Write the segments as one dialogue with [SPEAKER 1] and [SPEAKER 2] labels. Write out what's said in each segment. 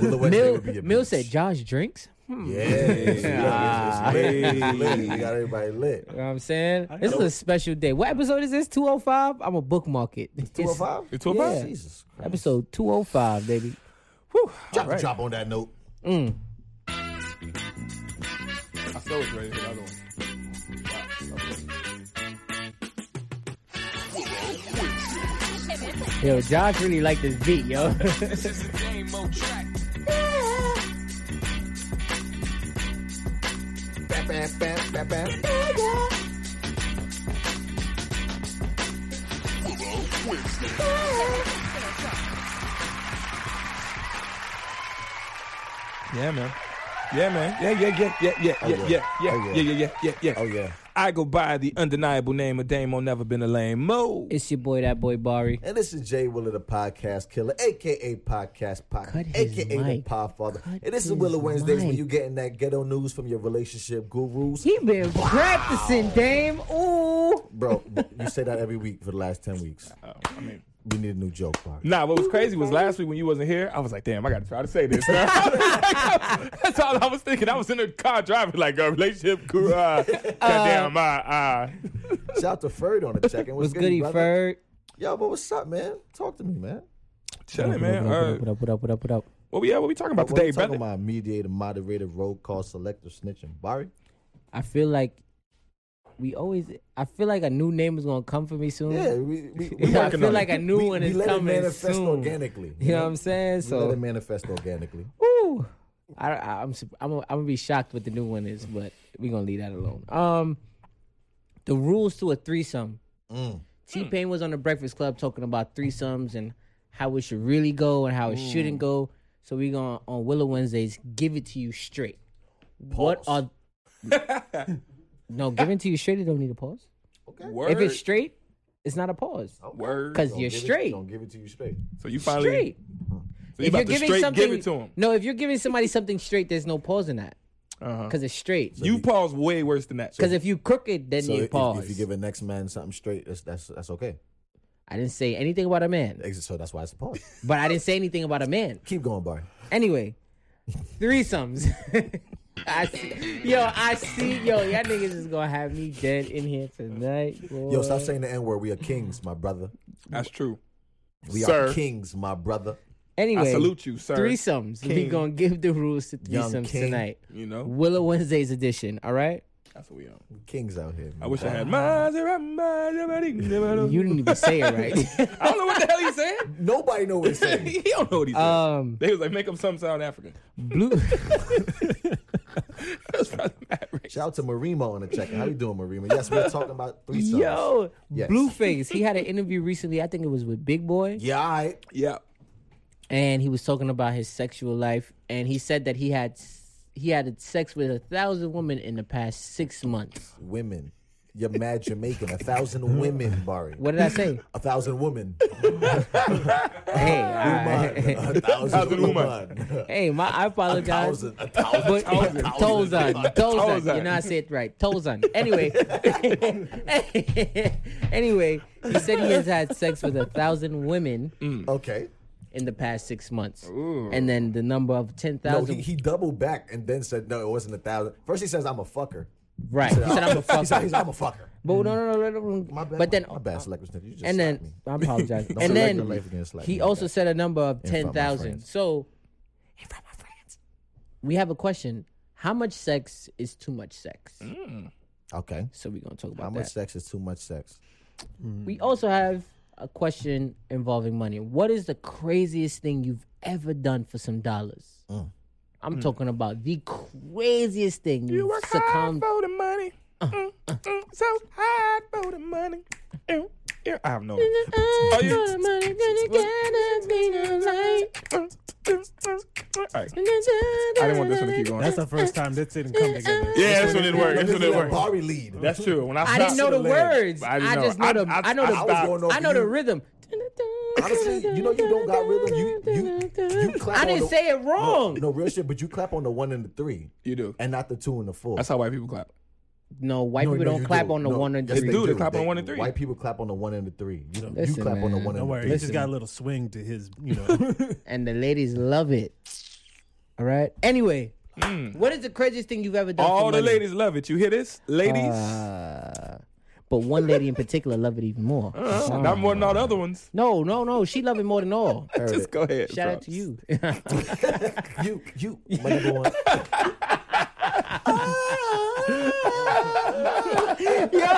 [SPEAKER 1] Willow Wednesday
[SPEAKER 2] Mill,
[SPEAKER 1] would be a
[SPEAKER 2] Mill
[SPEAKER 1] bitch.
[SPEAKER 2] said Josh drinks. Hmm.
[SPEAKER 1] Yeah, it's-
[SPEAKER 2] Ah.
[SPEAKER 1] yeah, it's- it's lit, it's lit. We got everybody lit.
[SPEAKER 2] You know what I'm saying?
[SPEAKER 3] I
[SPEAKER 2] This is
[SPEAKER 3] know.
[SPEAKER 2] a special day. What episode is this? 205? I'm a bookmark it. It's
[SPEAKER 1] 205?
[SPEAKER 4] It's 205?
[SPEAKER 2] Yeah.
[SPEAKER 1] Jesus Christ.
[SPEAKER 2] Episode 205, baby.
[SPEAKER 4] Whew.
[SPEAKER 1] Drop,
[SPEAKER 4] All right.
[SPEAKER 1] drop on that note.
[SPEAKER 2] Mm.
[SPEAKER 4] I still was ready for another one.
[SPEAKER 2] Yo, Josh really liked this beat, yo.
[SPEAKER 1] Bam, bam, bam, bam, bam.
[SPEAKER 4] Yeah, man. Yeah, man. Yeah, yeah, yeah, yeah, yeah,
[SPEAKER 1] Oh,
[SPEAKER 4] yeah,
[SPEAKER 1] yeah.
[SPEAKER 4] yeah, yeah,
[SPEAKER 1] Oh,
[SPEAKER 4] yeah,
[SPEAKER 1] yeah.
[SPEAKER 4] yeah, yeah, yeah, yeah.
[SPEAKER 1] Oh, yeah.
[SPEAKER 4] I go by the undeniable name of Damo. Never been a lame mo.
[SPEAKER 2] it's your boy, that boy Bari.
[SPEAKER 1] And this is Jay Willer, the podcast killer, aka Podcast Pop,
[SPEAKER 2] Cut his
[SPEAKER 1] aka
[SPEAKER 2] mic.
[SPEAKER 1] the Podfather.
[SPEAKER 2] Cut
[SPEAKER 1] and this is
[SPEAKER 2] his
[SPEAKER 1] Willer Wednesdays when
[SPEAKER 2] mic.
[SPEAKER 1] you getting that ghetto news from your relationship gurus.
[SPEAKER 2] He been practicing, Dame. Ooh.
[SPEAKER 1] Bro, you say that every week for the last 10 weeks.
[SPEAKER 4] Oh, I mean,
[SPEAKER 1] We need a new joke, Bro.
[SPEAKER 4] nah. What was crazy was last week when you wasn't here. I was like, damn, I gotta try to say this. That's all I was thinking. I was in the car driving like a relationship guru. Uh, goddamn, uh, uh.
[SPEAKER 1] Shout out to Ferd on the check-in.
[SPEAKER 2] What's goody,
[SPEAKER 1] brother?
[SPEAKER 2] Ferg?
[SPEAKER 1] Yo, but what's up, man? Talk to me, man.
[SPEAKER 4] Chilling, man. Uh,
[SPEAKER 2] What up, what up, what up, what up?
[SPEAKER 4] what we yeah, what we talking about
[SPEAKER 1] What
[SPEAKER 4] today,
[SPEAKER 1] we talking
[SPEAKER 4] brother?
[SPEAKER 1] about mediator, moderator, roll call, selector, snitching. Barry?
[SPEAKER 2] I feel like we always, I feel like a new name is going to come for me soon.
[SPEAKER 1] Yeah, we, we,
[SPEAKER 2] Mm. I
[SPEAKER 1] we
[SPEAKER 2] feel
[SPEAKER 4] working on
[SPEAKER 2] like
[SPEAKER 4] it.
[SPEAKER 2] a new
[SPEAKER 1] we,
[SPEAKER 2] one
[SPEAKER 1] we
[SPEAKER 2] is
[SPEAKER 1] let it
[SPEAKER 2] coming
[SPEAKER 1] manifest
[SPEAKER 2] soon.
[SPEAKER 1] organically.
[SPEAKER 2] You know what I'm saying?
[SPEAKER 1] We let it
[SPEAKER 2] So,
[SPEAKER 1] manifest organically.
[SPEAKER 2] ooh, I, I, I'm, sup- I'm, gonna- I'm gonna be shocked what the new one is, but we're gonna leave that alone. Um, the rules to a threesome.
[SPEAKER 1] Mm.
[SPEAKER 2] T Pain was on the Breakfast Club talking about threesomes and how it should really go and how it
[SPEAKER 1] Mm.
[SPEAKER 2] shouldn't go. So we're gonna on Willow Wednesdays give it to you straight. What
[SPEAKER 1] Pause.
[SPEAKER 2] are no giving to you straight? It don't need a pause.
[SPEAKER 1] Okay.
[SPEAKER 4] Word.
[SPEAKER 2] If it's straight, it's not a pause.
[SPEAKER 1] Okay.
[SPEAKER 4] Word.
[SPEAKER 2] Cause
[SPEAKER 1] Oh, Don't
[SPEAKER 2] you're
[SPEAKER 1] give it-
[SPEAKER 2] straight.
[SPEAKER 1] Don't give it to you straight.
[SPEAKER 4] So you finally.
[SPEAKER 2] Straight.
[SPEAKER 4] So you about to straight give it to him.
[SPEAKER 2] no, if you're giving somebody something straight, there's no pause in that
[SPEAKER 4] Uh-huh.
[SPEAKER 2] because it's straight.
[SPEAKER 4] You pause way worse than that.
[SPEAKER 2] Because if you crooked, then
[SPEAKER 1] So
[SPEAKER 2] you
[SPEAKER 1] if,
[SPEAKER 2] pause.
[SPEAKER 1] if you give a next man something straight, that's that's, that's okay.
[SPEAKER 2] I didn't say anything about a man,
[SPEAKER 1] Ex- So that's why it's a pause.
[SPEAKER 2] but I didn't say anything about a man.
[SPEAKER 1] Keep going, Barry.
[SPEAKER 2] Anyway, threesomes. I see, yo, I see, yo, y'all niggas is gonna have me dead in here tonight. Boy.
[SPEAKER 1] Yo, stop saying the N word. We are kings, my brother.
[SPEAKER 4] That's true.
[SPEAKER 1] We
[SPEAKER 4] Sir.
[SPEAKER 1] are kings, my brother.
[SPEAKER 2] Anyway,
[SPEAKER 4] I salute you, sir.
[SPEAKER 2] threesomes. We
[SPEAKER 4] King.
[SPEAKER 2] gonna give the rules to
[SPEAKER 1] Young
[SPEAKER 2] threesomes
[SPEAKER 1] king.
[SPEAKER 2] tonight.
[SPEAKER 4] You know,
[SPEAKER 2] Willow Wednesday's edition. All right,
[SPEAKER 4] that's what we on.
[SPEAKER 1] Kings out here.
[SPEAKER 4] I wish I had Maserati, Maserati, Maserati.
[SPEAKER 2] you didn't even say it
[SPEAKER 4] I don't know what the hell he's saying.
[SPEAKER 1] Nobody know what it's saying.
[SPEAKER 4] he don't know what he's
[SPEAKER 2] right. um,
[SPEAKER 4] saying. They was like, make up some South African.
[SPEAKER 2] blue.
[SPEAKER 4] That's probably Maverick.
[SPEAKER 1] Shout out to Marimo on the check. How you doing, Marimo? Yes, we're talking about threesomes.
[SPEAKER 2] Yo,
[SPEAKER 1] Yes.
[SPEAKER 2] Blueface. He had an interview recently. I think it was with Big Boy,
[SPEAKER 1] Yeah, all right.
[SPEAKER 4] Yeah.
[SPEAKER 2] and he was talking about his sexual life, and he said that he had s- he had sex with a thousand women in the past six months.
[SPEAKER 1] Women. You're mad Jamaican. A thousand women, Barry.
[SPEAKER 2] What did I say?
[SPEAKER 1] A thousand women.
[SPEAKER 2] hey,
[SPEAKER 1] Woman.
[SPEAKER 2] I,
[SPEAKER 1] A thousand
[SPEAKER 4] Thousand
[SPEAKER 1] woman.
[SPEAKER 2] hey, my I
[SPEAKER 1] A
[SPEAKER 2] apologize.
[SPEAKER 1] thousand. A thousand.
[SPEAKER 2] But
[SPEAKER 1] thousand.
[SPEAKER 2] Tozan, Tozan,
[SPEAKER 4] Tozan.
[SPEAKER 2] you know I said it right, Tozan. Anyway, anyway, he said he has had sex with a thousand women
[SPEAKER 1] Mm. Okay.
[SPEAKER 2] in the past six months,
[SPEAKER 4] Ooh.
[SPEAKER 2] and then the number of ten
[SPEAKER 1] No,
[SPEAKER 2] thousand.
[SPEAKER 1] he, he doubled back and then said, no, it wasn't a thousand. First, he says, I'm a fucker.
[SPEAKER 2] Right. He said, I'm a
[SPEAKER 1] He said,
[SPEAKER 2] fucker.
[SPEAKER 1] he's, I'm a fucker.
[SPEAKER 2] But no, no, no, no, no.
[SPEAKER 1] Mm. My bad.
[SPEAKER 2] But then,
[SPEAKER 1] my, my bad, Selector Sniff. You just
[SPEAKER 2] and
[SPEAKER 1] slapped
[SPEAKER 2] then,
[SPEAKER 1] me.
[SPEAKER 2] I apologize.
[SPEAKER 1] Don't
[SPEAKER 2] and
[SPEAKER 1] select your life
[SPEAKER 2] then,
[SPEAKER 1] against slapping
[SPEAKER 2] he
[SPEAKER 1] me.
[SPEAKER 2] also said a number of
[SPEAKER 1] In front of my
[SPEAKER 2] 10,000.
[SPEAKER 1] friends.
[SPEAKER 2] So, we have a question. How much sex is too much sex?
[SPEAKER 1] Okay.
[SPEAKER 2] So, we're going to talk
[SPEAKER 1] Mm.
[SPEAKER 2] about
[SPEAKER 1] How
[SPEAKER 2] that.
[SPEAKER 1] much sex is too much sex?
[SPEAKER 2] We also have a question involving money. What is the craziest thing you've ever done for some dollars?
[SPEAKER 1] Mm.
[SPEAKER 2] I'm talking about the craziest thing
[SPEAKER 4] You
[SPEAKER 2] you've
[SPEAKER 4] work
[SPEAKER 2] succumbed
[SPEAKER 4] hard for the money.
[SPEAKER 2] Uh,
[SPEAKER 4] Mm, mm, so hard for the money. Ew, ew. I have no.
[SPEAKER 2] mm,
[SPEAKER 4] Are you- Mm, mm, mm. All right. I didn't want this one to keep going.
[SPEAKER 3] Oh, That's the first time that didn't come together.
[SPEAKER 4] yeah, this one didn't work. This
[SPEAKER 1] This
[SPEAKER 4] one
[SPEAKER 1] is
[SPEAKER 4] didn't
[SPEAKER 1] a
[SPEAKER 4] work.
[SPEAKER 1] Barry lead.
[SPEAKER 4] That's true. When I,
[SPEAKER 2] I didn't know
[SPEAKER 4] stopped-
[SPEAKER 2] the words.
[SPEAKER 4] I
[SPEAKER 2] I,
[SPEAKER 4] didn't know.
[SPEAKER 2] just know the I, know the
[SPEAKER 1] I was
[SPEAKER 4] stopped.
[SPEAKER 1] going off
[SPEAKER 2] I know the
[SPEAKER 1] you.
[SPEAKER 2] rhythm.
[SPEAKER 1] Honestly, you know you don't got rhythm. You you you clap.
[SPEAKER 2] I
[SPEAKER 1] on
[SPEAKER 2] didn't
[SPEAKER 1] the-
[SPEAKER 2] say it wrong.
[SPEAKER 1] No, no, real shit. But you clap on the one and the three,
[SPEAKER 4] You do.
[SPEAKER 1] and not the two and the four.
[SPEAKER 4] That's how white people clap.
[SPEAKER 2] No, white
[SPEAKER 1] No,
[SPEAKER 2] people
[SPEAKER 1] no,
[SPEAKER 2] don't
[SPEAKER 1] you
[SPEAKER 2] clap
[SPEAKER 1] do.
[SPEAKER 2] on the
[SPEAKER 1] No,
[SPEAKER 2] one and
[SPEAKER 1] yes,
[SPEAKER 2] three.
[SPEAKER 4] they do. clap
[SPEAKER 1] They-
[SPEAKER 4] on one and three.
[SPEAKER 1] White people clap on the one and the three. You know, you
[SPEAKER 2] Listen,
[SPEAKER 1] clap on the one and
[SPEAKER 2] man. Don't
[SPEAKER 3] Don't
[SPEAKER 1] the
[SPEAKER 3] worry.
[SPEAKER 1] three.
[SPEAKER 3] He just got a little swing to his, you know.
[SPEAKER 2] And the ladies love it. All right. Anyway, what is the craziest thing you've ever done?
[SPEAKER 4] All
[SPEAKER 2] for
[SPEAKER 4] the
[SPEAKER 2] money?
[SPEAKER 4] ladies love it. You hear this, ladies?
[SPEAKER 2] Uh, but one lady in particular loved it even more.
[SPEAKER 4] Uh, not more than all the other ones.
[SPEAKER 2] Oh, No, no, no. She loved it more than all.
[SPEAKER 4] Just go ahead.
[SPEAKER 2] Shout out
[SPEAKER 4] Props.
[SPEAKER 2] to you.
[SPEAKER 1] You, you, my number one.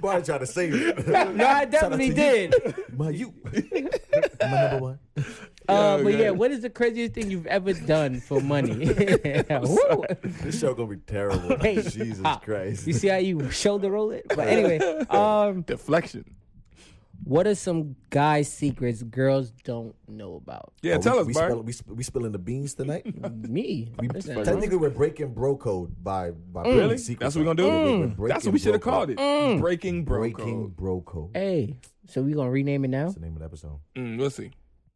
[SPEAKER 1] Why trying to save it?
[SPEAKER 2] no, I definitely did.
[SPEAKER 1] My you, my number one.
[SPEAKER 2] Uh,
[SPEAKER 4] Yeah,
[SPEAKER 2] but
[SPEAKER 4] okay.
[SPEAKER 2] yeah, what is the craziest thing you've ever done for money? Woo.
[SPEAKER 1] This show gonna be terrible.
[SPEAKER 2] Hey,
[SPEAKER 1] Jesus
[SPEAKER 2] ah,
[SPEAKER 1] Christ.
[SPEAKER 2] You see how you shoulder roll it? But anyway, um,
[SPEAKER 4] Deflection.
[SPEAKER 2] what are some guy secrets girls don't know about?
[SPEAKER 4] Yeah,
[SPEAKER 1] Oh,
[SPEAKER 4] tell
[SPEAKER 1] we,
[SPEAKER 4] us,
[SPEAKER 1] we,
[SPEAKER 4] Bart.
[SPEAKER 1] spill, we, sp- we spilling the beans tonight.
[SPEAKER 2] Me. Listen,
[SPEAKER 4] fuck
[SPEAKER 1] Technically, we're breaking bro code by by putting
[SPEAKER 4] Really?
[SPEAKER 1] secrets
[SPEAKER 4] Mm. That's what we're
[SPEAKER 1] out.
[SPEAKER 4] gonna do.
[SPEAKER 2] Mm.
[SPEAKER 4] Mm.
[SPEAKER 1] Yeah, we're Mm. breaking
[SPEAKER 4] That's what we should have
[SPEAKER 1] bro
[SPEAKER 4] called
[SPEAKER 1] code.
[SPEAKER 4] it. Mm. Breaking bro
[SPEAKER 1] Breaking
[SPEAKER 4] code.
[SPEAKER 1] bro code.
[SPEAKER 2] hey, so we gonna rename it now?
[SPEAKER 1] That's the name of the episode.
[SPEAKER 4] Mm, we'll see.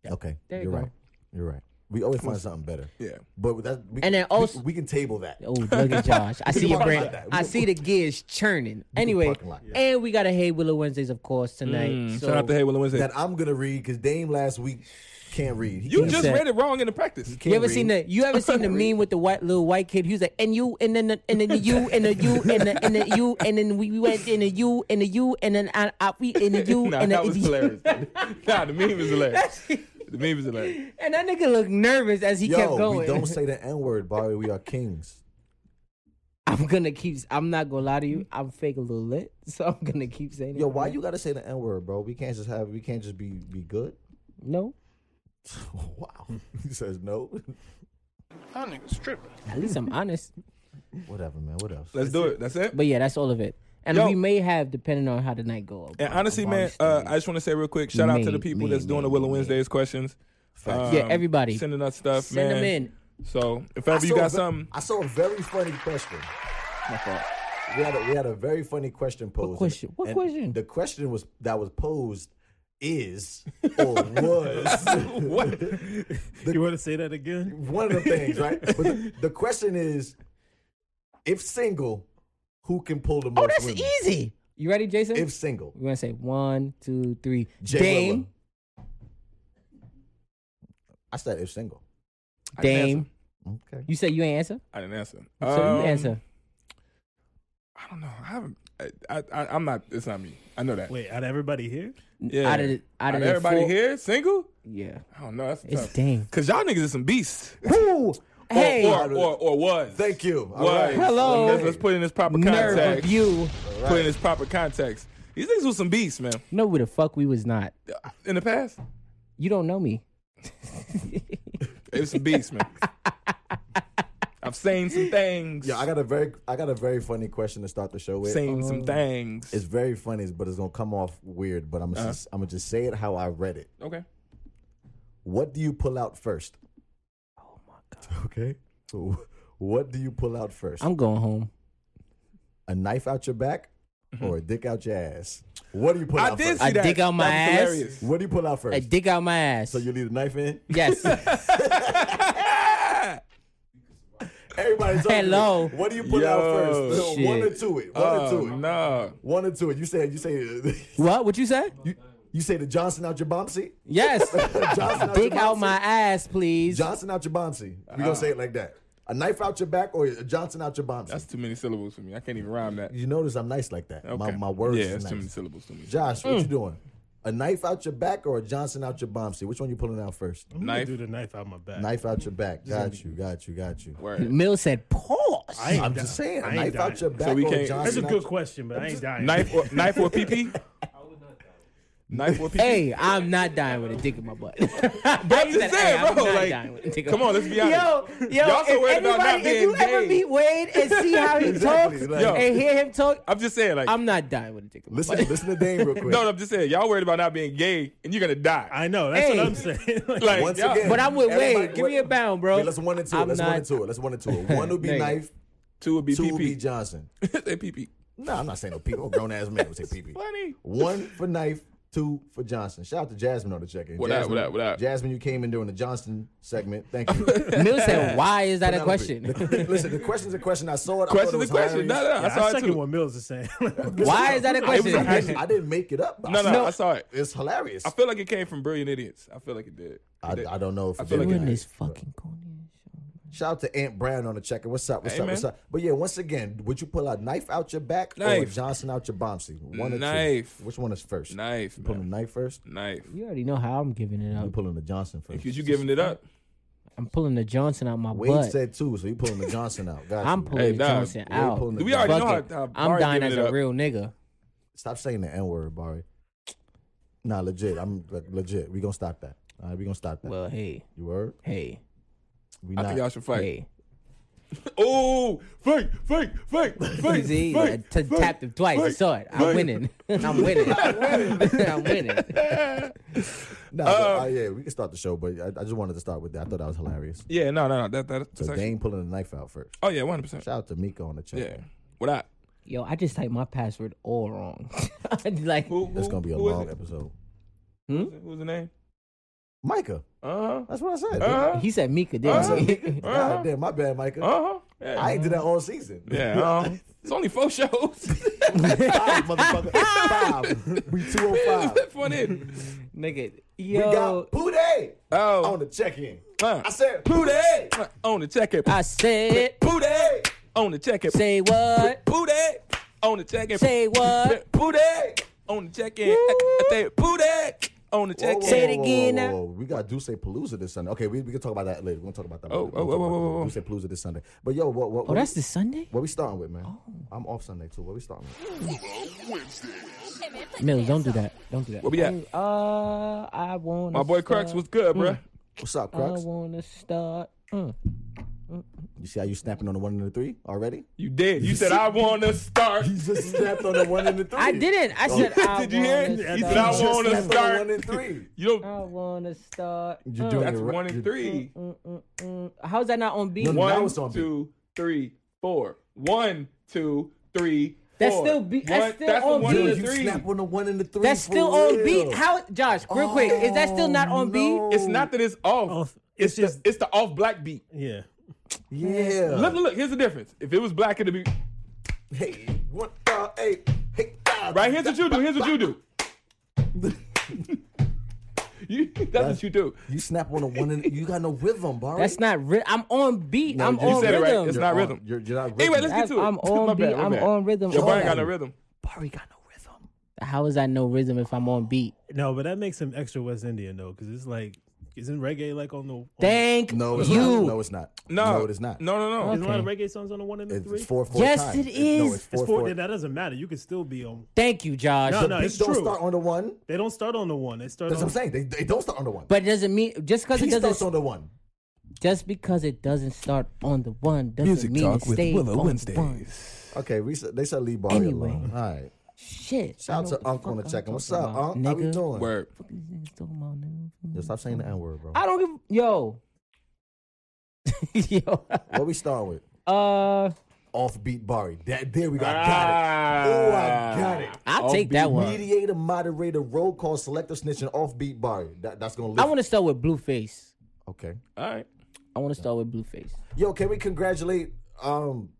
[SPEAKER 1] Okay,
[SPEAKER 2] There you
[SPEAKER 1] you're
[SPEAKER 2] go.
[SPEAKER 1] right. You're right. We always find something better.
[SPEAKER 4] Yeah.
[SPEAKER 1] But that we,
[SPEAKER 2] And then
[SPEAKER 1] we-
[SPEAKER 2] also-
[SPEAKER 1] we, can table that.
[SPEAKER 2] Oh, look at Josh. I see your
[SPEAKER 1] talk
[SPEAKER 2] brain.
[SPEAKER 1] about that. We
[SPEAKER 2] I
[SPEAKER 1] can-
[SPEAKER 2] see the gears churning. Anyway,
[SPEAKER 1] talk like that.
[SPEAKER 2] and we got a Hey Willow Wednesdays, of course, tonight.
[SPEAKER 4] Mm,
[SPEAKER 2] so
[SPEAKER 4] shout out to Hey Willow Wednesday.
[SPEAKER 1] That I'm gonna read because Dame last week can't read. He
[SPEAKER 4] you
[SPEAKER 1] can't
[SPEAKER 4] just
[SPEAKER 2] said-
[SPEAKER 4] read it wrong in the practice.
[SPEAKER 1] can't
[SPEAKER 2] you ever
[SPEAKER 1] read.
[SPEAKER 2] seen the you ever seen the meme with the white little white kid? He was like, and you and then the, and then the you and the you and the, and the you and then we went and the you and the you and then I, I we and the you
[SPEAKER 4] Nah,
[SPEAKER 2] and the,
[SPEAKER 4] that was hilarious. nah, the meme is hilarious. The meme is hilarious.
[SPEAKER 2] And that nigga looked nervous as he
[SPEAKER 1] Yo,
[SPEAKER 2] kept going.
[SPEAKER 1] we don't say the N word, Bobby. We are kings.
[SPEAKER 2] I'm gonna keep. I'm not gonna lie to you. I'm fake a little lit, so I'm gonna keep saying.
[SPEAKER 1] Yo,
[SPEAKER 2] it.
[SPEAKER 1] why you gotta say the N word, bro? We can't just have. We can't just be be good.
[SPEAKER 2] No,
[SPEAKER 1] wow. He says no.
[SPEAKER 5] That nigga's tripping.
[SPEAKER 2] at least I'm honest.
[SPEAKER 1] Whatever, man. What else?
[SPEAKER 4] Let's do it. That's it.
[SPEAKER 2] But yeah, that's all of it. And
[SPEAKER 4] Yo.
[SPEAKER 2] we may have, depending on how the night go.
[SPEAKER 4] And honestly, man, uh, I just want to say real quick, shout out to the
[SPEAKER 2] Man,
[SPEAKER 4] people
[SPEAKER 2] man,
[SPEAKER 4] that's doing the
[SPEAKER 2] man,
[SPEAKER 4] Willow
[SPEAKER 2] man.
[SPEAKER 4] Wednesdays questions.
[SPEAKER 1] Facts.
[SPEAKER 2] Yeah, everybody.
[SPEAKER 4] sending us stuff,
[SPEAKER 2] Send
[SPEAKER 4] uh, man.
[SPEAKER 2] them in.
[SPEAKER 4] So if
[SPEAKER 1] I
[SPEAKER 4] ever you
[SPEAKER 1] saw a
[SPEAKER 4] got
[SPEAKER 1] ve-
[SPEAKER 4] something,
[SPEAKER 1] I saw a very funny question. We had a, we had a very funny question posed. and-
[SPEAKER 2] question? What
[SPEAKER 1] and
[SPEAKER 2] question?
[SPEAKER 1] The question was that was posed is or was
[SPEAKER 4] what?
[SPEAKER 3] You want to say that again?
[SPEAKER 1] one of the things, right? But the, the question is, if single, who can pull the most
[SPEAKER 2] Oh, that's
[SPEAKER 1] women?
[SPEAKER 2] easy. You ready, Jason?
[SPEAKER 1] If single,
[SPEAKER 2] We're gonna say one, two, three.
[SPEAKER 1] Jay
[SPEAKER 2] Dame,
[SPEAKER 1] I said if single.
[SPEAKER 4] I didn't answer.
[SPEAKER 2] Dame.
[SPEAKER 1] Okay.
[SPEAKER 2] You said you ain't answer.
[SPEAKER 4] I didn't answer.
[SPEAKER 2] So you
[SPEAKER 4] Um,
[SPEAKER 2] answer.
[SPEAKER 4] I don't know. I haven't. I, I, I, I'm not. It's not me. I know that.
[SPEAKER 3] Wait, out of everybody here?
[SPEAKER 4] Yeah.
[SPEAKER 2] Out of the- out of the
[SPEAKER 4] everybody
[SPEAKER 2] four-
[SPEAKER 4] here single?
[SPEAKER 2] Yeah,
[SPEAKER 4] I don't know. That's
[SPEAKER 2] it's
[SPEAKER 4] tough.
[SPEAKER 2] Dame.
[SPEAKER 4] Cause y'all niggas is some beasts.
[SPEAKER 2] Woo! Hey,
[SPEAKER 4] Or, or, or, or was.
[SPEAKER 1] Thank you. All
[SPEAKER 4] Was.
[SPEAKER 1] right.
[SPEAKER 2] Hello.
[SPEAKER 4] Let's, let's put it in this proper
[SPEAKER 2] nerve
[SPEAKER 4] context.
[SPEAKER 2] of you.
[SPEAKER 4] Put it in this proper context. These niggas was some beasts, man.
[SPEAKER 2] No, who the fuck we was not.
[SPEAKER 4] In the past,
[SPEAKER 2] You don't know me.
[SPEAKER 4] they was some beasts, man. I've seen some things.
[SPEAKER 1] Yeah, I got a very I got a very funny question to start the show with.
[SPEAKER 4] seen some
[SPEAKER 2] Um,
[SPEAKER 4] things.
[SPEAKER 1] It's very funny, but it's gonna come off weird. But I'm
[SPEAKER 4] Uh-huh.
[SPEAKER 1] gonna just, I'm gonna just say it how I read it.
[SPEAKER 4] okay.
[SPEAKER 1] What do you pull out first?
[SPEAKER 2] Oh my god.
[SPEAKER 1] Okay. So, what do you pull out first?
[SPEAKER 2] I'm going home.
[SPEAKER 1] a knife out your back or a dick out your ass? What do you pull
[SPEAKER 4] Mm-hmm. I
[SPEAKER 1] out
[SPEAKER 4] did
[SPEAKER 1] first?
[SPEAKER 4] see
[SPEAKER 2] I
[SPEAKER 4] that.
[SPEAKER 2] dig out my
[SPEAKER 4] that was
[SPEAKER 2] ass.
[SPEAKER 4] hilarious.
[SPEAKER 1] What do you pull out first?
[SPEAKER 2] I dig out my ass.
[SPEAKER 1] so you leave the knife in?
[SPEAKER 2] yes.
[SPEAKER 1] Everybody's talking.
[SPEAKER 2] Hello.
[SPEAKER 1] What do you pull out
[SPEAKER 4] Yo,
[SPEAKER 1] first? So One or
[SPEAKER 2] shit.
[SPEAKER 1] two it. One or
[SPEAKER 4] Oh,
[SPEAKER 1] two it.
[SPEAKER 4] no.
[SPEAKER 1] One or two it. You say you say
[SPEAKER 2] what? What you say?
[SPEAKER 1] you, you say the Johnson out your bombsy?
[SPEAKER 2] Yes.
[SPEAKER 1] Johnson
[SPEAKER 2] dig
[SPEAKER 1] your
[SPEAKER 2] out
[SPEAKER 1] bombsy?
[SPEAKER 2] my ass, please.
[SPEAKER 1] Johnson out your bombsy. We
[SPEAKER 4] Uh-uh.
[SPEAKER 1] gonna say it like that. A knife out your back or a Johnson out your bombsy.
[SPEAKER 4] That's too many syllables for me. I can't even rhyme that.
[SPEAKER 1] you notice I'm nice like that. My,
[SPEAKER 4] Okay.
[SPEAKER 1] my words
[SPEAKER 4] Yeah,
[SPEAKER 1] is
[SPEAKER 4] it's too many
[SPEAKER 1] nice.
[SPEAKER 4] syllables to me.
[SPEAKER 1] Josh,
[SPEAKER 2] Hmm.
[SPEAKER 1] what you doing? A knife out your back or a Johnson out your bombsy? Which one you pulling out first?
[SPEAKER 3] I'm
[SPEAKER 4] Knife.
[SPEAKER 3] knife. do the knife out my back.
[SPEAKER 1] Knife out your back. Got you. Got you. Got you.
[SPEAKER 4] Word.
[SPEAKER 2] Mill said, "Pause."
[SPEAKER 3] I ain't
[SPEAKER 1] I'm
[SPEAKER 3] dying.
[SPEAKER 1] just saying. A
[SPEAKER 3] I ain't
[SPEAKER 1] knife
[SPEAKER 3] dying.
[SPEAKER 1] out your back
[SPEAKER 4] we
[SPEAKER 1] or a
[SPEAKER 4] can't-
[SPEAKER 1] Johnson
[SPEAKER 3] That's a
[SPEAKER 1] out
[SPEAKER 3] good question, but I ain't dying.
[SPEAKER 4] Knife or knife or PP? Knife or PP?
[SPEAKER 2] Hey, I'm not dying with a dick in my butt. He said,
[SPEAKER 4] just
[SPEAKER 2] "Hey,
[SPEAKER 4] saying,
[SPEAKER 2] I'm
[SPEAKER 4] bro,
[SPEAKER 2] not
[SPEAKER 4] like,
[SPEAKER 2] dying with a dick in
[SPEAKER 4] come
[SPEAKER 2] my
[SPEAKER 4] on,
[SPEAKER 2] butt."
[SPEAKER 4] let's be honest.
[SPEAKER 2] Yo, yo,
[SPEAKER 4] Y'all so
[SPEAKER 2] if
[SPEAKER 4] worried about not
[SPEAKER 2] anybody, if
[SPEAKER 4] being
[SPEAKER 2] you ever
[SPEAKER 4] gay.
[SPEAKER 2] meet Wade and see how he
[SPEAKER 1] Exactly,
[SPEAKER 2] talks
[SPEAKER 1] like-
[SPEAKER 4] Yo.
[SPEAKER 2] and hear him talk,
[SPEAKER 4] I'm just saying, like,
[SPEAKER 2] I'm not dying with a dick in my
[SPEAKER 1] Listen,
[SPEAKER 2] butt.
[SPEAKER 1] listen to Dame real quick.
[SPEAKER 4] no, no, I'm just saying, y'all worried about not being gay and you're gonna die.
[SPEAKER 3] I know. That's
[SPEAKER 2] Hey.
[SPEAKER 3] what I'm saying. Like,
[SPEAKER 4] like,
[SPEAKER 1] Once
[SPEAKER 4] y'all-
[SPEAKER 1] again.
[SPEAKER 2] But I'm with
[SPEAKER 1] Everybody-
[SPEAKER 2] Wade. Give
[SPEAKER 1] what-
[SPEAKER 2] me a bound, bro.
[SPEAKER 1] Wait, let's one and two.
[SPEAKER 2] I'm
[SPEAKER 1] let's
[SPEAKER 2] not-
[SPEAKER 1] one and two. Let's one and two. One will be
[SPEAKER 2] Nigga.
[SPEAKER 1] knife.
[SPEAKER 4] two would be
[SPEAKER 1] Two will be
[SPEAKER 4] PP.
[SPEAKER 1] Johnson.
[SPEAKER 4] they PP.
[SPEAKER 1] No, I'm not saying no people. A grown ass man would say PP.
[SPEAKER 4] Funny.
[SPEAKER 1] One for knife. two for Johnson. Shout out to Jasmine on the check in.
[SPEAKER 4] What up, what up, what up?
[SPEAKER 1] Jasmine, you came in during the Johnson segment. Thank you.
[SPEAKER 2] Mill said, "Why is that
[SPEAKER 1] Penelope.
[SPEAKER 2] a question?
[SPEAKER 1] The- listen, the question's a question. I saw it. I thought it
[SPEAKER 4] Question's
[SPEAKER 1] was
[SPEAKER 4] a question. No,
[SPEAKER 1] hilarious.
[SPEAKER 4] no, I
[SPEAKER 3] Yeah,
[SPEAKER 4] saw it
[SPEAKER 3] second
[SPEAKER 4] too.
[SPEAKER 3] one Mills is saying.
[SPEAKER 2] Why is that a
[SPEAKER 4] was
[SPEAKER 2] question?"
[SPEAKER 4] a-
[SPEAKER 1] I didn't, I didn't make it up.
[SPEAKER 4] No, no, I saw it.
[SPEAKER 1] It's hilarious.
[SPEAKER 4] I feel like it came from Brilliant Idiots. I feel like it did.
[SPEAKER 1] I, I don't know if it
[SPEAKER 4] feel
[SPEAKER 1] did.
[SPEAKER 4] like
[SPEAKER 2] Doing
[SPEAKER 4] it-
[SPEAKER 2] this fucking corny ass
[SPEAKER 1] Shout out to Aunt Brown on the checker. What's up? What's
[SPEAKER 4] Hey,
[SPEAKER 1] up? What's
[SPEAKER 4] man.
[SPEAKER 1] up? But yeah, once again, would you pull a knife out your back or a
[SPEAKER 4] Knife.
[SPEAKER 1] Johnson out your bombsy? One or
[SPEAKER 4] Knife.
[SPEAKER 1] two. Which one is first?
[SPEAKER 4] Knife,
[SPEAKER 1] You pulling
[SPEAKER 4] man.
[SPEAKER 1] the knife first?
[SPEAKER 4] Knife.
[SPEAKER 2] shit. You already know how I'm giving it
[SPEAKER 1] You
[SPEAKER 2] up.
[SPEAKER 1] pulling the Johnson first?
[SPEAKER 4] Because you giving it up.
[SPEAKER 2] I'm pulling the Johnson out my
[SPEAKER 1] Wade
[SPEAKER 2] butt.
[SPEAKER 1] said two, so you pulling the Johnson out. Got
[SPEAKER 2] I'm
[SPEAKER 1] you.
[SPEAKER 2] pulling
[SPEAKER 4] Hey,
[SPEAKER 2] the
[SPEAKER 4] dog.
[SPEAKER 2] Johnson
[SPEAKER 1] Wade
[SPEAKER 2] out.
[SPEAKER 1] pulling the
[SPEAKER 4] We already
[SPEAKER 1] Johnson-
[SPEAKER 4] know
[SPEAKER 2] Fuck
[SPEAKER 4] how- how
[SPEAKER 2] it. I'm
[SPEAKER 4] Barry
[SPEAKER 2] dying
[SPEAKER 4] giving
[SPEAKER 2] as
[SPEAKER 4] it
[SPEAKER 2] a
[SPEAKER 4] up.
[SPEAKER 2] real nigga.
[SPEAKER 1] Stop saying the N word, Barry. Nah, legit. I'm like, legit. We gonna stop that. All right, we gonna stop that.
[SPEAKER 2] Well, hey,
[SPEAKER 1] you word?
[SPEAKER 2] hey,
[SPEAKER 1] We
[SPEAKER 4] I
[SPEAKER 1] not.
[SPEAKER 4] think y'all should fight.
[SPEAKER 2] hey.
[SPEAKER 4] Oh, fight, fight, fight, fight,
[SPEAKER 2] See, I
[SPEAKER 4] fight,
[SPEAKER 2] t-
[SPEAKER 4] fight,
[SPEAKER 2] tapped him twice. I
[SPEAKER 4] fight,
[SPEAKER 2] saw it. I'm
[SPEAKER 4] fight.
[SPEAKER 2] winning. I'm winning. I'm winning.
[SPEAKER 1] Nah, but, uh, yeah, we can start the show, but I, I just wanted to start with that. I thought that was hilarious.
[SPEAKER 4] Yeah, no, no, no. That, that, that's
[SPEAKER 1] So
[SPEAKER 4] actually,
[SPEAKER 1] Dane pulling the knife out first.
[SPEAKER 4] oh yeah, one hundred percent.
[SPEAKER 1] Shout out to Mika on the check.
[SPEAKER 4] Yeah. What up?
[SPEAKER 2] Yo, I just typed my password all wrong. like,
[SPEAKER 4] Who, who,
[SPEAKER 1] That's gonna be a
[SPEAKER 4] who is
[SPEAKER 1] long
[SPEAKER 4] it?
[SPEAKER 1] episode.
[SPEAKER 4] Who's the name?
[SPEAKER 1] Micah.
[SPEAKER 4] Uh huh.
[SPEAKER 1] That's what I said.
[SPEAKER 4] Uh
[SPEAKER 2] he said Mika, didn't he?
[SPEAKER 4] huh.
[SPEAKER 1] God
[SPEAKER 4] Uh
[SPEAKER 1] damn, my bad, Micah.
[SPEAKER 4] huh.
[SPEAKER 1] I
[SPEAKER 4] Uh-huh. Yeah.
[SPEAKER 1] ain't did that all season.
[SPEAKER 4] Yeah. uh-huh. It's only four shows.
[SPEAKER 1] Five, motherfucker. Five. We 205.
[SPEAKER 4] That's one in.
[SPEAKER 2] Nigga,
[SPEAKER 1] We
[SPEAKER 2] yo.
[SPEAKER 1] got Pooday on
[SPEAKER 4] Oh,
[SPEAKER 1] the check in.
[SPEAKER 4] uh,
[SPEAKER 1] I said Pooday.
[SPEAKER 4] uh, on the check it.
[SPEAKER 2] I said,
[SPEAKER 4] Booty on the check it.
[SPEAKER 2] say what?
[SPEAKER 4] Booty on the check it.
[SPEAKER 2] Say what?
[SPEAKER 4] Booty on the check in. Booty on the check
[SPEAKER 2] Say it
[SPEAKER 4] in.
[SPEAKER 2] again now.
[SPEAKER 1] We got Duce Palooza this Sunday. Okay, we, we can talk about that later. We're gonna talk about that.
[SPEAKER 4] Oh,
[SPEAKER 1] later. We're
[SPEAKER 4] oh,
[SPEAKER 1] gonna talk
[SPEAKER 4] oh,
[SPEAKER 1] about
[SPEAKER 4] oh,
[SPEAKER 1] that. Duce Palooza this Sunday. But yo, what what
[SPEAKER 2] Oh,
[SPEAKER 1] what,
[SPEAKER 2] that's Oh.
[SPEAKER 1] we,
[SPEAKER 2] this Sunday?
[SPEAKER 1] what we starting with, man? I'm off Sunday too. What we starting with?
[SPEAKER 2] Mills, don't do that. Don't do that.
[SPEAKER 4] Where we at?
[SPEAKER 2] Uh, I want
[SPEAKER 4] My boy Crux was good, bruh.
[SPEAKER 1] What's up,
[SPEAKER 2] I
[SPEAKER 1] Crux?
[SPEAKER 2] want to start. Mm.
[SPEAKER 1] You see how you snapping on the one and the three already?
[SPEAKER 4] You did. You said I want to start.
[SPEAKER 1] You just snapped on the one and the three.
[SPEAKER 2] I didn't. I said, I
[SPEAKER 4] Did you hear? it?
[SPEAKER 2] wanna
[SPEAKER 4] He said
[SPEAKER 2] start.
[SPEAKER 4] I want to
[SPEAKER 1] Snapped on the one
[SPEAKER 4] start.
[SPEAKER 1] and three.
[SPEAKER 4] You don't.
[SPEAKER 2] I want to start.
[SPEAKER 1] You're
[SPEAKER 2] Mm,
[SPEAKER 1] doing
[SPEAKER 4] That's
[SPEAKER 1] it right.
[SPEAKER 4] one and
[SPEAKER 1] You're-
[SPEAKER 4] three.
[SPEAKER 2] mm, mm, mm. How's that not on beat?
[SPEAKER 1] No, no, That
[SPEAKER 4] One,
[SPEAKER 1] was on beat.
[SPEAKER 4] two, three, four. One, two, three.
[SPEAKER 2] That's
[SPEAKER 4] four.
[SPEAKER 2] still beat- that's
[SPEAKER 4] One-
[SPEAKER 2] still
[SPEAKER 4] that's the
[SPEAKER 2] on
[SPEAKER 4] one
[SPEAKER 2] beat.
[SPEAKER 4] and the
[SPEAKER 1] You
[SPEAKER 4] three.
[SPEAKER 1] snap on the one and the three.
[SPEAKER 2] That's
[SPEAKER 1] for
[SPEAKER 2] still on
[SPEAKER 1] real.
[SPEAKER 2] beat. How, Josh? Real quick, is that still not on
[SPEAKER 1] Oh,
[SPEAKER 2] beat?
[SPEAKER 4] It's not that it's off.
[SPEAKER 3] Off. It's
[SPEAKER 4] the-
[SPEAKER 3] just-
[SPEAKER 4] it's the off black beat.
[SPEAKER 3] yeah.
[SPEAKER 1] Yeah.
[SPEAKER 4] Look, look, look. Here's the difference. If it was black, it'd be
[SPEAKER 1] Hey, one, uh, hey, hey, uh,
[SPEAKER 4] right. Here's what you do. Here's what you do. you, that's, what you do.
[SPEAKER 1] You snap on the one and you got no rhythm, Barry.
[SPEAKER 2] That's not. Ri- I'm on beat. I'm
[SPEAKER 1] you
[SPEAKER 2] on
[SPEAKER 4] said it right.
[SPEAKER 2] rhythm.
[SPEAKER 4] It's not
[SPEAKER 1] You're on-
[SPEAKER 4] rhythm.
[SPEAKER 1] You're, you're not
[SPEAKER 4] Anyway,
[SPEAKER 1] rhythm.
[SPEAKER 4] let's get to it.
[SPEAKER 2] I'm on
[SPEAKER 4] my bad,
[SPEAKER 2] beat.
[SPEAKER 4] my
[SPEAKER 2] I'm
[SPEAKER 4] bad.
[SPEAKER 2] on rhythm.
[SPEAKER 4] Your
[SPEAKER 2] Hold
[SPEAKER 4] brain
[SPEAKER 2] on.
[SPEAKER 4] got no rhythm.
[SPEAKER 1] Barry got no rhythm.
[SPEAKER 2] How is I no rhythm if I'm on beat?
[SPEAKER 3] No, but that makes him extra West Indian though, because it's like isn't reggae like on the on the-
[SPEAKER 2] Thank
[SPEAKER 1] No, it's not.
[SPEAKER 2] you.
[SPEAKER 1] No, it's not.
[SPEAKER 4] No,
[SPEAKER 1] it is not.
[SPEAKER 4] No, no, no.
[SPEAKER 3] Isn't a lot of
[SPEAKER 2] Okay.
[SPEAKER 3] reggae songs on the one and the
[SPEAKER 1] it's,
[SPEAKER 3] three?
[SPEAKER 1] it's four four.
[SPEAKER 2] Yes,
[SPEAKER 1] times.
[SPEAKER 2] it
[SPEAKER 1] It's-
[SPEAKER 2] is.
[SPEAKER 1] no, it's
[SPEAKER 3] It's
[SPEAKER 1] four
[SPEAKER 3] four.
[SPEAKER 1] four.
[SPEAKER 3] That doesn't matter. You can still be on.
[SPEAKER 2] Thank you, Josh.
[SPEAKER 3] No, no,
[SPEAKER 1] They
[SPEAKER 3] it's
[SPEAKER 1] don't
[SPEAKER 3] true.
[SPEAKER 1] start on the one.
[SPEAKER 3] They don't start on the one. They start
[SPEAKER 1] That's what
[SPEAKER 3] on.
[SPEAKER 1] I'm saying. They, they don't start on the one.
[SPEAKER 2] But it doesn't mean just because
[SPEAKER 1] he
[SPEAKER 2] it
[SPEAKER 1] starts
[SPEAKER 2] doesn't
[SPEAKER 1] on the one.
[SPEAKER 2] just because it doesn't start on the one doesn't mean it stays on the one.
[SPEAKER 1] Okay, we, said- they said leave Barry
[SPEAKER 2] Anyway.
[SPEAKER 1] alone. All right.
[SPEAKER 2] Shit. I
[SPEAKER 1] Shout out
[SPEAKER 2] know
[SPEAKER 1] to
[SPEAKER 2] what the
[SPEAKER 1] Uncle on
[SPEAKER 2] fuck
[SPEAKER 1] the
[SPEAKER 2] I'm
[SPEAKER 1] check. What's
[SPEAKER 2] talking
[SPEAKER 1] up,
[SPEAKER 2] about,
[SPEAKER 1] Unc? How we
[SPEAKER 2] nigga?
[SPEAKER 1] doing?
[SPEAKER 4] Word.
[SPEAKER 2] Fuck these niggas talking about, nigga?
[SPEAKER 1] Yo, stop saying the N word, bro.
[SPEAKER 2] I don't give yo. yo.
[SPEAKER 1] What we start with?
[SPEAKER 2] Uh
[SPEAKER 1] Offbeat Barry. That there we go. I got
[SPEAKER 4] Ah.
[SPEAKER 1] Oh, I got it.
[SPEAKER 2] I'll take that
[SPEAKER 1] it.
[SPEAKER 2] one.
[SPEAKER 1] Mediator, moderator, roll call, selector, snitching, offbeat Barry. That, that's gonna. Live.
[SPEAKER 2] I wanna start with Blueface.
[SPEAKER 1] Okay.
[SPEAKER 4] All right.
[SPEAKER 2] I wanna start with Blueface.
[SPEAKER 1] Yo, can we congratulate um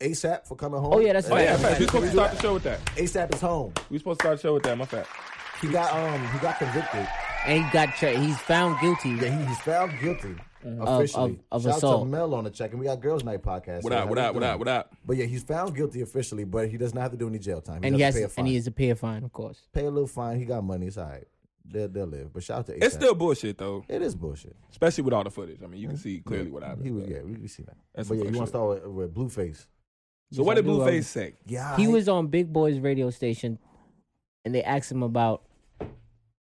[SPEAKER 1] ASAP for coming home?
[SPEAKER 2] Oh, yeah, that's
[SPEAKER 4] Oh
[SPEAKER 2] right.
[SPEAKER 4] yeah, in fact, we supposed to start the show with that.
[SPEAKER 1] ASAP is home.
[SPEAKER 4] We supposed to start the show with that. My fat.
[SPEAKER 1] He got um he got convicted.
[SPEAKER 2] And he got tra- he's found guilty.
[SPEAKER 1] Yeah, he, he's found guilty officially.
[SPEAKER 2] Mm-hmm. of- of
[SPEAKER 1] Shout out
[SPEAKER 2] assault.
[SPEAKER 1] to Mel on the check, and we got Girls Night podcast.
[SPEAKER 4] What
[SPEAKER 1] Hey,
[SPEAKER 4] up?
[SPEAKER 1] how
[SPEAKER 4] What
[SPEAKER 1] we
[SPEAKER 4] up? What
[SPEAKER 1] doing?
[SPEAKER 4] up? What up?
[SPEAKER 1] But yeah, he's found guilty officially, but he does not have to do any jail time. He
[SPEAKER 2] and
[SPEAKER 1] does
[SPEAKER 2] he has
[SPEAKER 1] pay a fine.
[SPEAKER 2] and he is a payer fine, of course.
[SPEAKER 1] pay a little fine. He got money. It's all right. They'll, they'll live. But shout out to ASAP.
[SPEAKER 4] It's still bullshit though,
[SPEAKER 1] it is bullshit.
[SPEAKER 4] especially with all the footage. I mean, you can see clearly what happened.
[SPEAKER 1] He was yeah, we, we see that.
[SPEAKER 4] That's
[SPEAKER 1] but
[SPEAKER 4] some
[SPEAKER 1] yeah, you want
[SPEAKER 4] fuck
[SPEAKER 1] to
[SPEAKER 4] shit.
[SPEAKER 1] start with, with Blueface?
[SPEAKER 4] So what
[SPEAKER 2] I
[SPEAKER 4] did
[SPEAKER 2] do, um,
[SPEAKER 4] Blueface say?
[SPEAKER 1] Yeah,
[SPEAKER 2] he
[SPEAKER 1] I-
[SPEAKER 2] was on Big Boy's radio station, and they asked him about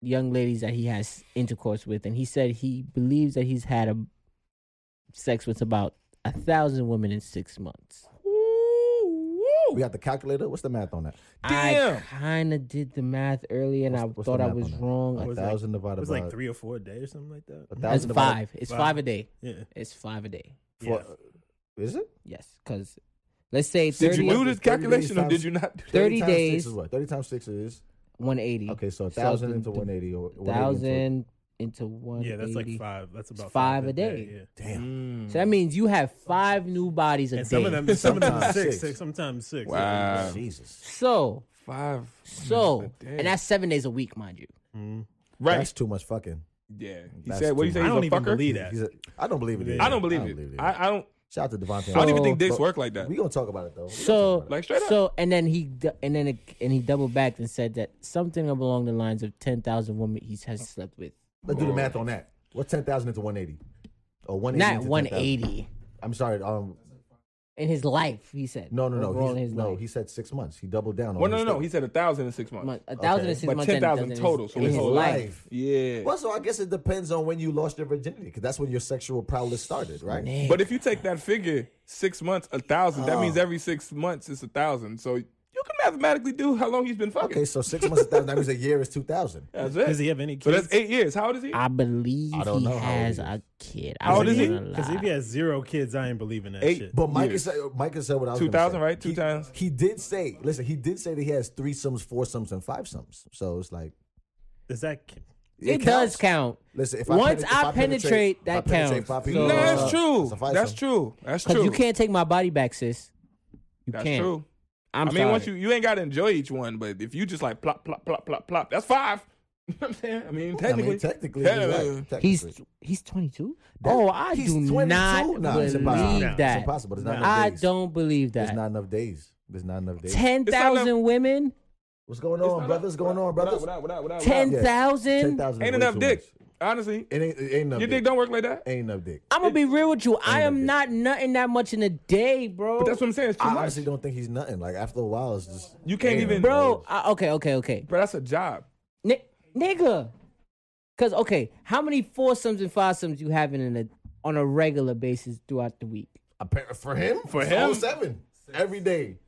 [SPEAKER 2] young ladies that he has intercourse with, and he said he believes that he's had a sex with about a thousand women in six months.
[SPEAKER 1] We got the calculator. What's the math on that?
[SPEAKER 2] I
[SPEAKER 4] Damn.
[SPEAKER 2] kind of did the math earlier, and
[SPEAKER 1] What's-
[SPEAKER 2] I
[SPEAKER 1] what's the
[SPEAKER 2] thought I
[SPEAKER 1] math on
[SPEAKER 2] was
[SPEAKER 1] that?
[SPEAKER 2] wrong.
[SPEAKER 1] A
[SPEAKER 3] was like-
[SPEAKER 1] thousand
[SPEAKER 3] It
[SPEAKER 1] divided
[SPEAKER 3] was
[SPEAKER 1] by
[SPEAKER 3] like three or four a day or something like that.
[SPEAKER 1] a
[SPEAKER 2] That's
[SPEAKER 1] thousand divided
[SPEAKER 2] five. It's
[SPEAKER 3] Wow.
[SPEAKER 2] five a day.
[SPEAKER 3] Yeah.
[SPEAKER 2] It's five a day.
[SPEAKER 1] for- uh,
[SPEAKER 3] Yeah.
[SPEAKER 1] Is it?
[SPEAKER 2] Yes, because let's say
[SPEAKER 4] Did you
[SPEAKER 2] thirty.
[SPEAKER 4] do this calculation or did you not do
[SPEAKER 2] 30
[SPEAKER 1] times six
[SPEAKER 2] days.
[SPEAKER 1] is what? Thirty times six is
[SPEAKER 2] 180.
[SPEAKER 1] Okay, so a
[SPEAKER 2] So
[SPEAKER 1] thousand
[SPEAKER 2] the-
[SPEAKER 1] into
[SPEAKER 2] the
[SPEAKER 1] one eighty or 180 into-
[SPEAKER 2] Thousand into 180.
[SPEAKER 3] Yeah, that's like five. That's about
[SPEAKER 2] five a day.
[SPEAKER 3] Yeah.
[SPEAKER 2] Mm.
[SPEAKER 1] Damn.
[SPEAKER 2] So that means you have five new bodies a
[SPEAKER 3] And
[SPEAKER 2] day.
[SPEAKER 3] some of them, some of them
[SPEAKER 1] Sometimes
[SPEAKER 3] six,
[SPEAKER 1] six.
[SPEAKER 3] six, sometimes six.
[SPEAKER 4] Wow.
[SPEAKER 1] Jesus,
[SPEAKER 2] So,
[SPEAKER 4] Five.
[SPEAKER 2] so,
[SPEAKER 4] a day.
[SPEAKER 2] and that's seven days a week, mind you.
[SPEAKER 4] Right.
[SPEAKER 1] that's too much fucking.
[SPEAKER 4] yeah. He
[SPEAKER 1] That's
[SPEAKER 4] said, what
[SPEAKER 1] too
[SPEAKER 4] do you say?
[SPEAKER 1] much.
[SPEAKER 4] He's
[SPEAKER 3] I don't
[SPEAKER 4] a
[SPEAKER 3] even
[SPEAKER 4] fucker?
[SPEAKER 3] believe that.
[SPEAKER 1] He's a, I don't believe it. Either.
[SPEAKER 4] I don't believe it.
[SPEAKER 1] either.
[SPEAKER 4] I, I don't.
[SPEAKER 1] Shout out to Devontae.
[SPEAKER 4] I don't even
[SPEAKER 2] So-
[SPEAKER 4] think dicks
[SPEAKER 1] But-
[SPEAKER 4] work like that.
[SPEAKER 1] we gonna talk about it though. We gonna
[SPEAKER 2] So,
[SPEAKER 1] talk about it.
[SPEAKER 4] Like straight up.
[SPEAKER 2] so, and then he, d- and then, it, and he double backed and said that something along the lines of 10,000 women he has slept with.
[SPEAKER 1] let's do the math on that. What's ten thousand into one eighty? Or one eighty?
[SPEAKER 2] Not 180
[SPEAKER 1] I'm sorry. Um,
[SPEAKER 2] in his life, he said.
[SPEAKER 1] no, no, no.
[SPEAKER 2] Overall in
[SPEAKER 1] He's-
[SPEAKER 2] his
[SPEAKER 1] no,
[SPEAKER 2] life.
[SPEAKER 1] he said six months. He doubled down. on
[SPEAKER 4] Well, no, no,
[SPEAKER 1] his
[SPEAKER 4] no.
[SPEAKER 1] thing.
[SPEAKER 4] He said a thousand in six months.
[SPEAKER 2] Month- A thousand
[SPEAKER 1] Okay.
[SPEAKER 2] and six
[SPEAKER 4] But
[SPEAKER 2] months.
[SPEAKER 4] 10,000
[SPEAKER 2] in his-
[SPEAKER 4] total, so
[SPEAKER 2] in
[SPEAKER 4] his
[SPEAKER 2] his
[SPEAKER 4] whole
[SPEAKER 2] life.
[SPEAKER 4] Yeah.
[SPEAKER 1] Well, so I guess it depends on when you lost your virginity, because that's when your sexual prowess started, right?
[SPEAKER 4] But if you take that figure, six months, a thousand, that means every six months it's a thousand. So you can mathematically do how long he's been fucking.
[SPEAKER 1] Okay, so six months, a thousand, that means a year is two thousand.
[SPEAKER 4] That's it.
[SPEAKER 3] Does he have any
[SPEAKER 4] so that's
[SPEAKER 3] kids?
[SPEAKER 4] eight years. How old is he?
[SPEAKER 2] I believe
[SPEAKER 1] I don't
[SPEAKER 2] he
[SPEAKER 1] know how old
[SPEAKER 2] has
[SPEAKER 1] he is.
[SPEAKER 2] a kid.
[SPEAKER 4] How old is he?
[SPEAKER 3] Because if he has zero kids, I ain't believing that
[SPEAKER 4] Eight.
[SPEAKER 3] shit.
[SPEAKER 1] But Mike
[SPEAKER 4] Years.
[SPEAKER 1] is uh, Mike has said what I was.
[SPEAKER 4] Two
[SPEAKER 1] gonna
[SPEAKER 4] thousand,
[SPEAKER 1] say.
[SPEAKER 4] right? Two
[SPEAKER 1] He-
[SPEAKER 4] times.
[SPEAKER 1] He did say, listen, he did say that he has threesomes, foursomes, and fivesomes. So it's like
[SPEAKER 3] Is that
[SPEAKER 2] It,
[SPEAKER 1] counts.
[SPEAKER 2] does count.
[SPEAKER 1] Listen, if
[SPEAKER 2] Once
[SPEAKER 1] penet-
[SPEAKER 2] I
[SPEAKER 1] if
[SPEAKER 2] penetrate, that
[SPEAKER 1] if I penetrate
[SPEAKER 2] counts.
[SPEAKER 1] five
[SPEAKER 2] So-
[SPEAKER 1] people,
[SPEAKER 4] No, that's
[SPEAKER 1] uh,
[SPEAKER 4] true.
[SPEAKER 1] it's a fivesome.
[SPEAKER 4] That's true. That's
[SPEAKER 2] Because
[SPEAKER 4] true.
[SPEAKER 2] you can't take my body back, sis. You
[SPEAKER 4] That's
[SPEAKER 2] can't.
[SPEAKER 4] true.
[SPEAKER 2] I'm
[SPEAKER 4] I mean, once you
[SPEAKER 2] sorry.
[SPEAKER 4] you ain't gotta enjoy each one, but if you just like plop, plop, plop, plop, plop, that's five. You know what I'm saying? I mean,
[SPEAKER 1] I
[SPEAKER 4] technically, uh,
[SPEAKER 1] mean, technically,
[SPEAKER 4] Yeah,
[SPEAKER 1] you're right.
[SPEAKER 4] yeah.
[SPEAKER 1] Technically.
[SPEAKER 2] He's he's 22. Oh, I
[SPEAKER 1] He's
[SPEAKER 2] do
[SPEAKER 1] 22?
[SPEAKER 2] not
[SPEAKER 1] Nah, it's
[SPEAKER 2] believe
[SPEAKER 1] impossible. Nah,
[SPEAKER 2] that.
[SPEAKER 1] It's impossible. There's not enough
[SPEAKER 2] I
[SPEAKER 1] days.
[SPEAKER 2] don't believe
[SPEAKER 1] There's
[SPEAKER 2] that.
[SPEAKER 1] not enough days. There's not enough days.
[SPEAKER 2] Ten
[SPEAKER 4] It's not
[SPEAKER 2] thousand women.
[SPEAKER 1] What's going on, brothers? What's going on, brothers?
[SPEAKER 4] What up, what up, what up, what up, what up?
[SPEAKER 2] Ten
[SPEAKER 1] Yeah. Ten
[SPEAKER 2] thousand.
[SPEAKER 1] thousand
[SPEAKER 4] Ain't enough dick.
[SPEAKER 1] It
[SPEAKER 4] Honestly,
[SPEAKER 1] ain't, it ain't enough.
[SPEAKER 4] your
[SPEAKER 1] dick
[SPEAKER 4] dick don't work like that.
[SPEAKER 1] Ain't enough dick.
[SPEAKER 2] I'm gonna be real with you. I
[SPEAKER 1] Ain't
[SPEAKER 2] am
[SPEAKER 1] no
[SPEAKER 2] not nutting that much in a day, bro.
[SPEAKER 4] But that's what I'm saying. It's too
[SPEAKER 1] I
[SPEAKER 4] much.
[SPEAKER 1] honestly don't think he's nothing. Like after a while, it's just
[SPEAKER 4] You can't
[SPEAKER 1] Damn.
[SPEAKER 4] even, bro.
[SPEAKER 2] bro. I, okay, okay, okay,
[SPEAKER 4] That's a job.
[SPEAKER 2] Ni- nigga. Cause okay, how many foursomes and fivesomes you having in a on a regular basis throughout the week?
[SPEAKER 1] Appa- for him. For
[SPEAKER 4] him?
[SPEAKER 1] seven every day.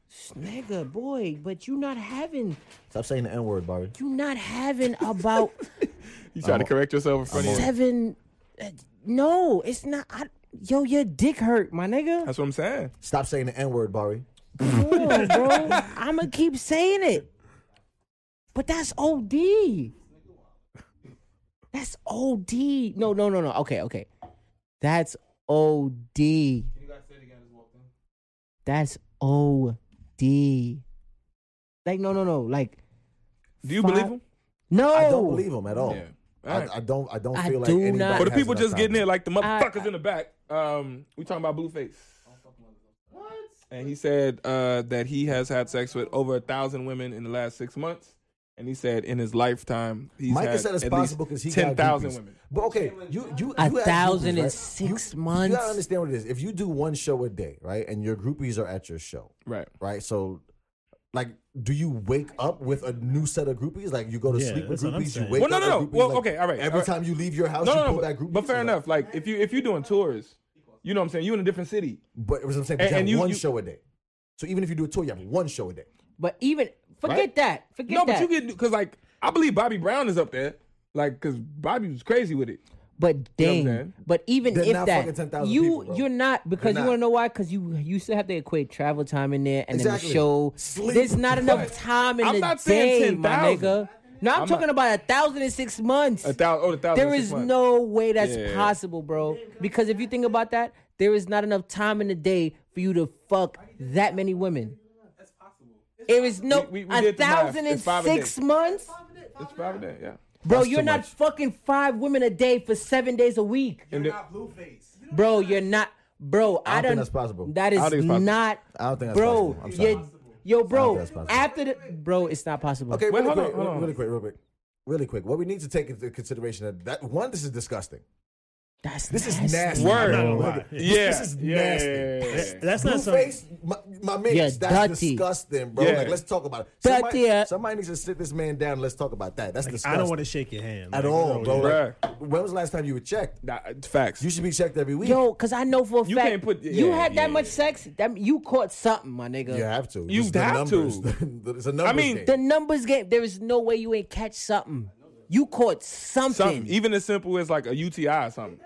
[SPEAKER 2] Nigga, boy, but you not having
[SPEAKER 1] Stop saying the n word, Bobby.
[SPEAKER 2] you not having about
[SPEAKER 4] You trying to correct yourself in front of you?
[SPEAKER 2] seven. uh, No, it's not. I, yo, your dick hurt, my nigga.
[SPEAKER 4] That's what I'm saying.
[SPEAKER 1] Stop saying the n word, Bobby.
[SPEAKER 2] Come on, bro. I'm gonna keep saying it, but that's OD. That's OD. No, no, no, no. Okay, okay. That's OD. Can you guys say it again? That's OD. Like no, no, no. Like
[SPEAKER 4] Do you
[SPEAKER 2] Five-
[SPEAKER 4] believe him?
[SPEAKER 2] no.
[SPEAKER 1] I don't believe him at all.
[SPEAKER 4] Oh. Yeah. All
[SPEAKER 1] Oh. I,
[SPEAKER 4] right.
[SPEAKER 1] I don't. I don't
[SPEAKER 2] I
[SPEAKER 1] feel like.
[SPEAKER 2] do
[SPEAKER 1] anybody
[SPEAKER 2] not-
[SPEAKER 4] For the
[SPEAKER 1] has
[SPEAKER 4] people
[SPEAKER 1] enough
[SPEAKER 4] just getting
[SPEAKER 1] time.
[SPEAKER 4] there, like the motherfuckers
[SPEAKER 2] I-
[SPEAKER 4] in the back. Um, we talking about Blueface. And he said uh, that he has had sex with over a thousand women in the last six months. And he said in his lifetime, he's
[SPEAKER 1] Mike
[SPEAKER 4] had
[SPEAKER 1] has said it's
[SPEAKER 4] at
[SPEAKER 1] possible because
[SPEAKER 4] least
[SPEAKER 1] he
[SPEAKER 4] ten
[SPEAKER 1] got
[SPEAKER 4] thousand
[SPEAKER 1] groupies.
[SPEAKER 4] women.
[SPEAKER 1] But okay, you you
[SPEAKER 2] A
[SPEAKER 1] you have
[SPEAKER 2] thousand
[SPEAKER 1] groupies,
[SPEAKER 2] and
[SPEAKER 1] right?
[SPEAKER 2] six
[SPEAKER 1] You- You
[SPEAKER 2] months.
[SPEAKER 1] gotta understand what it is. If you do one show a day, right, and your groupies are at your show,
[SPEAKER 4] Right.
[SPEAKER 1] right? So, like, do you wake up with a new set of groupies? Like, you go to
[SPEAKER 3] Yeah,
[SPEAKER 1] sleep with
[SPEAKER 3] that's what I'm
[SPEAKER 1] groupies, you
[SPEAKER 3] saying.
[SPEAKER 1] wake
[SPEAKER 4] Well, no,
[SPEAKER 1] up
[SPEAKER 4] no, no.
[SPEAKER 1] with groupies.
[SPEAKER 4] Well,
[SPEAKER 1] like,
[SPEAKER 4] okay, all right,
[SPEAKER 1] Every
[SPEAKER 4] all right.
[SPEAKER 1] time you leave your house,
[SPEAKER 4] No,
[SPEAKER 1] you
[SPEAKER 4] no,
[SPEAKER 1] pull
[SPEAKER 4] no.
[SPEAKER 1] that
[SPEAKER 4] But,
[SPEAKER 1] groupie.
[SPEAKER 4] but fair
[SPEAKER 1] Like,
[SPEAKER 4] enough. Like if you if you're doing tours, you know what I'm saying. You in a different city.
[SPEAKER 1] But it was I'm saying, but
[SPEAKER 4] And-
[SPEAKER 1] you have
[SPEAKER 4] and you-
[SPEAKER 1] one
[SPEAKER 4] you-
[SPEAKER 1] show a day. So even if you do a tour, you have one show a day.
[SPEAKER 2] But even forget
[SPEAKER 1] Right?
[SPEAKER 2] that. Forget
[SPEAKER 4] no,
[SPEAKER 2] that.
[SPEAKER 4] but you get because like I believe Bobby Brown is up there. Like because Bobby was crazy with it.
[SPEAKER 2] But
[SPEAKER 4] know what I'm
[SPEAKER 2] dang,
[SPEAKER 4] saying?
[SPEAKER 2] but even
[SPEAKER 1] They're
[SPEAKER 2] if
[SPEAKER 1] not fucking
[SPEAKER 2] that
[SPEAKER 1] 10,000
[SPEAKER 2] you
[SPEAKER 1] people, bro.
[SPEAKER 2] you're not because
[SPEAKER 1] They're
[SPEAKER 2] you
[SPEAKER 1] not.
[SPEAKER 2] want to know why? Because you you still have to equate travel time in there and
[SPEAKER 1] Exactly.
[SPEAKER 2] then the show.
[SPEAKER 1] Sleep.
[SPEAKER 2] There's not
[SPEAKER 4] Right.
[SPEAKER 2] enough time in
[SPEAKER 4] I'm
[SPEAKER 2] the
[SPEAKER 4] not saying
[SPEAKER 2] day, my
[SPEAKER 4] 10,000.
[SPEAKER 2] nigga. No, I'm,
[SPEAKER 4] I'm
[SPEAKER 2] talking
[SPEAKER 4] not-
[SPEAKER 2] about a thousand and six months.
[SPEAKER 4] A thousand. Oh, a thousand.
[SPEAKER 2] There
[SPEAKER 4] and six
[SPEAKER 2] is
[SPEAKER 4] months.
[SPEAKER 2] no way that's
[SPEAKER 4] Yeah.
[SPEAKER 2] possible, bro. Because if you think about that, there is not enough time in the day for you to fuck that many women. There is no
[SPEAKER 4] We- we- we
[SPEAKER 2] a
[SPEAKER 4] did the math.
[SPEAKER 2] thousand
[SPEAKER 4] It's
[SPEAKER 2] and
[SPEAKER 4] five a
[SPEAKER 2] six
[SPEAKER 4] day.
[SPEAKER 2] months,
[SPEAKER 4] It's Bobby there. Yeah.
[SPEAKER 2] bro.
[SPEAKER 1] That's
[SPEAKER 2] You're
[SPEAKER 1] too
[SPEAKER 2] not
[SPEAKER 1] much.
[SPEAKER 2] fucking five women a day for seven days a week.
[SPEAKER 4] And the-
[SPEAKER 2] Bro, you're not. Bro, I
[SPEAKER 1] I don't
[SPEAKER 2] don't.
[SPEAKER 1] think that's possible.
[SPEAKER 2] That is
[SPEAKER 4] I don't think it's possible.
[SPEAKER 2] not.
[SPEAKER 1] I don't think that's
[SPEAKER 2] Bro,
[SPEAKER 1] possible. I'm sorry.
[SPEAKER 2] you, yo, bro.
[SPEAKER 1] that's possible.
[SPEAKER 2] After the bro, it's not possible.
[SPEAKER 1] Okay,
[SPEAKER 4] Hmm. Wait,
[SPEAKER 1] really,
[SPEAKER 4] hold on,
[SPEAKER 1] quick,
[SPEAKER 4] hold on.
[SPEAKER 1] really quick, real quick, really quick. What we need to take into consideration that, that one, this is disgusting.
[SPEAKER 2] that's
[SPEAKER 1] This is
[SPEAKER 2] nasty.
[SPEAKER 1] nasty.
[SPEAKER 4] Word.
[SPEAKER 3] I'm not gonna lie.
[SPEAKER 1] This-
[SPEAKER 4] yeah.
[SPEAKER 1] this is
[SPEAKER 4] yeah,
[SPEAKER 1] nasty.
[SPEAKER 4] yeah, yeah, yeah.
[SPEAKER 3] that's not something.
[SPEAKER 1] Blueface, my, my man,
[SPEAKER 2] Yeah,
[SPEAKER 1] that's
[SPEAKER 2] dirty.
[SPEAKER 1] disgusting, bro.
[SPEAKER 4] Yeah.
[SPEAKER 1] Like, let's talk about it. Somebody,
[SPEAKER 2] Dirty, uh.
[SPEAKER 1] somebody needs to sit this man down. and Let's talk about that. That's disgusting.
[SPEAKER 3] I don't want to shake your hand
[SPEAKER 1] at
[SPEAKER 3] like,
[SPEAKER 1] all, bro.
[SPEAKER 3] yeah.
[SPEAKER 1] Like, when was the last time you were checked?
[SPEAKER 4] Nah, it's facts.
[SPEAKER 1] You should be checked every week.
[SPEAKER 2] Yo, cause I know for a
[SPEAKER 4] You
[SPEAKER 2] fact
[SPEAKER 4] can't put-
[SPEAKER 2] you
[SPEAKER 4] yeah,
[SPEAKER 2] had
[SPEAKER 4] yeah.
[SPEAKER 2] that much sex. That you caught something, my nigga.
[SPEAKER 1] you have to.
[SPEAKER 4] You
[SPEAKER 1] It's the
[SPEAKER 4] have to.
[SPEAKER 1] numbers. it's a numbers
[SPEAKER 4] I mean,
[SPEAKER 1] game.
[SPEAKER 2] The numbers game. There is no way you ain't catch something. You caught something.
[SPEAKER 4] Something even as simple as like a UTI or something.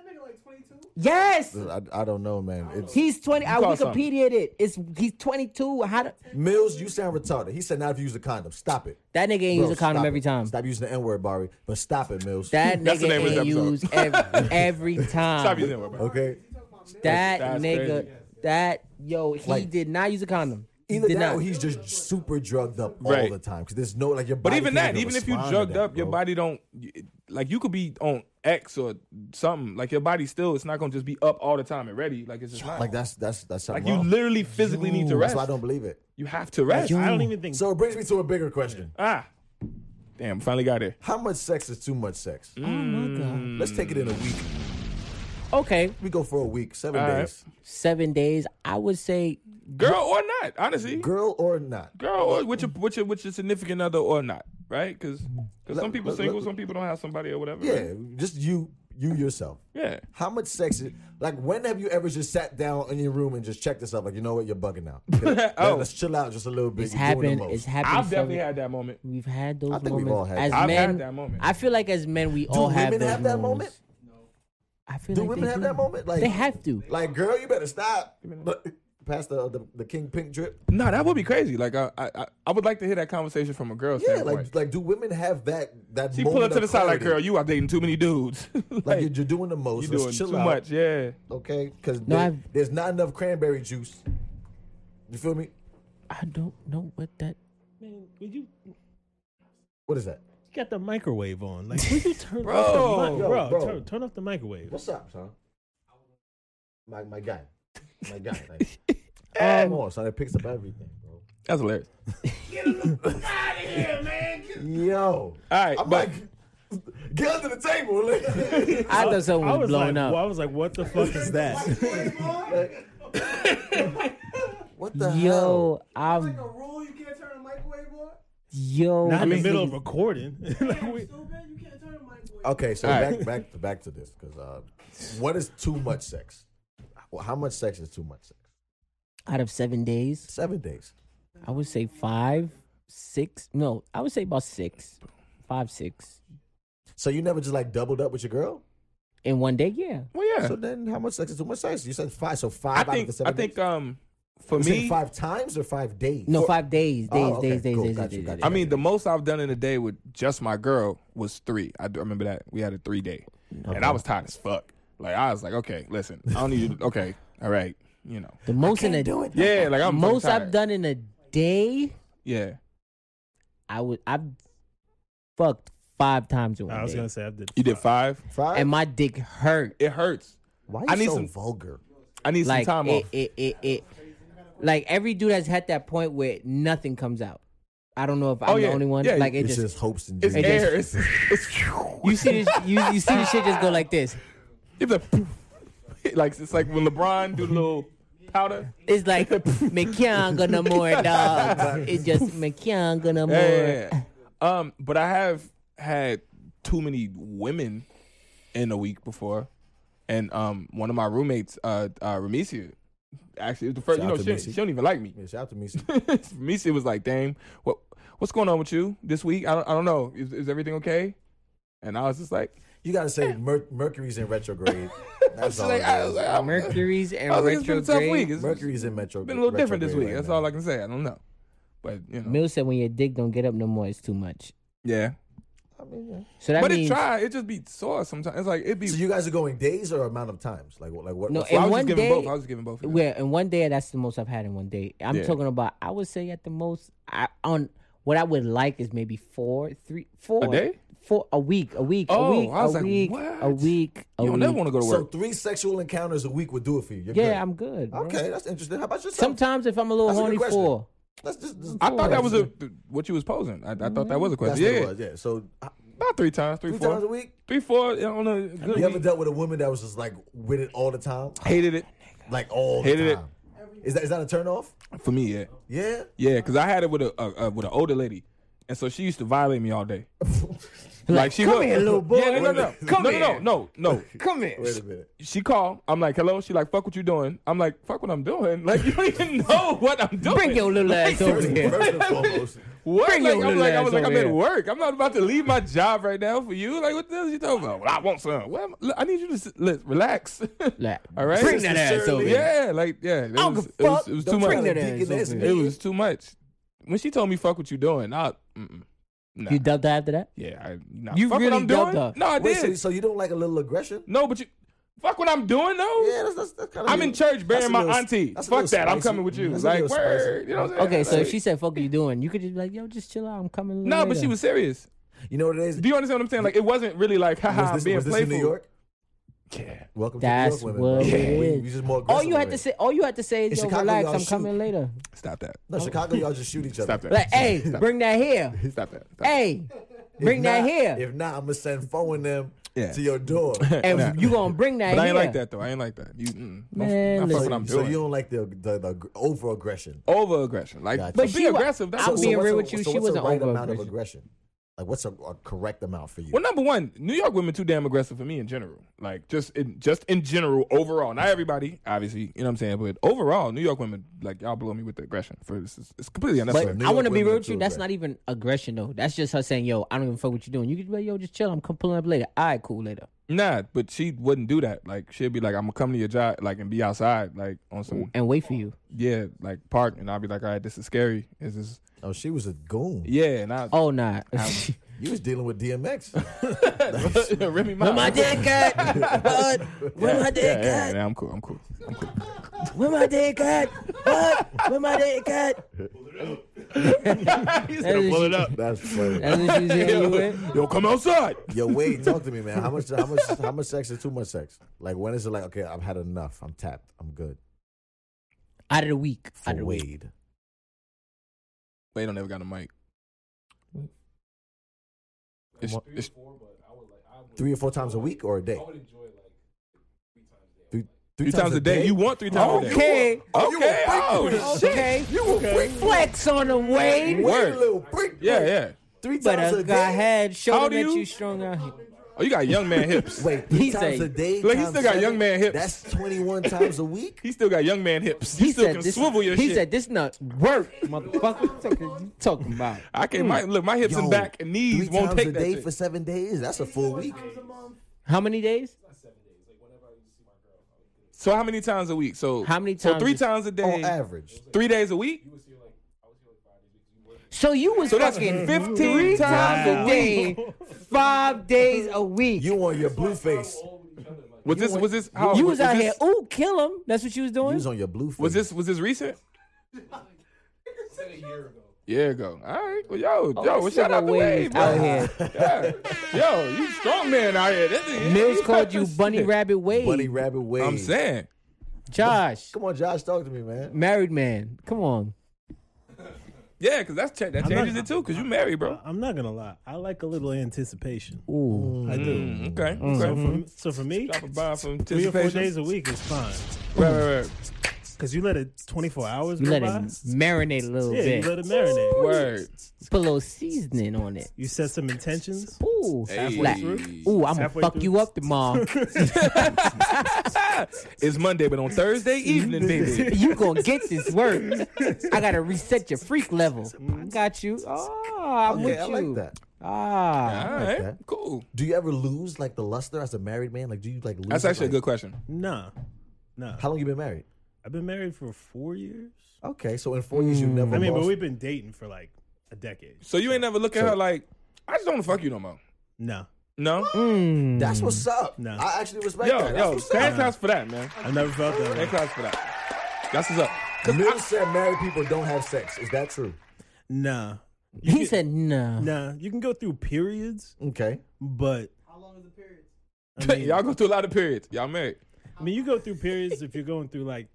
[SPEAKER 2] Yes,
[SPEAKER 1] I, I don't know, man. It's,
[SPEAKER 2] he's twenty. I
[SPEAKER 4] call something.
[SPEAKER 2] Wikipedia it. It's he's twenty two. How do,
[SPEAKER 1] Mills, you sound retarded. He said not if you use a condom. Stop it.
[SPEAKER 2] that nigga ain't
[SPEAKER 1] Bro,
[SPEAKER 2] use a condom
[SPEAKER 1] stop
[SPEAKER 2] every
[SPEAKER 1] it.
[SPEAKER 2] time.
[SPEAKER 1] Stop using the N word, Barry. But stop it, Mills.
[SPEAKER 2] That
[SPEAKER 4] That's the
[SPEAKER 2] nigga
[SPEAKER 4] name of this
[SPEAKER 2] ain't use every, every time.
[SPEAKER 4] Stop using that word, bro.
[SPEAKER 1] okay.
[SPEAKER 2] That
[SPEAKER 4] That's
[SPEAKER 2] nigga,
[SPEAKER 4] crazy.
[SPEAKER 2] that yo, he
[SPEAKER 1] Like-
[SPEAKER 2] did not use a condom. He
[SPEAKER 1] Either
[SPEAKER 2] did
[SPEAKER 1] that
[SPEAKER 2] not.
[SPEAKER 1] or he's just super drugged up all
[SPEAKER 4] Right.
[SPEAKER 1] the time. Because there's no like your
[SPEAKER 4] But
[SPEAKER 1] body.
[SPEAKER 4] even
[SPEAKER 1] can't
[SPEAKER 4] that, even if you
[SPEAKER 1] respond to
[SPEAKER 4] drugged
[SPEAKER 1] that,
[SPEAKER 4] up, your
[SPEAKER 1] bro.
[SPEAKER 4] body don't like you could be on X or something. Like your body still, it's not gonna just be up all the time and ready. Like it's just not.
[SPEAKER 1] like
[SPEAKER 4] Like,
[SPEAKER 1] that's that's that's something
[SPEAKER 4] you
[SPEAKER 1] wrong.
[SPEAKER 4] literally physically need to
[SPEAKER 1] That's
[SPEAKER 4] rest.
[SPEAKER 1] why I don't believe it.
[SPEAKER 4] You have to rest.
[SPEAKER 3] I don't even think.
[SPEAKER 1] So it brings me to a bigger question.
[SPEAKER 4] ah, damn, finally got there.
[SPEAKER 1] How much sex is too much sex?
[SPEAKER 2] oh my
[SPEAKER 4] Mm.
[SPEAKER 2] god.
[SPEAKER 1] Let's take it in a week.
[SPEAKER 2] Okay,
[SPEAKER 1] We go for a week, seven
[SPEAKER 4] All right.
[SPEAKER 1] days.
[SPEAKER 2] seven days. I would say
[SPEAKER 4] Girl or not, honestly.
[SPEAKER 1] Girl or not.
[SPEAKER 4] Girl or with your with your with your significant other or not, right? Because some people
[SPEAKER 1] let-
[SPEAKER 4] single,
[SPEAKER 1] let-
[SPEAKER 4] some people don't have somebody or whatever. right?
[SPEAKER 1] Yeah, just you, you yourself.
[SPEAKER 4] yeah.
[SPEAKER 1] How much sex is like? When have you ever just sat down in your room and just checked yourself? Like, you know what, you're bugging out. Let-
[SPEAKER 4] Oh.
[SPEAKER 1] Let's chill out just a little bit.
[SPEAKER 2] it's
[SPEAKER 1] You're doing the
[SPEAKER 2] happened.
[SPEAKER 1] most.
[SPEAKER 2] It's happened.
[SPEAKER 4] I've
[SPEAKER 2] so
[SPEAKER 4] definitely had that moment.
[SPEAKER 2] We've had those
[SPEAKER 1] I think
[SPEAKER 2] moments
[SPEAKER 1] we've all had
[SPEAKER 2] as
[SPEAKER 1] that.
[SPEAKER 4] I've
[SPEAKER 2] men.
[SPEAKER 4] had that moment.
[SPEAKER 2] I feel like as men, we
[SPEAKER 1] Do
[SPEAKER 2] all have.
[SPEAKER 1] women
[SPEAKER 2] those
[SPEAKER 1] have that
[SPEAKER 2] moments. I feel
[SPEAKER 1] do
[SPEAKER 2] like
[SPEAKER 1] women
[SPEAKER 2] they
[SPEAKER 1] have
[SPEAKER 2] do.
[SPEAKER 1] that moment? Like
[SPEAKER 2] They have to.
[SPEAKER 1] Like, girl, you better stop. Look, Pass the, uh, the the king pink drip.
[SPEAKER 4] No, that would be crazy. Like I, I, I- I would like to hear that conversation from a girl.
[SPEAKER 1] Yeah,
[SPEAKER 4] standpoint.
[SPEAKER 1] like like do women have that that?
[SPEAKER 4] she pull
[SPEAKER 1] moment
[SPEAKER 4] up to
[SPEAKER 1] of
[SPEAKER 4] the side like,
[SPEAKER 1] clarity?
[SPEAKER 4] "Girl, you out dating too many dudes. like
[SPEAKER 1] Like, you're, you're doing the most.
[SPEAKER 4] you
[SPEAKER 1] Let's
[SPEAKER 4] doing
[SPEAKER 1] chill
[SPEAKER 4] too
[SPEAKER 1] out,
[SPEAKER 4] much. Yeah,
[SPEAKER 1] okay? Because
[SPEAKER 2] No, I've-
[SPEAKER 1] there's not enough cranberry juice. You feel me?
[SPEAKER 2] I don't know what that.
[SPEAKER 3] Man, would you
[SPEAKER 1] What is that?
[SPEAKER 3] You got the microwave on. Like, would you turn
[SPEAKER 4] Bro.
[SPEAKER 3] off the mic?
[SPEAKER 1] Yo,
[SPEAKER 3] Bro,
[SPEAKER 1] bro.
[SPEAKER 3] Turn, turn off the microwave.
[SPEAKER 1] What's up, son? My my guy, my guy. Like,
[SPEAKER 4] Um,
[SPEAKER 1] come on, son. It picks up everything, bro.
[SPEAKER 4] that's hilarious.
[SPEAKER 1] Yo,
[SPEAKER 4] All right,
[SPEAKER 1] I'm
[SPEAKER 4] but
[SPEAKER 1] like, get under the table. like-
[SPEAKER 2] I thought someone
[SPEAKER 3] I
[SPEAKER 2] was,
[SPEAKER 3] was
[SPEAKER 2] blowing
[SPEAKER 3] like,
[SPEAKER 2] up.
[SPEAKER 3] well, I was like, what the fuck is that?
[SPEAKER 1] what the hell?
[SPEAKER 2] Yo, I'm. Like a rule you can't turn a microwave on. Yo,
[SPEAKER 3] Not in the
[SPEAKER 2] this
[SPEAKER 3] middle of
[SPEAKER 2] nigga-
[SPEAKER 3] recording. Like, we-
[SPEAKER 1] Okay, so
[SPEAKER 4] All
[SPEAKER 1] back
[SPEAKER 4] right.
[SPEAKER 1] back back to this because uh, what is too much sex? Well, how much sex is too much sex?
[SPEAKER 2] out of seven days,
[SPEAKER 1] Seven days.
[SPEAKER 2] I would say five, six. No, I would say about six, five, six
[SPEAKER 1] So you never just like doubled up with your girl?
[SPEAKER 2] in one day. Yeah,
[SPEAKER 4] well, yeah,
[SPEAKER 1] So then, how much sex is too much sex? You said five, so
[SPEAKER 4] I
[SPEAKER 1] five out of
[SPEAKER 4] think
[SPEAKER 1] the seven.
[SPEAKER 4] I think
[SPEAKER 1] days?
[SPEAKER 4] um for
[SPEAKER 1] You said
[SPEAKER 4] me,
[SPEAKER 1] five times or five days.
[SPEAKER 2] no, five days, days,
[SPEAKER 1] Oh, okay,
[SPEAKER 2] days, days,
[SPEAKER 1] cool,
[SPEAKER 2] days,
[SPEAKER 1] got
[SPEAKER 2] days,
[SPEAKER 1] you, got
[SPEAKER 2] days.
[SPEAKER 4] I mean, the most I've done in a day with just my girl was three. I do remember that we had a three day, and I was tired as fuck. Like I was like, okay, listen, I don't need you. Okay, all right, you know,
[SPEAKER 2] The most in a do it.
[SPEAKER 4] yeah, like I'm fucking
[SPEAKER 2] most
[SPEAKER 4] tired.
[SPEAKER 2] I've done in a day.
[SPEAKER 4] Yeah,
[SPEAKER 2] I would I've fucked five times in one
[SPEAKER 3] I was
[SPEAKER 2] day,
[SPEAKER 3] gonna say I did.
[SPEAKER 4] you did five.
[SPEAKER 1] five.
[SPEAKER 2] and my dick hurt.
[SPEAKER 4] It hurts.
[SPEAKER 1] Why are you
[SPEAKER 4] I need
[SPEAKER 1] so
[SPEAKER 4] some-
[SPEAKER 1] vulgar?
[SPEAKER 4] I need
[SPEAKER 2] Like
[SPEAKER 4] some time
[SPEAKER 2] it,
[SPEAKER 4] off.
[SPEAKER 2] it, it, it, like every dude has had that point where nothing comes out. I don't know if I'm
[SPEAKER 4] Oh, yeah.
[SPEAKER 2] the only one.
[SPEAKER 4] Yeah,
[SPEAKER 2] like it
[SPEAKER 1] It's
[SPEAKER 2] just,
[SPEAKER 1] just, hopes and
[SPEAKER 4] It's
[SPEAKER 1] dreams.
[SPEAKER 4] air. It's, it's
[SPEAKER 2] you see this, you you see this shit just go like this.
[SPEAKER 4] It's like, like it's like when LeBron do the little powder.
[SPEAKER 2] It's like McKyanga no more dogs. It's just McKyanga no more.
[SPEAKER 4] Yeah, yeah, yeah. Um, but I have had too many women in a week before, and um, one of my roommates, uh, uh Ramesia, actually it was the first.
[SPEAKER 1] Shout
[SPEAKER 4] you
[SPEAKER 1] out
[SPEAKER 4] know,
[SPEAKER 1] to
[SPEAKER 4] she,
[SPEAKER 1] Missy.
[SPEAKER 4] she don't even like me.
[SPEAKER 1] Yeah, shout out to me.
[SPEAKER 4] Ramesia was like, "Dang, what what's going on with you this week? I don't, I don't know. Is, is everything okay?" And I was just like,
[SPEAKER 1] You gotta say Mer- Mercury's in retrograde. That's
[SPEAKER 4] she's
[SPEAKER 1] all.
[SPEAKER 4] like,
[SPEAKER 1] it
[SPEAKER 4] I
[SPEAKER 1] is.
[SPEAKER 4] was like, I'm-
[SPEAKER 2] Mercury's and
[SPEAKER 4] I was like, it's been a tough week.
[SPEAKER 2] retrograde.
[SPEAKER 4] It's
[SPEAKER 1] Mercury's in metro.
[SPEAKER 4] been a little different this
[SPEAKER 1] retrograde right
[SPEAKER 4] week. That's
[SPEAKER 1] now.
[SPEAKER 4] all I can say. I don't know, but you know,
[SPEAKER 2] Mill said when your dick don't get up no more, it's too much.
[SPEAKER 4] yeah.
[SPEAKER 1] I mean, yeah.
[SPEAKER 2] So that
[SPEAKER 4] but
[SPEAKER 2] means
[SPEAKER 4] it try. It just be sore sometimes. It's like it be.
[SPEAKER 1] So you guys are going days or amount of times? Like, what- like what?
[SPEAKER 2] No,
[SPEAKER 1] what's-
[SPEAKER 4] Well, I
[SPEAKER 2] and
[SPEAKER 4] was
[SPEAKER 2] one
[SPEAKER 4] just giving
[SPEAKER 2] day-
[SPEAKER 4] both. I was just giving both. of them.
[SPEAKER 2] Well, in one day, that's the most I've had in one day. I'm
[SPEAKER 4] Yeah.
[SPEAKER 2] talking about. I would say at the most, I on what I would like is maybe four, three, four
[SPEAKER 4] A day?
[SPEAKER 2] four a week, a week,
[SPEAKER 4] Oh,
[SPEAKER 2] a week,
[SPEAKER 4] I was
[SPEAKER 2] a
[SPEAKER 4] like,
[SPEAKER 2] week, a
[SPEAKER 4] what?
[SPEAKER 2] week, a
[SPEAKER 4] You don't
[SPEAKER 2] week.
[SPEAKER 4] never want to go to
[SPEAKER 1] so
[SPEAKER 4] work.
[SPEAKER 1] three sexual encounters a week would do it for you. You're
[SPEAKER 2] yeah,
[SPEAKER 1] good.
[SPEAKER 2] I'm good. bro.
[SPEAKER 1] okay. That's interesting. How about yourself?
[SPEAKER 2] Sometimes if I'm a little
[SPEAKER 1] That's a good
[SPEAKER 2] horny,
[SPEAKER 1] question.
[SPEAKER 2] four.
[SPEAKER 1] That's just, this is-
[SPEAKER 4] I thought that was a what you was posing. I, I thought that was a
[SPEAKER 1] That's
[SPEAKER 4] question.
[SPEAKER 1] what
[SPEAKER 4] Yeah,
[SPEAKER 1] it was. Yeah. So uh,
[SPEAKER 4] about three times, three,
[SPEAKER 1] three
[SPEAKER 4] four,
[SPEAKER 1] times a week.
[SPEAKER 4] three, four. yeah, On a good
[SPEAKER 1] You ever
[SPEAKER 4] week.
[SPEAKER 1] dealt with a woman that was just like with it all the time,
[SPEAKER 4] hated it
[SPEAKER 1] like all
[SPEAKER 4] Hated
[SPEAKER 1] the
[SPEAKER 4] it.
[SPEAKER 1] time? Is that is that a turn off?
[SPEAKER 4] for me. Yeah,
[SPEAKER 1] Yeah.
[SPEAKER 4] yeah, because I had it with a, a, a with an older lady, and so she used to violate me all day. Like she
[SPEAKER 2] come
[SPEAKER 4] would.
[SPEAKER 2] here, little boy.
[SPEAKER 4] Yeah, no, no, no,
[SPEAKER 2] Come
[SPEAKER 4] no,
[SPEAKER 2] here.
[SPEAKER 4] no, no, no, no.
[SPEAKER 2] Come here.
[SPEAKER 1] Wait a minute.
[SPEAKER 4] She called. I'm like, hello. She like, fuck what you doing? I'm like, fuck what I'm doing. Like you don't even know what I'm doing.
[SPEAKER 2] Bring your little ass over
[SPEAKER 1] First,
[SPEAKER 2] here.
[SPEAKER 1] first and foremost,
[SPEAKER 4] What?
[SPEAKER 2] Bring
[SPEAKER 4] like,
[SPEAKER 2] your
[SPEAKER 4] I'm
[SPEAKER 2] little
[SPEAKER 4] like, I was
[SPEAKER 2] ass
[SPEAKER 4] like, I'm
[SPEAKER 2] over
[SPEAKER 4] at
[SPEAKER 2] here.
[SPEAKER 4] work. I'm not about to leave my job right now for you. Like, what the hell are you talking about? Well, I want some. Well, I'm- look, I need you to s- look, relax.
[SPEAKER 2] Like,
[SPEAKER 4] All right.
[SPEAKER 2] Bring that ass over here.
[SPEAKER 4] Yeah, like yeah. It
[SPEAKER 2] don't
[SPEAKER 4] was,
[SPEAKER 2] give
[SPEAKER 4] it
[SPEAKER 2] a
[SPEAKER 4] was,
[SPEAKER 2] fuck.
[SPEAKER 4] it was too
[SPEAKER 2] Don't
[SPEAKER 4] much.
[SPEAKER 2] bring that
[SPEAKER 1] Dick
[SPEAKER 2] ass
[SPEAKER 1] in ass,
[SPEAKER 2] over
[SPEAKER 4] It
[SPEAKER 2] here.
[SPEAKER 4] was too much. When she told me, "Fuck what you doing," I. Mm-mm. Nah.
[SPEAKER 2] You dubbed her after that?
[SPEAKER 4] yeah, I, nah.
[SPEAKER 2] You
[SPEAKER 4] fuck
[SPEAKER 2] really
[SPEAKER 4] what I'm doing?
[SPEAKER 2] dubbed her.
[SPEAKER 4] No, I
[SPEAKER 1] wait, so,
[SPEAKER 4] did.
[SPEAKER 1] so you don't like a little aggression?
[SPEAKER 4] no, but you. Fuck what I'm doing though.
[SPEAKER 1] Yeah, that's, that's, that's kind of.
[SPEAKER 4] I'm in church
[SPEAKER 1] That's a
[SPEAKER 4] burying my
[SPEAKER 1] little-
[SPEAKER 4] auntie.
[SPEAKER 1] that's a
[SPEAKER 4] Fuck
[SPEAKER 1] little
[SPEAKER 4] that. I'm
[SPEAKER 1] spicy.
[SPEAKER 4] coming with you.
[SPEAKER 1] That's a
[SPEAKER 4] like
[SPEAKER 1] little
[SPEAKER 4] word.
[SPEAKER 1] spicy.
[SPEAKER 4] You know what I'm saying?
[SPEAKER 2] Okay, so
[SPEAKER 4] Like,
[SPEAKER 2] if she said, "Fuck, what you doing?" You could just be like, "Yo, just chill out. I'm coming." a little
[SPEAKER 4] No, but she
[SPEAKER 2] later."
[SPEAKER 4] was serious.
[SPEAKER 1] You know what it is?
[SPEAKER 4] Do you understand what I'm saying? Like it wasn't really like haha
[SPEAKER 1] was this,
[SPEAKER 4] being
[SPEAKER 1] was this
[SPEAKER 4] playful.
[SPEAKER 1] in New York?
[SPEAKER 4] Yeah.
[SPEAKER 1] Welcome
[SPEAKER 2] That's
[SPEAKER 1] to New York, women.
[SPEAKER 2] what
[SPEAKER 1] bro.
[SPEAKER 2] it
[SPEAKER 1] We-
[SPEAKER 2] is.
[SPEAKER 1] we just more
[SPEAKER 2] All
[SPEAKER 1] aggressive
[SPEAKER 2] you had
[SPEAKER 1] with
[SPEAKER 2] to
[SPEAKER 1] it.
[SPEAKER 2] say, all you had to say
[SPEAKER 1] In
[SPEAKER 2] is, "Yo,
[SPEAKER 1] Chicago,
[SPEAKER 2] relax.
[SPEAKER 1] y'all
[SPEAKER 2] I'm
[SPEAKER 1] shoot.
[SPEAKER 2] coming later."
[SPEAKER 4] Stop that.
[SPEAKER 1] No, Chicago, y'all just shoot each other.
[SPEAKER 4] Stop that.
[SPEAKER 2] Like, hey, bring that here.
[SPEAKER 4] Stop that. Stop that.
[SPEAKER 2] Hey, bring that
[SPEAKER 1] not,
[SPEAKER 2] here.
[SPEAKER 1] If not, I'm gonna send phone them
[SPEAKER 4] Yeah.
[SPEAKER 1] to your door.
[SPEAKER 2] And
[SPEAKER 4] Nah.
[SPEAKER 2] you gonna bring that
[SPEAKER 4] But I
[SPEAKER 2] here?
[SPEAKER 4] ain't like that though. I ain't like that. You, mm, don't-
[SPEAKER 2] Man,
[SPEAKER 4] not fuck
[SPEAKER 2] listen.
[SPEAKER 4] what I'm
[SPEAKER 1] so
[SPEAKER 4] doing.
[SPEAKER 1] you don't like the the, the over aggression.
[SPEAKER 4] Over aggression. Like,
[SPEAKER 1] Gotcha.
[SPEAKER 4] but
[SPEAKER 1] But
[SPEAKER 4] be
[SPEAKER 2] she wa-
[SPEAKER 4] aggressive. That's
[SPEAKER 2] I'm
[SPEAKER 4] what-
[SPEAKER 2] being
[SPEAKER 1] what's
[SPEAKER 2] real
[SPEAKER 1] a-
[SPEAKER 2] with you,
[SPEAKER 1] so
[SPEAKER 2] she
[SPEAKER 1] what's
[SPEAKER 2] wasn't
[SPEAKER 1] a right
[SPEAKER 2] over
[SPEAKER 1] amount of
[SPEAKER 2] aggression.
[SPEAKER 1] aggression. Like what's a, a correct amount for you?
[SPEAKER 4] Well, number one, New York women too damn aggressive for me in general. Like just in just in general, overall. Not everybody, obviously. You know what I'm saying? But overall, New York women like y'all blow me with the aggression. For this, it's, it's completely unnecessary.
[SPEAKER 2] But
[SPEAKER 1] New
[SPEAKER 2] I
[SPEAKER 1] York
[SPEAKER 2] want to be
[SPEAKER 1] women
[SPEAKER 2] real
[SPEAKER 1] are
[SPEAKER 2] with you.
[SPEAKER 1] too
[SPEAKER 2] That's not even aggression though. That's just her saying, "Yo, I don't even fuck what you're doing." You could be like, "Yo, just chill. I'm com- pulling up later. All right, cool later."
[SPEAKER 4] nah, but she wouldn't do that. Like she'd be like, "I'm gonna come to your job, like, and be outside, like, on some
[SPEAKER 2] And wait for you.
[SPEAKER 4] yeah, like park," and I'll be like, "All right, this is scary. This is
[SPEAKER 1] Oh, she was a goon.
[SPEAKER 4] yeah." And I
[SPEAKER 2] Oh nah.
[SPEAKER 1] You was dealing with DMX.
[SPEAKER 4] Remy Ma.
[SPEAKER 2] Where my dad got? Bud? Where my
[SPEAKER 4] Yeah,
[SPEAKER 2] dad
[SPEAKER 4] yeah,
[SPEAKER 2] got?
[SPEAKER 4] yeah, I'm cool. I'm cool. I'm cool.
[SPEAKER 2] Where my dad got? Bud? Where my dad got?
[SPEAKER 4] He's
[SPEAKER 2] That's
[SPEAKER 4] gonna pull
[SPEAKER 2] what
[SPEAKER 4] it up.
[SPEAKER 1] That's funny.
[SPEAKER 2] That's what she was hitting you with.
[SPEAKER 4] Yo, come outside.
[SPEAKER 1] Yo, Wade, talk to me, man. How much how much how much sex is too much sex? Like when is it like okay, I've had enough. I'm tapped. I'm good.
[SPEAKER 2] Out of the week.
[SPEAKER 1] For
[SPEAKER 2] Out of the week.
[SPEAKER 1] Wade.
[SPEAKER 4] Wait, don't ever got a mic. It's, it's,
[SPEAKER 1] Three or four times a week or a day? Three,
[SPEAKER 4] three times a day. You want three times a day.
[SPEAKER 2] Okay.
[SPEAKER 1] Oh, you a
[SPEAKER 4] Okay.
[SPEAKER 1] freak with
[SPEAKER 4] Oh,
[SPEAKER 1] it.
[SPEAKER 4] shit.
[SPEAKER 2] Okay.
[SPEAKER 1] You a freak
[SPEAKER 2] Flex on the way.
[SPEAKER 1] Wait
[SPEAKER 4] Word.
[SPEAKER 1] a little freak.
[SPEAKER 4] Yeah, yeah.
[SPEAKER 1] Three times
[SPEAKER 2] Better
[SPEAKER 1] a
[SPEAKER 2] go
[SPEAKER 1] day.
[SPEAKER 2] ahead. Show
[SPEAKER 4] How
[SPEAKER 2] them
[SPEAKER 4] do
[SPEAKER 2] that
[SPEAKER 4] you-
[SPEAKER 2] you strong out here.
[SPEAKER 4] Oh, you got young man hips.
[SPEAKER 1] Wait, three
[SPEAKER 2] He
[SPEAKER 1] times
[SPEAKER 2] say-
[SPEAKER 1] a day.
[SPEAKER 4] Look, he
[SPEAKER 1] times
[SPEAKER 4] still got
[SPEAKER 1] seven,
[SPEAKER 4] young man hips.
[SPEAKER 1] That's twenty one times a week.
[SPEAKER 4] He still got young man hips. He,
[SPEAKER 2] He
[SPEAKER 4] still
[SPEAKER 2] said
[SPEAKER 4] can
[SPEAKER 2] this.
[SPEAKER 4] swivel your
[SPEAKER 2] he
[SPEAKER 4] shit.
[SPEAKER 2] said this not work, motherfucker. What you talking about?
[SPEAKER 4] I can't. My, look, my hips
[SPEAKER 1] Yo,
[SPEAKER 4] and back and knees
[SPEAKER 1] Three
[SPEAKER 4] won't
[SPEAKER 1] times
[SPEAKER 4] take
[SPEAKER 1] a
[SPEAKER 4] that.
[SPEAKER 1] day
[SPEAKER 4] shit.
[SPEAKER 1] for seven days. That's a full week.
[SPEAKER 2] How many days?
[SPEAKER 4] so how many times a week? So
[SPEAKER 2] How many
[SPEAKER 4] So
[SPEAKER 2] times
[SPEAKER 4] three
[SPEAKER 2] is-
[SPEAKER 4] times a
[SPEAKER 1] On
[SPEAKER 4] day.
[SPEAKER 1] average,
[SPEAKER 4] Three days a week.
[SPEAKER 2] So you was
[SPEAKER 4] So that's
[SPEAKER 2] fucking
[SPEAKER 4] fifteen
[SPEAKER 2] three times
[SPEAKER 4] times a
[SPEAKER 2] a day, five days a week. You,
[SPEAKER 1] you on your blue face.
[SPEAKER 4] Was this? Was this? How?
[SPEAKER 2] was, out
[SPEAKER 4] this,
[SPEAKER 2] here. Ooh, kill him. That's what you was
[SPEAKER 1] You
[SPEAKER 2] doing.
[SPEAKER 1] was on your blue face.
[SPEAKER 4] Was this? Was this recent? Year ago. All right. Well, yo,
[SPEAKER 2] Oh,
[SPEAKER 4] yo, well, shout out the
[SPEAKER 2] Ways
[SPEAKER 4] wave,
[SPEAKER 2] out
[SPEAKER 4] bro.
[SPEAKER 2] here.
[SPEAKER 4] Yeah. Yo, you strong man out here. That nigga-
[SPEAKER 2] Mills
[SPEAKER 4] he
[SPEAKER 2] called
[SPEAKER 4] got
[SPEAKER 2] you
[SPEAKER 4] this
[SPEAKER 2] Bunny
[SPEAKER 4] shit.
[SPEAKER 2] Rabbit Wade.
[SPEAKER 1] Bunny Rabbit Wade?
[SPEAKER 4] I'm saying.
[SPEAKER 2] Josh,
[SPEAKER 1] Come on, Josh, talk to me, man.
[SPEAKER 2] married man. Come on.
[SPEAKER 4] Yeah, because that's cha- that
[SPEAKER 3] I'm not- Uh-uh.
[SPEAKER 4] changes it too. Because you married, bro.
[SPEAKER 3] I'm not gonna lie. I like a little anticipation.
[SPEAKER 2] Ooh.
[SPEAKER 3] I do.
[SPEAKER 4] Mm,
[SPEAKER 2] Mm-hmm.
[SPEAKER 4] okay.
[SPEAKER 3] So,
[SPEAKER 4] Okay.
[SPEAKER 3] for, so for me,
[SPEAKER 4] Drop a bomb from
[SPEAKER 3] three or four
[SPEAKER 4] anticipation.
[SPEAKER 3] days a week is fine.
[SPEAKER 4] Right, right, right.
[SPEAKER 3] Cause you let it 24 hours
[SPEAKER 2] You
[SPEAKER 3] go
[SPEAKER 2] let it
[SPEAKER 3] by.
[SPEAKER 2] marinate a little
[SPEAKER 3] yeah,
[SPEAKER 2] bit.
[SPEAKER 3] you let it marinate.
[SPEAKER 4] Word.
[SPEAKER 2] Put a little seasoning on it.
[SPEAKER 3] You set some intentions.
[SPEAKER 2] Ooh.
[SPEAKER 4] Hey.
[SPEAKER 2] Like, ooh, I'm gonna
[SPEAKER 3] Halfway
[SPEAKER 2] fuck
[SPEAKER 3] through.
[SPEAKER 2] you up tomorrow.
[SPEAKER 4] It's Monday, but on Thursday evening, baby.
[SPEAKER 2] you gonna get this work. I gotta reset your freak level. I got you. Ah, I'm with
[SPEAKER 1] Yeah, I
[SPEAKER 2] you.
[SPEAKER 1] like that.
[SPEAKER 4] All
[SPEAKER 2] Ah,
[SPEAKER 4] right.
[SPEAKER 1] that.
[SPEAKER 4] Cool.
[SPEAKER 1] Do you ever lose like the luster as a married man? Like, do you like lose?
[SPEAKER 4] That's
[SPEAKER 1] it,
[SPEAKER 4] actually a
[SPEAKER 1] like-
[SPEAKER 4] good question.
[SPEAKER 3] Nah, nah.
[SPEAKER 1] How long you been married?
[SPEAKER 3] I've been married for four years.
[SPEAKER 1] Okay, so in four years you've never.
[SPEAKER 3] Mm. I mean, but
[SPEAKER 1] lost-
[SPEAKER 3] we've been dating for like a decade.
[SPEAKER 4] So you ain't never look at her like, I just don't want to fuck you no more.
[SPEAKER 3] No,
[SPEAKER 4] No.
[SPEAKER 1] That's what's up.
[SPEAKER 3] No.
[SPEAKER 1] I actually respect
[SPEAKER 4] Yo,
[SPEAKER 1] that. That's
[SPEAKER 4] yo,
[SPEAKER 1] what's up.
[SPEAKER 4] stand class for that, man.
[SPEAKER 3] I never felt that.
[SPEAKER 4] Stand
[SPEAKER 3] Way.
[SPEAKER 4] class for that. That's what's up. 'Cause
[SPEAKER 1] Mill said married people don't have sex. Is that true?
[SPEAKER 3] Nah,
[SPEAKER 2] he said no.
[SPEAKER 3] nah. You can go through periods,
[SPEAKER 1] Okay.
[SPEAKER 3] but
[SPEAKER 4] I- y'all go through a lot of periods. Y'all married?
[SPEAKER 3] I mean, you go through periods if you're going through like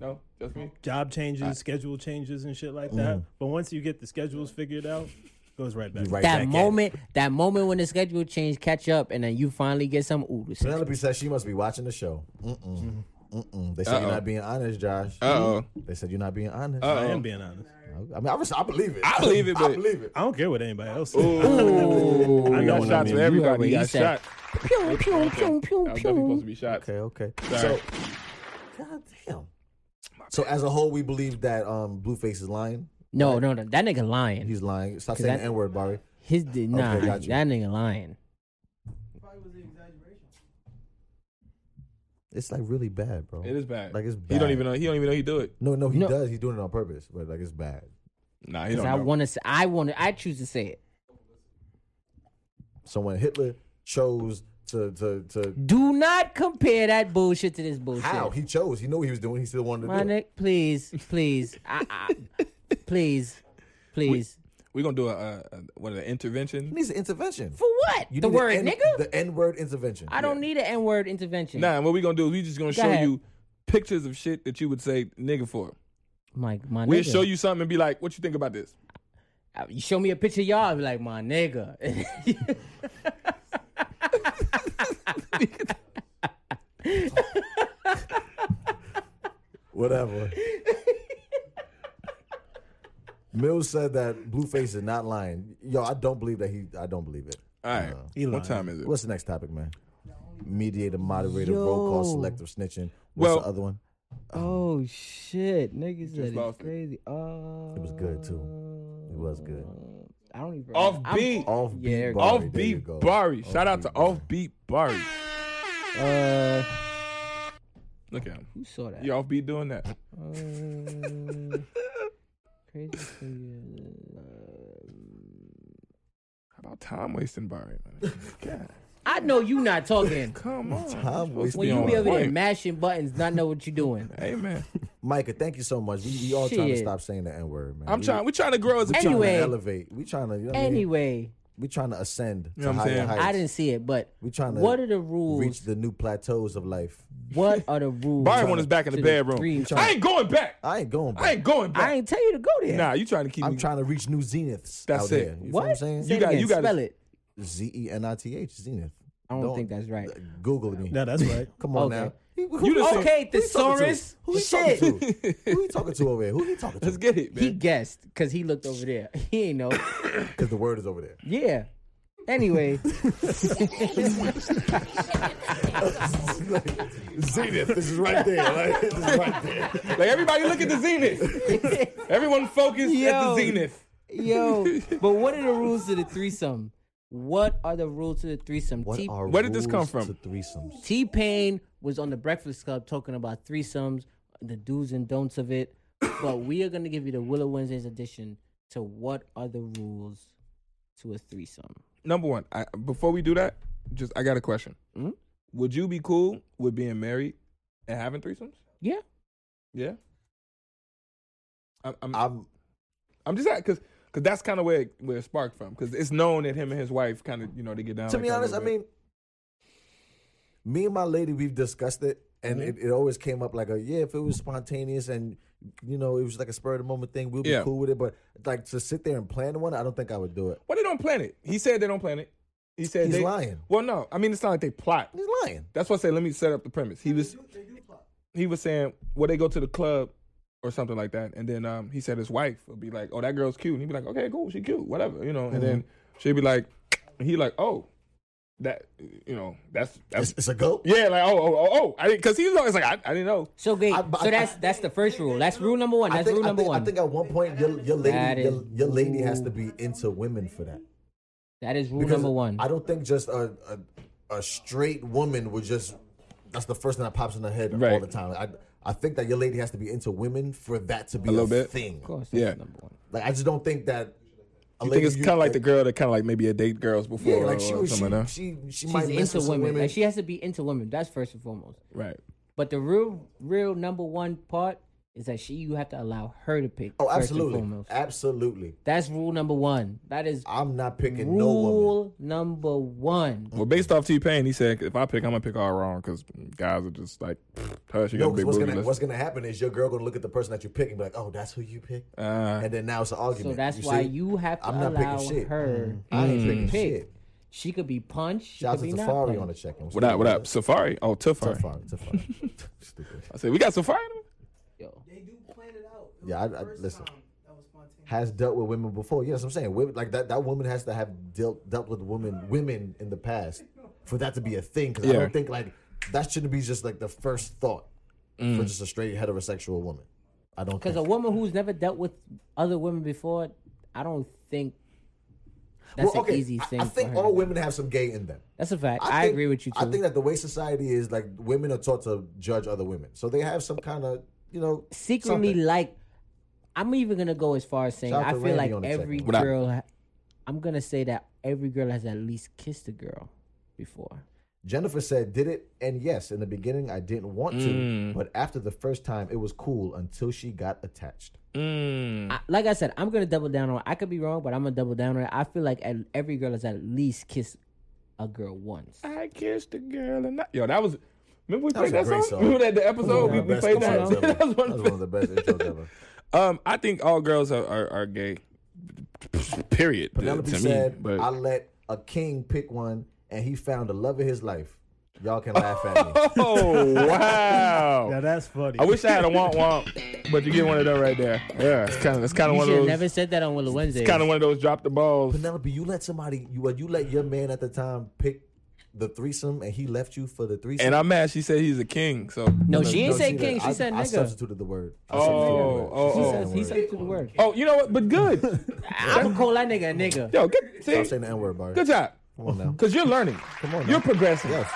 [SPEAKER 4] No, just me.
[SPEAKER 3] job changes, schedule changes, and shit like that.
[SPEAKER 4] Mm.
[SPEAKER 3] But once you get the schedules figured out, it goes right back.
[SPEAKER 1] Right back
[SPEAKER 2] That
[SPEAKER 1] at
[SPEAKER 2] moment, that moment when the schedule change catch up, and then you finally get some. Ooh, this
[SPEAKER 1] it. Penelope says she must be watching the show. Mm-mm. Mm-mm. They said
[SPEAKER 4] Uh-oh.
[SPEAKER 1] you're not being honest, Josh.
[SPEAKER 4] Uh-oh.
[SPEAKER 1] They said you're not being honest.
[SPEAKER 4] Uh-oh.
[SPEAKER 3] I am being honest.
[SPEAKER 1] I mean, I, res- I believe it.
[SPEAKER 4] I believe it, but-
[SPEAKER 1] I believe it.
[SPEAKER 3] I don't care what anybody else says.
[SPEAKER 4] Ooh,
[SPEAKER 3] I
[SPEAKER 4] I
[SPEAKER 3] know
[SPEAKER 4] got
[SPEAKER 3] what I
[SPEAKER 4] shots
[SPEAKER 3] mean.
[SPEAKER 4] with
[SPEAKER 3] You
[SPEAKER 4] everybody.
[SPEAKER 2] already
[SPEAKER 4] He got
[SPEAKER 2] said-
[SPEAKER 4] shot.
[SPEAKER 2] Pew, pew, pew, pew,
[SPEAKER 4] That was definitely supposed to
[SPEAKER 2] pew.
[SPEAKER 4] be shot.
[SPEAKER 1] Okay, okay.
[SPEAKER 4] Sorry.
[SPEAKER 1] So, God damn. So as a whole, we believe that um, Blueface is lying.
[SPEAKER 2] No, no, no. That nigga lying.
[SPEAKER 1] He's lying. Stop
[SPEAKER 2] 'Cause
[SPEAKER 1] saying
[SPEAKER 2] that-
[SPEAKER 1] the N word, Barry.
[SPEAKER 2] His did nah.
[SPEAKER 1] got you.
[SPEAKER 2] that nigga lying.
[SPEAKER 1] It's like really bad, bro.
[SPEAKER 4] It is bad.
[SPEAKER 1] Like it's bad.
[SPEAKER 4] He don't even know. He don't even know he do it.
[SPEAKER 1] No, no, he
[SPEAKER 2] No.
[SPEAKER 1] does. He's doing it on purpose, but like it's bad.
[SPEAKER 4] Nah, he
[SPEAKER 2] 'Cause
[SPEAKER 4] don't
[SPEAKER 2] I
[SPEAKER 4] know.
[SPEAKER 2] want to. I want to. I choose to say it.
[SPEAKER 1] So when Hitler chose to to to
[SPEAKER 2] Do not compare that bullshit to this bullshit.
[SPEAKER 1] how he chose, he knew what he was doing. He still wanted to
[SPEAKER 2] My
[SPEAKER 1] do it.
[SPEAKER 2] neck, please, please, I, I, please, please.
[SPEAKER 4] We're gonna do a, a, a what an intervention.
[SPEAKER 1] He needs an intervention.
[SPEAKER 2] For what?
[SPEAKER 1] You
[SPEAKER 2] the
[SPEAKER 1] need
[SPEAKER 2] word,
[SPEAKER 1] N-
[SPEAKER 2] nigga.
[SPEAKER 1] The N word intervention.
[SPEAKER 2] I don't need an N word intervention.
[SPEAKER 4] Nah, what we gonna do is we just gonna show
[SPEAKER 2] ahead.
[SPEAKER 4] you pictures of shit that you would say nigga for.
[SPEAKER 2] My, my
[SPEAKER 4] We'll
[SPEAKER 2] nigga.
[SPEAKER 4] show you something and be like, what you think about this?
[SPEAKER 2] Uh, You show me a picture, of y'all I be like, my nigga.
[SPEAKER 1] Whatever. Mills said that Blueface is not lying. Yo, I don't believe that he. I don't believe it.
[SPEAKER 4] All right.
[SPEAKER 3] He
[SPEAKER 4] what
[SPEAKER 3] lying.
[SPEAKER 4] time is it?
[SPEAKER 1] What's the next topic, man? Mediator, moderator, roll call,
[SPEAKER 2] Yo.
[SPEAKER 1] selective snitching. What's
[SPEAKER 4] Well-
[SPEAKER 1] the other one?
[SPEAKER 2] oh shit, niggas
[SPEAKER 4] just
[SPEAKER 2] that is
[SPEAKER 4] lost it.
[SPEAKER 2] crazy. Oh,
[SPEAKER 1] It was good too. It was good.
[SPEAKER 2] I don't even.
[SPEAKER 4] Off
[SPEAKER 2] I'm-
[SPEAKER 4] beat.
[SPEAKER 1] Off beat,
[SPEAKER 2] Yeah,
[SPEAKER 1] Barry.
[SPEAKER 4] Off
[SPEAKER 1] there you
[SPEAKER 4] beat
[SPEAKER 1] go.
[SPEAKER 4] Bari. Shout out to
[SPEAKER 1] Offbeat
[SPEAKER 4] Off beat Bari.
[SPEAKER 2] Uh,
[SPEAKER 4] Look at him.
[SPEAKER 2] who saw that?
[SPEAKER 4] You off beat doing that.
[SPEAKER 2] Uh, crazy thing.
[SPEAKER 4] How about time wasting Bari, man? God,
[SPEAKER 2] I know you not talking.
[SPEAKER 4] come on.
[SPEAKER 1] Time
[SPEAKER 4] You're supposed to
[SPEAKER 1] wasting
[SPEAKER 2] When you
[SPEAKER 4] on
[SPEAKER 2] be over there
[SPEAKER 4] point.
[SPEAKER 2] mashing buttons, not know what you doing.
[SPEAKER 4] Hey man.
[SPEAKER 1] Micah, thank you so much. We, we all trying to
[SPEAKER 2] Shit.
[SPEAKER 1] stop saying the N word, man.
[SPEAKER 4] I'm
[SPEAKER 1] we,
[SPEAKER 4] trying we're trying to grow as a
[SPEAKER 1] We
[SPEAKER 4] team.
[SPEAKER 1] trying
[SPEAKER 2] Anyway.
[SPEAKER 1] to elevate. We trying to. You know what I mean?
[SPEAKER 2] Anyway,
[SPEAKER 1] we trying to ascend
[SPEAKER 4] You
[SPEAKER 1] to
[SPEAKER 4] know what I'm
[SPEAKER 1] higher
[SPEAKER 4] saying?
[SPEAKER 1] heights.
[SPEAKER 2] I didn't see it, but
[SPEAKER 1] We tryna
[SPEAKER 2] What are the
[SPEAKER 1] reach
[SPEAKER 2] rules?
[SPEAKER 1] the new plateaus of life.
[SPEAKER 2] What are the rules?
[SPEAKER 4] Bari want us back in
[SPEAKER 2] to
[SPEAKER 4] the
[SPEAKER 2] the
[SPEAKER 4] bedroom.
[SPEAKER 2] three-
[SPEAKER 4] I ain't going back.
[SPEAKER 1] I ain't going. Back.
[SPEAKER 4] I ain't going back.
[SPEAKER 2] I ain't tell you to go there.
[SPEAKER 4] Nah, you trying to keep
[SPEAKER 1] I'm
[SPEAKER 4] me.
[SPEAKER 1] trying to reach new zeniths
[SPEAKER 4] That's
[SPEAKER 1] out
[SPEAKER 4] it.
[SPEAKER 1] here. You
[SPEAKER 2] what?
[SPEAKER 1] know what I'm saying?
[SPEAKER 2] Say
[SPEAKER 4] You
[SPEAKER 2] it
[SPEAKER 4] got-
[SPEAKER 2] again.
[SPEAKER 4] you gotta-
[SPEAKER 2] spell it.
[SPEAKER 1] Z e n i t h zenith.
[SPEAKER 2] I don't, think that's right.
[SPEAKER 1] Google me.
[SPEAKER 3] No, that's right.
[SPEAKER 1] Come on
[SPEAKER 2] Okay.
[SPEAKER 1] now. He- who-
[SPEAKER 4] You just-
[SPEAKER 1] who
[SPEAKER 2] Okay,
[SPEAKER 1] he talking to?
[SPEAKER 2] thesaurus.
[SPEAKER 1] Who he
[SPEAKER 2] Shit.
[SPEAKER 1] talking to? Who he talking to over here? Who he talking
[SPEAKER 4] Let's
[SPEAKER 1] to?
[SPEAKER 4] get it,
[SPEAKER 2] He
[SPEAKER 4] man.
[SPEAKER 2] guessed because he looked over there. He ain't know.
[SPEAKER 1] Because the word is over there.
[SPEAKER 2] yeah. Anyway,
[SPEAKER 1] Zenith, this is right there. Like, this is right there.
[SPEAKER 4] Like everybody look at the zenith. Everyone focus at the
[SPEAKER 2] Yo.
[SPEAKER 4] zenith.
[SPEAKER 2] yo, but what are the rules to the threesome? What are the rules to the threesome?
[SPEAKER 1] What
[SPEAKER 2] T-
[SPEAKER 1] are
[SPEAKER 4] Where did this
[SPEAKER 1] rules
[SPEAKER 4] come
[SPEAKER 1] To
[SPEAKER 4] from?
[SPEAKER 1] threesomes.
[SPEAKER 2] T Pain was on the Breakfast Club talking about threesomes, the do's and don'ts of it. but we are going to give you the Willow Wednesdays edition to what are the rules to a threesome.
[SPEAKER 4] Number one, I, before we do that, just I got a question.
[SPEAKER 1] Mm-hmm.
[SPEAKER 4] Would you be cool with being married and having threesomes?
[SPEAKER 2] Yeah.
[SPEAKER 4] Yeah. I'm I'm,
[SPEAKER 1] I'm
[SPEAKER 4] I'm just because because that's kind of where it, where it sparked from because it's known that him and his wife kind of you know they get down.
[SPEAKER 1] to
[SPEAKER 4] like
[SPEAKER 1] be
[SPEAKER 4] that a
[SPEAKER 1] honest, I
[SPEAKER 4] little
[SPEAKER 1] mean, me and my lady, we've discussed it, and
[SPEAKER 4] Mm-hmm.
[SPEAKER 1] it, it always came up like a yeah. If it was spontaneous and you know it was like a spur of the moment thing, we'll be
[SPEAKER 4] Yeah.
[SPEAKER 1] cool with it. But like to sit there and plan one, I don't think I would do it.
[SPEAKER 4] Well, they don't plan it. He said they don't plan it. He said
[SPEAKER 1] He's
[SPEAKER 4] they,
[SPEAKER 1] lying.
[SPEAKER 4] Well, no, I mean it's not like they plot.
[SPEAKER 1] He's lying.
[SPEAKER 4] That's why I say let me set up the premise. He was he was saying well they go to the club or something like that, and then um, he said his wife would be like, oh that girl's cute, and he'd be like, okay cool, she cute, whatever, you know, and then
[SPEAKER 1] Mm-hmm.
[SPEAKER 4] she'd be like, and he like oh that you know that's
[SPEAKER 1] It's,
[SPEAKER 4] that's
[SPEAKER 1] it's a go.
[SPEAKER 4] yeah like oh oh oh, oh. I didn't because he's always like I, I didn't know.
[SPEAKER 2] So great.
[SPEAKER 1] I- but
[SPEAKER 2] so
[SPEAKER 1] I-
[SPEAKER 2] that's
[SPEAKER 1] I-
[SPEAKER 2] that's the first rule. That's rule number one.
[SPEAKER 1] I
[SPEAKER 2] That's
[SPEAKER 1] think,
[SPEAKER 2] rule
[SPEAKER 1] I,
[SPEAKER 2] number
[SPEAKER 1] think, I
[SPEAKER 2] one.
[SPEAKER 1] think at one point your your
[SPEAKER 2] That
[SPEAKER 1] lady
[SPEAKER 2] is-
[SPEAKER 1] your, your lady has to be into women for that.
[SPEAKER 2] That is rule
[SPEAKER 1] Because
[SPEAKER 2] number one.
[SPEAKER 1] I don't think just a, a a straight woman would just. That's the first thing that pops in her head all
[SPEAKER 4] Right.
[SPEAKER 1] the time. I I think that your lady has to be into women for that to be a,
[SPEAKER 4] little bit.
[SPEAKER 1] thing.
[SPEAKER 2] of course,
[SPEAKER 4] Yeah.
[SPEAKER 2] that's number one.
[SPEAKER 1] Like I just don't think that. A
[SPEAKER 4] You think it's kind of like the girl that kind of like maybe a date girls before
[SPEAKER 1] Yeah, like she
[SPEAKER 4] or
[SPEAKER 1] was
[SPEAKER 4] something like that.
[SPEAKER 1] she, she she might
[SPEAKER 2] She's
[SPEAKER 1] mess
[SPEAKER 2] into
[SPEAKER 1] with some
[SPEAKER 2] women.
[SPEAKER 1] women.
[SPEAKER 2] Like, she has to be into women. That's first and foremost.
[SPEAKER 4] Right.
[SPEAKER 2] But the real real number one part is that she you have to allow her to pick.
[SPEAKER 1] oh,
[SPEAKER 2] first and
[SPEAKER 1] absolutely,
[SPEAKER 2] foremost.
[SPEAKER 1] absolutely.
[SPEAKER 2] That's rule number one. That is
[SPEAKER 1] I'm not picking no woman.
[SPEAKER 2] rule number one.
[SPEAKER 4] Well, based off T Pain, he said if I pick, I'm gonna pick all wrong because guys are just like, "Pfft, her, she got
[SPEAKER 1] No,
[SPEAKER 4] a big
[SPEAKER 1] 'cause what's
[SPEAKER 4] booty.
[SPEAKER 1] gonna
[SPEAKER 4] let's-"
[SPEAKER 1] what's gonna happen is your girl gonna look at the person that you pick and be like, oh, that's who you pick,
[SPEAKER 4] Uh,
[SPEAKER 1] and then now it's an argument.
[SPEAKER 2] So that's
[SPEAKER 1] You
[SPEAKER 2] why
[SPEAKER 1] see?
[SPEAKER 2] you have to
[SPEAKER 1] I'm not picking
[SPEAKER 2] allow
[SPEAKER 4] Mm-hmm.
[SPEAKER 1] shit.
[SPEAKER 2] her
[SPEAKER 1] I ain't
[SPEAKER 2] to
[SPEAKER 1] picking
[SPEAKER 2] pick.
[SPEAKER 1] shit.
[SPEAKER 2] She could be punched. She
[SPEAKER 1] Shout out
[SPEAKER 2] could
[SPEAKER 1] to
[SPEAKER 2] be not
[SPEAKER 1] Safari
[SPEAKER 2] punched.
[SPEAKER 1] on the check in.
[SPEAKER 4] What up? What up? Safari? Oh, Tafari.
[SPEAKER 1] Safari. Safari. Stupid.
[SPEAKER 4] I said we got Safari. in there?
[SPEAKER 2] Yo.
[SPEAKER 6] They do plan it out. It was
[SPEAKER 1] Yeah, I-
[SPEAKER 6] the
[SPEAKER 1] I-
[SPEAKER 6] first
[SPEAKER 1] listen.
[SPEAKER 6] time That was spontaneous.
[SPEAKER 1] Has dealt with women before. Yes, I'm saying women like that. That woman has to have dealt dealt with women women in the past for that to be a thing. Because I
[SPEAKER 4] Yeah.
[SPEAKER 1] don't think like that shouldn't be just like the first thought for just a straight heterosexual woman. I don't
[SPEAKER 2] Because
[SPEAKER 1] think.
[SPEAKER 2] a woman who's never dealt with other women before, I don't think that's
[SPEAKER 1] Well,
[SPEAKER 2] an easy
[SPEAKER 1] I-
[SPEAKER 2] thing.
[SPEAKER 1] I, think
[SPEAKER 2] for her.
[SPEAKER 1] all women have some gay in them.
[SPEAKER 2] That's a fact. I,
[SPEAKER 1] think-
[SPEAKER 2] agree with you too.
[SPEAKER 1] I think that the way society is, like women are taught to judge other women, so they have some kind of you know
[SPEAKER 2] secretly
[SPEAKER 1] something.
[SPEAKER 2] like I'm even gonna go as far as saying
[SPEAKER 1] Shout out
[SPEAKER 2] I
[SPEAKER 1] to
[SPEAKER 2] feel
[SPEAKER 1] Randy on
[SPEAKER 2] like
[SPEAKER 1] the
[SPEAKER 2] every
[SPEAKER 1] check-in.
[SPEAKER 4] What up?
[SPEAKER 2] girl ha- I'm gonna say that every girl has at least kissed a girl before.
[SPEAKER 1] Jennifer said, "Did it?" And yes, in the beginning, I didn't want to,
[SPEAKER 4] Mm.
[SPEAKER 1] but after the first time, it was cool until she got attached.
[SPEAKER 4] Mm.
[SPEAKER 2] I, like I said, I'm gonna double down on it. I could be wrong, but I'm gonna double down on it. I feel like at, every girl has at least kissed a girl once.
[SPEAKER 4] I kissed a girl and I, yo, that was. Remember we
[SPEAKER 1] was
[SPEAKER 4] played
[SPEAKER 1] a
[SPEAKER 4] that
[SPEAKER 1] great
[SPEAKER 4] song?
[SPEAKER 1] song.
[SPEAKER 4] Remember that the
[SPEAKER 1] One
[SPEAKER 4] episode
[SPEAKER 1] of
[SPEAKER 4] Oh, we,
[SPEAKER 1] the
[SPEAKER 4] we
[SPEAKER 1] best
[SPEAKER 4] played that?
[SPEAKER 1] intros ever.
[SPEAKER 4] that was one
[SPEAKER 1] That
[SPEAKER 4] of
[SPEAKER 1] was
[SPEAKER 4] the-
[SPEAKER 1] one of the best intros ever.
[SPEAKER 4] um, I think all girls are, are, are gay. Period.
[SPEAKER 1] Penelope
[SPEAKER 4] to me,
[SPEAKER 1] said,
[SPEAKER 4] but
[SPEAKER 1] "I let a king pick one, and he found the love of his life." Y'all can laugh at me.
[SPEAKER 4] oh wow.
[SPEAKER 3] Now that's funny.
[SPEAKER 4] I wish I had a womp womp, but you get one of them right there. Yeah, it's kind of it's kind of
[SPEAKER 2] You
[SPEAKER 4] one
[SPEAKER 2] should
[SPEAKER 4] of
[SPEAKER 2] have
[SPEAKER 4] those.
[SPEAKER 2] never said that on Willow Wednesday.
[SPEAKER 4] it's kind of one of those drop the balls.
[SPEAKER 1] Penelope, you let somebody you well, you let your man at the time pick the threesome, and he left you for the threesome.
[SPEAKER 4] And I'm mad. She said he's a king. So
[SPEAKER 2] no, she ain't
[SPEAKER 1] No,
[SPEAKER 2] say
[SPEAKER 1] she
[SPEAKER 2] king. She
[SPEAKER 1] I,
[SPEAKER 2] said
[SPEAKER 1] I
[SPEAKER 2] nigga.
[SPEAKER 1] substituted the word. I
[SPEAKER 4] Oh,
[SPEAKER 1] substituted the word. She
[SPEAKER 4] oh, oh.
[SPEAKER 2] He
[SPEAKER 1] said
[SPEAKER 2] says-
[SPEAKER 1] the
[SPEAKER 2] He
[SPEAKER 1] word.
[SPEAKER 2] said to the word.
[SPEAKER 4] Oh, you know what? But good.
[SPEAKER 2] I'm gonna call that nigga a nigga.
[SPEAKER 4] Yo, get,
[SPEAKER 1] Stop
[SPEAKER 4] see,
[SPEAKER 1] saying the N word, Bart.
[SPEAKER 4] good job.
[SPEAKER 1] Come on now.
[SPEAKER 4] Cause you're learning.
[SPEAKER 1] Come on now.
[SPEAKER 4] You're progressing.
[SPEAKER 1] Yes.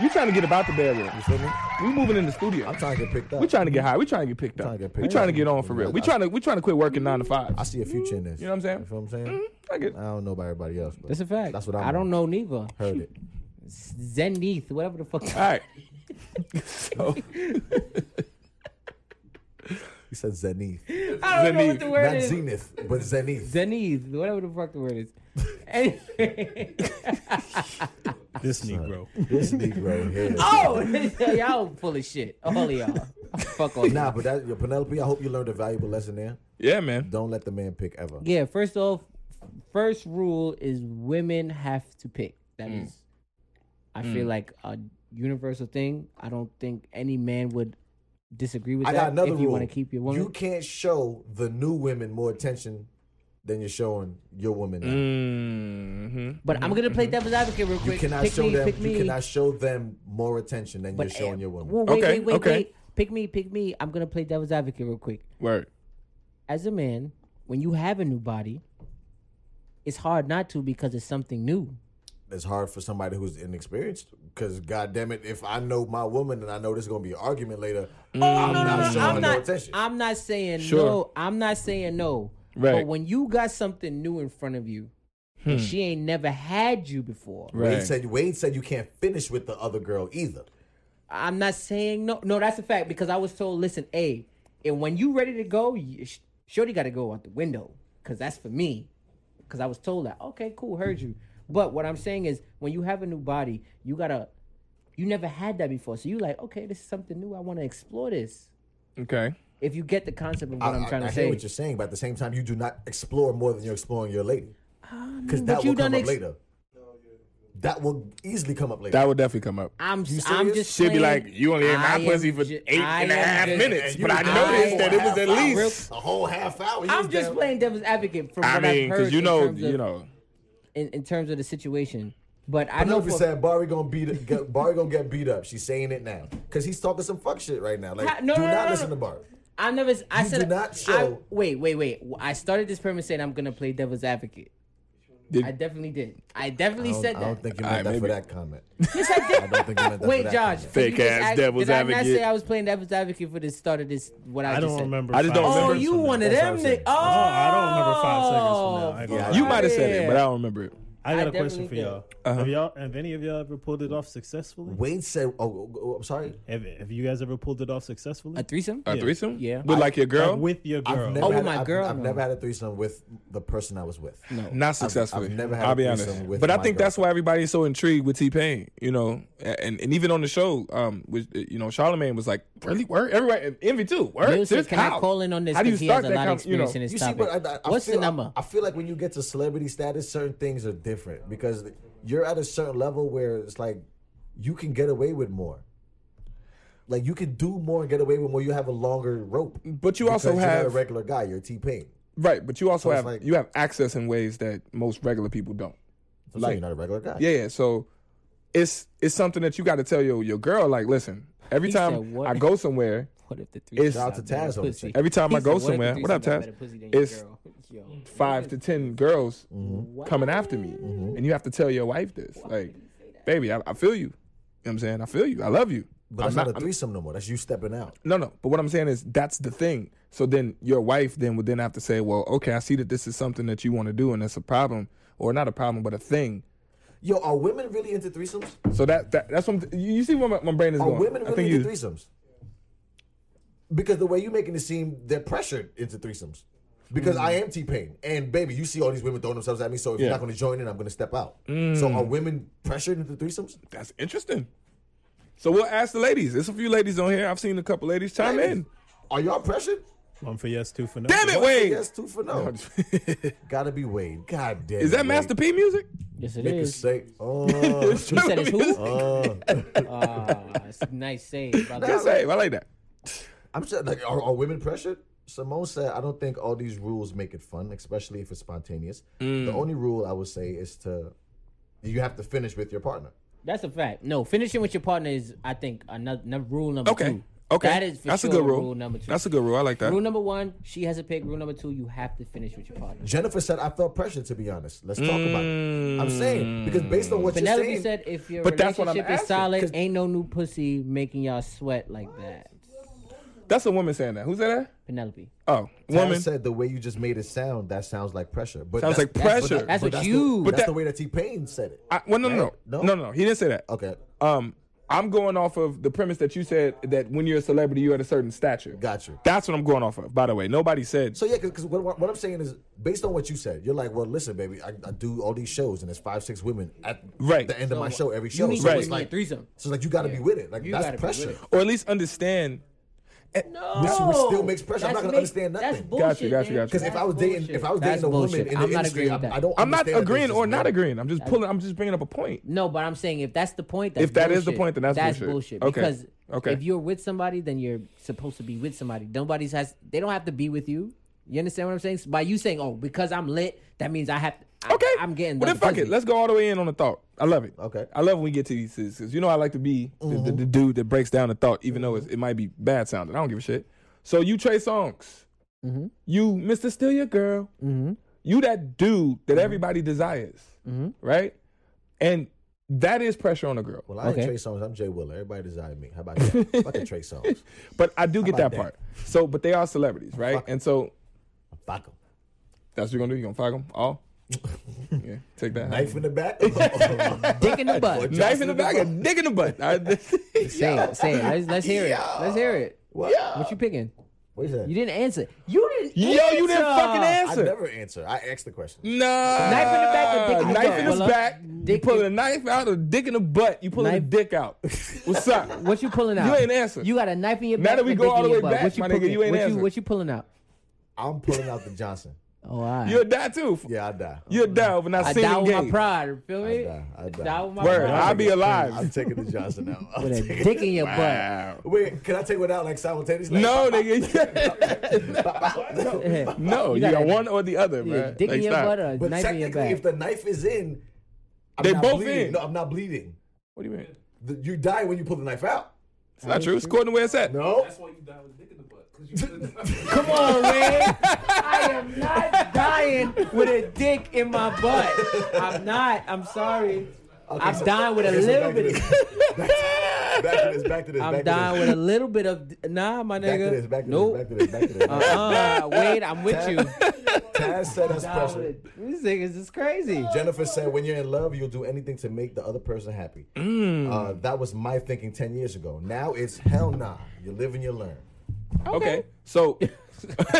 [SPEAKER 4] You're trying to get about the bedroom.
[SPEAKER 1] You feel me?
[SPEAKER 4] We moving in the studio.
[SPEAKER 1] I'm trying to get picked up.
[SPEAKER 4] we trying to get high. We trying to get picked
[SPEAKER 1] Trying
[SPEAKER 4] up.
[SPEAKER 1] to get
[SPEAKER 4] we
[SPEAKER 1] picked
[SPEAKER 4] trying
[SPEAKER 1] up.
[SPEAKER 4] to get on for real. We
[SPEAKER 1] I-
[SPEAKER 4] trying to we trying to quit working nine to five.
[SPEAKER 1] I see a future in this.
[SPEAKER 4] You know what I'm saying? Mm-hmm.
[SPEAKER 1] You feel what I'm saying?
[SPEAKER 4] I get.
[SPEAKER 1] I don't know about everybody else. But
[SPEAKER 2] That's a fact.
[SPEAKER 1] That's what I'm
[SPEAKER 2] I don't know neither.
[SPEAKER 1] Heard it.
[SPEAKER 2] Zenith, whatever the fuck.
[SPEAKER 4] All right. so
[SPEAKER 1] He said Zenith.
[SPEAKER 2] I don't know what
[SPEAKER 4] Zenith.
[SPEAKER 2] the word
[SPEAKER 1] Not
[SPEAKER 2] is.
[SPEAKER 1] Zenith, but Zenith.
[SPEAKER 2] Zenith, whatever the fuck the word is. Anyway.
[SPEAKER 3] this Negro.
[SPEAKER 1] This Negro here.
[SPEAKER 2] oh, y'all full of shit. All of y'all. Fuck all
[SPEAKER 1] Nah,
[SPEAKER 2] y'all.
[SPEAKER 1] but that, yo, Penelope, I hope you learned a valuable lesson there.
[SPEAKER 4] yeah, man.
[SPEAKER 1] Don't let the man pick ever.
[SPEAKER 2] Yeah, first off, first rule is women have to pick. That
[SPEAKER 4] Mm.
[SPEAKER 2] is, I feel like a universal thing. I don't think any man would disagree with
[SPEAKER 1] I
[SPEAKER 2] that.
[SPEAKER 1] got another
[SPEAKER 2] if
[SPEAKER 1] rule.
[SPEAKER 2] you want to keep your woman.
[SPEAKER 1] You can't show the new women more attention than you're showing your woman. now.
[SPEAKER 2] Mm.
[SPEAKER 4] Mm-hmm.
[SPEAKER 2] but I'm going to play devil's advocate real quick.
[SPEAKER 1] You cannot
[SPEAKER 2] pick
[SPEAKER 1] show
[SPEAKER 2] me,
[SPEAKER 1] them.
[SPEAKER 2] pick me.
[SPEAKER 1] You cannot show them more attention than
[SPEAKER 2] But,
[SPEAKER 1] you're showing
[SPEAKER 2] eh,
[SPEAKER 1] your woman.
[SPEAKER 2] well, wait,
[SPEAKER 4] Okay,
[SPEAKER 2] wait, wait,
[SPEAKER 4] okay.
[SPEAKER 2] wait. Pick me, pick me. I'm going to play devil's advocate real quick.
[SPEAKER 4] Word.
[SPEAKER 2] as a man, when you have a new body, it's hard not to because it's something new.
[SPEAKER 1] it's hard for somebody who's inexperienced because god damn it if i know my woman and i know there's going to be an argument later
[SPEAKER 2] Mm.
[SPEAKER 1] i'm not showing
[SPEAKER 2] I'm
[SPEAKER 1] her no
[SPEAKER 2] not.
[SPEAKER 1] attention
[SPEAKER 2] I'm not saying
[SPEAKER 4] Sure.
[SPEAKER 2] no. I'm not saying no.
[SPEAKER 4] Right.
[SPEAKER 2] But when you got something new in front of you,
[SPEAKER 1] Hmm.
[SPEAKER 2] and she ain't never had you before.
[SPEAKER 1] wade
[SPEAKER 4] Right.
[SPEAKER 1] said wade said you can't finish with the other girl either
[SPEAKER 2] I'm not saying no. No, that's a fact because I was told, listen, a, and when you ready to go, you, sh- shorty got to go out the window because that's for me. Because I was told that. Okay, cool, heard you. But what I'm saying is, when you have a new body, you gotta, you never had that before, so you like, okay, this is something new. I want to explore this.
[SPEAKER 4] Okay.
[SPEAKER 2] If you get the concept of what
[SPEAKER 1] I-
[SPEAKER 2] I, am
[SPEAKER 1] I-
[SPEAKER 2] trying
[SPEAKER 1] I
[SPEAKER 2] to
[SPEAKER 1] hear
[SPEAKER 2] say,
[SPEAKER 1] what you're saying but at the same time you do not explore more than you're exploring your lady because
[SPEAKER 2] Um, but
[SPEAKER 1] that
[SPEAKER 2] you
[SPEAKER 1] will come
[SPEAKER 2] done
[SPEAKER 1] up
[SPEAKER 2] ex-
[SPEAKER 1] later that will easily come up later
[SPEAKER 4] That would definitely come up.
[SPEAKER 2] I'm,
[SPEAKER 1] You
[SPEAKER 2] I'm
[SPEAKER 1] serious?
[SPEAKER 2] just.
[SPEAKER 4] She'd be
[SPEAKER 2] playing-
[SPEAKER 4] like, "You only ate
[SPEAKER 2] I am
[SPEAKER 4] my pussy for
[SPEAKER 2] ju-
[SPEAKER 4] eight and a
[SPEAKER 2] am
[SPEAKER 4] half
[SPEAKER 2] just-
[SPEAKER 4] minutes,
[SPEAKER 1] And
[SPEAKER 4] but
[SPEAKER 1] you-
[SPEAKER 4] I noticed
[SPEAKER 2] I-
[SPEAKER 4] that it was at
[SPEAKER 1] a half hour-
[SPEAKER 4] least."
[SPEAKER 1] a whole half hour. You
[SPEAKER 2] I'm
[SPEAKER 1] was
[SPEAKER 2] just
[SPEAKER 1] down-
[SPEAKER 2] playing devil's advocate from
[SPEAKER 4] I
[SPEAKER 2] what
[SPEAKER 4] mean,
[SPEAKER 2] I've heard
[SPEAKER 4] because you
[SPEAKER 2] in
[SPEAKER 4] know,
[SPEAKER 2] terms of-
[SPEAKER 4] you know,
[SPEAKER 2] in, in terms of the situation. But I know
[SPEAKER 1] Penelope
[SPEAKER 2] for,
[SPEAKER 1] said Barry gonna beat get, Barry gonna get beat up. She's saying it now because he's talking some fuck shit right now. Like,
[SPEAKER 2] Ha- no,
[SPEAKER 1] do
[SPEAKER 2] no, no,
[SPEAKER 1] not
[SPEAKER 2] no,
[SPEAKER 1] listen
[SPEAKER 2] no.
[SPEAKER 1] to Barry.
[SPEAKER 2] I never. I
[SPEAKER 1] You
[SPEAKER 2] said
[SPEAKER 1] do not
[SPEAKER 2] I,
[SPEAKER 1] show-
[SPEAKER 2] wait, wait, wait. I started this premise saying I'm gonna play devil's advocate.
[SPEAKER 4] Did-
[SPEAKER 2] I definitely did. I definitely
[SPEAKER 1] I
[SPEAKER 2] said
[SPEAKER 1] don't,
[SPEAKER 2] that.
[SPEAKER 1] I don't think you
[SPEAKER 4] All
[SPEAKER 1] meant
[SPEAKER 4] right,
[SPEAKER 1] that for
[SPEAKER 4] maybe.
[SPEAKER 1] that comment.
[SPEAKER 2] yes, I did.
[SPEAKER 1] I don't think you meant that.
[SPEAKER 2] Wait,
[SPEAKER 1] for that
[SPEAKER 2] Josh.
[SPEAKER 1] comment.
[SPEAKER 4] Fake
[SPEAKER 2] you just
[SPEAKER 4] ass
[SPEAKER 2] act-
[SPEAKER 4] devil's
[SPEAKER 2] did I not
[SPEAKER 4] advocate.
[SPEAKER 2] say I was playing devil's advocate for the start of this? What I,
[SPEAKER 3] I
[SPEAKER 2] just
[SPEAKER 3] don't
[SPEAKER 2] said?
[SPEAKER 3] remember.
[SPEAKER 4] I just
[SPEAKER 3] five
[SPEAKER 4] don't
[SPEAKER 2] Oh,
[SPEAKER 4] remember.
[SPEAKER 3] seconds
[SPEAKER 2] you
[SPEAKER 3] from
[SPEAKER 2] one
[SPEAKER 3] now.
[SPEAKER 2] of
[SPEAKER 1] That's
[SPEAKER 2] them? Oh.
[SPEAKER 1] what I'm saying.
[SPEAKER 2] niggas. Oh,
[SPEAKER 3] No, I don't remember five seconds from now. I ain't gonna
[SPEAKER 1] Yeah,
[SPEAKER 3] lie.
[SPEAKER 4] you might have said it,
[SPEAKER 2] Yeah.
[SPEAKER 4] but I don't remember it.
[SPEAKER 3] I
[SPEAKER 2] I
[SPEAKER 3] got a question for
[SPEAKER 2] definitely
[SPEAKER 3] y'all. Have y'all have any of y'all ever pulled it off successfully?
[SPEAKER 1] Wade said, "Oh, oh, oh, I'm sorry.
[SPEAKER 3] Have, have you guys ever pulled it off successfully?
[SPEAKER 2] A threesome?
[SPEAKER 4] A
[SPEAKER 3] Yeah.
[SPEAKER 4] threesome?
[SPEAKER 2] Yeah.
[SPEAKER 4] With like your girl?
[SPEAKER 3] Like with your girl.
[SPEAKER 1] I've never
[SPEAKER 2] Oh,
[SPEAKER 1] had,
[SPEAKER 2] my
[SPEAKER 1] I've,
[SPEAKER 2] girl,
[SPEAKER 1] I've
[SPEAKER 2] no.
[SPEAKER 1] never had a threesome with the person I was with.
[SPEAKER 2] no.
[SPEAKER 4] not successfully.
[SPEAKER 1] I've never had
[SPEAKER 4] will
[SPEAKER 1] a
[SPEAKER 4] be
[SPEAKER 1] threesome
[SPEAKER 4] honest.
[SPEAKER 1] with
[SPEAKER 4] But I
[SPEAKER 1] my
[SPEAKER 4] think
[SPEAKER 1] girl.
[SPEAKER 4] that's why everybody's so intrigued with T Pain, you know, and and even on the show, um, which uh, you know, Charlemagne was like, really, word, everybody, and envy too, word.
[SPEAKER 2] Lil says,
[SPEAKER 4] Serious?
[SPEAKER 2] can
[SPEAKER 4] How?
[SPEAKER 2] I call in on this?
[SPEAKER 4] How do you
[SPEAKER 2] Because he has
[SPEAKER 4] start
[SPEAKER 2] a
[SPEAKER 4] that?
[SPEAKER 2] lot of
[SPEAKER 4] Kind, you know,
[SPEAKER 2] experience in his
[SPEAKER 1] You see,
[SPEAKER 2] topic.
[SPEAKER 1] but I, I, I
[SPEAKER 2] What's
[SPEAKER 1] feel,
[SPEAKER 2] the number?
[SPEAKER 1] I, I feel like when you get to celebrity status, certain things are different because you're at a certain level where it's like you can get away with more. Like you can do more and get away with more. You have a longer rope.
[SPEAKER 4] But you also
[SPEAKER 1] because you're not
[SPEAKER 4] have
[SPEAKER 1] a regular guy. You're T Pain.
[SPEAKER 4] right. But you also
[SPEAKER 1] So it's
[SPEAKER 4] have
[SPEAKER 1] like-
[SPEAKER 4] you have access in ways that most regular people don't.
[SPEAKER 1] Like, you're not a regular guy.
[SPEAKER 4] Yeah, yeah. So it's it's something that you got to tell your your girl. Like, listen, every
[SPEAKER 2] He
[SPEAKER 4] time
[SPEAKER 2] said what?
[SPEAKER 4] I go somewhere,
[SPEAKER 2] What if the three
[SPEAKER 4] It's-
[SPEAKER 1] Shout out to Taz on the check.
[SPEAKER 4] every time
[SPEAKER 2] He
[SPEAKER 4] I
[SPEAKER 2] said,
[SPEAKER 4] go
[SPEAKER 2] if the
[SPEAKER 4] somewhere, what up,
[SPEAKER 2] threesome got
[SPEAKER 4] Taz?
[SPEAKER 2] better pussy than your
[SPEAKER 4] It's
[SPEAKER 2] girl? Yo.
[SPEAKER 4] Five to ten girls
[SPEAKER 1] Mm-hmm.
[SPEAKER 2] Wow.
[SPEAKER 4] coming after me, and you have to tell your wife this. Like, baby, I, I feel you. You know what I'm saying? I feel you. I love you.
[SPEAKER 1] But
[SPEAKER 4] I'm
[SPEAKER 1] that's not,
[SPEAKER 4] not-
[SPEAKER 1] a threesome no more. That's you stepping out.
[SPEAKER 4] No, no. But what I'm saying is that's the thing. So then your wife then would then have to say, well, okay, I see that this is something that you want to do, and it's a problem, or not a problem, but a thing.
[SPEAKER 1] Yo, are women really into threesomes?
[SPEAKER 4] So that, that that's what I'm, you you see where my, my brain is
[SPEAKER 1] Are
[SPEAKER 4] going.
[SPEAKER 1] women
[SPEAKER 4] I think
[SPEAKER 1] really
[SPEAKER 4] you,
[SPEAKER 1] into threesomes? Because the way you're making it seem, they're pressured into threesomes. Because I am T Pain, and baby, you see all these women throwing themselves at me. So if
[SPEAKER 4] Hmm. Yeah. Hmm.
[SPEAKER 1] you're not going to join in, I'm going to step out. So are women pressured into threesomes?
[SPEAKER 4] That's interesting. So we'll ask the ladies. There's a few ladies on here. I've seen a couple ladies chime in.
[SPEAKER 1] Are y'all pressured?
[SPEAKER 3] One for yes, two for no.
[SPEAKER 4] Damn it,
[SPEAKER 1] One for
[SPEAKER 4] Wade!
[SPEAKER 1] Yes, two for no. Gotta be Wade. God damn.
[SPEAKER 4] is that
[SPEAKER 1] Wade.
[SPEAKER 4] Master P music?
[SPEAKER 2] Yes, it
[SPEAKER 1] Make a
[SPEAKER 2] is.
[SPEAKER 1] say. Oh,
[SPEAKER 2] He said it's who?
[SPEAKER 1] oh.
[SPEAKER 2] Ah, it's a nice save. brother.
[SPEAKER 4] Good save. I like that.
[SPEAKER 1] I'm just like, are, are women pressured? Simone said, I don't think all these rules make it fun, especially if it's spontaneous.
[SPEAKER 4] Mm.
[SPEAKER 1] The only rule I would say is to, you have to finish with your partner.
[SPEAKER 2] That's a fact. No, finishing with your partner is, I think, another num- rule number
[SPEAKER 4] Okay.
[SPEAKER 2] two.
[SPEAKER 4] Okay.
[SPEAKER 2] Mm-hmm. that is for
[SPEAKER 4] That's
[SPEAKER 2] sure
[SPEAKER 4] a good rule.
[SPEAKER 2] number two.
[SPEAKER 4] That's a good rule. I like that.
[SPEAKER 2] Rule number one, she has a pick. Rule number two, you have to finish with your partner.
[SPEAKER 1] Jennifer said, I felt pressured, to be honest. Let's talk about it. I'm saying, because based on what
[SPEAKER 2] Penelope
[SPEAKER 1] you're saying,
[SPEAKER 2] said, if your
[SPEAKER 4] But that's what I'm
[SPEAKER 2] relationship is
[SPEAKER 4] asking,
[SPEAKER 2] solid,
[SPEAKER 1] 'cause-
[SPEAKER 2] ain't no new pussy making y'all sweat like that.
[SPEAKER 4] That's a woman saying that. Who said that?
[SPEAKER 2] Penelope.
[SPEAKER 4] Oh,
[SPEAKER 1] Taz
[SPEAKER 4] woman.
[SPEAKER 1] said the way you just made it sound, that sounds like pressure. But
[SPEAKER 4] Sounds
[SPEAKER 1] that's-
[SPEAKER 4] like pressure.
[SPEAKER 1] but
[SPEAKER 2] That's
[SPEAKER 1] but
[SPEAKER 2] what
[SPEAKER 1] that's
[SPEAKER 2] you-
[SPEAKER 1] The,
[SPEAKER 2] But
[SPEAKER 1] that's
[SPEAKER 4] that-
[SPEAKER 1] the way that T Pain said it.
[SPEAKER 4] I, well, no, no, no,
[SPEAKER 1] No?
[SPEAKER 4] no, no. He didn't say that.
[SPEAKER 1] Okay,
[SPEAKER 4] Um, I'm going off of the premise that you said that when you're a celebrity, you're at a certain stature.
[SPEAKER 1] got you.
[SPEAKER 4] That's what I'm going off of. By the way, nobody said.
[SPEAKER 1] So yeah, because what, what what I'm saying is based on what you said, you're like, well, listen, baby, I, I do all these shows, and there's five, six women at
[SPEAKER 4] Right.
[SPEAKER 1] the end of my show every
[SPEAKER 2] You
[SPEAKER 1] show. So
[SPEAKER 2] need to
[SPEAKER 1] it's
[SPEAKER 2] give me a
[SPEAKER 1] like,
[SPEAKER 2] threesome.
[SPEAKER 1] so like you got to be with it. Like
[SPEAKER 2] You gotta
[SPEAKER 1] that's
[SPEAKER 2] be with
[SPEAKER 1] pressure.
[SPEAKER 2] it.
[SPEAKER 4] or at least understand.
[SPEAKER 2] No,
[SPEAKER 1] Which- which still makes pressure. I'm not gonna understand
[SPEAKER 2] Oh, That's
[SPEAKER 1] nothing.
[SPEAKER 2] bullshit,
[SPEAKER 4] Got you, got you,
[SPEAKER 2] man.
[SPEAKER 4] got you.
[SPEAKER 1] Because if
[SPEAKER 2] That's
[SPEAKER 1] I was dating, if
[SPEAKER 2] bullshit.
[SPEAKER 1] I was
[SPEAKER 2] That's
[SPEAKER 1] dating a
[SPEAKER 2] bullshit.
[SPEAKER 1] woman in the
[SPEAKER 2] I'm not
[SPEAKER 1] industry,
[SPEAKER 2] agreeing with
[SPEAKER 1] I,
[SPEAKER 2] that.
[SPEAKER 1] I don't.
[SPEAKER 4] I'm
[SPEAKER 1] understand
[SPEAKER 4] not
[SPEAKER 1] that there's
[SPEAKER 4] agreeing
[SPEAKER 1] just
[SPEAKER 4] or not
[SPEAKER 1] men.
[SPEAKER 4] agreeing. I'm just pulling. I'm just bringing up a point.
[SPEAKER 2] No, but I'm saying if that's the point, that's
[SPEAKER 4] If that is
[SPEAKER 2] bullshit.
[SPEAKER 4] the point, then that's bullshit.
[SPEAKER 2] bullshit.
[SPEAKER 4] Okay.
[SPEAKER 2] Because
[SPEAKER 4] Okay.
[SPEAKER 2] if you're with somebody, then you're supposed to be with somebody. Nobody's has they don't have to be with you. You understand what I'm saying? By you saying, "Oh, because I'm lit," that means I have. I,
[SPEAKER 4] Okay,
[SPEAKER 2] I'm getting.
[SPEAKER 4] Well,
[SPEAKER 2] the
[SPEAKER 4] then fuck
[SPEAKER 2] pussy.
[SPEAKER 4] it. Let's go all the way in on the thought. I love it.
[SPEAKER 1] Okay.
[SPEAKER 4] I love when we get to these because you know I like to be the, the, the dude that breaks down the thought, even though it's, it might be bad sounding. I don't give a shit. So you Trey Songs, you Mister Still Your Girl, you that dude that everybody desires, right? And that is pressure on a girl.
[SPEAKER 1] Well, I ain't
[SPEAKER 2] Okay.
[SPEAKER 1] Trey Songs. I'm Jay Willer. Everybody desire me. How about that? Fucking Trey Songs.
[SPEAKER 4] But I do get
[SPEAKER 1] about
[SPEAKER 4] that,
[SPEAKER 1] that?
[SPEAKER 4] part. So, but they are celebrities, right? And so
[SPEAKER 1] Fuck 'em.
[SPEAKER 4] that's what you're gonna do. You're gonna fuck them all. yeah, take that.
[SPEAKER 1] Knife in the back. Knife
[SPEAKER 2] Dick in the butt.
[SPEAKER 4] Knife in the back, a dick in the butt. I-
[SPEAKER 2] say it. Say it. Let's, let's hear it. Let's hear it.
[SPEAKER 1] What?
[SPEAKER 2] What you picking?
[SPEAKER 1] What is that?
[SPEAKER 2] You didn't answer. You didn't.
[SPEAKER 4] Yo, you didn't
[SPEAKER 2] answer.
[SPEAKER 4] fucking
[SPEAKER 1] I
[SPEAKER 4] answer.
[SPEAKER 1] never answer. I asked the question.
[SPEAKER 4] Nah.
[SPEAKER 2] Knife in the back or dick in the
[SPEAKER 4] Knife
[SPEAKER 2] butt,
[SPEAKER 4] in his
[SPEAKER 2] Willa?
[SPEAKER 4] back.
[SPEAKER 2] Dick
[SPEAKER 4] you pull
[SPEAKER 2] in-
[SPEAKER 4] a knife out or dick in the butt. You pulling a
[SPEAKER 2] Knife-
[SPEAKER 4] dick out. What's up?
[SPEAKER 2] What you pulling out?
[SPEAKER 4] You ain't answer.
[SPEAKER 2] You got a knife in your
[SPEAKER 4] Now
[SPEAKER 2] back.
[SPEAKER 4] that we
[SPEAKER 2] and a
[SPEAKER 4] go
[SPEAKER 2] dick
[SPEAKER 4] all
[SPEAKER 2] in
[SPEAKER 4] the
[SPEAKER 2] your
[SPEAKER 4] way
[SPEAKER 2] butt.
[SPEAKER 4] back,
[SPEAKER 2] What
[SPEAKER 4] my nigga,
[SPEAKER 2] pulling-
[SPEAKER 4] you ain't
[SPEAKER 2] what
[SPEAKER 4] answer.
[SPEAKER 2] What you pulling out?
[SPEAKER 1] I'm pulling out the Johnson.
[SPEAKER 2] Oh, I.
[SPEAKER 4] You'll die too.
[SPEAKER 1] Yeah, I die.
[SPEAKER 4] You'll die over not
[SPEAKER 2] I
[SPEAKER 4] seeing
[SPEAKER 2] die with my
[SPEAKER 4] engaged.
[SPEAKER 2] pride. Feel
[SPEAKER 1] I
[SPEAKER 2] me?
[SPEAKER 1] die. I die.
[SPEAKER 2] Die with my
[SPEAKER 4] Word.
[SPEAKER 2] pride.
[SPEAKER 4] I'll be
[SPEAKER 1] I'm
[SPEAKER 4] alive.
[SPEAKER 1] taking the Johnson out. I'm
[SPEAKER 2] with
[SPEAKER 1] taking-
[SPEAKER 2] a dick in your butt.
[SPEAKER 4] Wow.
[SPEAKER 1] Wait, can I take one out like simultaneously?
[SPEAKER 4] No, nigga.
[SPEAKER 2] Yeah.
[SPEAKER 4] no, you
[SPEAKER 2] gotta-
[SPEAKER 4] got one or the other,
[SPEAKER 2] Yeah,
[SPEAKER 4] man.
[SPEAKER 2] dick in
[SPEAKER 4] Like,
[SPEAKER 2] your
[SPEAKER 4] stop.
[SPEAKER 2] butt or
[SPEAKER 1] But
[SPEAKER 2] knife in your
[SPEAKER 1] technically,
[SPEAKER 2] back.
[SPEAKER 1] if the knife is in, I'm
[SPEAKER 4] They
[SPEAKER 1] not
[SPEAKER 4] both
[SPEAKER 1] bleeding.
[SPEAKER 4] in.
[SPEAKER 1] No, I'm not bleeding.
[SPEAKER 4] What do you mean?
[SPEAKER 1] The- you die when you pull the knife out.
[SPEAKER 4] It's not true. It's according to where it's at.
[SPEAKER 1] No.
[SPEAKER 7] That's why you died with a dick in the butt. 'cause you
[SPEAKER 2] Come on, man. I am not dying with a dick in my butt. I'm not. I'm sorry. I'm
[SPEAKER 1] so-
[SPEAKER 2] dying with a
[SPEAKER 1] okay, so
[SPEAKER 2] little
[SPEAKER 1] back to
[SPEAKER 2] bit. Of,
[SPEAKER 1] this. Back to this. Back to this.
[SPEAKER 2] I'm
[SPEAKER 1] back
[SPEAKER 2] dying
[SPEAKER 1] to
[SPEAKER 2] with a little bit of nah, my
[SPEAKER 1] this. Back to
[SPEAKER 2] nigga.
[SPEAKER 1] this. Back to
[SPEAKER 2] nope.
[SPEAKER 1] this. Back to this. Back to this. Back to this.
[SPEAKER 2] uh-uh. Wait, I'm with you.
[SPEAKER 1] Taz said that's
[SPEAKER 2] Nah, with
[SPEAKER 1] pressure.
[SPEAKER 2] a- These niggas is crazy.
[SPEAKER 1] Jennifer said, "When you're in love, you'll do anything to make the other person happy."
[SPEAKER 4] Mm.
[SPEAKER 1] Uh, that was my thinking ten years ago. Now it's hell nah. You live and you learn.
[SPEAKER 4] Okay. So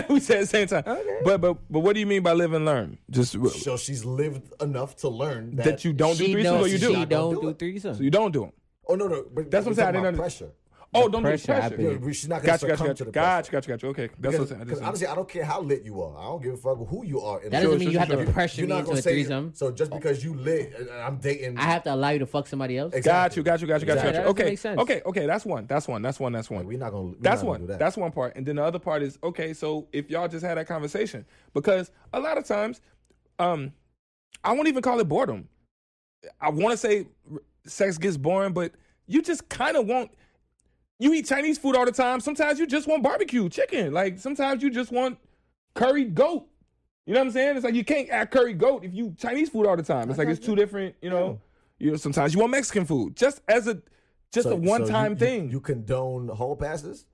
[SPEAKER 4] we said at the same time. But but but what do you mean by live and learn? Just
[SPEAKER 1] So she's lived enough to learn that,
[SPEAKER 4] that you don't do
[SPEAKER 2] She
[SPEAKER 4] threesomes or
[SPEAKER 2] knows
[SPEAKER 4] you
[SPEAKER 2] she
[SPEAKER 4] do?
[SPEAKER 1] Not
[SPEAKER 2] don't
[SPEAKER 1] gonna do
[SPEAKER 2] do
[SPEAKER 1] it.
[SPEAKER 2] threesomes.
[SPEAKER 4] So you don't do them.
[SPEAKER 1] Oh no, no. But
[SPEAKER 4] That's what I'm
[SPEAKER 1] we're talking
[SPEAKER 4] saying. I didn't
[SPEAKER 1] about
[SPEAKER 4] under-
[SPEAKER 1] pressure.
[SPEAKER 4] Oh, don't do
[SPEAKER 2] pressure, I
[SPEAKER 4] pressure.
[SPEAKER 2] believe.
[SPEAKER 4] Gotcha,
[SPEAKER 1] You know, she's not gonna
[SPEAKER 4] gotcha,
[SPEAKER 1] succumb
[SPEAKER 4] gotcha,
[SPEAKER 1] to the pressure.
[SPEAKER 4] gotcha, gotcha, gotcha. Okay, that's what I'm
[SPEAKER 1] Because,
[SPEAKER 4] saying. I
[SPEAKER 1] because
[SPEAKER 4] just-
[SPEAKER 1] honestly, I don't care how lit you are. I don't give a fuck who you are. In the-
[SPEAKER 2] That doesn't
[SPEAKER 4] Sure,
[SPEAKER 2] mean
[SPEAKER 4] sure,
[SPEAKER 2] you have
[SPEAKER 4] sure,
[SPEAKER 2] to
[SPEAKER 4] sure.
[SPEAKER 2] pressure
[SPEAKER 1] You're
[SPEAKER 2] me
[SPEAKER 1] not
[SPEAKER 2] into
[SPEAKER 1] gonna
[SPEAKER 2] a
[SPEAKER 1] say
[SPEAKER 2] threesome.
[SPEAKER 1] So just because you lit, and I'm dating.
[SPEAKER 2] I have to allow you to fuck somebody else.
[SPEAKER 1] Exactly.
[SPEAKER 4] Got you, got you, got you, got
[SPEAKER 1] Exactly.
[SPEAKER 4] you.
[SPEAKER 1] That
[SPEAKER 2] doesn't
[SPEAKER 4] Okay,
[SPEAKER 2] make sense.
[SPEAKER 4] okay, okay. That's one. That's one. That's one. That's one.
[SPEAKER 1] We're not gonna. we're
[SPEAKER 4] That's
[SPEAKER 1] not gonna
[SPEAKER 4] one.
[SPEAKER 1] do that.
[SPEAKER 4] That's one part. And then the other part is okay. So if y'all just had that conversation, because a lot of times, um, I won't even call it boredom. I want to say r- sex gets boring, but you just kind of want. You eat Chinese food all the time. Sometimes you just want barbecue chicken. Like sometimes you just want curried goat. You know what I'm saying? It's like you can't add curry goat if you Chinese food all the time. It's like it's two different. You know. You know. Sometimes you want Mexican food just as a just
[SPEAKER 1] So-
[SPEAKER 4] a
[SPEAKER 1] so you-
[SPEAKER 4] one time
[SPEAKER 1] you-
[SPEAKER 4] thing.
[SPEAKER 1] You condone hall passes?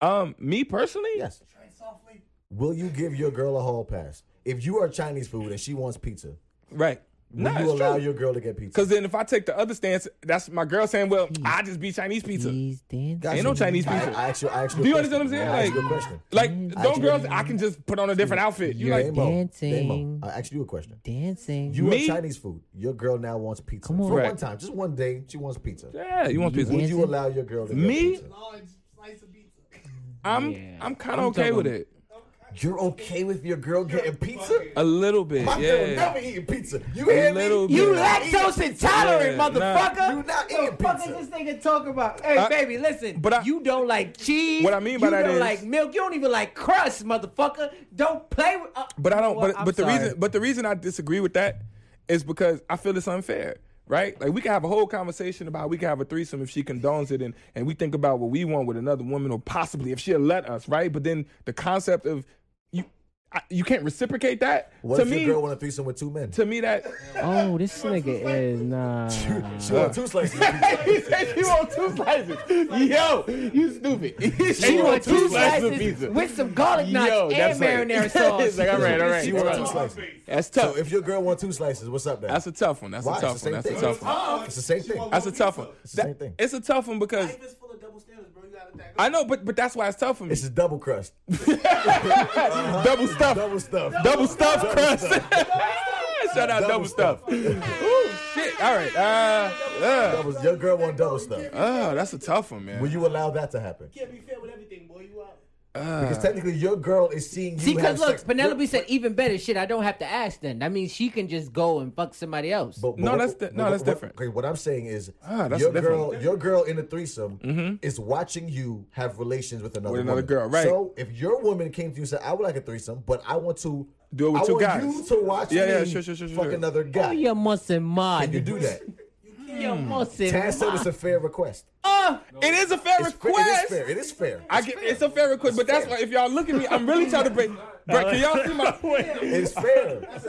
[SPEAKER 4] Um, me personally,
[SPEAKER 1] Yes.
[SPEAKER 6] Try softly.
[SPEAKER 1] Will you give your girl a hall pass if you are Chinese food and she wants pizza?
[SPEAKER 4] right.
[SPEAKER 1] Will
[SPEAKER 4] No,
[SPEAKER 1] you
[SPEAKER 4] it's
[SPEAKER 1] allow
[SPEAKER 4] true.
[SPEAKER 1] your girl to get pizza?
[SPEAKER 4] Because then if I take the other stance, that's my girl saying, "Well, I just be Chinese pizza."
[SPEAKER 2] He's dancing.
[SPEAKER 1] Gotcha.
[SPEAKER 4] Ain't no Chinese
[SPEAKER 1] I-
[SPEAKER 4] pizza.
[SPEAKER 1] I, asked you. I asked you. a
[SPEAKER 4] Do you
[SPEAKER 1] question.
[SPEAKER 4] understand what I'm saying?
[SPEAKER 1] I asked you a
[SPEAKER 4] Like-
[SPEAKER 1] question.
[SPEAKER 4] Like,
[SPEAKER 1] I
[SPEAKER 4] don't
[SPEAKER 1] do.
[SPEAKER 4] girls? I can just put on a different outfit. You
[SPEAKER 2] You're
[SPEAKER 4] like?
[SPEAKER 1] Damo,
[SPEAKER 2] dancing.
[SPEAKER 1] Damo, I asked you a question.
[SPEAKER 2] dancing.
[SPEAKER 1] You
[SPEAKER 4] Me?
[SPEAKER 1] want Chinese food. Your girl now wants pizza.
[SPEAKER 2] Come on.
[SPEAKER 1] For one
[SPEAKER 4] Right.
[SPEAKER 1] time, just one day, she wants pizza.
[SPEAKER 4] Yeah, you want pizza?
[SPEAKER 1] Would you
[SPEAKER 2] Dancing?
[SPEAKER 1] allow your girl to get
[SPEAKER 4] Me?
[SPEAKER 1] pizza?
[SPEAKER 6] Large slice of pizza.
[SPEAKER 4] I'm
[SPEAKER 2] Yeah.
[SPEAKER 4] I'm kind
[SPEAKER 2] I'm
[SPEAKER 4] of okay
[SPEAKER 2] talking-
[SPEAKER 4] with it.
[SPEAKER 1] You're okay with your girl getting pizza?
[SPEAKER 4] A little bit,
[SPEAKER 1] My girl
[SPEAKER 4] yeah.
[SPEAKER 1] never eating pizza. You hear me?
[SPEAKER 4] little You bit.
[SPEAKER 2] lactose intolerant,
[SPEAKER 4] Yeah, nah. motherfucker!
[SPEAKER 1] You not eating pizza.
[SPEAKER 2] nigga talk about? Hey,
[SPEAKER 4] I-
[SPEAKER 2] baby, listen.
[SPEAKER 4] but I-
[SPEAKER 2] you don't like cheese.
[SPEAKER 4] What I mean by
[SPEAKER 2] you
[SPEAKER 4] that
[SPEAKER 2] don't
[SPEAKER 4] is-
[SPEAKER 2] like milk. You don't even like crust, motherfucker. Don't play with. Uh,
[SPEAKER 4] But I
[SPEAKER 2] you know
[SPEAKER 4] don't.
[SPEAKER 2] what?
[SPEAKER 4] But
[SPEAKER 2] I'm
[SPEAKER 4] but the
[SPEAKER 2] sorry.
[SPEAKER 4] reason but the reason I disagree with that is because I feel it's unfair, right? Like we can have a whole conversation about how we can have a threesome if she condones it, and and we think about what we want with another woman, or possibly if she'll let us, right? But then the concept of you I, you can't reciprocate that
[SPEAKER 1] What
[SPEAKER 4] to
[SPEAKER 1] if
[SPEAKER 4] me.
[SPEAKER 1] your girl want a threesome with two men?
[SPEAKER 4] to me, that
[SPEAKER 2] Oh, this nigga is nah.
[SPEAKER 1] She want two slices. of pizza.
[SPEAKER 4] he said she want two slices. Yo, you stupid.
[SPEAKER 2] She want two slices with some garlic knots
[SPEAKER 4] Yo,
[SPEAKER 2] and
[SPEAKER 4] that's like-
[SPEAKER 2] marinara sauce.
[SPEAKER 4] It's like, all right, all right.
[SPEAKER 1] She
[SPEAKER 4] all
[SPEAKER 1] want
[SPEAKER 4] right.
[SPEAKER 1] two slices.
[SPEAKER 4] That's
[SPEAKER 1] So
[SPEAKER 4] tough.
[SPEAKER 1] if your girl want two slices, what's up then?
[SPEAKER 4] that's a tough one. That's
[SPEAKER 1] Why?
[SPEAKER 4] a
[SPEAKER 1] it's
[SPEAKER 4] tough
[SPEAKER 1] the same
[SPEAKER 4] one. That's a
[SPEAKER 1] thing.
[SPEAKER 4] tough one.
[SPEAKER 1] It's the same thing.
[SPEAKER 4] That's a tough one.
[SPEAKER 1] It's the same thing.
[SPEAKER 4] It's a tough one because
[SPEAKER 6] Life is full of double standards, bro. You gotta let that go.
[SPEAKER 4] I know, but but that's why it's tough for me.
[SPEAKER 1] It's a double crust.
[SPEAKER 4] double stuff, double,
[SPEAKER 1] Double stuff.
[SPEAKER 4] stuff crust. Shout out
[SPEAKER 1] Double
[SPEAKER 4] double,
[SPEAKER 1] stuff.
[SPEAKER 4] stuff. Ooh shit! All right, uh, uh,
[SPEAKER 1] Double- Your girl want double stuff.
[SPEAKER 4] uh, that's a tough one, man.
[SPEAKER 1] Will you allow that to happen?
[SPEAKER 6] You can't be fair with everything, boy. You out.
[SPEAKER 4] Uh,
[SPEAKER 1] Because technically, your girl is seeing you
[SPEAKER 2] See,
[SPEAKER 1] have
[SPEAKER 2] because
[SPEAKER 1] sex.
[SPEAKER 2] look, Penelope said even better shit. I don't have to ask then. That means she can just go and fuck somebody else.
[SPEAKER 1] But- but
[SPEAKER 4] No,
[SPEAKER 1] what-
[SPEAKER 4] that's di- no,
[SPEAKER 1] what-
[SPEAKER 4] that's
[SPEAKER 1] what-
[SPEAKER 4] different.
[SPEAKER 1] Okay, what I'm saying is,
[SPEAKER 4] Ah, that's
[SPEAKER 1] your
[SPEAKER 4] different. Mm-hmm.
[SPEAKER 1] girl, your girl in a threesome is watching you have relations with another
[SPEAKER 4] With another
[SPEAKER 1] woman.
[SPEAKER 4] girl, right.
[SPEAKER 1] So if your woman came to you and said, "I would like a threesome, but I want to
[SPEAKER 4] Do it with
[SPEAKER 1] I
[SPEAKER 4] two
[SPEAKER 1] want
[SPEAKER 4] guys."
[SPEAKER 1] you to watch
[SPEAKER 4] Yeah,
[SPEAKER 1] me
[SPEAKER 4] yeah, sure, sure, sure,
[SPEAKER 1] fuck
[SPEAKER 4] sure.
[SPEAKER 1] another guy,"
[SPEAKER 2] you must and mod.
[SPEAKER 1] and you do that. Hmm.
[SPEAKER 2] You must
[SPEAKER 1] Taz said it's
[SPEAKER 2] mod.
[SPEAKER 1] a fair request.
[SPEAKER 4] Uh, it is a fair
[SPEAKER 1] It's fair- It
[SPEAKER 4] request.
[SPEAKER 1] is fair. It is fair.
[SPEAKER 4] I get it's a fair request, but that's why if y'all look at me, I'm really trying to break. But can y'all see my?
[SPEAKER 1] It's fair. It's,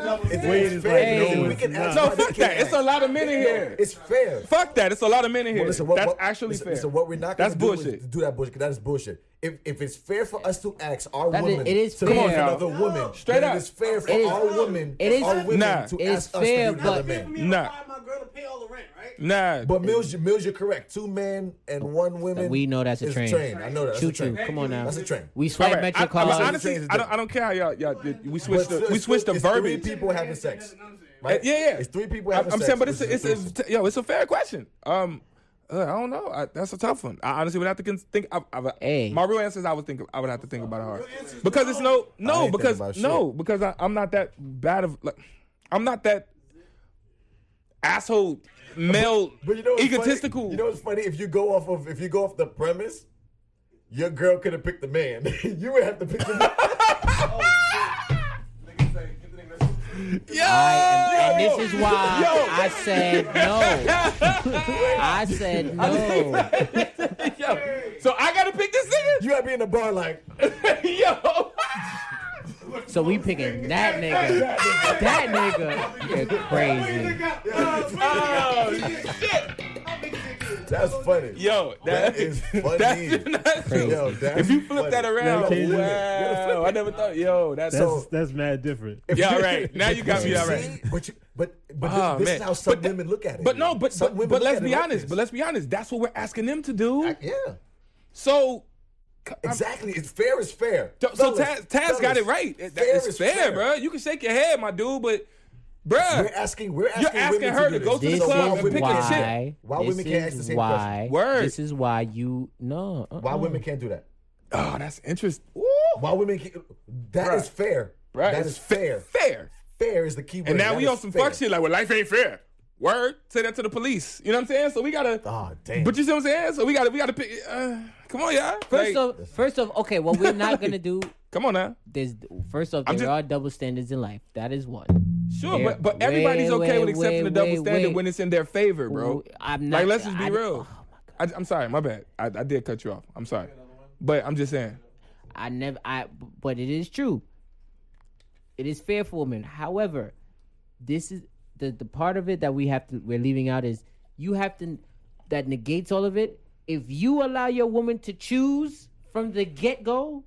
[SPEAKER 3] Wade is
[SPEAKER 1] fair. because
[SPEAKER 3] like, no,
[SPEAKER 1] we
[SPEAKER 3] it's
[SPEAKER 1] can
[SPEAKER 3] not.
[SPEAKER 1] ask
[SPEAKER 4] No,
[SPEAKER 1] why they
[SPEAKER 4] fuck
[SPEAKER 1] can't
[SPEAKER 4] that. It's a
[SPEAKER 1] ask.
[SPEAKER 4] lot of men in here.
[SPEAKER 1] It's fair.
[SPEAKER 4] Fuck that. It's a lot of men in here.
[SPEAKER 1] Well, listen, what,
[SPEAKER 4] that's
[SPEAKER 1] what-
[SPEAKER 4] actually
[SPEAKER 1] listen,
[SPEAKER 4] fair.
[SPEAKER 1] listen, what we're not gonna
[SPEAKER 4] That's
[SPEAKER 1] do is
[SPEAKER 4] bullshit.
[SPEAKER 1] do that bullshit. 'cause That is bullshit. If if it's fair for us to ask our
[SPEAKER 2] That is-
[SPEAKER 1] women
[SPEAKER 2] it is
[SPEAKER 1] to
[SPEAKER 2] fair.
[SPEAKER 1] fuck
[SPEAKER 4] Come on,
[SPEAKER 1] another
[SPEAKER 4] y'all.
[SPEAKER 1] woman,
[SPEAKER 4] Straight
[SPEAKER 1] then
[SPEAKER 4] up.
[SPEAKER 1] it is fair for
[SPEAKER 2] It is-
[SPEAKER 1] our women,
[SPEAKER 2] it is-
[SPEAKER 1] our women
[SPEAKER 4] Nah.
[SPEAKER 1] to
[SPEAKER 2] It
[SPEAKER 1] ask
[SPEAKER 2] is
[SPEAKER 1] us
[SPEAKER 2] fair,
[SPEAKER 1] to do another
[SPEAKER 2] but-
[SPEAKER 1] man.
[SPEAKER 6] Me, I'm
[SPEAKER 4] Nah.
[SPEAKER 6] find my girl to pay all the rent, right?
[SPEAKER 4] Nah,
[SPEAKER 1] But Mills, you- Mills, you're correct. Two men and one woman.
[SPEAKER 2] We know that's a
[SPEAKER 1] is
[SPEAKER 2] train.
[SPEAKER 1] I know that. That's a
[SPEAKER 2] Choo
[SPEAKER 1] train.
[SPEAKER 2] choo. Come on now.
[SPEAKER 1] That's a train.
[SPEAKER 2] We
[SPEAKER 4] All
[SPEAKER 2] swipe
[SPEAKER 4] right,
[SPEAKER 2] metro
[SPEAKER 4] I, I mean,
[SPEAKER 1] That's what
[SPEAKER 2] cards.
[SPEAKER 4] honestly,
[SPEAKER 1] the
[SPEAKER 4] I don't, I don't care how y'all, y'all, y'all we
[SPEAKER 1] But
[SPEAKER 4] switched the, we
[SPEAKER 1] it's-
[SPEAKER 4] switched the
[SPEAKER 1] it's
[SPEAKER 4] verbiage.
[SPEAKER 1] Three people having sex.
[SPEAKER 4] Uh,
[SPEAKER 1] Right?
[SPEAKER 4] Yeah, yeah.
[SPEAKER 1] It's three people
[SPEAKER 4] I-
[SPEAKER 1] having
[SPEAKER 4] I'm
[SPEAKER 1] sex.
[SPEAKER 4] saying, but
[SPEAKER 1] which
[SPEAKER 4] it's
[SPEAKER 1] is
[SPEAKER 4] a, it's,
[SPEAKER 1] threesome.
[SPEAKER 4] it's yo, it's a fair question. Um, uh, I don't know. I, that's a tough one. I honestly would have to con- think. I, I,
[SPEAKER 2] Hey.
[SPEAKER 4] My real answer is I would think. I would have to think about it hard because it's no,
[SPEAKER 1] I
[SPEAKER 4] no,
[SPEAKER 1] ain't
[SPEAKER 4] because
[SPEAKER 1] thinking about
[SPEAKER 4] no, because I, I'm not that bad of. Like, I'm not that asshole male
[SPEAKER 1] But you know what's funny?
[SPEAKER 4] egotistical.
[SPEAKER 1] You know what's funny? If you go off of if you go off the premise, your girl could have picked the man. you would have to pick the man.
[SPEAKER 4] Yo!
[SPEAKER 2] and this is why
[SPEAKER 4] Yo!
[SPEAKER 2] I said no. I said no.
[SPEAKER 4] Yo. So I gotta pick this nigga.
[SPEAKER 1] you gotta be in the bar like
[SPEAKER 4] Yo,
[SPEAKER 2] So we picking that nigga. That nigga. You're crazy.
[SPEAKER 4] oh, shit.
[SPEAKER 1] that's funny.
[SPEAKER 4] yo,
[SPEAKER 1] that is funny.
[SPEAKER 4] That's not true.
[SPEAKER 1] Yo, that's
[SPEAKER 4] if you flip that
[SPEAKER 1] funny.
[SPEAKER 4] around,
[SPEAKER 3] can't do
[SPEAKER 1] that.
[SPEAKER 4] wow, I never thought. Yo, that's
[SPEAKER 3] That's
[SPEAKER 4] so.
[SPEAKER 3] that's mad different.
[SPEAKER 4] Yeah, all right. Now you got me. All right.
[SPEAKER 1] See? But you, but but this,
[SPEAKER 4] Oh,
[SPEAKER 1] this is
[SPEAKER 4] man.
[SPEAKER 1] how some
[SPEAKER 4] But th-
[SPEAKER 1] women look at it.
[SPEAKER 4] But no, but
[SPEAKER 1] Some
[SPEAKER 4] but,
[SPEAKER 1] women
[SPEAKER 4] but
[SPEAKER 1] look
[SPEAKER 4] let's
[SPEAKER 1] at it
[SPEAKER 4] be
[SPEAKER 1] like
[SPEAKER 4] honest.
[SPEAKER 1] this.
[SPEAKER 4] But let's be honest. That's what we're asking them to do.
[SPEAKER 1] yeah,
[SPEAKER 4] So,
[SPEAKER 1] exactly. It's fair is fair.
[SPEAKER 4] so
[SPEAKER 1] Fellas,
[SPEAKER 4] Taz, Taz
[SPEAKER 1] fellas,
[SPEAKER 4] got it right. It- that-
[SPEAKER 1] fair
[SPEAKER 4] it's
[SPEAKER 1] is
[SPEAKER 4] fair, bro. You can shake your head, my dude, but Bruh.
[SPEAKER 1] We're asking. We're asking.
[SPEAKER 4] asking
[SPEAKER 1] women
[SPEAKER 4] her
[SPEAKER 1] do
[SPEAKER 4] to
[SPEAKER 1] this.
[SPEAKER 4] go to
[SPEAKER 1] So
[SPEAKER 4] the
[SPEAKER 2] This
[SPEAKER 1] why
[SPEAKER 4] club and
[SPEAKER 1] women
[SPEAKER 4] pick a
[SPEAKER 1] can't-
[SPEAKER 4] chick.
[SPEAKER 2] why.
[SPEAKER 1] Why
[SPEAKER 2] this
[SPEAKER 1] women can't ask the
[SPEAKER 2] is
[SPEAKER 1] same
[SPEAKER 2] why,
[SPEAKER 1] question?
[SPEAKER 4] Word.
[SPEAKER 2] This is why you no. Uh-uh.
[SPEAKER 1] Why women can't do that?
[SPEAKER 4] Oh, that's interesting. Ooh,
[SPEAKER 1] Why women? Can't, that
[SPEAKER 4] Bruh.
[SPEAKER 1] is fair.
[SPEAKER 4] bruh,
[SPEAKER 1] That
[SPEAKER 4] it's
[SPEAKER 1] is fair.
[SPEAKER 4] Fair.
[SPEAKER 1] Fair is the key word.
[SPEAKER 4] And now
[SPEAKER 1] That
[SPEAKER 4] we
[SPEAKER 1] is
[SPEAKER 4] on some
[SPEAKER 1] fair.
[SPEAKER 4] fuck shit like, well, life ain't fair. Word. Say that to the police. You know what I'm saying? So we gotta.
[SPEAKER 1] Ah, damn.
[SPEAKER 4] But you see what I'm saying? So we gotta, we gotta pick. Uh, come on, y'all.
[SPEAKER 2] First
[SPEAKER 4] Like,
[SPEAKER 2] of first of okay, what we're not gonna do.
[SPEAKER 4] come on now.
[SPEAKER 2] There's first off, there
[SPEAKER 4] I'm just-
[SPEAKER 2] are double standards in life. That is one.
[SPEAKER 4] Sure,
[SPEAKER 2] There-
[SPEAKER 4] but, but
[SPEAKER 2] wait,
[SPEAKER 4] everybody's okay with
[SPEAKER 2] wait,
[SPEAKER 4] accepting the
[SPEAKER 2] wait,
[SPEAKER 4] double
[SPEAKER 2] wait,
[SPEAKER 4] standard
[SPEAKER 2] wait.
[SPEAKER 4] when it's in their favor, bro.
[SPEAKER 2] Ooh, I'm not-
[SPEAKER 4] like, let's just be
[SPEAKER 2] I-
[SPEAKER 4] real.
[SPEAKER 2] oh my
[SPEAKER 4] I, I'm sorry, my bad. I, I did cut you off. I'm sorry, but I'm just saying.
[SPEAKER 2] I never. I. But it is true. It is fair for women. However, this is the the part of it that we have to we're leaving out is you have to that negates all of it. If you allow your woman to choose from the get go,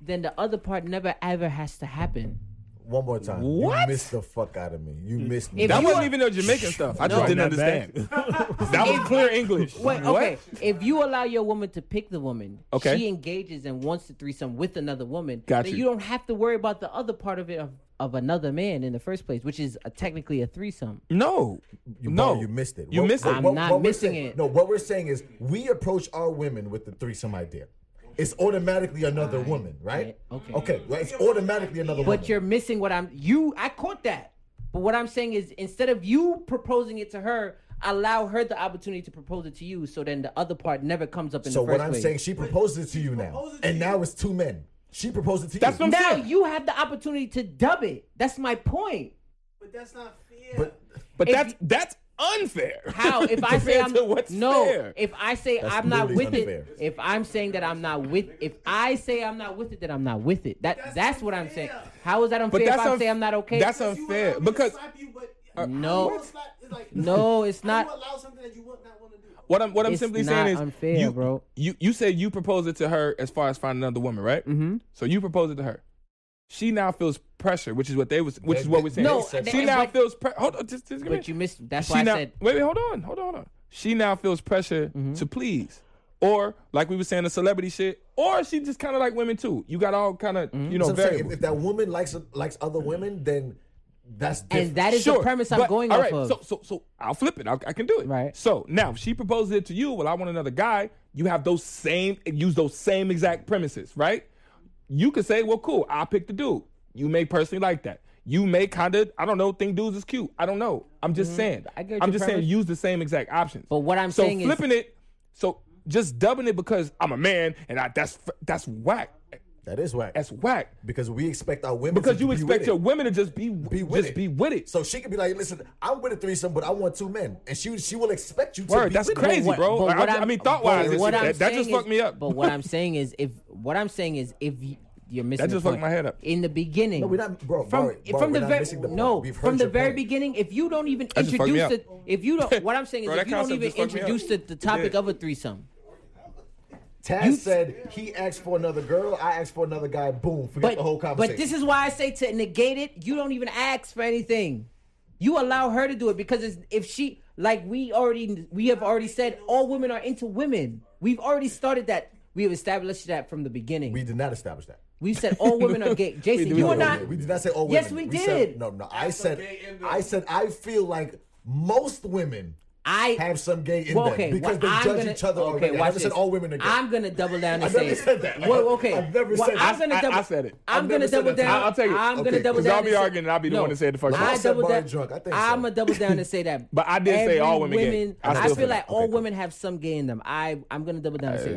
[SPEAKER 2] then the other part never ever has to happen.
[SPEAKER 1] One more time.
[SPEAKER 4] What? Mm.
[SPEAKER 1] You missed the fuck out of me. You missed me.
[SPEAKER 2] If
[SPEAKER 4] That
[SPEAKER 2] you
[SPEAKER 4] wasn't
[SPEAKER 2] are-
[SPEAKER 4] even no Jamaican stuff. I just
[SPEAKER 3] No.
[SPEAKER 4] didn't
[SPEAKER 3] Not bad.
[SPEAKER 4] understand. that was clear English.
[SPEAKER 2] Wait, okay. If you allow your woman to pick the woman,
[SPEAKER 4] Okay.
[SPEAKER 2] she engages and wants to threesome with another woman,
[SPEAKER 4] Got
[SPEAKER 2] then
[SPEAKER 4] you.
[SPEAKER 2] you don't have to worry about the other part of it of, of another man in the first place, which is a, technically a threesome.
[SPEAKER 4] No,
[SPEAKER 1] You,
[SPEAKER 4] no,
[SPEAKER 1] bro, you missed it.
[SPEAKER 4] You missed it.
[SPEAKER 2] I'm not
[SPEAKER 1] we're
[SPEAKER 2] missing
[SPEAKER 1] saying-
[SPEAKER 2] it.
[SPEAKER 1] No, what we're saying is we approach our women with the threesome idea. It's automatically another woman, right?
[SPEAKER 2] okay.
[SPEAKER 1] Okay. Well, it's automatically another woman.
[SPEAKER 2] But you're missing what I'm you I caught that. But what I'm saying is instead of you proposing it to her, allow her the opportunity to propose it to you so then the other part never comes up in
[SPEAKER 1] So
[SPEAKER 2] the first
[SPEAKER 1] what I'm
[SPEAKER 2] place.
[SPEAKER 1] saying, she proposed it to you now,
[SPEAKER 6] proposed it to
[SPEAKER 1] and
[SPEAKER 6] you.
[SPEAKER 1] now it's two men. She proposed it to you.
[SPEAKER 4] That's what I'm
[SPEAKER 2] now
[SPEAKER 4] saying.
[SPEAKER 2] you have the opportunity to dub it. That's my point.
[SPEAKER 6] But that's not fair.
[SPEAKER 1] But
[SPEAKER 4] but
[SPEAKER 2] if-
[SPEAKER 4] that's that's unfair.
[SPEAKER 2] How if I say
[SPEAKER 4] Compared
[SPEAKER 2] I'm
[SPEAKER 4] to what's
[SPEAKER 2] no?
[SPEAKER 4] fair.
[SPEAKER 2] If I say
[SPEAKER 1] That's
[SPEAKER 2] I'm not
[SPEAKER 1] literally
[SPEAKER 2] with
[SPEAKER 1] unfair.
[SPEAKER 2] it, if I'm saying that I'm not with, if I say I'm not with it, then I'm not with it. That that's,
[SPEAKER 6] That's
[SPEAKER 2] what I'm saying.
[SPEAKER 6] unfair.
[SPEAKER 2] How is that unfair?
[SPEAKER 4] but
[SPEAKER 2] If
[SPEAKER 4] that's
[SPEAKER 2] I
[SPEAKER 4] unf-
[SPEAKER 2] say I'm not okay,
[SPEAKER 4] That's
[SPEAKER 6] Because you allow
[SPEAKER 4] unfair
[SPEAKER 6] me to
[SPEAKER 4] because uh,
[SPEAKER 6] slap you, but-
[SPEAKER 2] No.
[SPEAKER 6] You slap- it's like-
[SPEAKER 2] No, it's
[SPEAKER 6] How
[SPEAKER 2] not-
[SPEAKER 6] You allow something that you would not want to do.
[SPEAKER 4] What I'm what I'm
[SPEAKER 2] It's
[SPEAKER 4] simply
[SPEAKER 2] not
[SPEAKER 4] saying is
[SPEAKER 2] unfair,
[SPEAKER 4] you,
[SPEAKER 2] bro.
[SPEAKER 4] You you say you proposed it to her as far as finding another woman, right? Mm-hmm. So you proposed it to her. She now feels pressure, which is what they was, which is what we're saying.
[SPEAKER 2] No,
[SPEAKER 4] she
[SPEAKER 2] they-
[SPEAKER 4] now
[SPEAKER 2] but-
[SPEAKER 4] feels pressure. Hold on, just, just give me-
[SPEAKER 2] but you missed. That's
[SPEAKER 4] She
[SPEAKER 2] why I
[SPEAKER 4] now,
[SPEAKER 2] said Mm-hmm.
[SPEAKER 4] wait, wait, hold on, hold on, hold on. She now feels pressure to please, or like we were saying, the celebrity shit, or she just kind of like women too. You got all kind of
[SPEAKER 2] Mm-hmm.
[SPEAKER 4] you know
[SPEAKER 1] So I'm saying,
[SPEAKER 4] variables.
[SPEAKER 1] if, if that woman likes likes other women, then that's different.
[SPEAKER 2] and that is the premise I'm
[SPEAKER 4] but-
[SPEAKER 2] going
[SPEAKER 4] all
[SPEAKER 2] off
[SPEAKER 4] right,
[SPEAKER 2] of.
[SPEAKER 4] So, so, so I'll flip it. I, I can do it.
[SPEAKER 2] Right.
[SPEAKER 4] So now, if she proposes it to you, well, I want another guy. You have those same, use those same exact premises, right? You could say, well, cool, I'll pick the dude. You may personally like that. You may kind of, I don't know, think dudes is cute. I don't know. I'm just saying.
[SPEAKER 2] Mm-hmm. I get
[SPEAKER 4] I'm
[SPEAKER 2] your
[SPEAKER 4] just saying,
[SPEAKER 2] premise.
[SPEAKER 4] use the same exact options.
[SPEAKER 2] But what I'm
[SPEAKER 4] so
[SPEAKER 2] saying is-
[SPEAKER 4] flipping it, so just dubbing it because I'm a man and I, that's that's whack.
[SPEAKER 1] that is whack.
[SPEAKER 4] That's whack.
[SPEAKER 1] because we expect our women.
[SPEAKER 4] Because
[SPEAKER 1] to
[SPEAKER 4] you
[SPEAKER 1] be
[SPEAKER 4] expect
[SPEAKER 1] with
[SPEAKER 4] your
[SPEAKER 1] it.
[SPEAKER 4] women to just be,
[SPEAKER 1] be with
[SPEAKER 4] just
[SPEAKER 1] it.
[SPEAKER 4] be with it.
[SPEAKER 1] So she could be like, "Listen, I'm with a threesome, but I want two men," and she she will expect you to
[SPEAKER 4] Word,
[SPEAKER 1] be
[SPEAKER 4] that's
[SPEAKER 1] with it.
[SPEAKER 4] crazy,
[SPEAKER 2] But what-
[SPEAKER 4] bro.
[SPEAKER 2] but
[SPEAKER 4] Like,
[SPEAKER 2] what
[SPEAKER 4] I, I
[SPEAKER 2] I'm-
[SPEAKER 4] mean, thought
[SPEAKER 2] but
[SPEAKER 4] wise,
[SPEAKER 2] what I'm
[SPEAKER 4] that, that just
[SPEAKER 2] saying
[SPEAKER 4] fucked
[SPEAKER 2] is-
[SPEAKER 4] me up.
[SPEAKER 2] But what I'm saying is, if what I'm saying is, if you, you're missing,
[SPEAKER 4] That just
[SPEAKER 2] the
[SPEAKER 4] fucked
[SPEAKER 2] point.
[SPEAKER 4] my head up.
[SPEAKER 2] In the beginning,
[SPEAKER 1] No, we're not- bro,
[SPEAKER 2] From,
[SPEAKER 1] bro, bro,
[SPEAKER 2] from
[SPEAKER 1] we're
[SPEAKER 2] the
[SPEAKER 1] not
[SPEAKER 2] very
[SPEAKER 1] missing the point.
[SPEAKER 2] no,
[SPEAKER 1] We've
[SPEAKER 2] from
[SPEAKER 1] heard
[SPEAKER 2] the
[SPEAKER 1] your
[SPEAKER 2] very
[SPEAKER 1] point.
[SPEAKER 2] beginning, if you don't even
[SPEAKER 4] just fucked me
[SPEAKER 2] introduce
[SPEAKER 4] up.
[SPEAKER 2] the, if you don't, what I'm saying is,
[SPEAKER 4] Bro, that
[SPEAKER 2] if you don't
[SPEAKER 4] concept
[SPEAKER 2] even
[SPEAKER 4] just fucked me up.
[SPEAKER 2] introduce the, the
[SPEAKER 4] It
[SPEAKER 2] topic
[SPEAKER 4] did.
[SPEAKER 2] of a threesome,
[SPEAKER 1] Taz said he asked for another girl. I asked for another guy. Boom, forget
[SPEAKER 2] but
[SPEAKER 1] the whole conversation.
[SPEAKER 2] but this is why I say to negate it, you don't even ask for anything. You allow her to do it because it's, if she like we already we have already said all women are into women. We've already started that. We have established that from the beginning.
[SPEAKER 1] we did not establish that.
[SPEAKER 2] We said all women are gay. Jason,
[SPEAKER 4] do
[SPEAKER 2] you
[SPEAKER 4] know
[SPEAKER 2] are
[SPEAKER 1] No,
[SPEAKER 2] not.
[SPEAKER 1] We did not say oh, all women.
[SPEAKER 2] Yes, we
[SPEAKER 1] Said,
[SPEAKER 2] did.
[SPEAKER 1] no, no. I said, I said, I feel like most women
[SPEAKER 2] I.
[SPEAKER 1] have some gay in
[SPEAKER 2] Well,
[SPEAKER 1] them
[SPEAKER 2] okay,
[SPEAKER 1] because
[SPEAKER 2] well,
[SPEAKER 1] they
[SPEAKER 2] I'm
[SPEAKER 1] judge
[SPEAKER 2] gonna,
[SPEAKER 1] each other.
[SPEAKER 2] Okay,
[SPEAKER 1] already. I
[SPEAKER 2] watch
[SPEAKER 1] never said
[SPEAKER 2] this.
[SPEAKER 1] all women are gay.
[SPEAKER 2] I'm gonna double down and
[SPEAKER 1] I
[SPEAKER 2] say.
[SPEAKER 1] never said that.
[SPEAKER 2] Well, okay.
[SPEAKER 1] I've never
[SPEAKER 2] well,
[SPEAKER 1] said that.
[SPEAKER 2] I'm gonna
[SPEAKER 4] I-
[SPEAKER 2] double.
[SPEAKER 4] I said it.
[SPEAKER 2] I'm
[SPEAKER 1] I've
[SPEAKER 2] gonna
[SPEAKER 1] never said
[SPEAKER 2] double
[SPEAKER 1] that.
[SPEAKER 2] down.
[SPEAKER 4] I- I'll take it.
[SPEAKER 2] I'm gonna
[SPEAKER 1] Okay,
[SPEAKER 2] double
[SPEAKER 1] 'cause
[SPEAKER 2] down.
[SPEAKER 4] I'll be
[SPEAKER 2] and say-
[SPEAKER 4] arguing and I'll be the
[SPEAKER 2] no,
[SPEAKER 4] one to say it the first
[SPEAKER 1] time.
[SPEAKER 2] I
[SPEAKER 1] I said
[SPEAKER 2] double
[SPEAKER 1] Barney
[SPEAKER 2] down.
[SPEAKER 1] drunk. I think so.
[SPEAKER 2] I'm gonna double down and say that.
[SPEAKER 4] But I did say all
[SPEAKER 2] every
[SPEAKER 4] women gay.
[SPEAKER 2] women-
[SPEAKER 4] I
[SPEAKER 2] I,
[SPEAKER 4] still
[SPEAKER 2] feel
[SPEAKER 4] said
[SPEAKER 2] like
[SPEAKER 1] that.
[SPEAKER 2] all
[SPEAKER 1] Okay, cool.
[SPEAKER 2] women have some gay in them. I I'm gonna double down and say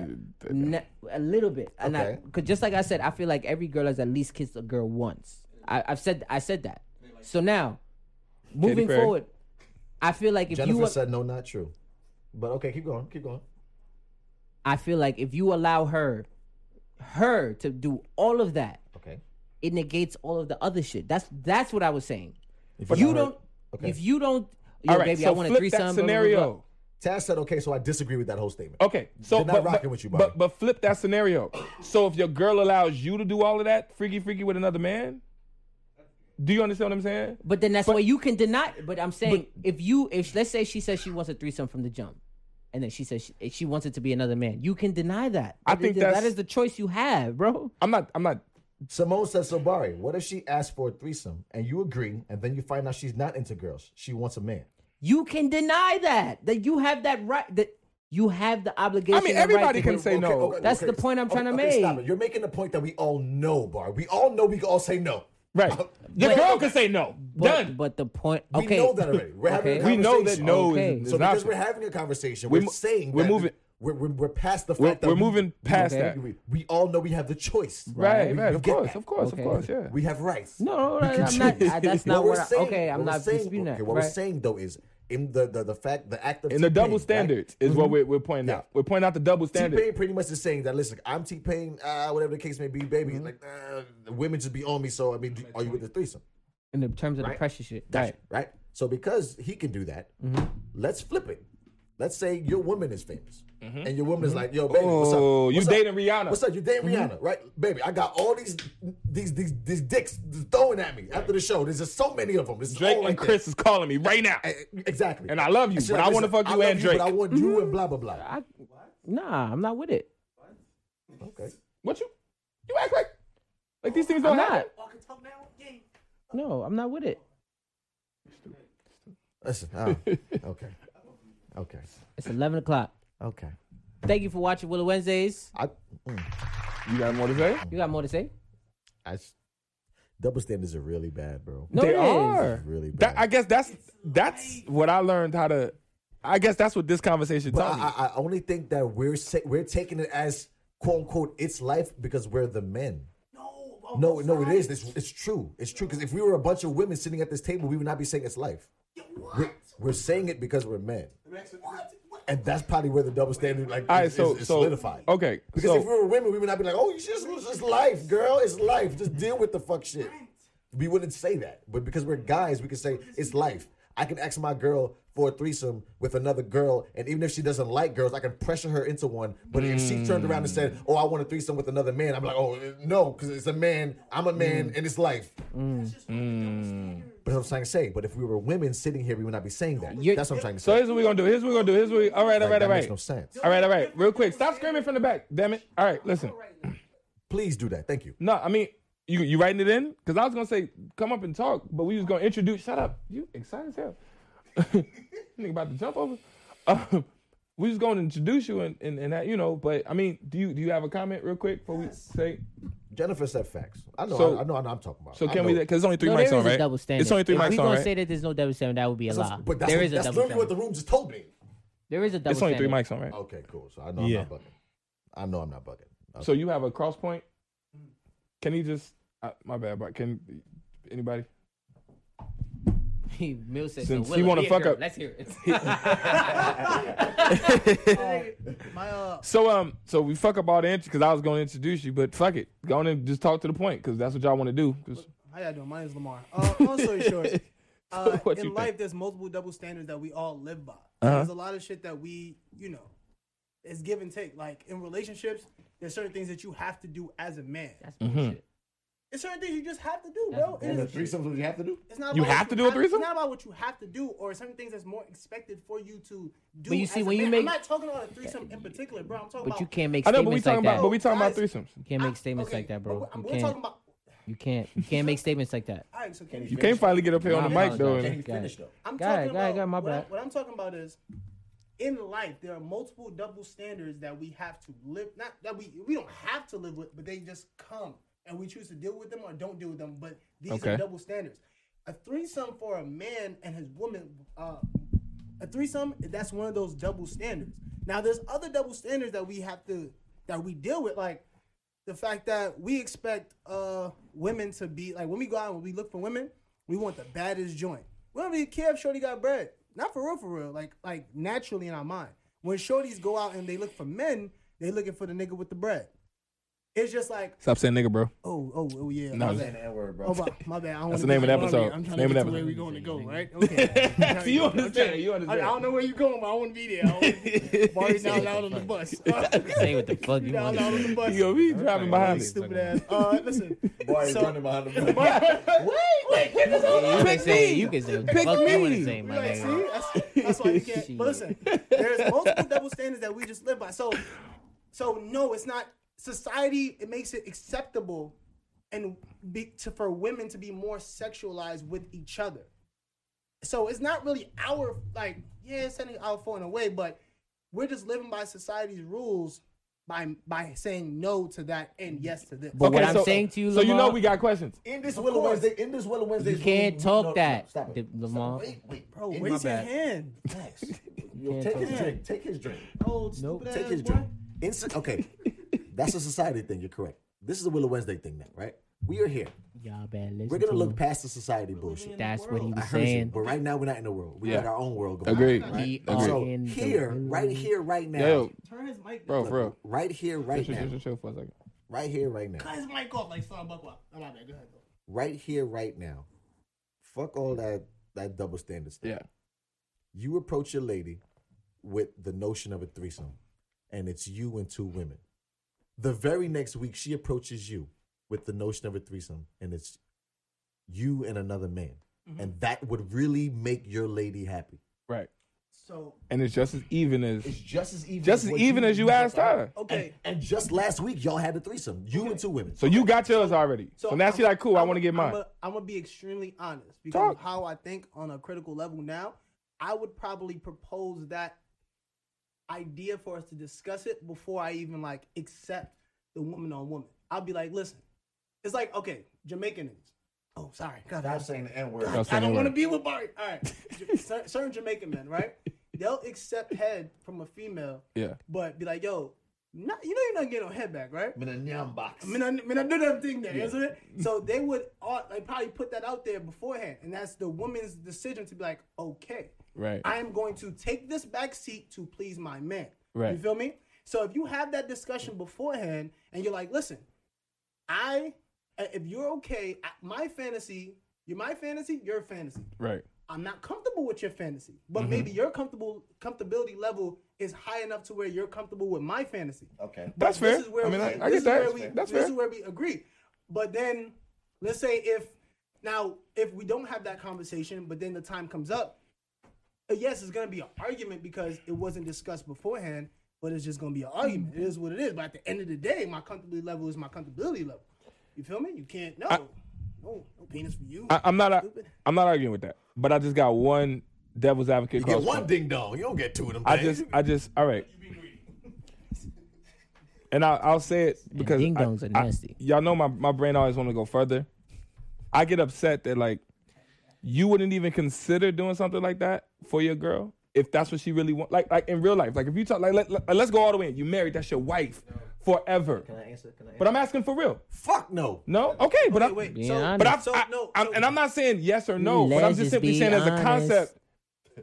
[SPEAKER 2] that. Ne- a little bit, and
[SPEAKER 1] Okay.
[SPEAKER 2] I, cause just like I said, I feel like every girl has at least kissed a girl once. I, I've said I said that. So now, moving
[SPEAKER 4] Perry.
[SPEAKER 2] forward, I feel like if
[SPEAKER 1] Jennifer
[SPEAKER 2] you
[SPEAKER 1] said no, not true. But okay, keep going, keep going.
[SPEAKER 2] I feel like if you allow her, her to do all of that,
[SPEAKER 1] Okay.
[SPEAKER 2] it negates all of the other shit. That's that's what I was saying.
[SPEAKER 1] If
[SPEAKER 2] you
[SPEAKER 1] not
[SPEAKER 2] don't.
[SPEAKER 1] hurt- okay.
[SPEAKER 2] If you don't. Yo,
[SPEAKER 4] All right,
[SPEAKER 2] baby,
[SPEAKER 4] so
[SPEAKER 2] I want a
[SPEAKER 4] flip
[SPEAKER 2] threesome.
[SPEAKER 4] that
[SPEAKER 2] blah, blah, blah,
[SPEAKER 4] scenario.
[SPEAKER 2] blah.
[SPEAKER 1] Taz said okay, so I disagree with that whole statement.
[SPEAKER 4] Okay, so
[SPEAKER 1] They're not
[SPEAKER 4] but, but-
[SPEAKER 1] rocking with you, Bobby.
[SPEAKER 4] but but flip that scenario. So if your girl allows you to do all of that, freaky freaky with another man, do you understand what I'm saying?
[SPEAKER 2] But then that's why you can deny. But I'm saying if you, if let's say she says she wants a threesome from the jump, and then she says she, if she wants it to be another man, you can deny that.
[SPEAKER 4] I
[SPEAKER 2] That
[SPEAKER 4] think
[SPEAKER 2] is-
[SPEAKER 4] that's-
[SPEAKER 2] that is the choice you have, bro.
[SPEAKER 4] I'm not I'm not
[SPEAKER 1] Simone says, Sobari, what if she asks for a threesome and you agree, and then you find out she's not into girls? She wants a man.
[SPEAKER 2] You can deny that. That you have that right. That you have the obligation.
[SPEAKER 4] I mean,
[SPEAKER 2] and right
[SPEAKER 4] everybody
[SPEAKER 2] to-
[SPEAKER 4] can say no.
[SPEAKER 2] That's the point I'm trying to
[SPEAKER 1] okay, Stop
[SPEAKER 2] make.
[SPEAKER 1] it. You're making the point that we all know, Bar. We all know we can all say no.
[SPEAKER 4] Right. Your girl can say no.
[SPEAKER 2] But,
[SPEAKER 4] Done.
[SPEAKER 2] but the point.
[SPEAKER 1] We
[SPEAKER 2] Okay.
[SPEAKER 1] know that already. We're having a
[SPEAKER 2] Okay.
[SPEAKER 4] we know that
[SPEAKER 1] conversation.
[SPEAKER 4] no
[SPEAKER 2] Okay.
[SPEAKER 4] is, is
[SPEAKER 1] So
[SPEAKER 4] an
[SPEAKER 1] because
[SPEAKER 4] option.
[SPEAKER 1] we're
[SPEAKER 4] We're,
[SPEAKER 1] having a conversation, we're,
[SPEAKER 4] We're mo-
[SPEAKER 1] saying
[SPEAKER 4] we're
[SPEAKER 1] that we-
[SPEAKER 4] moving-
[SPEAKER 1] We're, we're, we're past the
[SPEAKER 4] we're,
[SPEAKER 1] fact that we-
[SPEAKER 4] moving past
[SPEAKER 2] Okay.
[SPEAKER 4] that.
[SPEAKER 1] We, we all know we have the choice.
[SPEAKER 4] Right,
[SPEAKER 1] We-
[SPEAKER 4] right.
[SPEAKER 1] we
[SPEAKER 4] Of
[SPEAKER 1] get
[SPEAKER 4] course,
[SPEAKER 1] that.
[SPEAKER 4] of course,
[SPEAKER 2] Okay.
[SPEAKER 4] of course. Yeah.
[SPEAKER 1] We have rights.
[SPEAKER 2] No, no, no, I'm not. I, that's not
[SPEAKER 1] we're
[SPEAKER 2] what. I, okay, I'm
[SPEAKER 1] what we're
[SPEAKER 2] not
[SPEAKER 1] saying,
[SPEAKER 2] disputing
[SPEAKER 1] okay,
[SPEAKER 2] that.
[SPEAKER 1] What we're
[SPEAKER 2] right.
[SPEAKER 1] saying though is in the the, the fact the act of
[SPEAKER 4] and the
[SPEAKER 1] T-Pain,
[SPEAKER 4] double
[SPEAKER 1] right? Mm-hmm.
[SPEAKER 4] standards is what we're, we're pointing
[SPEAKER 1] Yeah.
[SPEAKER 4] out. We're pointing out the double standard.
[SPEAKER 1] T-Pain pretty much is saying that. Listen, I'm T-Pain. Uh, whatever the case may be, baby. Like uh, the women just be on me. So I mean, do- are you with the threesome?
[SPEAKER 2] in the terms of the
[SPEAKER 1] Right.
[SPEAKER 2] pressure shit.
[SPEAKER 1] Gotcha,
[SPEAKER 2] Right.
[SPEAKER 1] Right. So because he can do that, let's flip it. Let's say your woman is famous, and your woman is like, "Yo, baby, what's up?
[SPEAKER 4] Oh, you
[SPEAKER 1] What's
[SPEAKER 4] dating Rihanna.
[SPEAKER 1] What's up? You dating Rihanna, right, baby? I got all these these these these dicks throwing at me after the show. There's just so many of them. This is
[SPEAKER 4] Drake
[SPEAKER 1] all like
[SPEAKER 4] and Chris is calling me right now.
[SPEAKER 1] Exactly.
[SPEAKER 4] And I love you,
[SPEAKER 1] she's
[SPEAKER 4] but I wanna
[SPEAKER 1] "Listen,
[SPEAKER 4] fuck you
[SPEAKER 1] I love
[SPEAKER 4] and
[SPEAKER 1] but I
[SPEAKER 4] Drake."
[SPEAKER 1] want you and blah blah blah.
[SPEAKER 2] I, nah, I'm not with it.
[SPEAKER 1] Okay.
[SPEAKER 4] What you? You act like like these things
[SPEAKER 2] I'm
[SPEAKER 4] don't happen.
[SPEAKER 2] not.
[SPEAKER 6] I can talk now? Yeah.
[SPEAKER 2] No, I'm not with it.
[SPEAKER 1] Listen. uh, okay. Okay.
[SPEAKER 2] It's 11 o'clock.
[SPEAKER 1] Okay.
[SPEAKER 2] Thank you for watching Willow Wednesdays.
[SPEAKER 1] I mm,
[SPEAKER 4] You got more to say?
[SPEAKER 2] You got more to say?
[SPEAKER 1] I s- double standards are really bad, bro.
[SPEAKER 2] No,
[SPEAKER 4] they
[SPEAKER 2] it is.
[SPEAKER 4] are.
[SPEAKER 1] Really bad.
[SPEAKER 4] That, I guess that's that's what I learned how to. I guess that's what this conversation
[SPEAKER 1] But
[SPEAKER 4] taught me.
[SPEAKER 1] I, I I only think that we're sa- we're taking it as quote unquote it's life because we're the men.
[SPEAKER 6] No.
[SPEAKER 1] No, no, it is. It's, it's true. It's true. Because if we were a bunch of women sitting at this table, we would not be saying it's life. We're, we're saying it because we're men,
[SPEAKER 6] What? What?
[SPEAKER 1] and that's probably where the double standard like
[SPEAKER 4] All right,
[SPEAKER 1] is,
[SPEAKER 4] so
[SPEAKER 1] is- is
[SPEAKER 4] so
[SPEAKER 1] solidified.
[SPEAKER 4] okay,
[SPEAKER 1] Because
[SPEAKER 4] so
[SPEAKER 1] if we were women, we would not be like, "Oh, it's just, it's just life, girl. It's life. Just deal with the fuck shit." We wouldn't say that, but because we're guys, we can say it's life. I can ask my girl for a threesome with another girl, and even if she doesn't like girls, I can pressure her into one. But if she turned around and said, "Oh, I want a threesome with another man," I'm like, "Oh, eh, no, because it's a man. I'm a man,
[SPEAKER 4] Mm.
[SPEAKER 1] and it's life." But that's what I'm trying to say. But if we were women sitting here, we would not be saying that.
[SPEAKER 2] You-
[SPEAKER 1] that's what I'm trying to say.
[SPEAKER 4] so here's what we're gonna do. Here's what we're gonna do. Here's what. We, all right, all
[SPEAKER 1] Like,
[SPEAKER 4] right,
[SPEAKER 1] that
[SPEAKER 4] all right.
[SPEAKER 1] makes no sense.
[SPEAKER 4] All right, all right. Real quick, stop screaming from the back. Damn it. All right, listen.
[SPEAKER 1] Please do that. Thank you.
[SPEAKER 4] No, I mean, you you writing it in? Because I was gonna say come up and talk, but we was gonna introduce. Shut up. You excited as hell. Nigga about to jump over. Um, we was gonna introduce you and, and and that you know. But I mean, do you do you have a comment real quick before we say?
[SPEAKER 1] Jennifer said facts. I know.
[SPEAKER 4] So-
[SPEAKER 1] I, I know. I know. I'm talking about.
[SPEAKER 4] So
[SPEAKER 1] I
[SPEAKER 4] can we?
[SPEAKER 1] know.
[SPEAKER 4] Because it's only three
[SPEAKER 2] No,
[SPEAKER 4] mics
[SPEAKER 2] there
[SPEAKER 4] on,
[SPEAKER 2] is
[SPEAKER 4] right?
[SPEAKER 2] a double standard.
[SPEAKER 4] It's only three
[SPEAKER 2] if
[SPEAKER 4] mics
[SPEAKER 2] we're
[SPEAKER 4] on,
[SPEAKER 2] gonna
[SPEAKER 4] right?
[SPEAKER 2] say that there's no double standard, that would be a lie.
[SPEAKER 1] But that's,
[SPEAKER 2] there
[SPEAKER 1] what-
[SPEAKER 2] is a
[SPEAKER 1] that's
[SPEAKER 2] double
[SPEAKER 1] literally what
[SPEAKER 2] standard.
[SPEAKER 1] the room just told me.
[SPEAKER 2] there is a double
[SPEAKER 4] it's only three
[SPEAKER 2] standard.
[SPEAKER 4] mics on, right?
[SPEAKER 1] Okay, cool. So I know
[SPEAKER 3] Yeah.
[SPEAKER 1] I'm not bugging. I know I'm not bugging. Okay.
[SPEAKER 4] So you have a cross point.
[SPEAKER 6] Mm.
[SPEAKER 4] Can you just? Uh, my bad, but can anybody?
[SPEAKER 2] Mill says,
[SPEAKER 4] Since
[SPEAKER 2] so
[SPEAKER 4] he
[SPEAKER 2] Willow,
[SPEAKER 4] wanna
[SPEAKER 2] be a
[SPEAKER 4] fuck
[SPEAKER 2] girl.
[SPEAKER 4] up-
[SPEAKER 2] Let's hear it.
[SPEAKER 6] My, uh,
[SPEAKER 4] So um, so we fuck up all the because I was going to introduce you, but fuck it, go on and just talk to the point because that's what y'all want to do. 'cause-
[SPEAKER 6] how y'all doing? My name's Lamar. Uh, long story short, uh,
[SPEAKER 4] What you
[SPEAKER 6] in
[SPEAKER 4] think? Uh-huh.
[SPEAKER 6] life, there's multiple double standards that we all live by. There's a lot of shit that we, you know, it's give and take. Like in relationships, there's certain things that you have to do as a man.
[SPEAKER 2] That's
[SPEAKER 4] Mm-hmm.
[SPEAKER 2] bullshit.
[SPEAKER 6] It's certain things you just have to do, bro. It
[SPEAKER 1] And the
[SPEAKER 6] is-
[SPEAKER 1] threesomes, what you have to do?
[SPEAKER 6] It's not
[SPEAKER 4] You
[SPEAKER 6] about
[SPEAKER 4] have
[SPEAKER 6] what
[SPEAKER 4] to do a threesome?
[SPEAKER 6] It's not about what you have to do, or certain things that's more expected for you to do.
[SPEAKER 2] But you see,
[SPEAKER 6] as a
[SPEAKER 2] when you
[SPEAKER 6] man.
[SPEAKER 2] make-
[SPEAKER 6] I'm not talking about a threesome in particular, bro. I'm talking about.
[SPEAKER 2] But you can't make
[SPEAKER 4] I know, but we
[SPEAKER 2] statements
[SPEAKER 4] talking
[SPEAKER 2] like
[SPEAKER 4] about,
[SPEAKER 2] that.
[SPEAKER 4] but we talking about
[SPEAKER 6] Guys,
[SPEAKER 4] threesomes.
[SPEAKER 2] You can't make statements
[SPEAKER 6] Okay,
[SPEAKER 2] like that,
[SPEAKER 6] but
[SPEAKER 2] bro.
[SPEAKER 6] we're- I'm-
[SPEAKER 2] You
[SPEAKER 6] we're talking
[SPEAKER 2] can't.
[SPEAKER 6] about.
[SPEAKER 2] You can't. You can't make statements like that.
[SPEAKER 6] All right, so can
[SPEAKER 1] Can
[SPEAKER 6] you
[SPEAKER 1] he
[SPEAKER 4] You can't finally get up here on the
[SPEAKER 2] I
[SPEAKER 4] mic though.
[SPEAKER 2] apologize.
[SPEAKER 1] Can
[SPEAKER 4] and-
[SPEAKER 1] he
[SPEAKER 2] Got
[SPEAKER 1] finish
[SPEAKER 2] it.
[SPEAKER 1] though?
[SPEAKER 6] I'm
[SPEAKER 2] Go
[SPEAKER 6] talking
[SPEAKER 2] ahead, go ahead,
[SPEAKER 6] about
[SPEAKER 2] go ahead, my
[SPEAKER 6] what, I,
[SPEAKER 2] bad.
[SPEAKER 6] what I'm talking about is in life there are multiple double standards that we have to live not that we we don't have to live with, but they just come and we choose to deal with them or don't deal with them. But these
[SPEAKER 4] Okay.
[SPEAKER 6] are double standards. A threesome for a man and his woman, uh, a threesome that's one of those double standards. Now there's other double standards that we have to that we deal with, like the fact that we expect uh women to be like when we go out and we look for women, we want the baddest joint. We don't really care if Shorty got bread. Not for real, for real. Like like naturally in our mind. When Shorties go out and they look for men, they looking for the nigga with the bread. It's just like,
[SPEAKER 4] Stop saying nigga, bro.
[SPEAKER 6] oh, oh, oh yeah.
[SPEAKER 4] No,
[SPEAKER 6] my
[SPEAKER 4] it's-
[SPEAKER 6] bad.
[SPEAKER 1] That word, bro.
[SPEAKER 6] Oh, my- my bad. I don't
[SPEAKER 4] That's
[SPEAKER 6] wanna
[SPEAKER 4] the name
[SPEAKER 6] get
[SPEAKER 4] of the
[SPEAKER 6] too
[SPEAKER 4] episode.
[SPEAKER 6] hungry. I'm trying
[SPEAKER 4] Name of
[SPEAKER 6] to get
[SPEAKER 4] the
[SPEAKER 6] to where we
[SPEAKER 4] episode.
[SPEAKER 6] going to go, right? Okay.
[SPEAKER 4] See, you understand, you
[SPEAKER 6] I, I
[SPEAKER 4] understand.
[SPEAKER 6] don't know where you're going, but I want to be there. I wanna be- Barry's not allowed on the bus.
[SPEAKER 2] Say what the fuck you
[SPEAKER 6] not
[SPEAKER 2] want.
[SPEAKER 6] allowed on the bus.
[SPEAKER 4] Yo, we driving behind it.
[SPEAKER 6] Stupid ass. Uh, listen.
[SPEAKER 1] Boy, he's
[SPEAKER 6] so-
[SPEAKER 1] running behind the mic.
[SPEAKER 6] Wait, wait,
[SPEAKER 2] You can say. You can say what the
[SPEAKER 4] Pick
[SPEAKER 2] fuck you want
[SPEAKER 4] me.
[SPEAKER 2] to say,
[SPEAKER 6] We
[SPEAKER 2] my
[SPEAKER 6] like,
[SPEAKER 2] nigga.
[SPEAKER 6] see, that's, that's why you can't. But listen, there's multiple double standards that we just live by. So, so no, it's not society. It makes it acceptable and be, to, for women to be more sexualized with each other. So it's not really our like yeah, it's sending our phone away, but we're just living by society's rules by by saying no to that and yes to this.
[SPEAKER 2] But what I'm saying to you,
[SPEAKER 4] so you know
[SPEAKER 2] Lamar-
[SPEAKER 4] we got questions.
[SPEAKER 1] In this Willow Wednesday, in this Willow Wednesday,
[SPEAKER 2] You can't talk that,
[SPEAKER 1] stop it.
[SPEAKER 2] D- Lamar.
[SPEAKER 1] Stop it. Wait, wait,
[SPEAKER 6] Bro,
[SPEAKER 1] In
[SPEAKER 6] where's
[SPEAKER 1] my
[SPEAKER 6] your
[SPEAKER 1] bad.
[SPEAKER 6] hand?
[SPEAKER 1] Relax. Yo,
[SPEAKER 2] Can't
[SPEAKER 1] take
[SPEAKER 2] talk
[SPEAKER 1] his
[SPEAKER 2] that.
[SPEAKER 1] drink. Take his drink.
[SPEAKER 6] Oh, stupid ass
[SPEAKER 1] Take his
[SPEAKER 6] boy.
[SPEAKER 1] drink. Insta- okay, that's a society thing. You're correct. This is a Willow Wednesday thing now, right? We are here.
[SPEAKER 2] Y'all better listen.
[SPEAKER 1] We're gonna
[SPEAKER 2] to
[SPEAKER 1] look
[SPEAKER 2] him.
[SPEAKER 1] past the society bullshit.
[SPEAKER 2] That's what he
[SPEAKER 1] I
[SPEAKER 2] was
[SPEAKER 1] heard you,
[SPEAKER 2] saying.
[SPEAKER 1] but right now we're not in the world. We
[SPEAKER 4] Yeah.
[SPEAKER 1] got our own world going.
[SPEAKER 4] Agreed.
[SPEAKER 1] On, right?
[SPEAKER 2] We
[SPEAKER 4] Agreed.
[SPEAKER 2] are
[SPEAKER 1] So
[SPEAKER 2] in the
[SPEAKER 1] here,
[SPEAKER 2] middle.
[SPEAKER 1] right here, right now,
[SPEAKER 4] Yo,
[SPEAKER 6] Turn his mic.
[SPEAKER 4] bro, for real.
[SPEAKER 1] right here, right
[SPEAKER 4] Just, just,
[SPEAKER 1] now,
[SPEAKER 4] just chill for a second.
[SPEAKER 1] right here, right now,
[SPEAKER 6] Cut his mic off like Son Buckwell. I'm out there. Go ahead. Though.
[SPEAKER 1] right here, right now. Fuck all that that double standard stuff.
[SPEAKER 4] Yeah.
[SPEAKER 1] you approach your lady with the notion of a threesome, and it's you and two women. The very next week, she approaches you with the notion of a threesome, and it's you and another man.
[SPEAKER 4] Mm-hmm.
[SPEAKER 1] And that would really make your lady happy.
[SPEAKER 4] Right.
[SPEAKER 6] So
[SPEAKER 4] And it's just as even as
[SPEAKER 1] It's just as even,
[SPEAKER 4] Just as
[SPEAKER 1] what
[SPEAKER 4] even as you asked her.
[SPEAKER 1] Okay.
[SPEAKER 6] okay.
[SPEAKER 1] And, and just last week, y'all had a threesome, you and two women.
[SPEAKER 4] So you got yours already. So, now she like, cool, I want to get mine.
[SPEAKER 6] I'm gonna be extremely honest because
[SPEAKER 4] Talk.
[SPEAKER 6] of how I think on a critical level now. I would probably propose that idea for us to discuss it before I even like accept the woman on woman. I'll be like, listen, it's like okay, Jamaican niggas. Oh, sorry, God,
[SPEAKER 1] Stop saying the N word.
[SPEAKER 4] Stop
[SPEAKER 6] I
[SPEAKER 4] saying
[SPEAKER 6] don't
[SPEAKER 4] that
[SPEAKER 6] want to
[SPEAKER 4] word.
[SPEAKER 6] be with Bari. All right, Ja- cer- certain Jamaican men, right? They'll accept head from a female,
[SPEAKER 4] Yeah.
[SPEAKER 6] but be like, yo, not, you know you're not getting no head back, right?
[SPEAKER 1] I'm in a nyam box.
[SPEAKER 6] I mean, I, I mean, I do that thing there, isn't it? So they would all, like probably put that out there beforehand, and that's the woman's decision to be like, okay,
[SPEAKER 4] Right.
[SPEAKER 6] I am going to take this back seat to please my man.
[SPEAKER 4] Right.
[SPEAKER 6] You feel me? So if you have that discussion beforehand, and you're like, listen, I, if you're okay, I- my fantasy, you're my fantasy, your fantasy.
[SPEAKER 4] Right.
[SPEAKER 6] I'm not comfortable with your fantasy, but
[SPEAKER 4] Mm-hmm.
[SPEAKER 6] maybe your comfortable comfortability level is high enough to where you're comfortable with my fantasy.
[SPEAKER 1] Okay.
[SPEAKER 6] But
[SPEAKER 4] That's fair. I mean, I- I
[SPEAKER 6] this
[SPEAKER 4] get
[SPEAKER 6] is
[SPEAKER 4] that.
[SPEAKER 6] where we-
[SPEAKER 4] That's
[SPEAKER 6] this
[SPEAKER 4] fair.
[SPEAKER 6] is where we agree. But then, let's say if now if we don't have that conversation, but then the time comes up, uh, yes, it's gonna be an argument because it wasn't discussed beforehand. But it's just gonna be an argument. It is what it is. But at the end of the day, my comfortability level is my comfortability level. You feel me? You can't no, no, no penis for you.
[SPEAKER 4] I, I'm not. i
[SPEAKER 6] Stupid.
[SPEAKER 4] I'm not arguing with that. But I just got one devil's advocate.
[SPEAKER 1] You get
[SPEAKER 4] cross
[SPEAKER 1] one
[SPEAKER 4] point.
[SPEAKER 1] ding dong. You don't get two of them.
[SPEAKER 4] I
[SPEAKER 1] things.
[SPEAKER 4] just. I just. All right. And I, I'll say it because
[SPEAKER 2] ding
[SPEAKER 4] I-
[SPEAKER 2] dongs are
[SPEAKER 4] I-
[SPEAKER 2] nasty.
[SPEAKER 4] y'all know my my brain always want to go further. I get upset that like you wouldn't even consider doing something like that for your girl if that's what she really want. Like like in real life, like if you talk like let, let, us go all the way. in. You married, that's your wife forever.
[SPEAKER 1] Can I answer? Can I answer?
[SPEAKER 4] But I'm asking for real.
[SPEAKER 1] Fuck no.
[SPEAKER 4] No, okay, but I,
[SPEAKER 6] wait,
[SPEAKER 2] Being
[SPEAKER 6] so,
[SPEAKER 2] honest.
[SPEAKER 4] but I've,
[SPEAKER 6] so,
[SPEAKER 4] I,
[SPEAKER 6] no,
[SPEAKER 4] I'm,
[SPEAKER 6] so-
[SPEAKER 4] and I'm not saying yes or no, but I'm
[SPEAKER 2] Let's
[SPEAKER 4] just
[SPEAKER 2] just
[SPEAKER 4] simply
[SPEAKER 2] be
[SPEAKER 4] saying as a
[SPEAKER 2] honest.
[SPEAKER 4] concept,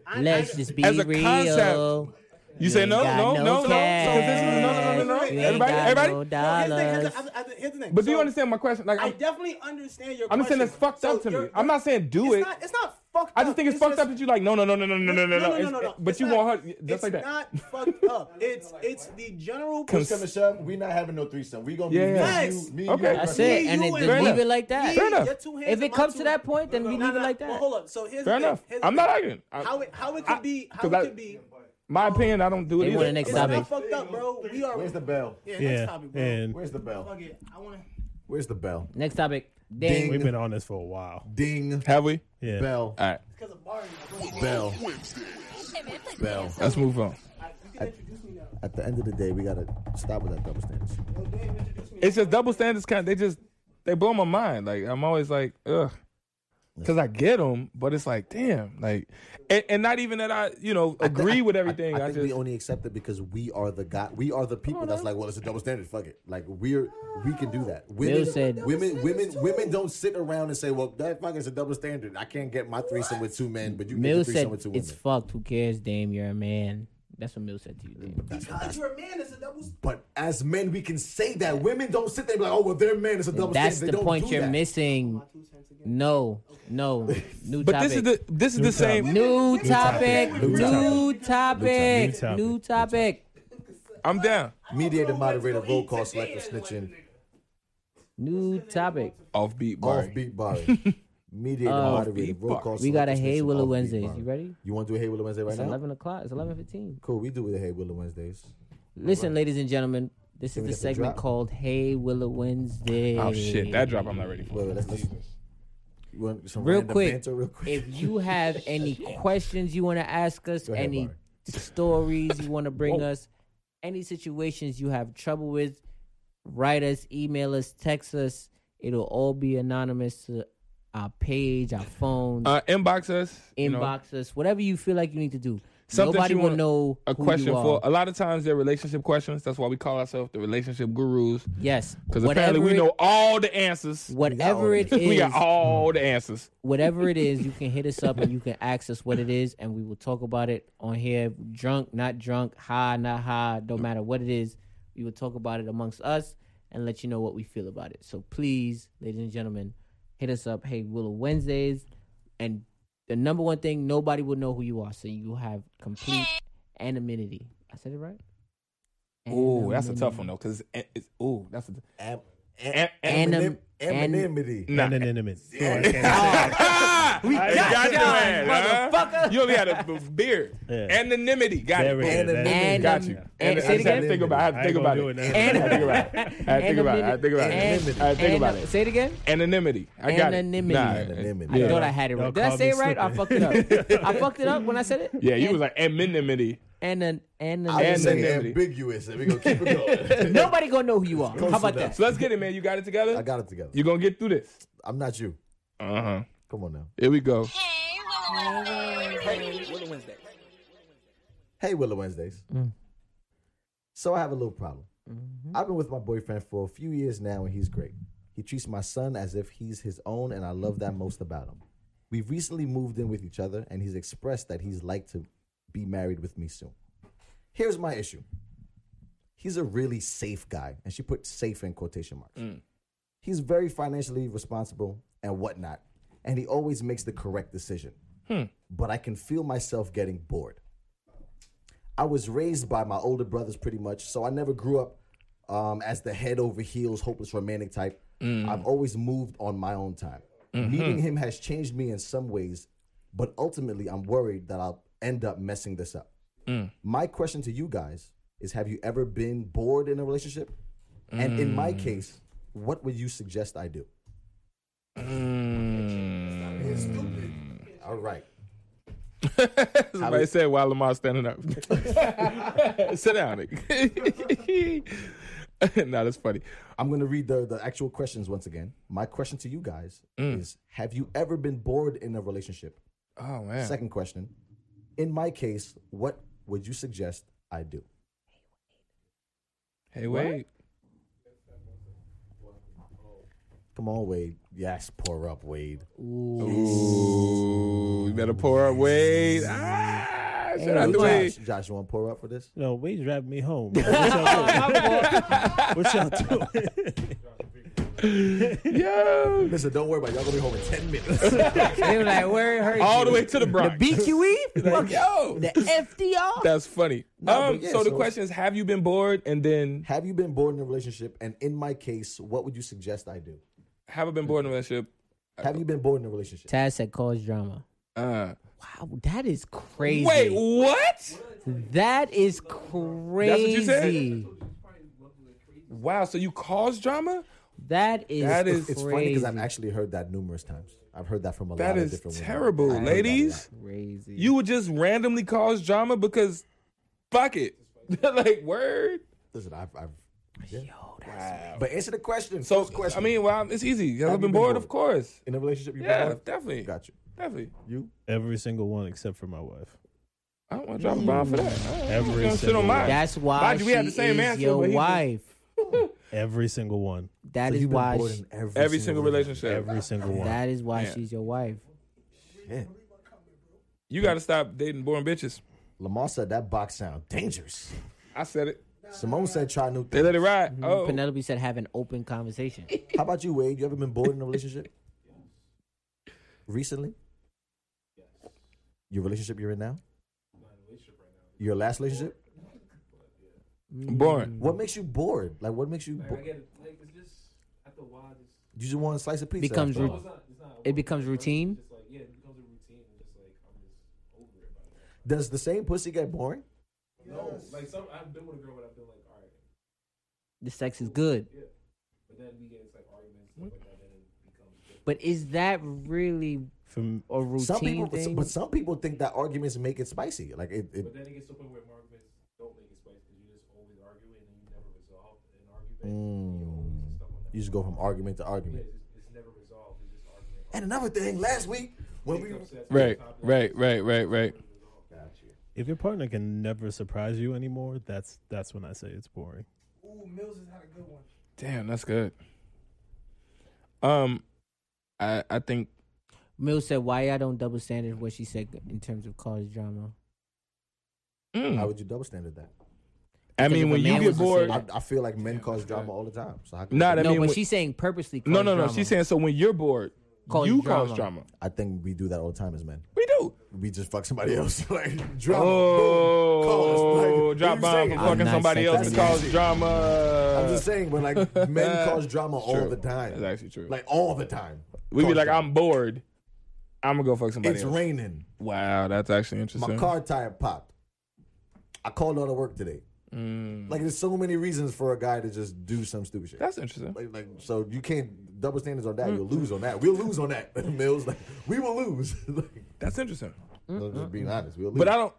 [SPEAKER 6] I-
[SPEAKER 2] Let's
[SPEAKER 6] I-
[SPEAKER 2] just be
[SPEAKER 4] as a
[SPEAKER 2] real.
[SPEAKER 4] concept, you say
[SPEAKER 2] ain't
[SPEAKER 4] no,
[SPEAKER 2] got
[SPEAKER 4] no,
[SPEAKER 2] no
[SPEAKER 4] no, no, no,
[SPEAKER 2] cash.
[SPEAKER 4] because this is- no, no, no, no, no,
[SPEAKER 6] You ain't
[SPEAKER 4] everybody,
[SPEAKER 6] got
[SPEAKER 4] everybody.
[SPEAKER 2] no
[SPEAKER 6] No, here's the thing, here's the-
[SPEAKER 2] dollars.
[SPEAKER 6] I- I- here's the thing.
[SPEAKER 4] But do you
[SPEAKER 6] So,
[SPEAKER 4] understand my question? Like,
[SPEAKER 6] I
[SPEAKER 4] I'm,
[SPEAKER 6] definitely understand your.
[SPEAKER 4] I'm just saying
[SPEAKER 6] question.
[SPEAKER 4] it's fucked
[SPEAKER 6] So
[SPEAKER 4] up to me.
[SPEAKER 6] you're-
[SPEAKER 4] I'm not saying do
[SPEAKER 6] it's
[SPEAKER 4] it.
[SPEAKER 6] Not, it's not fucked up.
[SPEAKER 4] I just think it's, fucked
[SPEAKER 6] just-
[SPEAKER 4] up that you like no, no, no, no, no, no, no, no, no, no, no. But
[SPEAKER 6] It's
[SPEAKER 4] you
[SPEAKER 6] not-
[SPEAKER 4] want her just like
[SPEAKER 6] It's
[SPEAKER 4] that.
[SPEAKER 6] not fucked up. It's it's the general.
[SPEAKER 4] Cons-
[SPEAKER 1] Come to shove, we not having no threesome. We gonna
[SPEAKER 4] Yeah,
[SPEAKER 1] be
[SPEAKER 4] yeah.
[SPEAKER 1] me,
[SPEAKER 6] Yes.
[SPEAKER 1] you, me,
[SPEAKER 4] Okay.
[SPEAKER 1] you, and
[SPEAKER 2] That's
[SPEAKER 1] Russell.
[SPEAKER 2] it, and then
[SPEAKER 6] You
[SPEAKER 2] just
[SPEAKER 4] and-
[SPEAKER 2] leave it like that.
[SPEAKER 4] Fair enough.
[SPEAKER 6] Your two hands
[SPEAKER 2] If
[SPEAKER 6] and
[SPEAKER 2] it
[SPEAKER 6] my
[SPEAKER 2] comes
[SPEAKER 6] two
[SPEAKER 2] to that
[SPEAKER 6] hands.
[SPEAKER 2] point, then
[SPEAKER 6] No,
[SPEAKER 2] we
[SPEAKER 6] no,
[SPEAKER 2] leave it
[SPEAKER 6] no.
[SPEAKER 2] like that.
[SPEAKER 6] Well, hold up. So here's
[SPEAKER 4] Fair
[SPEAKER 6] the thing.
[SPEAKER 4] enough.
[SPEAKER 6] Here's the
[SPEAKER 4] I'm not
[SPEAKER 6] thing.
[SPEAKER 4] arguing.
[SPEAKER 6] How
[SPEAKER 4] I-
[SPEAKER 6] it how it
[SPEAKER 4] I-
[SPEAKER 6] could be how
[SPEAKER 4] 'cause
[SPEAKER 6] it
[SPEAKER 4] I-
[SPEAKER 6] could be.
[SPEAKER 4] My opinion, I don't do it
[SPEAKER 2] They want the
[SPEAKER 4] either.
[SPEAKER 2] next
[SPEAKER 6] It's not
[SPEAKER 2] topic.
[SPEAKER 6] fucked up, bro. We are.
[SPEAKER 1] Where's the bell?
[SPEAKER 6] yeah, next
[SPEAKER 3] Yeah,
[SPEAKER 6] topic, bro.
[SPEAKER 3] and
[SPEAKER 1] Where's the bell?
[SPEAKER 6] Fuck it. I want to.
[SPEAKER 1] Where's the bell?
[SPEAKER 2] Next topic. Ding.
[SPEAKER 3] we've been on this for a while.
[SPEAKER 1] Ding
[SPEAKER 4] Have we?
[SPEAKER 3] Yeah.
[SPEAKER 1] bell
[SPEAKER 4] All right,
[SPEAKER 6] Because of Barney.
[SPEAKER 1] bell bell.
[SPEAKER 4] let's move on.
[SPEAKER 6] You can introduce me now.
[SPEAKER 1] At the end of the day, we gotta stop with that double standard. shit.
[SPEAKER 6] Yo, Dave, introduce me.
[SPEAKER 4] It's just double standards. Kind, of, they just they blow my mind. Like I'm always like, ugh, because I get them, but it's like, damn, like, and, and not even that I, you know, agree with
[SPEAKER 1] I,
[SPEAKER 4] everything. I,
[SPEAKER 1] think
[SPEAKER 4] just
[SPEAKER 1] we only accept it because we are the guy. We are the people that's like, well, it's a double standard. Fuck it. Like we're we can do that. Women,
[SPEAKER 2] said-
[SPEAKER 1] women, women, women don't sit around and say, well, that fuck is a double standard. I can't get my threesome with two men, but you get your
[SPEAKER 2] Mill
[SPEAKER 1] threesome
[SPEAKER 2] said
[SPEAKER 1] with two women.
[SPEAKER 2] it's fucked. Who cares, Dame? You're a man. That's what Mill said to you. Dame.
[SPEAKER 6] Because you're a man, it's a double. standard.
[SPEAKER 1] but as men, we can say that. Women don't sit there and be like, oh, well, they're men. It's a double
[SPEAKER 2] That's
[SPEAKER 1] standard.
[SPEAKER 2] the
[SPEAKER 1] They don't
[SPEAKER 2] point
[SPEAKER 1] do
[SPEAKER 2] you're
[SPEAKER 1] that.
[SPEAKER 2] missing. No, no. New
[SPEAKER 4] But
[SPEAKER 2] topic.
[SPEAKER 4] this is the this is the same.
[SPEAKER 2] new topic.
[SPEAKER 1] topic.
[SPEAKER 2] New topic.
[SPEAKER 3] topic.
[SPEAKER 2] New topic.
[SPEAKER 4] I'm down.
[SPEAKER 1] Mediator, moderator, roll call, selector, snitching,
[SPEAKER 2] New topic.
[SPEAKER 4] Offbeat bar.
[SPEAKER 1] off beat Barry. Mediator, moderator,
[SPEAKER 4] Offbeat
[SPEAKER 1] roll
[SPEAKER 4] Barry.
[SPEAKER 1] call.
[SPEAKER 2] We got a
[SPEAKER 1] selector,
[SPEAKER 2] Hey
[SPEAKER 1] snitching,
[SPEAKER 2] Willow
[SPEAKER 1] offbeat
[SPEAKER 2] Wednesdays.
[SPEAKER 1] Barry.
[SPEAKER 2] You ready?
[SPEAKER 1] You want to do a Hey Willow Wednesday right
[SPEAKER 2] It's
[SPEAKER 1] now?
[SPEAKER 2] eleven o'clock. It's eleven fifteen.
[SPEAKER 1] Cool, we do the Hey Willow Wednesdays.
[SPEAKER 2] Listen, ladies and gentlemen, This
[SPEAKER 1] Can we
[SPEAKER 2] is the
[SPEAKER 1] get the
[SPEAKER 2] segment
[SPEAKER 1] drop?
[SPEAKER 2] called Hey Willow Wednesday.
[SPEAKER 4] Oh shit, that drop I'm not ready for.
[SPEAKER 1] Wait, wait, let's listen. You want some
[SPEAKER 2] Real
[SPEAKER 1] random
[SPEAKER 2] quick,
[SPEAKER 1] banter real quick?
[SPEAKER 2] If you have any questions you want to ask us,
[SPEAKER 1] ahead,
[SPEAKER 2] any
[SPEAKER 1] Mark.
[SPEAKER 2] stories you want to bring
[SPEAKER 4] Whoa.
[SPEAKER 2] us, any situations you have trouble with, write us, email us, text us. It'll all be anonymous to our page, our phones,
[SPEAKER 4] Uh, inbox us. you know.
[SPEAKER 2] inbox us, whatever you feel like you need to do.
[SPEAKER 4] Something
[SPEAKER 2] Nobody
[SPEAKER 4] you
[SPEAKER 2] will
[SPEAKER 4] wanna-
[SPEAKER 2] know
[SPEAKER 4] a
[SPEAKER 2] who you
[SPEAKER 4] question
[SPEAKER 2] are.
[SPEAKER 4] for a lot of times they're relationship questions. That's why we call ourselves the relationship gurus
[SPEAKER 2] yes,
[SPEAKER 4] because Uh, apparently we
[SPEAKER 2] it-
[SPEAKER 4] know all the answers.
[SPEAKER 2] whatever it
[SPEAKER 4] we
[SPEAKER 2] is.
[SPEAKER 4] got all the answers.
[SPEAKER 2] whatever it is, you can hit us up and you can ask us what it is, and we will talk about it on here. Drunk, not drunk, high, not high, don't matter what it is. We will talk about it amongst us and let you know what we feel about it. So please, ladies and gentlemen, hit us up. Hey, Willow Wednesdays, and the number one thing nobody will know who you are, so you have complete anonymity. I said it right.
[SPEAKER 4] Ooh, that's a tough one though because it's, it's ooh, that's a
[SPEAKER 1] Am-
[SPEAKER 4] An-
[SPEAKER 1] am-
[SPEAKER 2] anim-
[SPEAKER 1] anonym- anonymity.
[SPEAKER 4] nah.
[SPEAKER 3] Anonymity. So I can't-
[SPEAKER 4] we
[SPEAKER 3] I
[SPEAKER 4] got your
[SPEAKER 3] got you,
[SPEAKER 4] ass, huh?
[SPEAKER 2] motherfucker.
[SPEAKER 4] You only had a b- beard.
[SPEAKER 3] Yeah.
[SPEAKER 4] Anonymity. Got
[SPEAKER 3] There
[SPEAKER 4] it.
[SPEAKER 3] it is.
[SPEAKER 1] Anonymity.
[SPEAKER 4] Boom.
[SPEAKER 2] And-
[SPEAKER 4] Got you.
[SPEAKER 2] and-
[SPEAKER 4] And,
[SPEAKER 2] say
[SPEAKER 4] I
[SPEAKER 2] it
[SPEAKER 4] just had to
[SPEAKER 1] again?
[SPEAKER 4] think about. I had to
[SPEAKER 3] I
[SPEAKER 4] think
[SPEAKER 3] ain't
[SPEAKER 4] about
[SPEAKER 3] gonna
[SPEAKER 4] it.
[SPEAKER 3] do
[SPEAKER 4] I
[SPEAKER 3] it
[SPEAKER 4] had
[SPEAKER 3] now.
[SPEAKER 4] to think about it. I had to think about it. I had to think about it. I had to
[SPEAKER 2] Anonymity.
[SPEAKER 4] think about it. I had to think about
[SPEAKER 2] Ano-
[SPEAKER 4] it.
[SPEAKER 2] Say it again.
[SPEAKER 4] Anonymity. I got it.
[SPEAKER 2] Anonymity.
[SPEAKER 4] Nah.
[SPEAKER 1] Anonymity.
[SPEAKER 2] I thought I had it
[SPEAKER 3] Y'all
[SPEAKER 2] right. Did I
[SPEAKER 3] caught
[SPEAKER 2] say
[SPEAKER 3] me
[SPEAKER 2] it right? I
[SPEAKER 3] slipping.
[SPEAKER 2] fucked it up. I fucked it up when I said it.
[SPEAKER 4] Yeah, you was like anonymity.
[SPEAKER 2] and an and
[SPEAKER 1] I
[SPEAKER 2] an
[SPEAKER 1] was saying
[SPEAKER 4] Anonymity.
[SPEAKER 1] ambiguous, and we gonna keep it going.
[SPEAKER 2] nobody gonna know who you are.
[SPEAKER 1] Close
[SPEAKER 2] How about
[SPEAKER 1] enough.
[SPEAKER 2] that?
[SPEAKER 4] So let's get it, man. You got it together.
[SPEAKER 1] I got it together.
[SPEAKER 4] you gonna get through this.
[SPEAKER 1] I'm not you.
[SPEAKER 4] Uh
[SPEAKER 3] Uh-huh.
[SPEAKER 4] huh.
[SPEAKER 1] Come on now.
[SPEAKER 4] Here we go.
[SPEAKER 1] Hey, Willow Wednesdays. So I have a little problem. I've been with my boyfriend for a few years now, and he's great. He treats my son as if he's his own, and I love that most about him. We've recently moved in with each other, and he's expressed that he's like to be married with me soon. Here's my issue he's a really safe guy, and she put safe in quotation marks. He's very financially responsible and whatnot, and he always makes the correct decision. But I can feel myself getting bored. I was raised by my older brothers pretty much, so I never grew up um, as the head over heels, hopeless romantic type. I've always moved on my own time. Meeting him has changed me in some ways, but ultimately, I'm worried that I'll end up messing this up. My question to you guys is Have you ever been bored in a relationship? And in my case, what would you suggest I do? All right.
[SPEAKER 4] Somebody said while Lamar's standing up. Sit down. Nick. nah, that's funny.
[SPEAKER 1] I'm going to read the, the actual questions once again. My question to you guys
[SPEAKER 4] Mm.
[SPEAKER 1] is Have you ever been bored in a relationship?
[SPEAKER 4] Oh man.
[SPEAKER 1] Second question. In my case, what would you suggest I do?
[SPEAKER 4] Hey, wait.
[SPEAKER 1] Come on, Wade. Yes, pour up, Wade.
[SPEAKER 4] Ooh, you better pour up. Wait. Ah, shit, out the way.
[SPEAKER 1] Josh, Josh, you want to pour up for this?
[SPEAKER 3] No, Wade's driving me home. What
[SPEAKER 4] Oh,
[SPEAKER 3] y'all doing? What y'all doing?
[SPEAKER 4] Yo.
[SPEAKER 1] Listen, don't worry about it. Y'all going to be home in 10 minutes.
[SPEAKER 2] They were like, where it hurt
[SPEAKER 4] All
[SPEAKER 2] you.
[SPEAKER 4] the way to the Bronx.
[SPEAKER 2] BQE,
[SPEAKER 4] Like, yo.
[SPEAKER 2] E? the FDR.
[SPEAKER 4] That's funny.
[SPEAKER 1] No,
[SPEAKER 4] um,
[SPEAKER 1] but yeah,
[SPEAKER 4] so the
[SPEAKER 1] so-
[SPEAKER 4] question is, have you been bored? And then,
[SPEAKER 1] Have you been bored in a relationship? And in my case, what would you suggest I do?
[SPEAKER 4] have I been bored in a relationship?
[SPEAKER 1] Have you been bored in a relationship?
[SPEAKER 2] Taz said, "Cause drama."
[SPEAKER 4] Uh,
[SPEAKER 2] Wow, that is crazy.
[SPEAKER 4] wait, what?
[SPEAKER 2] that is
[SPEAKER 4] you
[SPEAKER 2] crazy.
[SPEAKER 4] said? Wow, so you caused drama?
[SPEAKER 2] That is
[SPEAKER 4] That is-
[SPEAKER 1] It's, it's funny because I've
[SPEAKER 2] crazy.
[SPEAKER 1] actually heard that numerous times. I've heard that from a
[SPEAKER 4] That
[SPEAKER 1] lot of
[SPEAKER 4] is
[SPEAKER 1] different women.
[SPEAKER 4] terrible,
[SPEAKER 1] I heard that a
[SPEAKER 4] ladies.
[SPEAKER 1] lot.
[SPEAKER 2] crazy.
[SPEAKER 4] You would just randomly cause drama because fuck it. like word.
[SPEAKER 1] Listen, I've, I've
[SPEAKER 2] Yo, that's
[SPEAKER 1] but answer the question.
[SPEAKER 4] So
[SPEAKER 1] First question.
[SPEAKER 4] I mean, well, it's easy. I've
[SPEAKER 1] Have
[SPEAKER 4] been,
[SPEAKER 1] you been
[SPEAKER 4] bored,
[SPEAKER 1] bored?
[SPEAKER 4] of course.
[SPEAKER 1] in a relationship, you've
[SPEAKER 4] Yeah,
[SPEAKER 1] been bored?
[SPEAKER 4] definitely.
[SPEAKER 1] Got you.
[SPEAKER 4] Definitely.
[SPEAKER 1] You?
[SPEAKER 3] Every single one except for my wife.
[SPEAKER 4] I don't want to drop a bomb for that. I don't- I don't
[SPEAKER 3] Every
[SPEAKER 4] give a shit
[SPEAKER 3] single
[SPEAKER 4] on mine.
[SPEAKER 2] That's why
[SPEAKER 4] Mind you,
[SPEAKER 2] she
[SPEAKER 4] we had the same
[SPEAKER 2] is
[SPEAKER 4] answer, but
[SPEAKER 2] your
[SPEAKER 4] he just-
[SPEAKER 2] wife.
[SPEAKER 3] Every single one.
[SPEAKER 2] That
[SPEAKER 1] So
[SPEAKER 2] is
[SPEAKER 1] you've been
[SPEAKER 2] why.
[SPEAKER 1] bored
[SPEAKER 2] she-
[SPEAKER 1] in every,
[SPEAKER 4] every single relationship.
[SPEAKER 3] Every single one.
[SPEAKER 2] that is why
[SPEAKER 4] Yeah.
[SPEAKER 2] she's your wife.
[SPEAKER 1] Yeah.
[SPEAKER 4] You gotta stop dating boring bitches.
[SPEAKER 1] Lamar said that box sound dangerous.
[SPEAKER 4] I said it.
[SPEAKER 1] Simone said try new
[SPEAKER 4] They
[SPEAKER 1] things.
[SPEAKER 4] let it ride.
[SPEAKER 1] Mm-hmm.
[SPEAKER 4] Oh,
[SPEAKER 2] Penelope said, "Have an open conversation."
[SPEAKER 1] How about you, Wade? You ever been bored in a relationship? Recently? Your relationship you're in now? Your last relationship?
[SPEAKER 4] boring.
[SPEAKER 1] What makes you bored? Like, what makes you
[SPEAKER 7] Like, I
[SPEAKER 1] bored?
[SPEAKER 7] get it. Like, it's just after a while, just.
[SPEAKER 1] You just want a slice of pizza.
[SPEAKER 2] Becomes
[SPEAKER 1] after a
[SPEAKER 2] ru-
[SPEAKER 7] No,
[SPEAKER 1] while.
[SPEAKER 7] it's not. It's not.
[SPEAKER 2] It becomes routine.
[SPEAKER 7] It's like, yeah, it becomes a routine. And just like, I'm just over it. By now.
[SPEAKER 1] Does the same pussy get boring?
[SPEAKER 7] No, like, some. I've been with a girl, but I've been like, all right.
[SPEAKER 2] the sex is good.
[SPEAKER 7] But then we get into like arguments and stuff like that, and it becomes different.
[SPEAKER 2] But is that really
[SPEAKER 3] From
[SPEAKER 2] a routine
[SPEAKER 1] Some people,
[SPEAKER 2] thing?
[SPEAKER 1] but some people think that arguments make it spicy. Like it, it
[SPEAKER 7] But then it gets to a point where arguments don't make it spicy because you just always arguing and you never resolve an argument. You always just stuck on that.
[SPEAKER 1] Mm. you just go from argument to argument.
[SPEAKER 7] It's, just- it's never resolved. It's just arguing.
[SPEAKER 1] And another thing, last week when we
[SPEAKER 7] Upsets
[SPEAKER 4] Right,
[SPEAKER 7] the topic.
[SPEAKER 4] right, right, right, right.
[SPEAKER 3] if your partner can never surprise you anymore, that's that's when I say it's boring.
[SPEAKER 6] Ooh, Mills has had a good one.
[SPEAKER 4] Damn, that's good. Um, I I think
[SPEAKER 2] Mill said, "Why I don't double standard what she said in terms of college drama."
[SPEAKER 4] mm,
[SPEAKER 1] how would you double standard that?
[SPEAKER 2] Because
[SPEAKER 4] I
[SPEAKER 2] if
[SPEAKER 4] mean,
[SPEAKER 2] a
[SPEAKER 4] when you
[SPEAKER 2] man
[SPEAKER 4] get
[SPEAKER 2] was to say
[SPEAKER 4] bored,
[SPEAKER 1] I, I feel like men cause drama all the time. So how can
[SPEAKER 4] Nah, that- I
[SPEAKER 2] no,
[SPEAKER 4] mean,
[SPEAKER 2] but
[SPEAKER 4] wh-
[SPEAKER 2] she's saying purposely.
[SPEAKER 4] no,
[SPEAKER 2] college
[SPEAKER 4] no, no.
[SPEAKER 2] drama.
[SPEAKER 4] She's saying so when you're bored,
[SPEAKER 2] Cause
[SPEAKER 4] you
[SPEAKER 2] drama.
[SPEAKER 4] cause drama.
[SPEAKER 1] I think we do that all the time as men.
[SPEAKER 4] We do.
[SPEAKER 1] We just fuck somebody else. like drama.
[SPEAKER 4] Oh,
[SPEAKER 1] boom, call us. Like, what
[SPEAKER 4] drop
[SPEAKER 1] you
[SPEAKER 4] bomb for
[SPEAKER 1] saying?
[SPEAKER 2] I'm
[SPEAKER 4] fucking
[SPEAKER 2] not
[SPEAKER 4] somebody else to
[SPEAKER 1] sexist.
[SPEAKER 4] cause drama.
[SPEAKER 1] I'm just saying, but like men cause drama
[SPEAKER 4] It's
[SPEAKER 1] all
[SPEAKER 4] true.
[SPEAKER 1] the time.
[SPEAKER 4] That's actually true.
[SPEAKER 1] Like all the time.
[SPEAKER 4] we be
[SPEAKER 1] Cause
[SPEAKER 4] like,
[SPEAKER 1] drama.
[SPEAKER 4] I'm bored. I'm gonna go fuck somebody
[SPEAKER 1] It's
[SPEAKER 4] else.
[SPEAKER 1] raining.
[SPEAKER 4] Wow, that's actually
[SPEAKER 1] My
[SPEAKER 4] interesting.
[SPEAKER 1] car tire popped. I called out of work today. Like there's so many reasons for a guy to just do some stupid shit.
[SPEAKER 4] Mm. That's Mm. interesting.
[SPEAKER 1] like, like so you can't double standards on that. You'll lose on that. We'll lose on that. Mills, like we will lose. like,
[SPEAKER 4] That's interesting.
[SPEAKER 1] no,
[SPEAKER 2] Mm-hmm.
[SPEAKER 1] just being honest, we'll lose.
[SPEAKER 4] But I don't.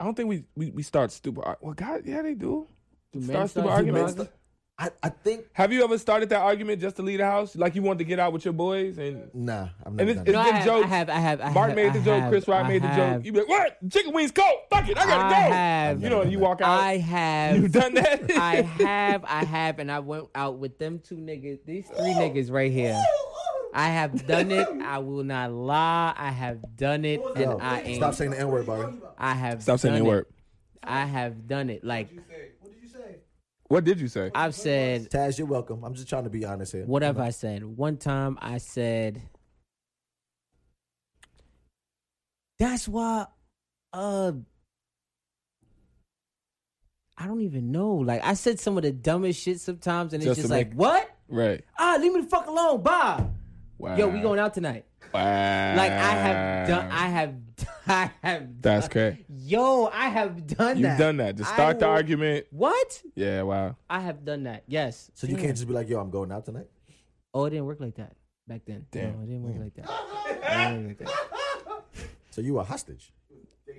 [SPEAKER 4] I don't think we we, we start stupid. ar- Well, God, yeah, they do.
[SPEAKER 2] Do men
[SPEAKER 4] Start stupid
[SPEAKER 2] start stupid
[SPEAKER 4] arguments.
[SPEAKER 2] arguments?
[SPEAKER 1] I, I think
[SPEAKER 4] Have you ever started that argument just to leave the house? Like you wanted to get out with your boys and
[SPEAKER 1] nah. I'm
[SPEAKER 4] And
[SPEAKER 1] not.
[SPEAKER 4] it's-
[SPEAKER 1] done
[SPEAKER 2] No,
[SPEAKER 4] it's
[SPEAKER 1] that.
[SPEAKER 2] I
[SPEAKER 4] Good
[SPEAKER 2] have,
[SPEAKER 4] jokes.
[SPEAKER 2] I have, I have, I
[SPEAKER 4] Bart
[SPEAKER 2] have-
[SPEAKER 4] made the
[SPEAKER 2] I
[SPEAKER 4] joke,
[SPEAKER 2] have-
[SPEAKER 4] Chris Rock
[SPEAKER 2] I
[SPEAKER 4] made the
[SPEAKER 2] have-
[SPEAKER 4] joke. You be like, what? Chicken wings cold? Fuck it, I gotta
[SPEAKER 2] I
[SPEAKER 4] go.
[SPEAKER 2] have-
[SPEAKER 4] you know, you walk out.
[SPEAKER 2] I have.
[SPEAKER 4] you done that?
[SPEAKER 2] I have, I have, and I went out with them two niggas, these three niggas right here. I have done it. I will not lie. I have done it,
[SPEAKER 1] Yo,
[SPEAKER 2] and I ain't.
[SPEAKER 1] stop saying the N word, Barry.
[SPEAKER 2] I have.
[SPEAKER 4] Stop saying
[SPEAKER 2] done it.
[SPEAKER 4] that word.
[SPEAKER 2] I have done it. Like
[SPEAKER 6] What did you say?
[SPEAKER 4] What did you say?
[SPEAKER 2] I've said,
[SPEAKER 1] Taz, you're welcome. I'm just trying to be honest here.
[SPEAKER 2] what have I said? One time I said, "That's why." Uh, I don't even know. Like I said, some of the dumbest shit sometimes, and it's
[SPEAKER 4] Just
[SPEAKER 2] just
[SPEAKER 4] to
[SPEAKER 2] like,
[SPEAKER 4] make-
[SPEAKER 2] what?
[SPEAKER 4] Right.
[SPEAKER 2] Ah, leave me the fuck alone. Bye.
[SPEAKER 4] Wow.
[SPEAKER 2] Yo, we going out tonight.
[SPEAKER 4] Wow.
[SPEAKER 2] Like I have
[SPEAKER 4] Ah.
[SPEAKER 2] done. I have. I have.
[SPEAKER 4] That's
[SPEAKER 2] done-
[SPEAKER 4] crazy.
[SPEAKER 2] Yo, I have done
[SPEAKER 4] You've
[SPEAKER 2] that.
[SPEAKER 4] done that. Just
[SPEAKER 2] I
[SPEAKER 4] start the
[SPEAKER 2] will-
[SPEAKER 4] argument.
[SPEAKER 2] What?
[SPEAKER 4] Yeah. Wow.
[SPEAKER 2] I have done that. Yes.
[SPEAKER 1] So you can't just be like, yo, I'm going out tonight.
[SPEAKER 2] Oh, it didn't work like that back then.
[SPEAKER 4] Damn. Mm.
[SPEAKER 2] No, it didn't work like that. It didn't work like that.
[SPEAKER 1] So you a hostage.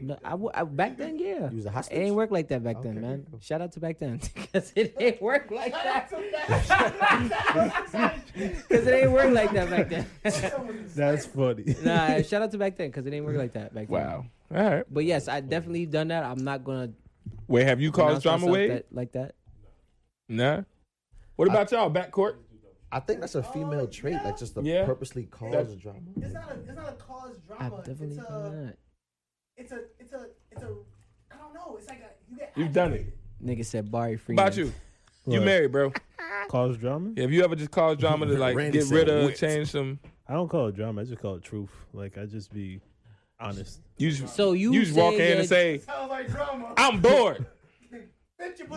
[SPEAKER 2] No, I, w- I- back then, yeah.
[SPEAKER 1] You was a
[SPEAKER 2] It
[SPEAKER 1] hostage.
[SPEAKER 2] ain't work like that back
[SPEAKER 1] Okay.
[SPEAKER 2] then, man. Shout out to back then, cause it ain't work like that. cause it ain't work like that back then.
[SPEAKER 3] That's funny.
[SPEAKER 2] nah, shout out to back then, cause it ain't work like that back then.
[SPEAKER 4] Wow. All right.
[SPEAKER 2] But yes, I definitely done that. I'm not gonna
[SPEAKER 4] Wait, have you
[SPEAKER 2] pronounce
[SPEAKER 4] caused drama?
[SPEAKER 2] myself
[SPEAKER 4] Wade?
[SPEAKER 2] that, like that.
[SPEAKER 4] Nah. What about y'all? Backcourt?
[SPEAKER 1] I think that's a female trait, like just to
[SPEAKER 4] Yeah.
[SPEAKER 1] purposely cause
[SPEAKER 4] That's-
[SPEAKER 1] drama.
[SPEAKER 6] It's not a. It's not a cause
[SPEAKER 2] I've
[SPEAKER 6] drama.
[SPEAKER 2] definitely
[SPEAKER 6] It's
[SPEAKER 2] done
[SPEAKER 6] a.
[SPEAKER 2] that.
[SPEAKER 6] It's a. It's a. It's a. I don't know. It's like a. You get.
[SPEAKER 4] You've done it.
[SPEAKER 2] Nigga said Barry Freeman.
[SPEAKER 4] About you? You
[SPEAKER 3] What?
[SPEAKER 4] married, bro?
[SPEAKER 3] Cause drama?
[SPEAKER 4] Have you ever just caused drama to like
[SPEAKER 1] Randy
[SPEAKER 4] get
[SPEAKER 1] said
[SPEAKER 4] rid of,
[SPEAKER 1] wit.
[SPEAKER 4] change some?
[SPEAKER 3] I don't call it drama. I just call it truth. Like I just be honest.
[SPEAKER 4] You just,
[SPEAKER 2] So you
[SPEAKER 4] you just walk
[SPEAKER 2] say
[SPEAKER 4] in and
[SPEAKER 2] that-
[SPEAKER 4] say,
[SPEAKER 6] Sounds like drama.
[SPEAKER 4] "I'm bored."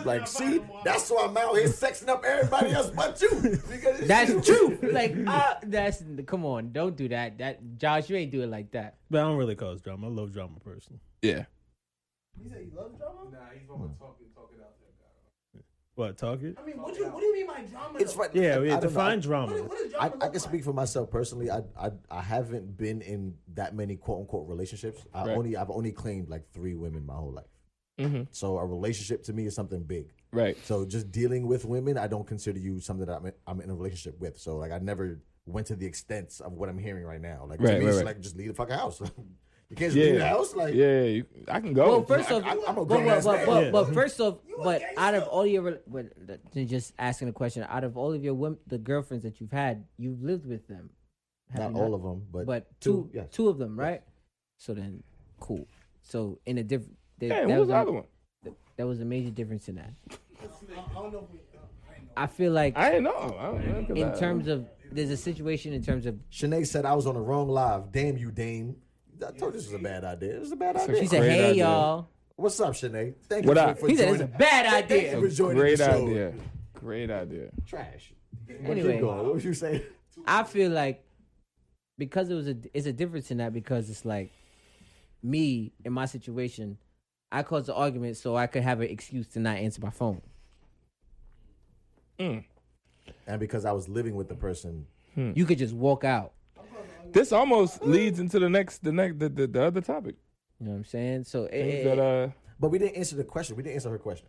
[SPEAKER 1] Like, see, that's why I'm out here sexing up everybody else but you. Because
[SPEAKER 2] That's true. Like, uh, that's come on, don't do that. That Josh, you ain't do it like that.
[SPEAKER 3] But I don't really cause drama. I love drama person.
[SPEAKER 4] yeah.
[SPEAKER 6] You say you love drama?
[SPEAKER 7] Nah, he's gonna talk and talk it out there, guy.
[SPEAKER 3] What, talk it?
[SPEAKER 6] I mean, what do you what do you mean by drama?
[SPEAKER 1] It's
[SPEAKER 6] though?
[SPEAKER 1] right.
[SPEAKER 3] Yeah,
[SPEAKER 1] I- I
[SPEAKER 3] yeah.
[SPEAKER 1] don't know.
[SPEAKER 3] Define
[SPEAKER 6] What is,
[SPEAKER 3] drama.
[SPEAKER 6] what is
[SPEAKER 1] I,
[SPEAKER 6] drama?
[SPEAKER 1] I
[SPEAKER 6] look
[SPEAKER 1] can speak
[SPEAKER 6] like?
[SPEAKER 1] for myself personally. I, I I haven't been in that many quote unquote relationships. I
[SPEAKER 4] Right.
[SPEAKER 1] only I've only claimed like three women my whole life.
[SPEAKER 4] Mm-hmm.
[SPEAKER 1] So a relationship to me is something big.
[SPEAKER 4] Right.
[SPEAKER 1] So just dealing with women, I don't consider you something that I'm in, I'm in a relationship with. So like I never went to the extents of what I'm hearing right now. Like to
[SPEAKER 4] Right,
[SPEAKER 1] me,
[SPEAKER 4] right,
[SPEAKER 1] it's
[SPEAKER 4] right.
[SPEAKER 1] like just leave the fucking house. you can't just leave the
[SPEAKER 4] Yeah.
[SPEAKER 1] house. Like
[SPEAKER 4] Yeah. you- I can go.
[SPEAKER 2] Well, first off,
[SPEAKER 1] I- I'm a
[SPEAKER 2] but,
[SPEAKER 1] grown
[SPEAKER 2] but,
[SPEAKER 1] ass
[SPEAKER 2] but,
[SPEAKER 1] man.
[SPEAKER 2] but,
[SPEAKER 3] Yeah.
[SPEAKER 2] but first off,
[SPEAKER 6] a
[SPEAKER 2] but out of
[SPEAKER 6] gangster.
[SPEAKER 2] all your, re- but th- just asking a question, out of all of your women, the girlfriends that you've had, you've lived with them. have
[SPEAKER 1] not
[SPEAKER 2] you
[SPEAKER 1] all of them, but,
[SPEAKER 2] but two, two,
[SPEAKER 1] yes.
[SPEAKER 2] of them, right? So then, cool. So in a different,
[SPEAKER 4] Hey, what was the other one?
[SPEAKER 2] That was a major difference in that.
[SPEAKER 6] I don't know. If we, I ain't know.
[SPEAKER 2] I feel like
[SPEAKER 4] I didn't know. I don't know 'cause
[SPEAKER 2] in
[SPEAKER 4] I-
[SPEAKER 2] terms of there's a situation in terms of
[SPEAKER 1] Shanae said I was on the wrong live. Damn you, Dame. I told you this was a bad idea. It was a bad idea.
[SPEAKER 2] she said,
[SPEAKER 4] great
[SPEAKER 2] "Hey
[SPEAKER 4] idea.
[SPEAKER 2] y'all."
[SPEAKER 1] What's up, Shanae? Thank
[SPEAKER 4] What
[SPEAKER 1] you
[SPEAKER 4] up?
[SPEAKER 1] for
[SPEAKER 2] He said
[SPEAKER 1] joining.
[SPEAKER 2] it's a bad idea.
[SPEAKER 1] Thank you for joining
[SPEAKER 4] great
[SPEAKER 1] the show.
[SPEAKER 4] idea. Great idea.
[SPEAKER 1] Trash.
[SPEAKER 2] Anyway.
[SPEAKER 1] Keep going. what was you saying?
[SPEAKER 2] I feel like because it was a it's a difference in that because it's like me in my situation, I caused the argument so I could have an excuse to not answer my phone.
[SPEAKER 1] and because I was living with the person.
[SPEAKER 4] Hmm.
[SPEAKER 2] You could just walk out.
[SPEAKER 4] This almost leads into the next, the next, the, the, the other topic.
[SPEAKER 2] You know what I'm saying? So eh,
[SPEAKER 4] Things
[SPEAKER 2] it,
[SPEAKER 4] that uh,
[SPEAKER 1] But we didn't answer the question. We didn't answer her question.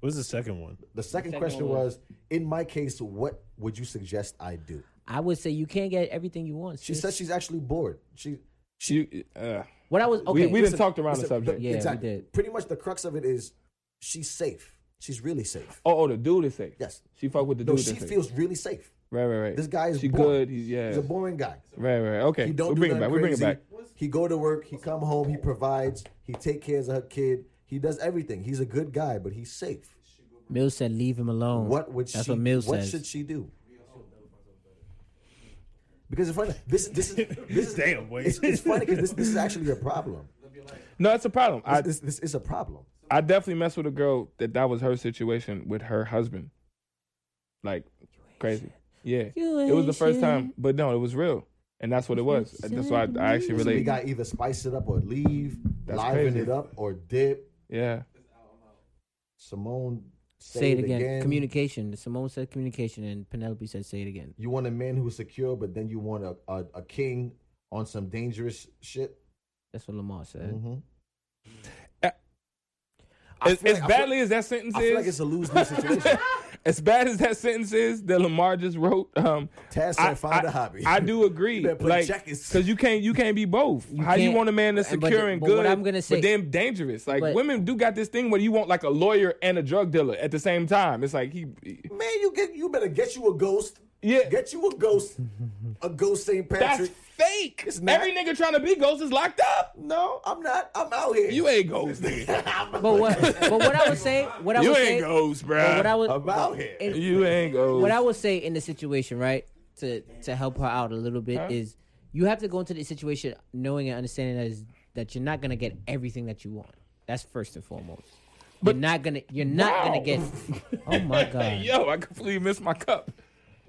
[SPEAKER 3] What's the second one?
[SPEAKER 1] The second,
[SPEAKER 2] second
[SPEAKER 1] question
[SPEAKER 2] one
[SPEAKER 1] was, in my case, what would you suggest I do?
[SPEAKER 2] I would say you can't get everything you want.
[SPEAKER 1] She
[SPEAKER 2] sis.
[SPEAKER 1] said she's actually bored. She
[SPEAKER 4] she, uh,
[SPEAKER 2] what I was okay.
[SPEAKER 4] we we didn't talked around the
[SPEAKER 1] Listen,
[SPEAKER 4] subject.
[SPEAKER 2] Yeah, we
[SPEAKER 1] exactly.
[SPEAKER 2] did.
[SPEAKER 1] Pretty much the crux of it is she's safe. She's really safe.
[SPEAKER 4] Oh, oh, the dude is safe.
[SPEAKER 1] Yes.
[SPEAKER 4] she fuck with the
[SPEAKER 1] No,
[SPEAKER 4] dude.
[SPEAKER 1] she
[SPEAKER 4] that's safe.
[SPEAKER 1] feels really safe.
[SPEAKER 4] right, right, right.
[SPEAKER 1] This guy is
[SPEAKER 4] she
[SPEAKER 1] boring.
[SPEAKER 4] good. He's yeah.
[SPEAKER 1] He's a boring guy.
[SPEAKER 4] right, right. Okay,
[SPEAKER 1] He don't
[SPEAKER 4] we
[SPEAKER 1] do
[SPEAKER 4] bring it
[SPEAKER 1] nothing
[SPEAKER 4] back. We bring it
[SPEAKER 1] crazy.
[SPEAKER 4] back.
[SPEAKER 1] He go to work. He come home. He provides. He take care of her kid. He does everything. He's a good guy, but he's safe.
[SPEAKER 2] Mills said, "Leave him alone."
[SPEAKER 1] What would
[SPEAKER 2] That's
[SPEAKER 1] she?
[SPEAKER 2] what Mills
[SPEAKER 1] what
[SPEAKER 2] says.
[SPEAKER 1] should she do? Because it's funny. This this is this is
[SPEAKER 3] Damn, boy.
[SPEAKER 1] It's, it's funny because this this is actually a problem.
[SPEAKER 4] No, that's a problem. I
[SPEAKER 1] This, this is a problem.
[SPEAKER 4] I definitely messed with a girl that that was her situation with her husband. Like crazy. Yeah.
[SPEAKER 2] You
[SPEAKER 4] It was the
[SPEAKER 2] ain't
[SPEAKER 4] first
[SPEAKER 2] shit.
[SPEAKER 4] time, but no, it was real. And that's what it was. That's why I, I actually
[SPEAKER 1] So we
[SPEAKER 4] relate.
[SPEAKER 1] got either spice it up or leave,
[SPEAKER 4] That's
[SPEAKER 1] liven
[SPEAKER 4] crazy.
[SPEAKER 1] it up or dip.
[SPEAKER 4] Yeah.
[SPEAKER 1] Simone, say,
[SPEAKER 2] Say it again. Communication. Simone said communication, and Penelope said, "Say it again."
[SPEAKER 1] You want a man who's secure, but then you want a, a, a king on some dangerous shit.
[SPEAKER 2] That's what Lamar said.
[SPEAKER 1] Mm-hmm.
[SPEAKER 4] As,
[SPEAKER 1] feel
[SPEAKER 4] as
[SPEAKER 1] like- I feel-
[SPEAKER 4] badly as that sentence
[SPEAKER 1] I
[SPEAKER 4] is,
[SPEAKER 1] feel like it's a lose lose situation.
[SPEAKER 4] as bad as that sentence is that Lamar just wrote, um,
[SPEAKER 1] Taz said,
[SPEAKER 4] I,
[SPEAKER 1] "Find
[SPEAKER 4] I-
[SPEAKER 1] a hobby."
[SPEAKER 4] I do agree,
[SPEAKER 1] You better play
[SPEAKER 4] like,
[SPEAKER 1] checkers.
[SPEAKER 4] because you can't you can't be both. How you
[SPEAKER 2] can't-
[SPEAKER 4] want a man that's
[SPEAKER 2] and but-
[SPEAKER 4] secure and
[SPEAKER 2] but
[SPEAKER 4] good,
[SPEAKER 2] what I'm gonna say-
[SPEAKER 4] but damn dangerous? Like
[SPEAKER 2] but-
[SPEAKER 4] women do got this thing where you want like a lawyer and a drug dealer at the same time. It's like he,
[SPEAKER 1] Man, you get you better get you a ghost.
[SPEAKER 4] Yeah.
[SPEAKER 1] Get you a ghost. A ghost St.
[SPEAKER 4] that's
[SPEAKER 1] Patrick.
[SPEAKER 4] fake.
[SPEAKER 1] It's not.
[SPEAKER 4] Every nigga trying to be ghost is locked up.
[SPEAKER 1] No, I'm not. I'm out here.
[SPEAKER 4] You ain't ghost, nigga.
[SPEAKER 2] But what? but what I would say, what I
[SPEAKER 4] you
[SPEAKER 2] would
[SPEAKER 4] ain't
[SPEAKER 2] say,
[SPEAKER 4] ghost,
[SPEAKER 2] but
[SPEAKER 4] bruh.
[SPEAKER 2] what I would,
[SPEAKER 1] I'm out here.
[SPEAKER 2] in-
[SPEAKER 4] you ain't ghost.
[SPEAKER 2] what I would say in the situation, right, to to help her out a little bit is you have to go into the situation knowing and understanding that is that you're not gonna get everything that you want. That's first and foremost. you're not gonna. You're not gonna
[SPEAKER 4] Wow.
[SPEAKER 2] get. Oh my god!
[SPEAKER 4] Yo, I completely missed my cup.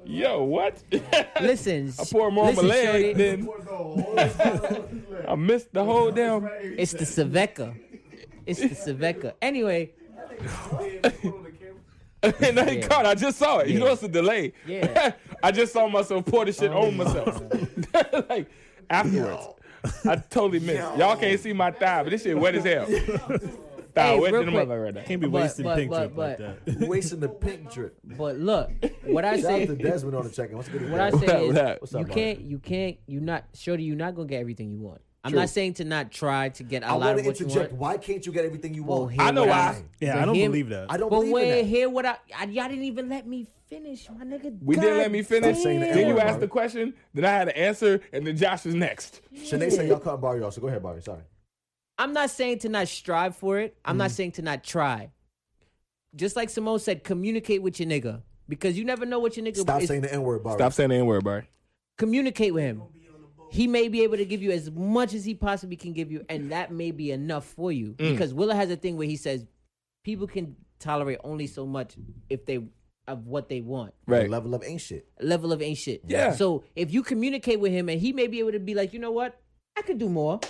[SPEAKER 4] Yo, what?
[SPEAKER 2] Listen,
[SPEAKER 4] I pour more on my
[SPEAKER 2] listen,
[SPEAKER 4] leg,
[SPEAKER 2] shorty,
[SPEAKER 4] then I missed the whole damn.
[SPEAKER 2] it's the Seveka. It's the Seveka. Anyway,
[SPEAKER 4] and I
[SPEAKER 2] Yeah.
[SPEAKER 4] caught. I just saw it. You
[SPEAKER 2] Yeah.
[SPEAKER 4] know, it's a delay.
[SPEAKER 2] Yeah.
[SPEAKER 4] I just saw myself pour the shit
[SPEAKER 1] Oh,
[SPEAKER 4] on myself. like afterwards, I totally missed. Y'all can't see my thigh, but this shit wet as hell. thigh
[SPEAKER 2] Hey,
[SPEAKER 4] wet
[SPEAKER 2] real
[SPEAKER 4] than a
[SPEAKER 2] quick.
[SPEAKER 4] mother right now.
[SPEAKER 3] Can't be
[SPEAKER 2] But-
[SPEAKER 3] wasting
[SPEAKER 2] but-
[SPEAKER 3] pink
[SPEAKER 2] but-
[SPEAKER 3] drip like
[SPEAKER 2] but-
[SPEAKER 3] that.
[SPEAKER 1] Wasting the pink drip.
[SPEAKER 2] but look, what I
[SPEAKER 1] Shout out to
[SPEAKER 2] say,
[SPEAKER 1] Desmond on the check-in. What's good?
[SPEAKER 2] what I
[SPEAKER 4] What up,
[SPEAKER 2] say
[SPEAKER 4] what up?
[SPEAKER 2] is,
[SPEAKER 1] What's up,
[SPEAKER 2] you
[SPEAKER 1] Mark?
[SPEAKER 2] can't, you can't, you not, shorty, you're not gonna get everything you want. I'm
[SPEAKER 4] True.
[SPEAKER 2] not saying to not try to get a
[SPEAKER 1] I
[SPEAKER 2] lot
[SPEAKER 1] want
[SPEAKER 2] of
[SPEAKER 1] to
[SPEAKER 2] what you
[SPEAKER 1] interject.
[SPEAKER 2] want.
[SPEAKER 1] Why can't you get everything you
[SPEAKER 2] Well,
[SPEAKER 1] want?
[SPEAKER 2] hear
[SPEAKER 4] I know
[SPEAKER 2] what
[SPEAKER 4] why.
[SPEAKER 3] Yeah,
[SPEAKER 2] but
[SPEAKER 3] I don't
[SPEAKER 2] him-
[SPEAKER 3] believe that.
[SPEAKER 1] I don't
[SPEAKER 2] But
[SPEAKER 1] believe
[SPEAKER 2] wait,
[SPEAKER 1] in that.
[SPEAKER 2] hear what I, I y'all didn't even let me finish, my nigga.
[SPEAKER 4] We didn't let me finish.
[SPEAKER 1] saying the
[SPEAKER 4] Then you
[SPEAKER 1] N-word,
[SPEAKER 4] asked
[SPEAKER 1] Mark.
[SPEAKER 4] the question. Then I had to answer, and then Josh was next.
[SPEAKER 1] Shanae said y'all cutting Barry off, so go ahead, Barry. Sorry.
[SPEAKER 2] I'm not saying to not strive for it. I'm not saying to not try. Just like Simone said, communicate with your nigga because you never know what your nigga
[SPEAKER 1] Stop
[SPEAKER 2] is.
[SPEAKER 1] saying the N-word, Barry.
[SPEAKER 4] Stop saying the n word, bro.
[SPEAKER 2] communicate with him. He may be able to give you as much as he possibly can give you, and that may be enough for you.
[SPEAKER 4] Mm.
[SPEAKER 2] Because Willa has a thing where he says people can tolerate only so much if they of what they want.
[SPEAKER 1] The
[SPEAKER 4] Right.
[SPEAKER 1] level of ain't shit.
[SPEAKER 2] Level of ain't shit.
[SPEAKER 4] Yeah.
[SPEAKER 2] So if you communicate with him and he may be able to be like, you know what? I could do more.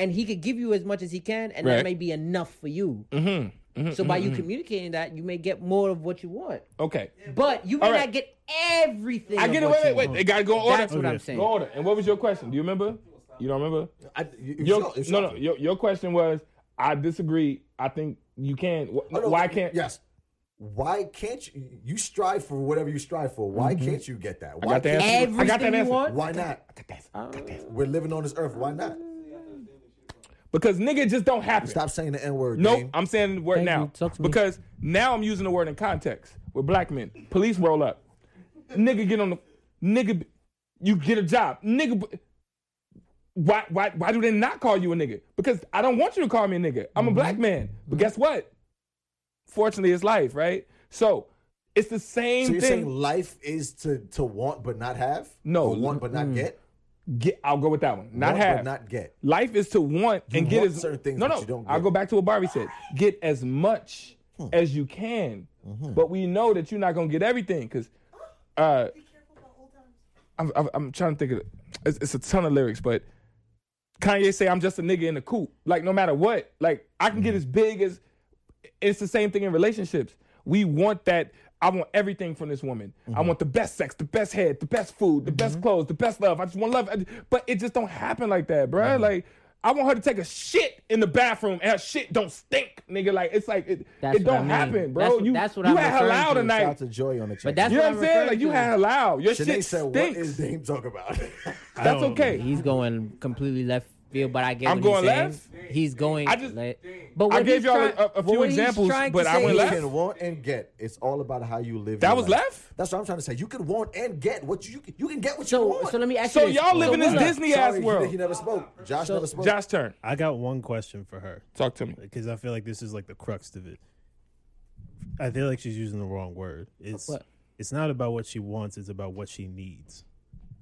[SPEAKER 2] And he could give you as much as he can, and
[SPEAKER 4] Right.
[SPEAKER 2] that may be enough for you.
[SPEAKER 4] Mm-hmm.
[SPEAKER 2] So by you communicating that, you may get more of what you want.
[SPEAKER 4] Okay.
[SPEAKER 2] But you may
[SPEAKER 4] All right.
[SPEAKER 2] not get everything.
[SPEAKER 4] I
[SPEAKER 2] of
[SPEAKER 4] get it.
[SPEAKER 2] what
[SPEAKER 4] Wait,
[SPEAKER 2] you
[SPEAKER 4] wait, wait.
[SPEAKER 2] want.
[SPEAKER 4] They gotta go in order.
[SPEAKER 2] That's what I'm
[SPEAKER 3] Okay.
[SPEAKER 2] saying.
[SPEAKER 4] Go in order. And what was your question? Do you remember? You don't remember?
[SPEAKER 1] I, you, it's
[SPEAKER 4] Your,
[SPEAKER 1] your- it's
[SPEAKER 4] no,
[SPEAKER 1] your
[SPEAKER 4] no. Your, your question was, I disagree. I think you can. wh-
[SPEAKER 1] Oh, no,
[SPEAKER 4] why can't?
[SPEAKER 1] Yes. Why can't you? You strive for whatever you strive for. Why can't you get that?
[SPEAKER 4] I
[SPEAKER 1] Why
[SPEAKER 4] got the
[SPEAKER 1] can't-
[SPEAKER 4] answer. I got
[SPEAKER 2] Everything
[SPEAKER 4] that
[SPEAKER 2] you
[SPEAKER 4] answer.
[SPEAKER 2] want?
[SPEAKER 1] Why not? We're living on this earth. Why not?
[SPEAKER 4] Because nigga just don't happen.
[SPEAKER 1] Stop saying the N word.
[SPEAKER 4] Nope, I'm saying the word
[SPEAKER 2] Thank
[SPEAKER 4] now
[SPEAKER 2] you. Talk to me.
[SPEAKER 4] because now I'm using the word in context with black men. Police roll up, nigga get on the nigga, b- you get a job, nigga. b- Why why why do they not call you a nigga? Because I don't want you to call me a nigga. I'm a
[SPEAKER 1] Mm-hmm.
[SPEAKER 4] black man, but guess what? Fortunately, it's life, right? So it's the same
[SPEAKER 1] So you're
[SPEAKER 4] thing.
[SPEAKER 1] saying life is to to want but not have?
[SPEAKER 4] No.
[SPEAKER 1] Or want but not get.
[SPEAKER 4] Get- I'll go with that one. Not
[SPEAKER 1] want
[SPEAKER 4] have
[SPEAKER 1] but not get.
[SPEAKER 4] Life is to want and get
[SPEAKER 1] want
[SPEAKER 4] as
[SPEAKER 1] certain things,
[SPEAKER 4] No,
[SPEAKER 1] but
[SPEAKER 4] no.
[SPEAKER 1] you don't
[SPEAKER 4] I'll
[SPEAKER 1] get. Hmm.
[SPEAKER 4] go back to what Barbie said. Get as much as you can,
[SPEAKER 1] Mm-hmm.
[SPEAKER 4] but we know that you're not gonna get everything because. Uh, I'm, I'm, I'm trying to think of it. It's, it's a ton of lyrics, but Kanye say I'm just a nigga in a coop. Like no matter
[SPEAKER 2] Mm-hmm.
[SPEAKER 4] what, like I can get as big as. It's the same thing in relationships. We want that. I want everything from this woman.
[SPEAKER 2] Mm-hmm.
[SPEAKER 4] I want the best sex, the best head, the best food, the best clothes, the best love. I just want love. I- But it just don't happen like that, bruh.
[SPEAKER 2] Mm-hmm.
[SPEAKER 4] Like, I want her to take a shit in the bathroom and her shit don't stink, nigga. Like, it's like, it,
[SPEAKER 2] That's
[SPEAKER 4] it
[SPEAKER 2] what I
[SPEAKER 4] don't
[SPEAKER 2] mean.
[SPEAKER 4] happen, bro.
[SPEAKER 2] That's what-
[SPEAKER 4] you
[SPEAKER 2] that's what
[SPEAKER 4] you
[SPEAKER 2] I'm
[SPEAKER 4] had her
[SPEAKER 2] referring
[SPEAKER 4] loud
[SPEAKER 2] to.
[SPEAKER 1] Shout
[SPEAKER 4] tonight.
[SPEAKER 1] out to Joey on the chat.
[SPEAKER 2] But that's
[SPEAKER 4] You know what
[SPEAKER 2] what
[SPEAKER 4] I'm
[SPEAKER 2] I'm
[SPEAKER 4] saying?
[SPEAKER 2] referring
[SPEAKER 4] Like, you
[SPEAKER 2] to.
[SPEAKER 4] had her loud. Your
[SPEAKER 1] Sinead
[SPEAKER 4] shit
[SPEAKER 1] said,
[SPEAKER 4] stinks.
[SPEAKER 1] "What is Dame talk about?"
[SPEAKER 4] That's
[SPEAKER 3] don't-
[SPEAKER 4] okay.
[SPEAKER 2] He's going completely left field, but I get
[SPEAKER 4] I'm
[SPEAKER 2] what
[SPEAKER 4] going
[SPEAKER 2] he's saying.
[SPEAKER 4] left?
[SPEAKER 2] He's going.
[SPEAKER 4] I just-
[SPEAKER 2] left. But what
[SPEAKER 4] gave
[SPEAKER 2] he's
[SPEAKER 4] y'all a-
[SPEAKER 2] trying-
[SPEAKER 4] a- a
[SPEAKER 2] but
[SPEAKER 4] few
[SPEAKER 2] what he's
[SPEAKER 4] examples,
[SPEAKER 2] trying to
[SPEAKER 4] but I
[SPEAKER 2] say
[SPEAKER 4] went
[SPEAKER 2] is-
[SPEAKER 1] you
[SPEAKER 4] left?
[SPEAKER 1] can want and get. It's all about how you live.
[SPEAKER 4] That
[SPEAKER 1] your
[SPEAKER 4] was
[SPEAKER 1] life.
[SPEAKER 4] left?
[SPEAKER 1] That's what I'm trying to say. You can want and get what you you can get what you
[SPEAKER 2] So,
[SPEAKER 1] want.
[SPEAKER 2] so let me ask
[SPEAKER 4] So
[SPEAKER 2] you.
[SPEAKER 4] y'all live in this
[SPEAKER 2] what-
[SPEAKER 4] Disney
[SPEAKER 1] Sorry,
[SPEAKER 4] ass
[SPEAKER 1] he- He,
[SPEAKER 4] world.
[SPEAKER 1] never spoke. Josh never spoke.
[SPEAKER 4] Josh turn.
[SPEAKER 3] I got one question for her
[SPEAKER 4] Talk to me.
[SPEAKER 3] because I feel like this is like the crux of it. I feel like she's using the wrong word. It's
[SPEAKER 2] What?
[SPEAKER 3] it's not about what she wants; it's about what she needs.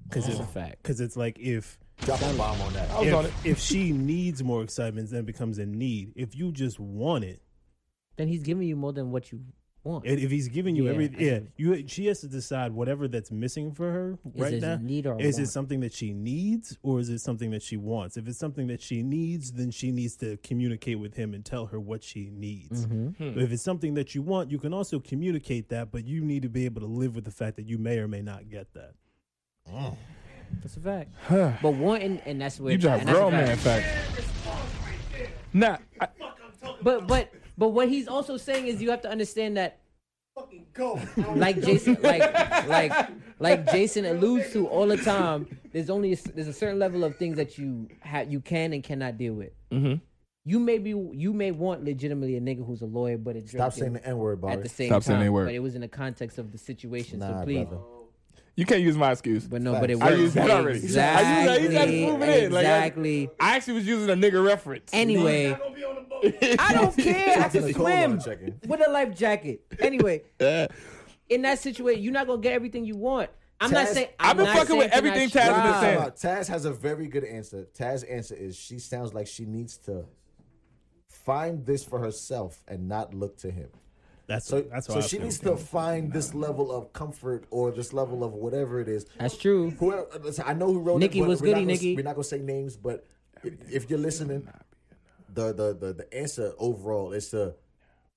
[SPEAKER 3] Because
[SPEAKER 2] That's
[SPEAKER 3] it's
[SPEAKER 2] a fact.
[SPEAKER 3] because it's like if
[SPEAKER 1] Drop a bomb on that.
[SPEAKER 4] I was on it.
[SPEAKER 3] if, if she needs more excitement, then it becomes a need. If you just want it,
[SPEAKER 2] Then he's giving you more than what you want.
[SPEAKER 3] and if he's giving you
[SPEAKER 2] Yeah,
[SPEAKER 3] every
[SPEAKER 2] I
[SPEAKER 3] yeah, you she has to decide whatever that's missing for her right
[SPEAKER 2] it a
[SPEAKER 3] now.
[SPEAKER 2] need or a
[SPEAKER 3] is it
[SPEAKER 2] want?
[SPEAKER 3] something that she needs or is it something that she wants? If it's something that she needs, then she needs to communicate with him and tell her what she needs.
[SPEAKER 2] Mm-hmm.
[SPEAKER 3] But if it's something that you want, you can also communicate that, but you need to be able to live with the fact that you may or may not get that.
[SPEAKER 2] That's a fact. but wanting, and that's where
[SPEAKER 4] You drop
[SPEAKER 2] and that's a
[SPEAKER 4] grown
[SPEAKER 2] fact.
[SPEAKER 4] man fact. Nah, I,
[SPEAKER 2] But but but what he's also saying is you have to understand that
[SPEAKER 6] Fucking go.
[SPEAKER 2] like Jason like like like Jason alludes to all the time. There's only a, there's a certain level of things that you ha- you can and cannot deal with.
[SPEAKER 4] Mhm.
[SPEAKER 2] You may be you may want legitimately a nigga who's a lawyer, but it's
[SPEAKER 1] Stop saying the N word,
[SPEAKER 2] at
[SPEAKER 1] Bobby.
[SPEAKER 2] the same
[SPEAKER 4] Stop saying
[SPEAKER 2] time.
[SPEAKER 4] that word.
[SPEAKER 2] But it was in the context of the situation.
[SPEAKER 1] Nah,
[SPEAKER 2] so please,
[SPEAKER 1] brother.
[SPEAKER 4] you can't use my excuse.
[SPEAKER 2] but no, but it
[SPEAKER 4] I
[SPEAKER 2] was
[SPEAKER 4] used that already. I used that. You tried to
[SPEAKER 2] Exactly,
[SPEAKER 4] prove it in. Like, I-
[SPEAKER 2] exactly.
[SPEAKER 4] I actually was using a nigga reference.
[SPEAKER 2] Anyway,
[SPEAKER 7] gonna be on the boat.
[SPEAKER 2] I don't care. I
[SPEAKER 1] Talk to
[SPEAKER 2] can
[SPEAKER 1] Nicole while I'm
[SPEAKER 2] swim
[SPEAKER 1] checking.
[SPEAKER 2] with a life jacket. Anyway, in that situation, you're not gonna get everything you want. I'm not
[SPEAKER 1] Taz-
[SPEAKER 2] saying
[SPEAKER 4] I've
[SPEAKER 2] I'm
[SPEAKER 4] been
[SPEAKER 2] not
[SPEAKER 4] fucking
[SPEAKER 2] saying
[SPEAKER 4] with
[SPEAKER 2] to not
[SPEAKER 4] everything Taz has been
[SPEAKER 2] strive.
[SPEAKER 4] saying.
[SPEAKER 1] Wow, Taz has a very good answer. Taz's answer is she sounds like she needs to find this for herself and not look to him.
[SPEAKER 3] That's
[SPEAKER 1] So,
[SPEAKER 3] that's
[SPEAKER 1] so
[SPEAKER 3] why
[SPEAKER 1] she needs to find this level of comfort or this level of whatever it is.
[SPEAKER 2] That's true.
[SPEAKER 1] Whoever, listen, I know who wrote
[SPEAKER 2] Nikki
[SPEAKER 1] it. but
[SPEAKER 2] was
[SPEAKER 1] we're not
[SPEAKER 2] goody,
[SPEAKER 1] gonna-
[SPEAKER 2] Nikki.
[SPEAKER 1] We're not gonna say names, but if, if you're listening, the, the the the answer overall is to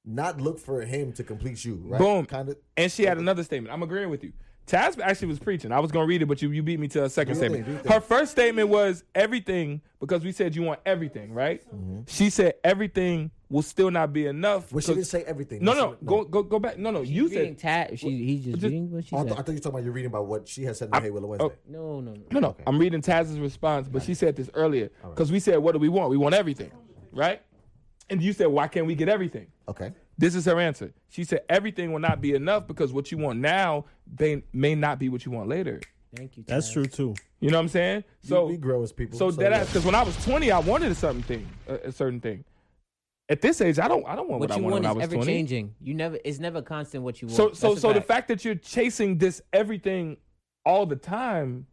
[SPEAKER 1] not look for him to complete you. Right?
[SPEAKER 4] Boom.
[SPEAKER 1] Kind of.
[SPEAKER 4] And she had another statement. I'm agreeing with you. Taz actually was preaching. I was gonna read it, but you, you beat me to a second
[SPEAKER 1] Do your thing,
[SPEAKER 4] statement.
[SPEAKER 1] do your
[SPEAKER 4] Her first statement was everything because we said you want everything, right? She said everything will still not be enough.
[SPEAKER 1] Mm-hmm. Well, she didn't
[SPEAKER 4] because-
[SPEAKER 1] say everything.
[SPEAKER 4] no,
[SPEAKER 1] She-
[SPEAKER 4] no, go go go back. No, no,
[SPEAKER 2] She's
[SPEAKER 4] you
[SPEAKER 2] reading
[SPEAKER 4] said
[SPEAKER 2] Taz. She, he's just,
[SPEAKER 4] Just-
[SPEAKER 2] reading what she
[SPEAKER 1] Oh, I,
[SPEAKER 2] said.
[SPEAKER 1] th- I thought you were talking about you're reading about what she has said in the Hey Willow Wednesday.
[SPEAKER 2] no, no, no.
[SPEAKER 4] No, no. I'm reading Taz's response, but she said this earlier because we said, "What do we want? We want everything, right?" And you said, "Why can't we get everything?"
[SPEAKER 1] Okay.
[SPEAKER 4] This is her answer. She said, "Everything will not be enough because what you want now may, may not be what you want later."
[SPEAKER 2] Thank you.
[SPEAKER 3] That's
[SPEAKER 2] Taz.
[SPEAKER 3] true too.
[SPEAKER 4] You know what I'm saying? So
[SPEAKER 1] we grow as people.
[SPEAKER 4] So, that
[SPEAKER 1] yeah.
[SPEAKER 4] because when I was 20, I wanted a certain thing, a, a certain thing. At this age, I don't, I don't want what,
[SPEAKER 2] What
[SPEAKER 4] I
[SPEAKER 2] you
[SPEAKER 4] wanted
[SPEAKER 2] want
[SPEAKER 4] when I
[SPEAKER 2] is
[SPEAKER 4] was
[SPEAKER 2] ever
[SPEAKER 4] 20.
[SPEAKER 2] changing. You never. It's never constant what you want.
[SPEAKER 4] So, so,
[SPEAKER 2] That's a
[SPEAKER 4] so the fact that you're chasing this everything all the time,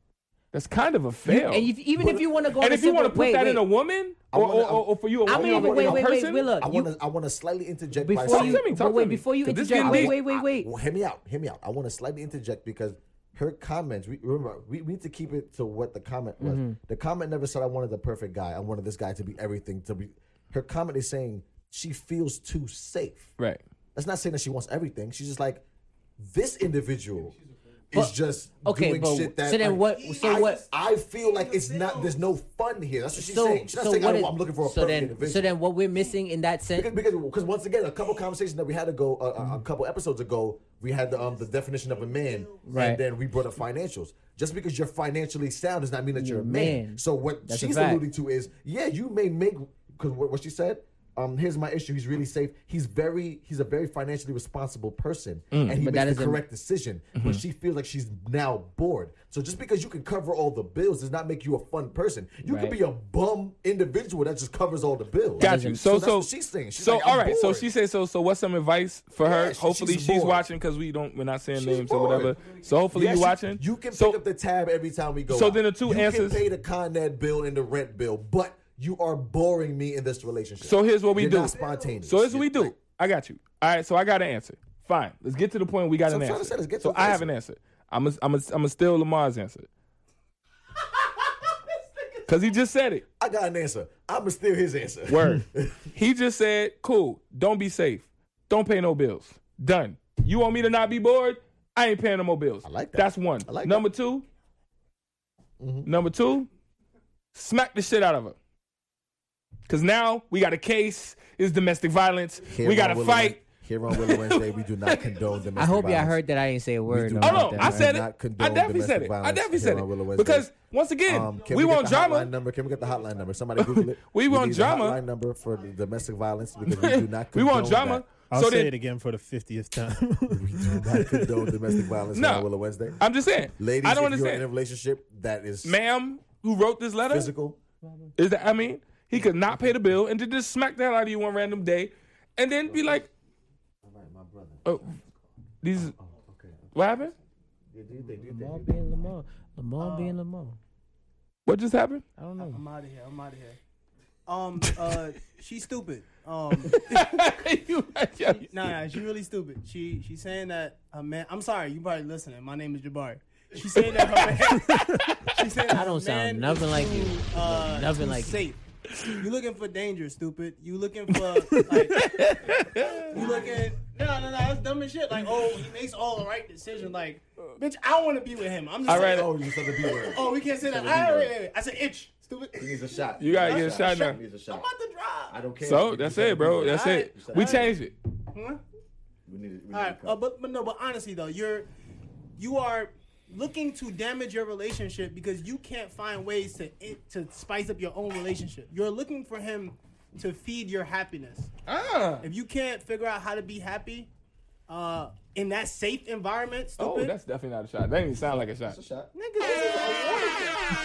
[SPEAKER 4] that's kind of a fail.
[SPEAKER 2] and if, even if you want to go, on
[SPEAKER 4] and
[SPEAKER 2] a
[SPEAKER 4] if you want to
[SPEAKER 2] simple-
[SPEAKER 4] put
[SPEAKER 2] wait,
[SPEAKER 4] that
[SPEAKER 2] wait.
[SPEAKER 4] in a woman,
[SPEAKER 1] I
[SPEAKER 4] or,
[SPEAKER 1] wanna-
[SPEAKER 4] or, or, or for you, a
[SPEAKER 2] I
[SPEAKER 4] woman,
[SPEAKER 2] mean,
[SPEAKER 4] or
[SPEAKER 2] wait,
[SPEAKER 4] a
[SPEAKER 2] wait, wait,
[SPEAKER 4] person,
[SPEAKER 2] Willa.
[SPEAKER 1] I
[SPEAKER 2] You-
[SPEAKER 1] want to. I want to slightly interject. by
[SPEAKER 2] before
[SPEAKER 4] Talk
[SPEAKER 1] saying,
[SPEAKER 2] you,
[SPEAKER 4] to me, talk
[SPEAKER 2] but
[SPEAKER 4] to
[SPEAKER 2] wait,
[SPEAKER 4] me.
[SPEAKER 2] before you
[SPEAKER 4] 'Cause this
[SPEAKER 2] interject,
[SPEAKER 4] getting
[SPEAKER 2] wait,
[SPEAKER 4] deep.
[SPEAKER 2] wait, wait, wait.
[SPEAKER 1] Well, hear me out. Hear me out. I want to slightly interject because her comments. We remember we, we need to keep it to what the comment was.
[SPEAKER 2] Mm-hmm.
[SPEAKER 1] The comment never said I wanted the perfect guy. I wanted this guy to be everything. To be. Her comment is saying she feels too safe.
[SPEAKER 4] right?
[SPEAKER 1] That's not saying that she wants everything. She's just like this individual. is
[SPEAKER 2] But-
[SPEAKER 1] just
[SPEAKER 2] okay,
[SPEAKER 1] doing
[SPEAKER 2] but-
[SPEAKER 1] shit that.
[SPEAKER 2] so then
[SPEAKER 1] like,
[SPEAKER 2] what- so
[SPEAKER 1] I,
[SPEAKER 2] what-
[SPEAKER 1] I feel like it's not. There's no fun here. That's what she's saying. She's not saying I
[SPEAKER 2] what
[SPEAKER 1] don't,
[SPEAKER 2] is-
[SPEAKER 1] I'm looking for a
[SPEAKER 2] so
[SPEAKER 1] perfect
[SPEAKER 2] then,
[SPEAKER 1] individual.
[SPEAKER 2] So then, what we're missing in that sense,
[SPEAKER 1] Because, because, because once again, a couple conversations that we had to go uh, uh, a couple episodes ago, we had the, um, the definition of a man,
[SPEAKER 2] Right.
[SPEAKER 1] and then we brought up financials. Just because you're financially sound does not mean that you're,
[SPEAKER 2] You're
[SPEAKER 1] a man.
[SPEAKER 2] man.
[SPEAKER 1] So what
[SPEAKER 2] That's a
[SPEAKER 1] she's
[SPEAKER 2] fact.
[SPEAKER 1] alluding to is, yeah, you may make because what, what she said. Um, here's my issue. He's really safe. He's very he's a very financially responsible person, and he
[SPEAKER 2] Mm, But that
[SPEAKER 1] makes the
[SPEAKER 2] isn't- Mm-hmm.
[SPEAKER 1] correct decision. But she feels like she's now bored. So just because you can cover all the bills does not make you a fun person. You
[SPEAKER 2] Right.
[SPEAKER 1] can be a bum individual that just covers all the bills.
[SPEAKER 4] Got you. So,
[SPEAKER 1] So
[SPEAKER 4] so,
[SPEAKER 1] that's what she's saying. She's
[SPEAKER 4] so,
[SPEAKER 1] like, I'm
[SPEAKER 4] all right. So
[SPEAKER 1] bored.
[SPEAKER 4] she said, so, so, what's some advice for her?
[SPEAKER 1] Yeah, she-
[SPEAKER 4] hopefully, she's,
[SPEAKER 1] she's bored.
[SPEAKER 4] watching because we don't, we're not saying
[SPEAKER 1] She's
[SPEAKER 4] names or
[SPEAKER 1] bored.
[SPEAKER 4] whatever. So, hopefully,
[SPEAKER 1] Yeah,
[SPEAKER 4] you
[SPEAKER 1] she-
[SPEAKER 4] watching.
[SPEAKER 1] You can
[SPEAKER 4] so,
[SPEAKER 1] pick up the tab every time we go.
[SPEAKER 4] So
[SPEAKER 1] out.
[SPEAKER 4] then the two
[SPEAKER 1] you
[SPEAKER 4] answers-
[SPEAKER 1] can pay the con ed bill and the rent bill, but you are boring me in this relationship.
[SPEAKER 4] So here's what we
[SPEAKER 1] You're
[SPEAKER 4] do.
[SPEAKER 1] Not spontaneous.
[SPEAKER 4] So this is what we
[SPEAKER 1] You're-
[SPEAKER 4] do. I got you. All right. So I got an answer. Fine. Let's get to the point. We got
[SPEAKER 1] So
[SPEAKER 4] an
[SPEAKER 1] I'm trying to
[SPEAKER 4] answer.
[SPEAKER 1] say, let's get to
[SPEAKER 4] so
[SPEAKER 1] the
[SPEAKER 4] I have an answer. I'm a, I'm a, I'm a steal Lamar's answer. Cause he just said it.
[SPEAKER 1] I got an answer. I'ma steal his answer.
[SPEAKER 4] Word. he just said, "Cool. Don't be safe. Don't pay no bills. Done. You want me to not be bored? I ain't paying no more bills.
[SPEAKER 1] I like that. Mm-hmm.
[SPEAKER 4] That's one.
[SPEAKER 1] I like
[SPEAKER 4] Number 2 Number two, smack the shit out of her. Cause now we got a case. It's domestic violence.
[SPEAKER 1] Here
[SPEAKER 4] we
[SPEAKER 1] on
[SPEAKER 4] got to
[SPEAKER 1] Willow
[SPEAKER 4] fight.
[SPEAKER 1] Wed- Here on Willow Wednesday, we do not condone domestic
[SPEAKER 2] I hope y'all
[SPEAKER 1] violence.
[SPEAKER 2] heard that I didn't say a word.
[SPEAKER 1] do
[SPEAKER 2] about
[SPEAKER 1] not.
[SPEAKER 4] Oh no,
[SPEAKER 2] that,
[SPEAKER 4] I
[SPEAKER 2] right?
[SPEAKER 4] said
[SPEAKER 1] Do
[SPEAKER 4] it.
[SPEAKER 1] not condone
[SPEAKER 4] I definitely
[SPEAKER 1] domestic
[SPEAKER 4] said it. I
[SPEAKER 1] violence
[SPEAKER 4] definitely
[SPEAKER 1] here
[SPEAKER 4] said
[SPEAKER 1] on Willow
[SPEAKER 4] it.
[SPEAKER 1] Wednesday.
[SPEAKER 4] Because once again,
[SPEAKER 1] Um, can
[SPEAKER 4] we,
[SPEAKER 1] get
[SPEAKER 4] want
[SPEAKER 1] the
[SPEAKER 4] drama.
[SPEAKER 1] hotline Number? Can we get the hotline number? Somebody Google it.
[SPEAKER 4] We want
[SPEAKER 1] need the
[SPEAKER 4] drama.
[SPEAKER 1] Hotline number for the domestic violence because we do not.
[SPEAKER 4] we want
[SPEAKER 1] condone
[SPEAKER 4] drama.
[SPEAKER 3] I'll
[SPEAKER 4] so
[SPEAKER 3] say
[SPEAKER 4] then,
[SPEAKER 3] it again for the fiftieth time.
[SPEAKER 1] that. Do not condone domestic violence
[SPEAKER 4] No.
[SPEAKER 1] on Willow Wednesday.
[SPEAKER 4] I'm just saying,
[SPEAKER 1] Ladies,
[SPEAKER 4] I don't
[SPEAKER 1] if you're in a
[SPEAKER 4] understand,
[SPEAKER 1] relationship that is
[SPEAKER 4] ma'am, who wrote this letter?
[SPEAKER 1] physical,
[SPEAKER 4] Is that I mean, he could not pay the bill and to just smack the hell out of you one random day, and then be like, "Oh, these,
[SPEAKER 1] Oh,
[SPEAKER 4] what happened?
[SPEAKER 2] Lamar being Lamar, Lamar
[SPEAKER 1] Uh,
[SPEAKER 2] being Lamar.
[SPEAKER 4] What just happened?"
[SPEAKER 2] I don't know.
[SPEAKER 6] I'm out of here. I'm out of here. Um, uh, she's stupid. Um,
[SPEAKER 4] You- yeah, you-
[SPEAKER 6] nah, nah, she really stupid. She she's saying that a man. I'm sorry, you probably listening. My name is Jabari. She's saying that her man. she's saying that
[SPEAKER 2] I don't
[SPEAKER 6] her
[SPEAKER 2] sound
[SPEAKER 6] man
[SPEAKER 2] nothing
[SPEAKER 6] is
[SPEAKER 2] like you.
[SPEAKER 6] too, Uh,
[SPEAKER 2] Nothing
[SPEAKER 6] too
[SPEAKER 2] like you.
[SPEAKER 6] safe. You looking for danger, stupid. You looking for like you looking. No, no, no. That's dumb as shit. Like, oh, he makes all the right decision. Like, bitch, I want to be with him. I'm just
[SPEAKER 4] All
[SPEAKER 6] saying.
[SPEAKER 4] right.
[SPEAKER 1] Oh, you said the B word.
[SPEAKER 6] Oh, we can't say that. I, wait, wait, wait. I said itch, stupid.
[SPEAKER 1] He needs a shot.
[SPEAKER 4] You gotta
[SPEAKER 1] He
[SPEAKER 4] get a
[SPEAKER 1] needs
[SPEAKER 4] shot now.
[SPEAKER 1] He needs a shot.
[SPEAKER 6] I'm about to drive.
[SPEAKER 1] I don't care.
[SPEAKER 4] So
[SPEAKER 1] You
[SPEAKER 4] that's
[SPEAKER 1] said the
[SPEAKER 4] it, bro.
[SPEAKER 1] B-word.
[SPEAKER 4] That's it.
[SPEAKER 1] You said
[SPEAKER 4] We
[SPEAKER 1] the B-word.
[SPEAKER 4] changed it.
[SPEAKER 6] Huh?
[SPEAKER 1] We need it. We
[SPEAKER 6] All
[SPEAKER 1] need
[SPEAKER 6] right,
[SPEAKER 1] it.
[SPEAKER 6] uh, but, but no, but honestly though, you're you are looking to damage your relationship because you can't find ways to it, to spice up your own relationship. You're looking for him to feed your happiness.
[SPEAKER 4] Ah,
[SPEAKER 6] If you can't figure out how to be happy uh, in that safe environment,
[SPEAKER 4] oh,
[SPEAKER 6] stupid.
[SPEAKER 4] that's definitely not a shot. That didn't even sound like a
[SPEAKER 1] It's
[SPEAKER 4] shot.
[SPEAKER 1] a shot.
[SPEAKER 6] nigga,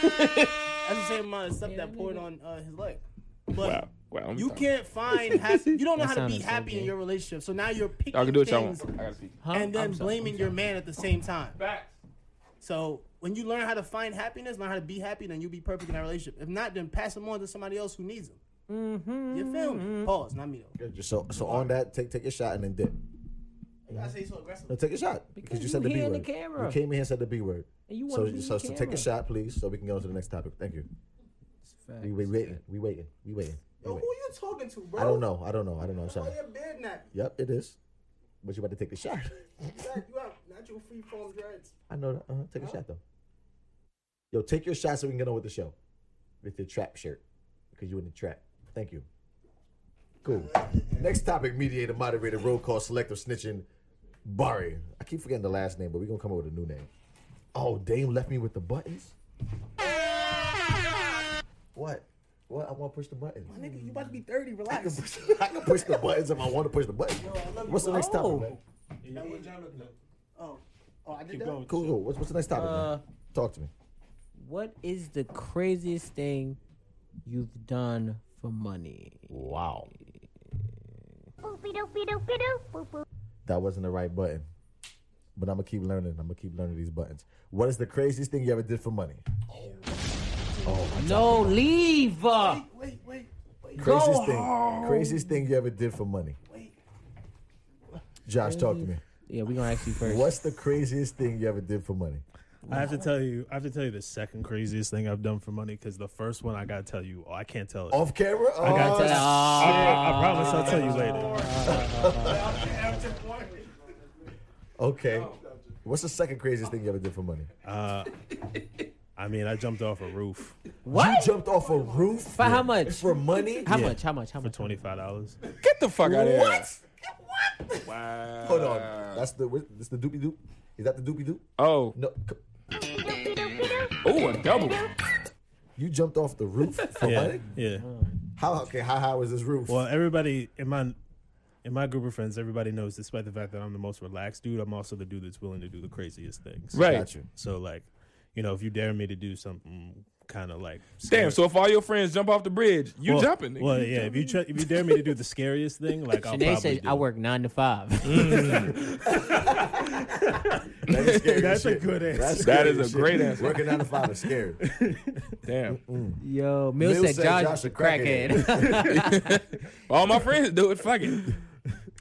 [SPEAKER 6] this is a water thing. That's the same amount of stuff that poured on uh, his leg. But
[SPEAKER 4] Wow, wow. I'm
[SPEAKER 6] you
[SPEAKER 4] tired.
[SPEAKER 6] can't find happy. You don't know
[SPEAKER 2] That
[SPEAKER 6] how to be
[SPEAKER 2] sounded so
[SPEAKER 6] happy in
[SPEAKER 2] gay.
[SPEAKER 6] your relationship. So now you're picking
[SPEAKER 4] Y'all can do what y'all
[SPEAKER 6] things
[SPEAKER 4] want. I gotta pee.
[SPEAKER 2] Huh?
[SPEAKER 6] and then
[SPEAKER 2] I'm sorry.
[SPEAKER 6] blaming your man at the same time.
[SPEAKER 4] Facts.
[SPEAKER 6] So when you learn how to find happiness, learn how to be happy, then you'll be perfect in that relationship. If not, then pass them on to somebody else who needs them. Mm-hmm. You feel me? Pause, not me though.
[SPEAKER 1] Just So, so on that, take take your shot and then dip.
[SPEAKER 6] I say so aggressively.
[SPEAKER 1] No, take a shot because,
[SPEAKER 2] Because
[SPEAKER 1] you said
[SPEAKER 2] you
[SPEAKER 1] the B
[SPEAKER 2] here in the
[SPEAKER 1] word.
[SPEAKER 2] camera.
[SPEAKER 1] You came in here and said the B word.
[SPEAKER 2] And you
[SPEAKER 1] so,
[SPEAKER 2] wanna be in
[SPEAKER 1] so,
[SPEAKER 2] the
[SPEAKER 1] so take a
[SPEAKER 2] camera.
[SPEAKER 1] shot, please, so we can go on to the next topic. Thank you. We, we waiting. We waiting. We waiting. We
[SPEAKER 6] Yo, who
[SPEAKER 1] waiting.
[SPEAKER 6] you talking to, bro?
[SPEAKER 1] I don't know. I don't know. I don't know. I'm
[SPEAKER 6] Why
[SPEAKER 1] sorry.
[SPEAKER 6] your beard not?
[SPEAKER 1] Yep, it is. But you about to take the shot.
[SPEAKER 6] You got- you have natural free form dreads.
[SPEAKER 1] I know that. Uh-huh. Take a shot though. Yo, take your shot so we can get on with the show with your trap shirt because you in the trap. Thank you. Cool. Next topic: mediator, moderator, roll call, selective snitching. Bari. I keep forgetting the last name, but we're gonna come up with a new name. Oh, Dame left me with the buttons. What? What? I want to push the buttons.
[SPEAKER 6] Nigga, you about to be 30, relax.
[SPEAKER 1] I can push the buttons if I want to push the buttons. What's the next topic, man?
[SPEAKER 6] oh. Oh, I did that?
[SPEAKER 1] Cool, cool. What's, what's the next topic? man? Talk to me.
[SPEAKER 2] What is the craziest thing you've done for money?
[SPEAKER 1] Wow.
[SPEAKER 8] Boopy doopy doopy doop. Boop boop.
[SPEAKER 1] That wasn't the right button. But I'm gonna keep learning. I'm gonna keep learning these buttons. What is the craziest thing you ever did for money?
[SPEAKER 2] No, leave.
[SPEAKER 6] Wait, wait, wait,
[SPEAKER 1] Craziest thing. Craziest thing you ever did for money.
[SPEAKER 6] wait.
[SPEAKER 1] Josh, talk to me.
[SPEAKER 2] Yeah, we're gonna ask you first.
[SPEAKER 1] What's the craziest thing you ever did for money?
[SPEAKER 3] I have to tell you, I have to tell you the second craziest thing I've done for money because the first one I gotta tell you, oh, I can't tell it.
[SPEAKER 1] Off camera? Oh,
[SPEAKER 3] gotta tell
[SPEAKER 1] shit.
[SPEAKER 3] I, I promise I'll tell you later.
[SPEAKER 1] okay. What's the second craziest thing you ever did for money?
[SPEAKER 3] I mean, I jumped off a roof
[SPEAKER 1] What? You jumped off a roof
[SPEAKER 2] For how much?
[SPEAKER 1] for money?
[SPEAKER 2] How
[SPEAKER 3] Yeah.
[SPEAKER 2] much? How much? How
[SPEAKER 3] for
[SPEAKER 2] much?
[SPEAKER 3] twenty five dollars.
[SPEAKER 4] Get the fuck out of here.
[SPEAKER 1] What?
[SPEAKER 4] Wow.
[SPEAKER 1] Hold
[SPEAKER 4] Uh,
[SPEAKER 1] on. That's the what- that's the doopy doop. Is that the doopy doop?
[SPEAKER 4] Oh,
[SPEAKER 1] No. c-
[SPEAKER 8] Doopy doopy doop.
[SPEAKER 4] oh, a double.
[SPEAKER 1] You jumped off the roof for
[SPEAKER 3] Yeah,
[SPEAKER 1] money?
[SPEAKER 3] yeah.
[SPEAKER 1] How okay? How high was this roof?
[SPEAKER 3] Well, everybody in my in my group of friends, everybody knows. Despite the fact that I'm the most relaxed dude, I'm also the dude that's willing to do the craziest things.
[SPEAKER 4] Right.
[SPEAKER 1] Got you.
[SPEAKER 3] So like, you know, if you dare me to do something kind of like
[SPEAKER 4] Damn. So if all your friends jump off the bridge, you
[SPEAKER 3] well,
[SPEAKER 4] jumping. nigga.
[SPEAKER 3] Well, yeah. If you try, if you dare me to do the scariest thing, like I'll
[SPEAKER 2] Sinead
[SPEAKER 3] probably
[SPEAKER 2] says
[SPEAKER 3] do.
[SPEAKER 2] I work nine to five.
[SPEAKER 1] That is scary
[SPEAKER 3] That's
[SPEAKER 1] shit.
[SPEAKER 3] a good answer.
[SPEAKER 1] That's
[SPEAKER 4] That
[SPEAKER 1] scary
[SPEAKER 4] is a
[SPEAKER 1] shit.
[SPEAKER 4] great answer.
[SPEAKER 1] Working nine to five is scary.
[SPEAKER 4] Damn.
[SPEAKER 1] mm,
[SPEAKER 2] Yo, Mill
[SPEAKER 1] Mill
[SPEAKER 2] said
[SPEAKER 1] said
[SPEAKER 2] Josh,
[SPEAKER 1] Josh a
[SPEAKER 2] crackhead.
[SPEAKER 1] mm.
[SPEAKER 4] All my friends do it. Fuck it.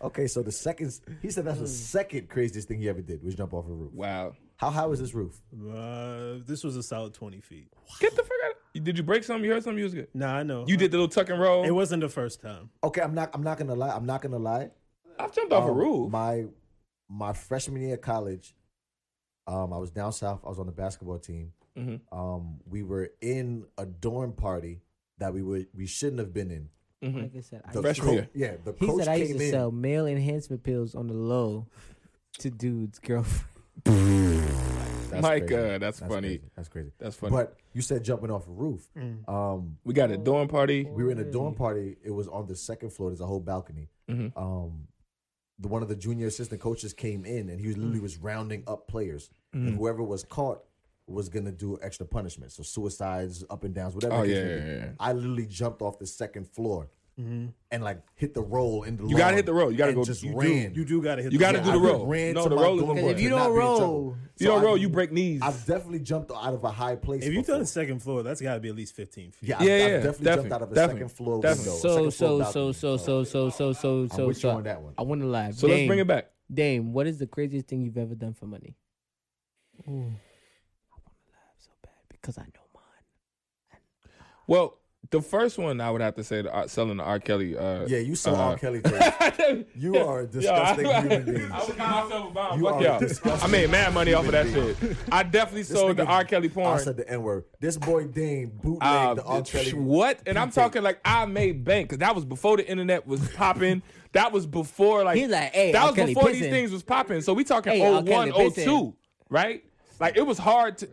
[SPEAKER 1] Okay, so the second he said that's the second craziest thing he ever did was jump off a roof.
[SPEAKER 4] Hmm. Wow.
[SPEAKER 1] How high was this roof?
[SPEAKER 3] Uh, this was a solid twenty feet.
[SPEAKER 4] Get the fuck out. Of- Did you break something? You heard something? You was good.
[SPEAKER 3] Nah, I know.
[SPEAKER 4] You did the little tuck and roll.
[SPEAKER 3] It wasn't the first time.
[SPEAKER 1] Okay, I'm not. I'm not gonna lie. I'm not gonna lie.
[SPEAKER 4] I've jumped off a
[SPEAKER 1] Um,
[SPEAKER 4] roof.
[SPEAKER 1] My my freshman year of college, um, I was down south. I was on the basketball team.
[SPEAKER 4] Mhm.
[SPEAKER 1] Um, we were in a dorm party that we would we shouldn't have been in.
[SPEAKER 4] mm-hmm.
[SPEAKER 2] Like I said, I
[SPEAKER 1] The
[SPEAKER 4] Freshman
[SPEAKER 1] co-
[SPEAKER 4] year.
[SPEAKER 1] yeah. The
[SPEAKER 2] he
[SPEAKER 1] coach
[SPEAKER 2] said I used
[SPEAKER 1] came
[SPEAKER 2] to
[SPEAKER 1] in.
[SPEAKER 2] sell male enhancement pills on the low to dudes' girlfriend.
[SPEAKER 1] That's
[SPEAKER 4] My
[SPEAKER 1] crazy.
[SPEAKER 4] God, that's funny.
[SPEAKER 1] crazy. That's crazy.
[SPEAKER 4] That's funny.
[SPEAKER 1] But you said jumping off a roof.
[SPEAKER 2] Mm.
[SPEAKER 1] Um,
[SPEAKER 4] we got a dorm party.
[SPEAKER 1] we were in a dorm party. It was on the second floor. There's a whole balcony.
[SPEAKER 4] Mhm.
[SPEAKER 1] Um, the one of the junior assistant coaches came in, and he was literally was rounding up players,
[SPEAKER 4] Mm-hmm.
[SPEAKER 1] and whoever was caught was gonna do extra punishment. So suicides, up and downs, whatever.
[SPEAKER 4] Oh,
[SPEAKER 1] the case
[SPEAKER 4] yeah,
[SPEAKER 1] may
[SPEAKER 4] yeah,
[SPEAKER 1] be.
[SPEAKER 4] yeah, yeah.
[SPEAKER 1] I literally jumped off the second floor
[SPEAKER 2] Mm-hmm.
[SPEAKER 1] and like hit the roll in the.
[SPEAKER 4] You gotta
[SPEAKER 1] lawn
[SPEAKER 4] hit the roll. You gotta
[SPEAKER 1] and
[SPEAKER 4] go-
[SPEAKER 1] Just
[SPEAKER 4] you do.
[SPEAKER 1] ran.
[SPEAKER 3] You do got to hit.
[SPEAKER 4] You
[SPEAKER 3] the
[SPEAKER 4] gotta
[SPEAKER 3] ball.
[SPEAKER 4] do the
[SPEAKER 1] I
[SPEAKER 4] roll.
[SPEAKER 1] ran
[SPEAKER 4] No,
[SPEAKER 1] to
[SPEAKER 4] the
[SPEAKER 1] my
[SPEAKER 4] roll is
[SPEAKER 1] dorm
[SPEAKER 4] important.
[SPEAKER 1] to
[SPEAKER 2] If you
[SPEAKER 1] not
[SPEAKER 2] don't
[SPEAKER 1] be in trouble.
[SPEAKER 2] roll-
[SPEAKER 4] You
[SPEAKER 1] So
[SPEAKER 4] don't
[SPEAKER 1] I-
[SPEAKER 4] roll, you break knees.
[SPEAKER 1] I've definitely jumped out of a high place.
[SPEAKER 3] If you
[SPEAKER 1] before.
[SPEAKER 3] done second floor, that's got to be at least fifteen feet.
[SPEAKER 1] yeah, I've,
[SPEAKER 4] Yeah,
[SPEAKER 1] I've
[SPEAKER 4] yeah,
[SPEAKER 1] definitely,
[SPEAKER 4] definitely,
[SPEAKER 1] jumped out of a
[SPEAKER 4] definitely,
[SPEAKER 1] second floor
[SPEAKER 4] definitely.
[SPEAKER 1] window.
[SPEAKER 2] So
[SPEAKER 1] second floor
[SPEAKER 2] so so
[SPEAKER 1] balcony.
[SPEAKER 2] so so so so so so
[SPEAKER 1] with you
[SPEAKER 2] so.
[SPEAKER 1] on that one.
[SPEAKER 2] I want to laugh.
[SPEAKER 4] So let's bring it back.
[SPEAKER 2] Dame, what is the craziest thing you've ever done for money? I want to laugh so bad because I know mine.
[SPEAKER 4] Well, the first one I would have to say the, uh, selling the R. Kelly. Uh,
[SPEAKER 1] Yeah, you saw R.
[SPEAKER 4] uh,
[SPEAKER 1] Kelly. tapes. You are a disgusting
[SPEAKER 4] I-
[SPEAKER 1] human being.
[SPEAKER 4] I would call myself a bomb.
[SPEAKER 1] You
[SPEAKER 4] Fuck
[SPEAKER 1] are
[SPEAKER 4] y'all.
[SPEAKER 1] a disgusting
[SPEAKER 4] I made mad money off of that
[SPEAKER 1] human
[SPEAKER 4] shit. I definitely
[SPEAKER 1] This
[SPEAKER 4] sold the
[SPEAKER 1] nigga-
[SPEAKER 4] R. Kelly
[SPEAKER 1] I
[SPEAKER 4] porn.
[SPEAKER 1] said the N word. This boy Dane bootlegged
[SPEAKER 4] Uh,
[SPEAKER 1] the R. Kelly.
[SPEAKER 4] What? And I'm talking like I made bank because that was before the internet was popping. that was before like
[SPEAKER 2] He's like, "Hey,
[SPEAKER 4] that
[SPEAKER 2] R.
[SPEAKER 4] was
[SPEAKER 2] Kelly
[SPEAKER 4] before
[SPEAKER 2] pissing."
[SPEAKER 4] these things was popping. So we
[SPEAKER 2] Hey,
[SPEAKER 4] talking
[SPEAKER 2] R.
[SPEAKER 4] oh
[SPEAKER 2] Kelly
[SPEAKER 4] one, oh two, 01, 02,
[SPEAKER 2] pissing.
[SPEAKER 4] right? Like it was hard to.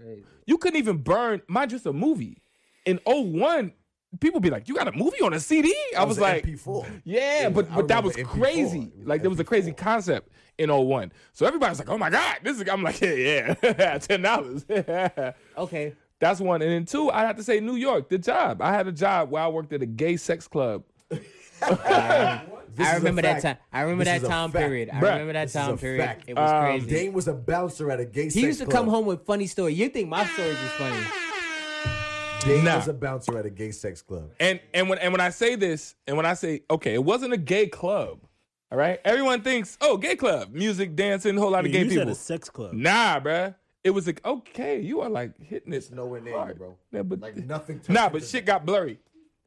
[SPEAKER 4] You couldn't even burn. Mind just a movie. In 01, people be like, "You got a movie on a CD?" I was,
[SPEAKER 1] an
[SPEAKER 4] like,
[SPEAKER 1] MP4.
[SPEAKER 4] yeah,
[SPEAKER 1] Yeah,
[SPEAKER 4] but
[SPEAKER 1] I
[SPEAKER 4] but that was
[SPEAKER 1] remember MP4.
[SPEAKER 4] crazy.
[SPEAKER 1] It was
[SPEAKER 4] Like there was a crazy
[SPEAKER 1] MP4.
[SPEAKER 4] concept in 01. So everybody's like, "Oh my god, this is." I'm like, "Yeah, yeah, ten dollars."
[SPEAKER 2] Okay.
[SPEAKER 4] That's one. And then two, I'd have to say New York, the job. I had a job where I worked at a gay sex club.
[SPEAKER 1] This is
[SPEAKER 2] I
[SPEAKER 1] a
[SPEAKER 2] remember that time.
[SPEAKER 1] fact.
[SPEAKER 2] I remember
[SPEAKER 1] This
[SPEAKER 2] that
[SPEAKER 1] is a
[SPEAKER 2] time
[SPEAKER 1] fact.
[SPEAKER 2] period. I
[SPEAKER 4] Bruh,
[SPEAKER 2] remember that
[SPEAKER 1] this is a
[SPEAKER 2] time period.
[SPEAKER 1] fact.
[SPEAKER 2] It was
[SPEAKER 4] Um,
[SPEAKER 2] crazy.
[SPEAKER 1] Dane was a bouncer at a gay.
[SPEAKER 2] he used to come home with funny story. You think my stories is funny?
[SPEAKER 1] Dane
[SPEAKER 4] Nah.
[SPEAKER 1] was a bouncer at a gay sex club.
[SPEAKER 4] And and when and when I say this, and when I say, okay, it wasn't a gay club. All right. Everyone thinks, oh, gay club. Music, dancing, whole lot of
[SPEAKER 3] you
[SPEAKER 4] gay
[SPEAKER 3] said
[SPEAKER 4] people.
[SPEAKER 3] a sex club.
[SPEAKER 4] Nah, bruh. It was like, okay, you are like hitting this.
[SPEAKER 1] It's nowhere near you,
[SPEAKER 4] hard.
[SPEAKER 1] bro.
[SPEAKER 4] Yeah, but,
[SPEAKER 1] Like nothing. touched
[SPEAKER 4] nah,
[SPEAKER 1] you
[SPEAKER 4] but
[SPEAKER 1] to
[SPEAKER 4] shit
[SPEAKER 1] that.
[SPEAKER 4] got blurry.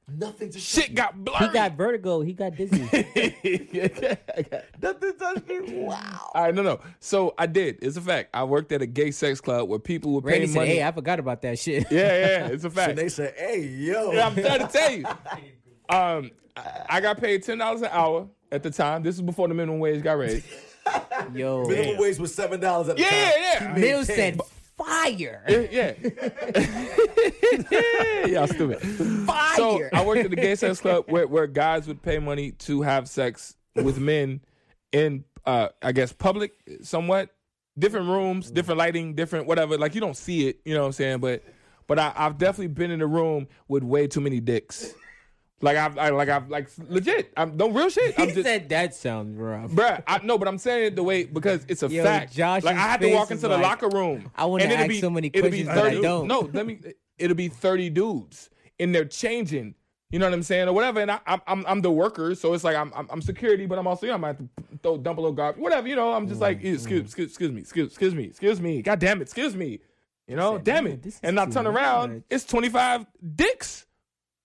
[SPEAKER 1] nothing. To
[SPEAKER 4] Shit got blurry.
[SPEAKER 2] He got vertigo. He got dizzy.
[SPEAKER 4] Nothing touched me. Wow. All right, no, no. So I did. It's a fact. I worked at a gay sex club where people were
[SPEAKER 2] Randy
[SPEAKER 4] paying
[SPEAKER 2] said,
[SPEAKER 4] money.
[SPEAKER 2] "Hey, I forgot about that shit."
[SPEAKER 4] yeah, yeah, it's a fact.
[SPEAKER 1] And they said, "Hey, yo."
[SPEAKER 4] Yeah, I'm trying to tell you. Um, I- I got paid ten dollars an hour at the time. This is before the minimum wage got raised.
[SPEAKER 2] Yo,
[SPEAKER 1] Minimum wage was seven dollars at the
[SPEAKER 4] Yeah,
[SPEAKER 1] time.
[SPEAKER 4] yeah, yeah.
[SPEAKER 2] Neil said fire.
[SPEAKER 4] yeah. Y'all stupid.
[SPEAKER 2] Fire.
[SPEAKER 4] So I worked at the gay sex club where, where guys would pay money to have sex with men in, uh, I guess, public somewhat. Different
[SPEAKER 2] Mm.
[SPEAKER 4] rooms, different lighting, different whatever. Like you don't see it, you know what I'm saying? But but I, I've definitely been in a room with way too many dicks. Like I've I, like I've like legit. I'm no real shit. I'm
[SPEAKER 2] he
[SPEAKER 4] just,
[SPEAKER 2] said that sounds rough.
[SPEAKER 4] Bruh, I no, but I'm saying it the way because it's a
[SPEAKER 2] Yo,
[SPEAKER 4] fact.
[SPEAKER 2] Josh's
[SPEAKER 4] like I had to
[SPEAKER 2] face
[SPEAKER 4] walk
[SPEAKER 2] is
[SPEAKER 4] into the
[SPEAKER 2] like,
[SPEAKER 4] locker room.
[SPEAKER 2] I wanna
[SPEAKER 4] and it'll
[SPEAKER 2] ask so many
[SPEAKER 4] it'll
[SPEAKER 2] questions that I don't.
[SPEAKER 4] No, let me. It'll be thirty dudes, and they're changing. You know what I'm saying, or whatever. And I, I'm, I'm, I'm the worker, so it's like I'm, I'm, I'm security, but I'm also, you know, I'm gonna have to throw dump a little garbage, whatever. You know, I'm just like, excuse, excuse, excuse me, excuse, excuse me, excuse me. God damn it, excuse me. You know,
[SPEAKER 2] said,
[SPEAKER 4] damn
[SPEAKER 2] "Man,
[SPEAKER 4] it.
[SPEAKER 2] this is
[SPEAKER 4] And I
[SPEAKER 2] too
[SPEAKER 4] turn around,
[SPEAKER 2] much.
[SPEAKER 4] it's 25 dicks,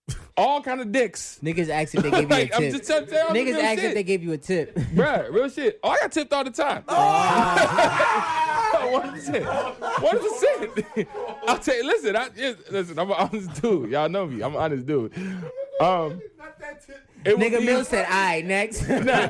[SPEAKER 4] all kind of dicks.
[SPEAKER 2] Niggas asked if they gave you a
[SPEAKER 4] Like,
[SPEAKER 2] tip.
[SPEAKER 4] I'm just telling you, I'm
[SPEAKER 2] Niggas
[SPEAKER 4] real
[SPEAKER 2] asked if
[SPEAKER 4] shit.
[SPEAKER 2] they gave you a tip.
[SPEAKER 4] Bruh, real shit. Oh, I got tipped all the time. One percent. One percent. I'll tell you. Listen, I yes, listen. I'm an honest dude. Y'all know me. I'm an honest dude. Um, it was
[SPEAKER 2] Nigga
[SPEAKER 4] either-
[SPEAKER 2] Mill said, "All right, next."
[SPEAKER 4] No,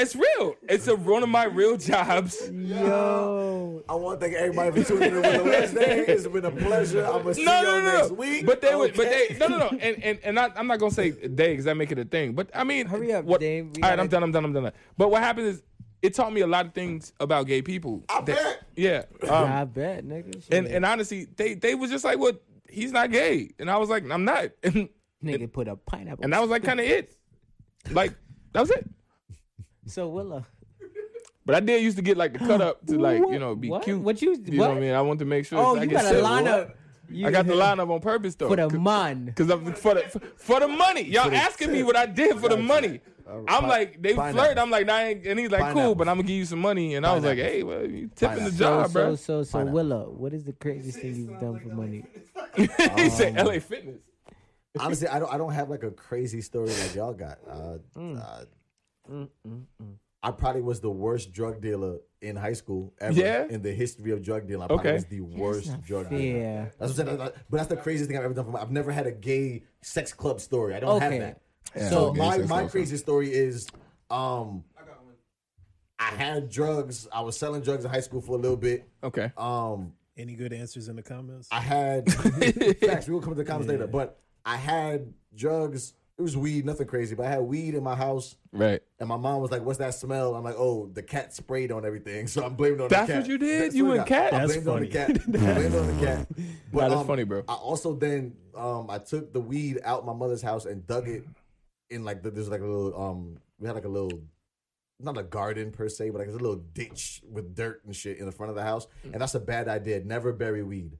[SPEAKER 4] it's real. It's a, one of my real jobs. Oh,
[SPEAKER 2] Yo,
[SPEAKER 1] I want to thank everybody for tuning in with us today. It's been a pleasure. I'm gonna see
[SPEAKER 4] No,
[SPEAKER 1] you
[SPEAKER 4] no, no,
[SPEAKER 1] next
[SPEAKER 4] no.
[SPEAKER 1] week.
[SPEAKER 4] But they would. But
[SPEAKER 1] Okay?
[SPEAKER 4] they. No, no, no. And and and I, I'm not gonna say day because that make it a thing. But I mean,
[SPEAKER 2] Hurry up,
[SPEAKER 4] what-
[SPEAKER 2] Dave. We
[SPEAKER 4] All right,
[SPEAKER 2] gotta-
[SPEAKER 4] I'm done. I'm done. I'm done. But what happened is, it taught me a lot of things about gay people. I
[SPEAKER 1] bet.
[SPEAKER 4] Yeah. Um,
[SPEAKER 2] I bet, nigga. Shit.
[SPEAKER 4] And and honestly, they they was just like, "Well, he's not gay," and I was like, "I'm not," and
[SPEAKER 2] nigga put a pineapple.
[SPEAKER 4] and that was like kind of it, like that was it.
[SPEAKER 2] so Willow.
[SPEAKER 4] But I did used to get like the cut up to like you know be
[SPEAKER 2] What?
[SPEAKER 4] cute.
[SPEAKER 2] What you-
[SPEAKER 4] You know
[SPEAKER 2] what?
[SPEAKER 4] what I mean? I want to make sure.
[SPEAKER 2] Oh,
[SPEAKER 4] so I
[SPEAKER 2] you
[SPEAKER 4] get
[SPEAKER 2] got a
[SPEAKER 4] set.
[SPEAKER 2] line up.
[SPEAKER 4] I got the line up on purpose though.
[SPEAKER 2] for the man.
[SPEAKER 4] Cause I'm for the for- for the money. Y'all asking me what I did for the money. I'm
[SPEAKER 1] pi-
[SPEAKER 4] like they
[SPEAKER 1] pineapple.
[SPEAKER 4] flirt. I'm like nah, I ain't- and he's like cool,
[SPEAKER 1] Pineapple.
[SPEAKER 4] but I'm gonna give you some money. And I was like,
[SPEAKER 1] Pineapple.
[SPEAKER 4] hey, well, you tipping the
[SPEAKER 1] Pineapple.
[SPEAKER 4] job,
[SPEAKER 2] so,
[SPEAKER 4] bro.
[SPEAKER 2] so so so Willow, what is the craziest thing you've done for money?
[SPEAKER 4] he said
[SPEAKER 2] Um,
[SPEAKER 4] L.A. Fitness.
[SPEAKER 1] honestly,
[SPEAKER 4] Mm.
[SPEAKER 1] I don't. I don't have like a crazy story like y'all got. Uh, uh, I probably was the worst drug dealer in high school ever
[SPEAKER 4] Yeah?
[SPEAKER 1] in the history of drug dealing. I probably
[SPEAKER 4] Okay.
[SPEAKER 1] was the worst
[SPEAKER 2] not
[SPEAKER 1] drug dealer.
[SPEAKER 2] fair.
[SPEAKER 1] That's what I'm saying. But that's the craziest thing I've ever done. For my, I've never had a gay sex club story. I don't
[SPEAKER 2] Okay.
[SPEAKER 1] have that.
[SPEAKER 4] Yeah,
[SPEAKER 1] so
[SPEAKER 4] gay
[SPEAKER 1] my
[SPEAKER 4] sex
[SPEAKER 1] my
[SPEAKER 4] club
[SPEAKER 1] craziest story is, um, I had drugs. I was selling drugs in high school for a little bit.
[SPEAKER 4] Okay.
[SPEAKER 1] Um,
[SPEAKER 3] Any good answers in the comments?
[SPEAKER 1] I had facts. We will come to the comments later, but I had drugs. It was weed, nothing crazy, but I had weed in my house.
[SPEAKER 4] Right.
[SPEAKER 1] And my mom was like, "What's that smell?" I'm like, "Oh, the cat sprayed on everything." So I'm blaming it on
[SPEAKER 4] That's
[SPEAKER 1] the cat.
[SPEAKER 4] what you did?
[SPEAKER 1] That's
[SPEAKER 4] You
[SPEAKER 1] what I got.
[SPEAKER 4] and cat?
[SPEAKER 1] I
[SPEAKER 3] That's
[SPEAKER 1] blamed it on the cat. I blamed it on the cat. But
[SPEAKER 4] Nah, that's
[SPEAKER 1] um,
[SPEAKER 4] funny, bro.
[SPEAKER 1] I also then um I took the weed out my mother's house and dug it in like the, there's like a little um we had like a little not a garden per se, but like it's a little ditch with dirt and shit in the front of the house.
[SPEAKER 4] Mm.
[SPEAKER 1] And that's a bad idea. Never bury weed.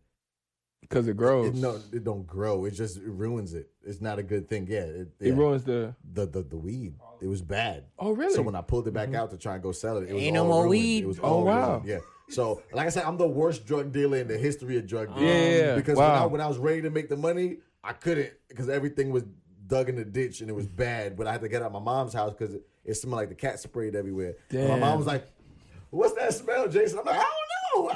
[SPEAKER 4] Because it grows.
[SPEAKER 1] It, no, it don't grow. It just it ruins it. It's not a good thing. Yeah, it,
[SPEAKER 4] It
[SPEAKER 1] yeah.
[SPEAKER 4] ruins the.
[SPEAKER 1] the, the the weed. It was bad.
[SPEAKER 4] Oh, really?
[SPEAKER 1] So when I pulled it back out to try and go sell it, it was
[SPEAKER 2] Ain't no
[SPEAKER 1] all
[SPEAKER 2] more
[SPEAKER 1] ruined.
[SPEAKER 2] weed.
[SPEAKER 1] It was
[SPEAKER 4] Oh,
[SPEAKER 1] all
[SPEAKER 4] wow.
[SPEAKER 1] ruined. Yeah. So like I said, I'm the worst drug dealer in the history of drug dealing.
[SPEAKER 4] Yeah, yeah, yeah.
[SPEAKER 1] Because when, I,
[SPEAKER 4] Wow.
[SPEAKER 1] when I was ready to make the money, I couldn't because everything was dug in the ditch and it was bad. But I had to get out my mom's house because it, it smelled like the cat sprayed everywhere. And my
[SPEAKER 4] Damn.
[SPEAKER 1] mom was like, "What's that smell, Jason?" I'm like, "I don't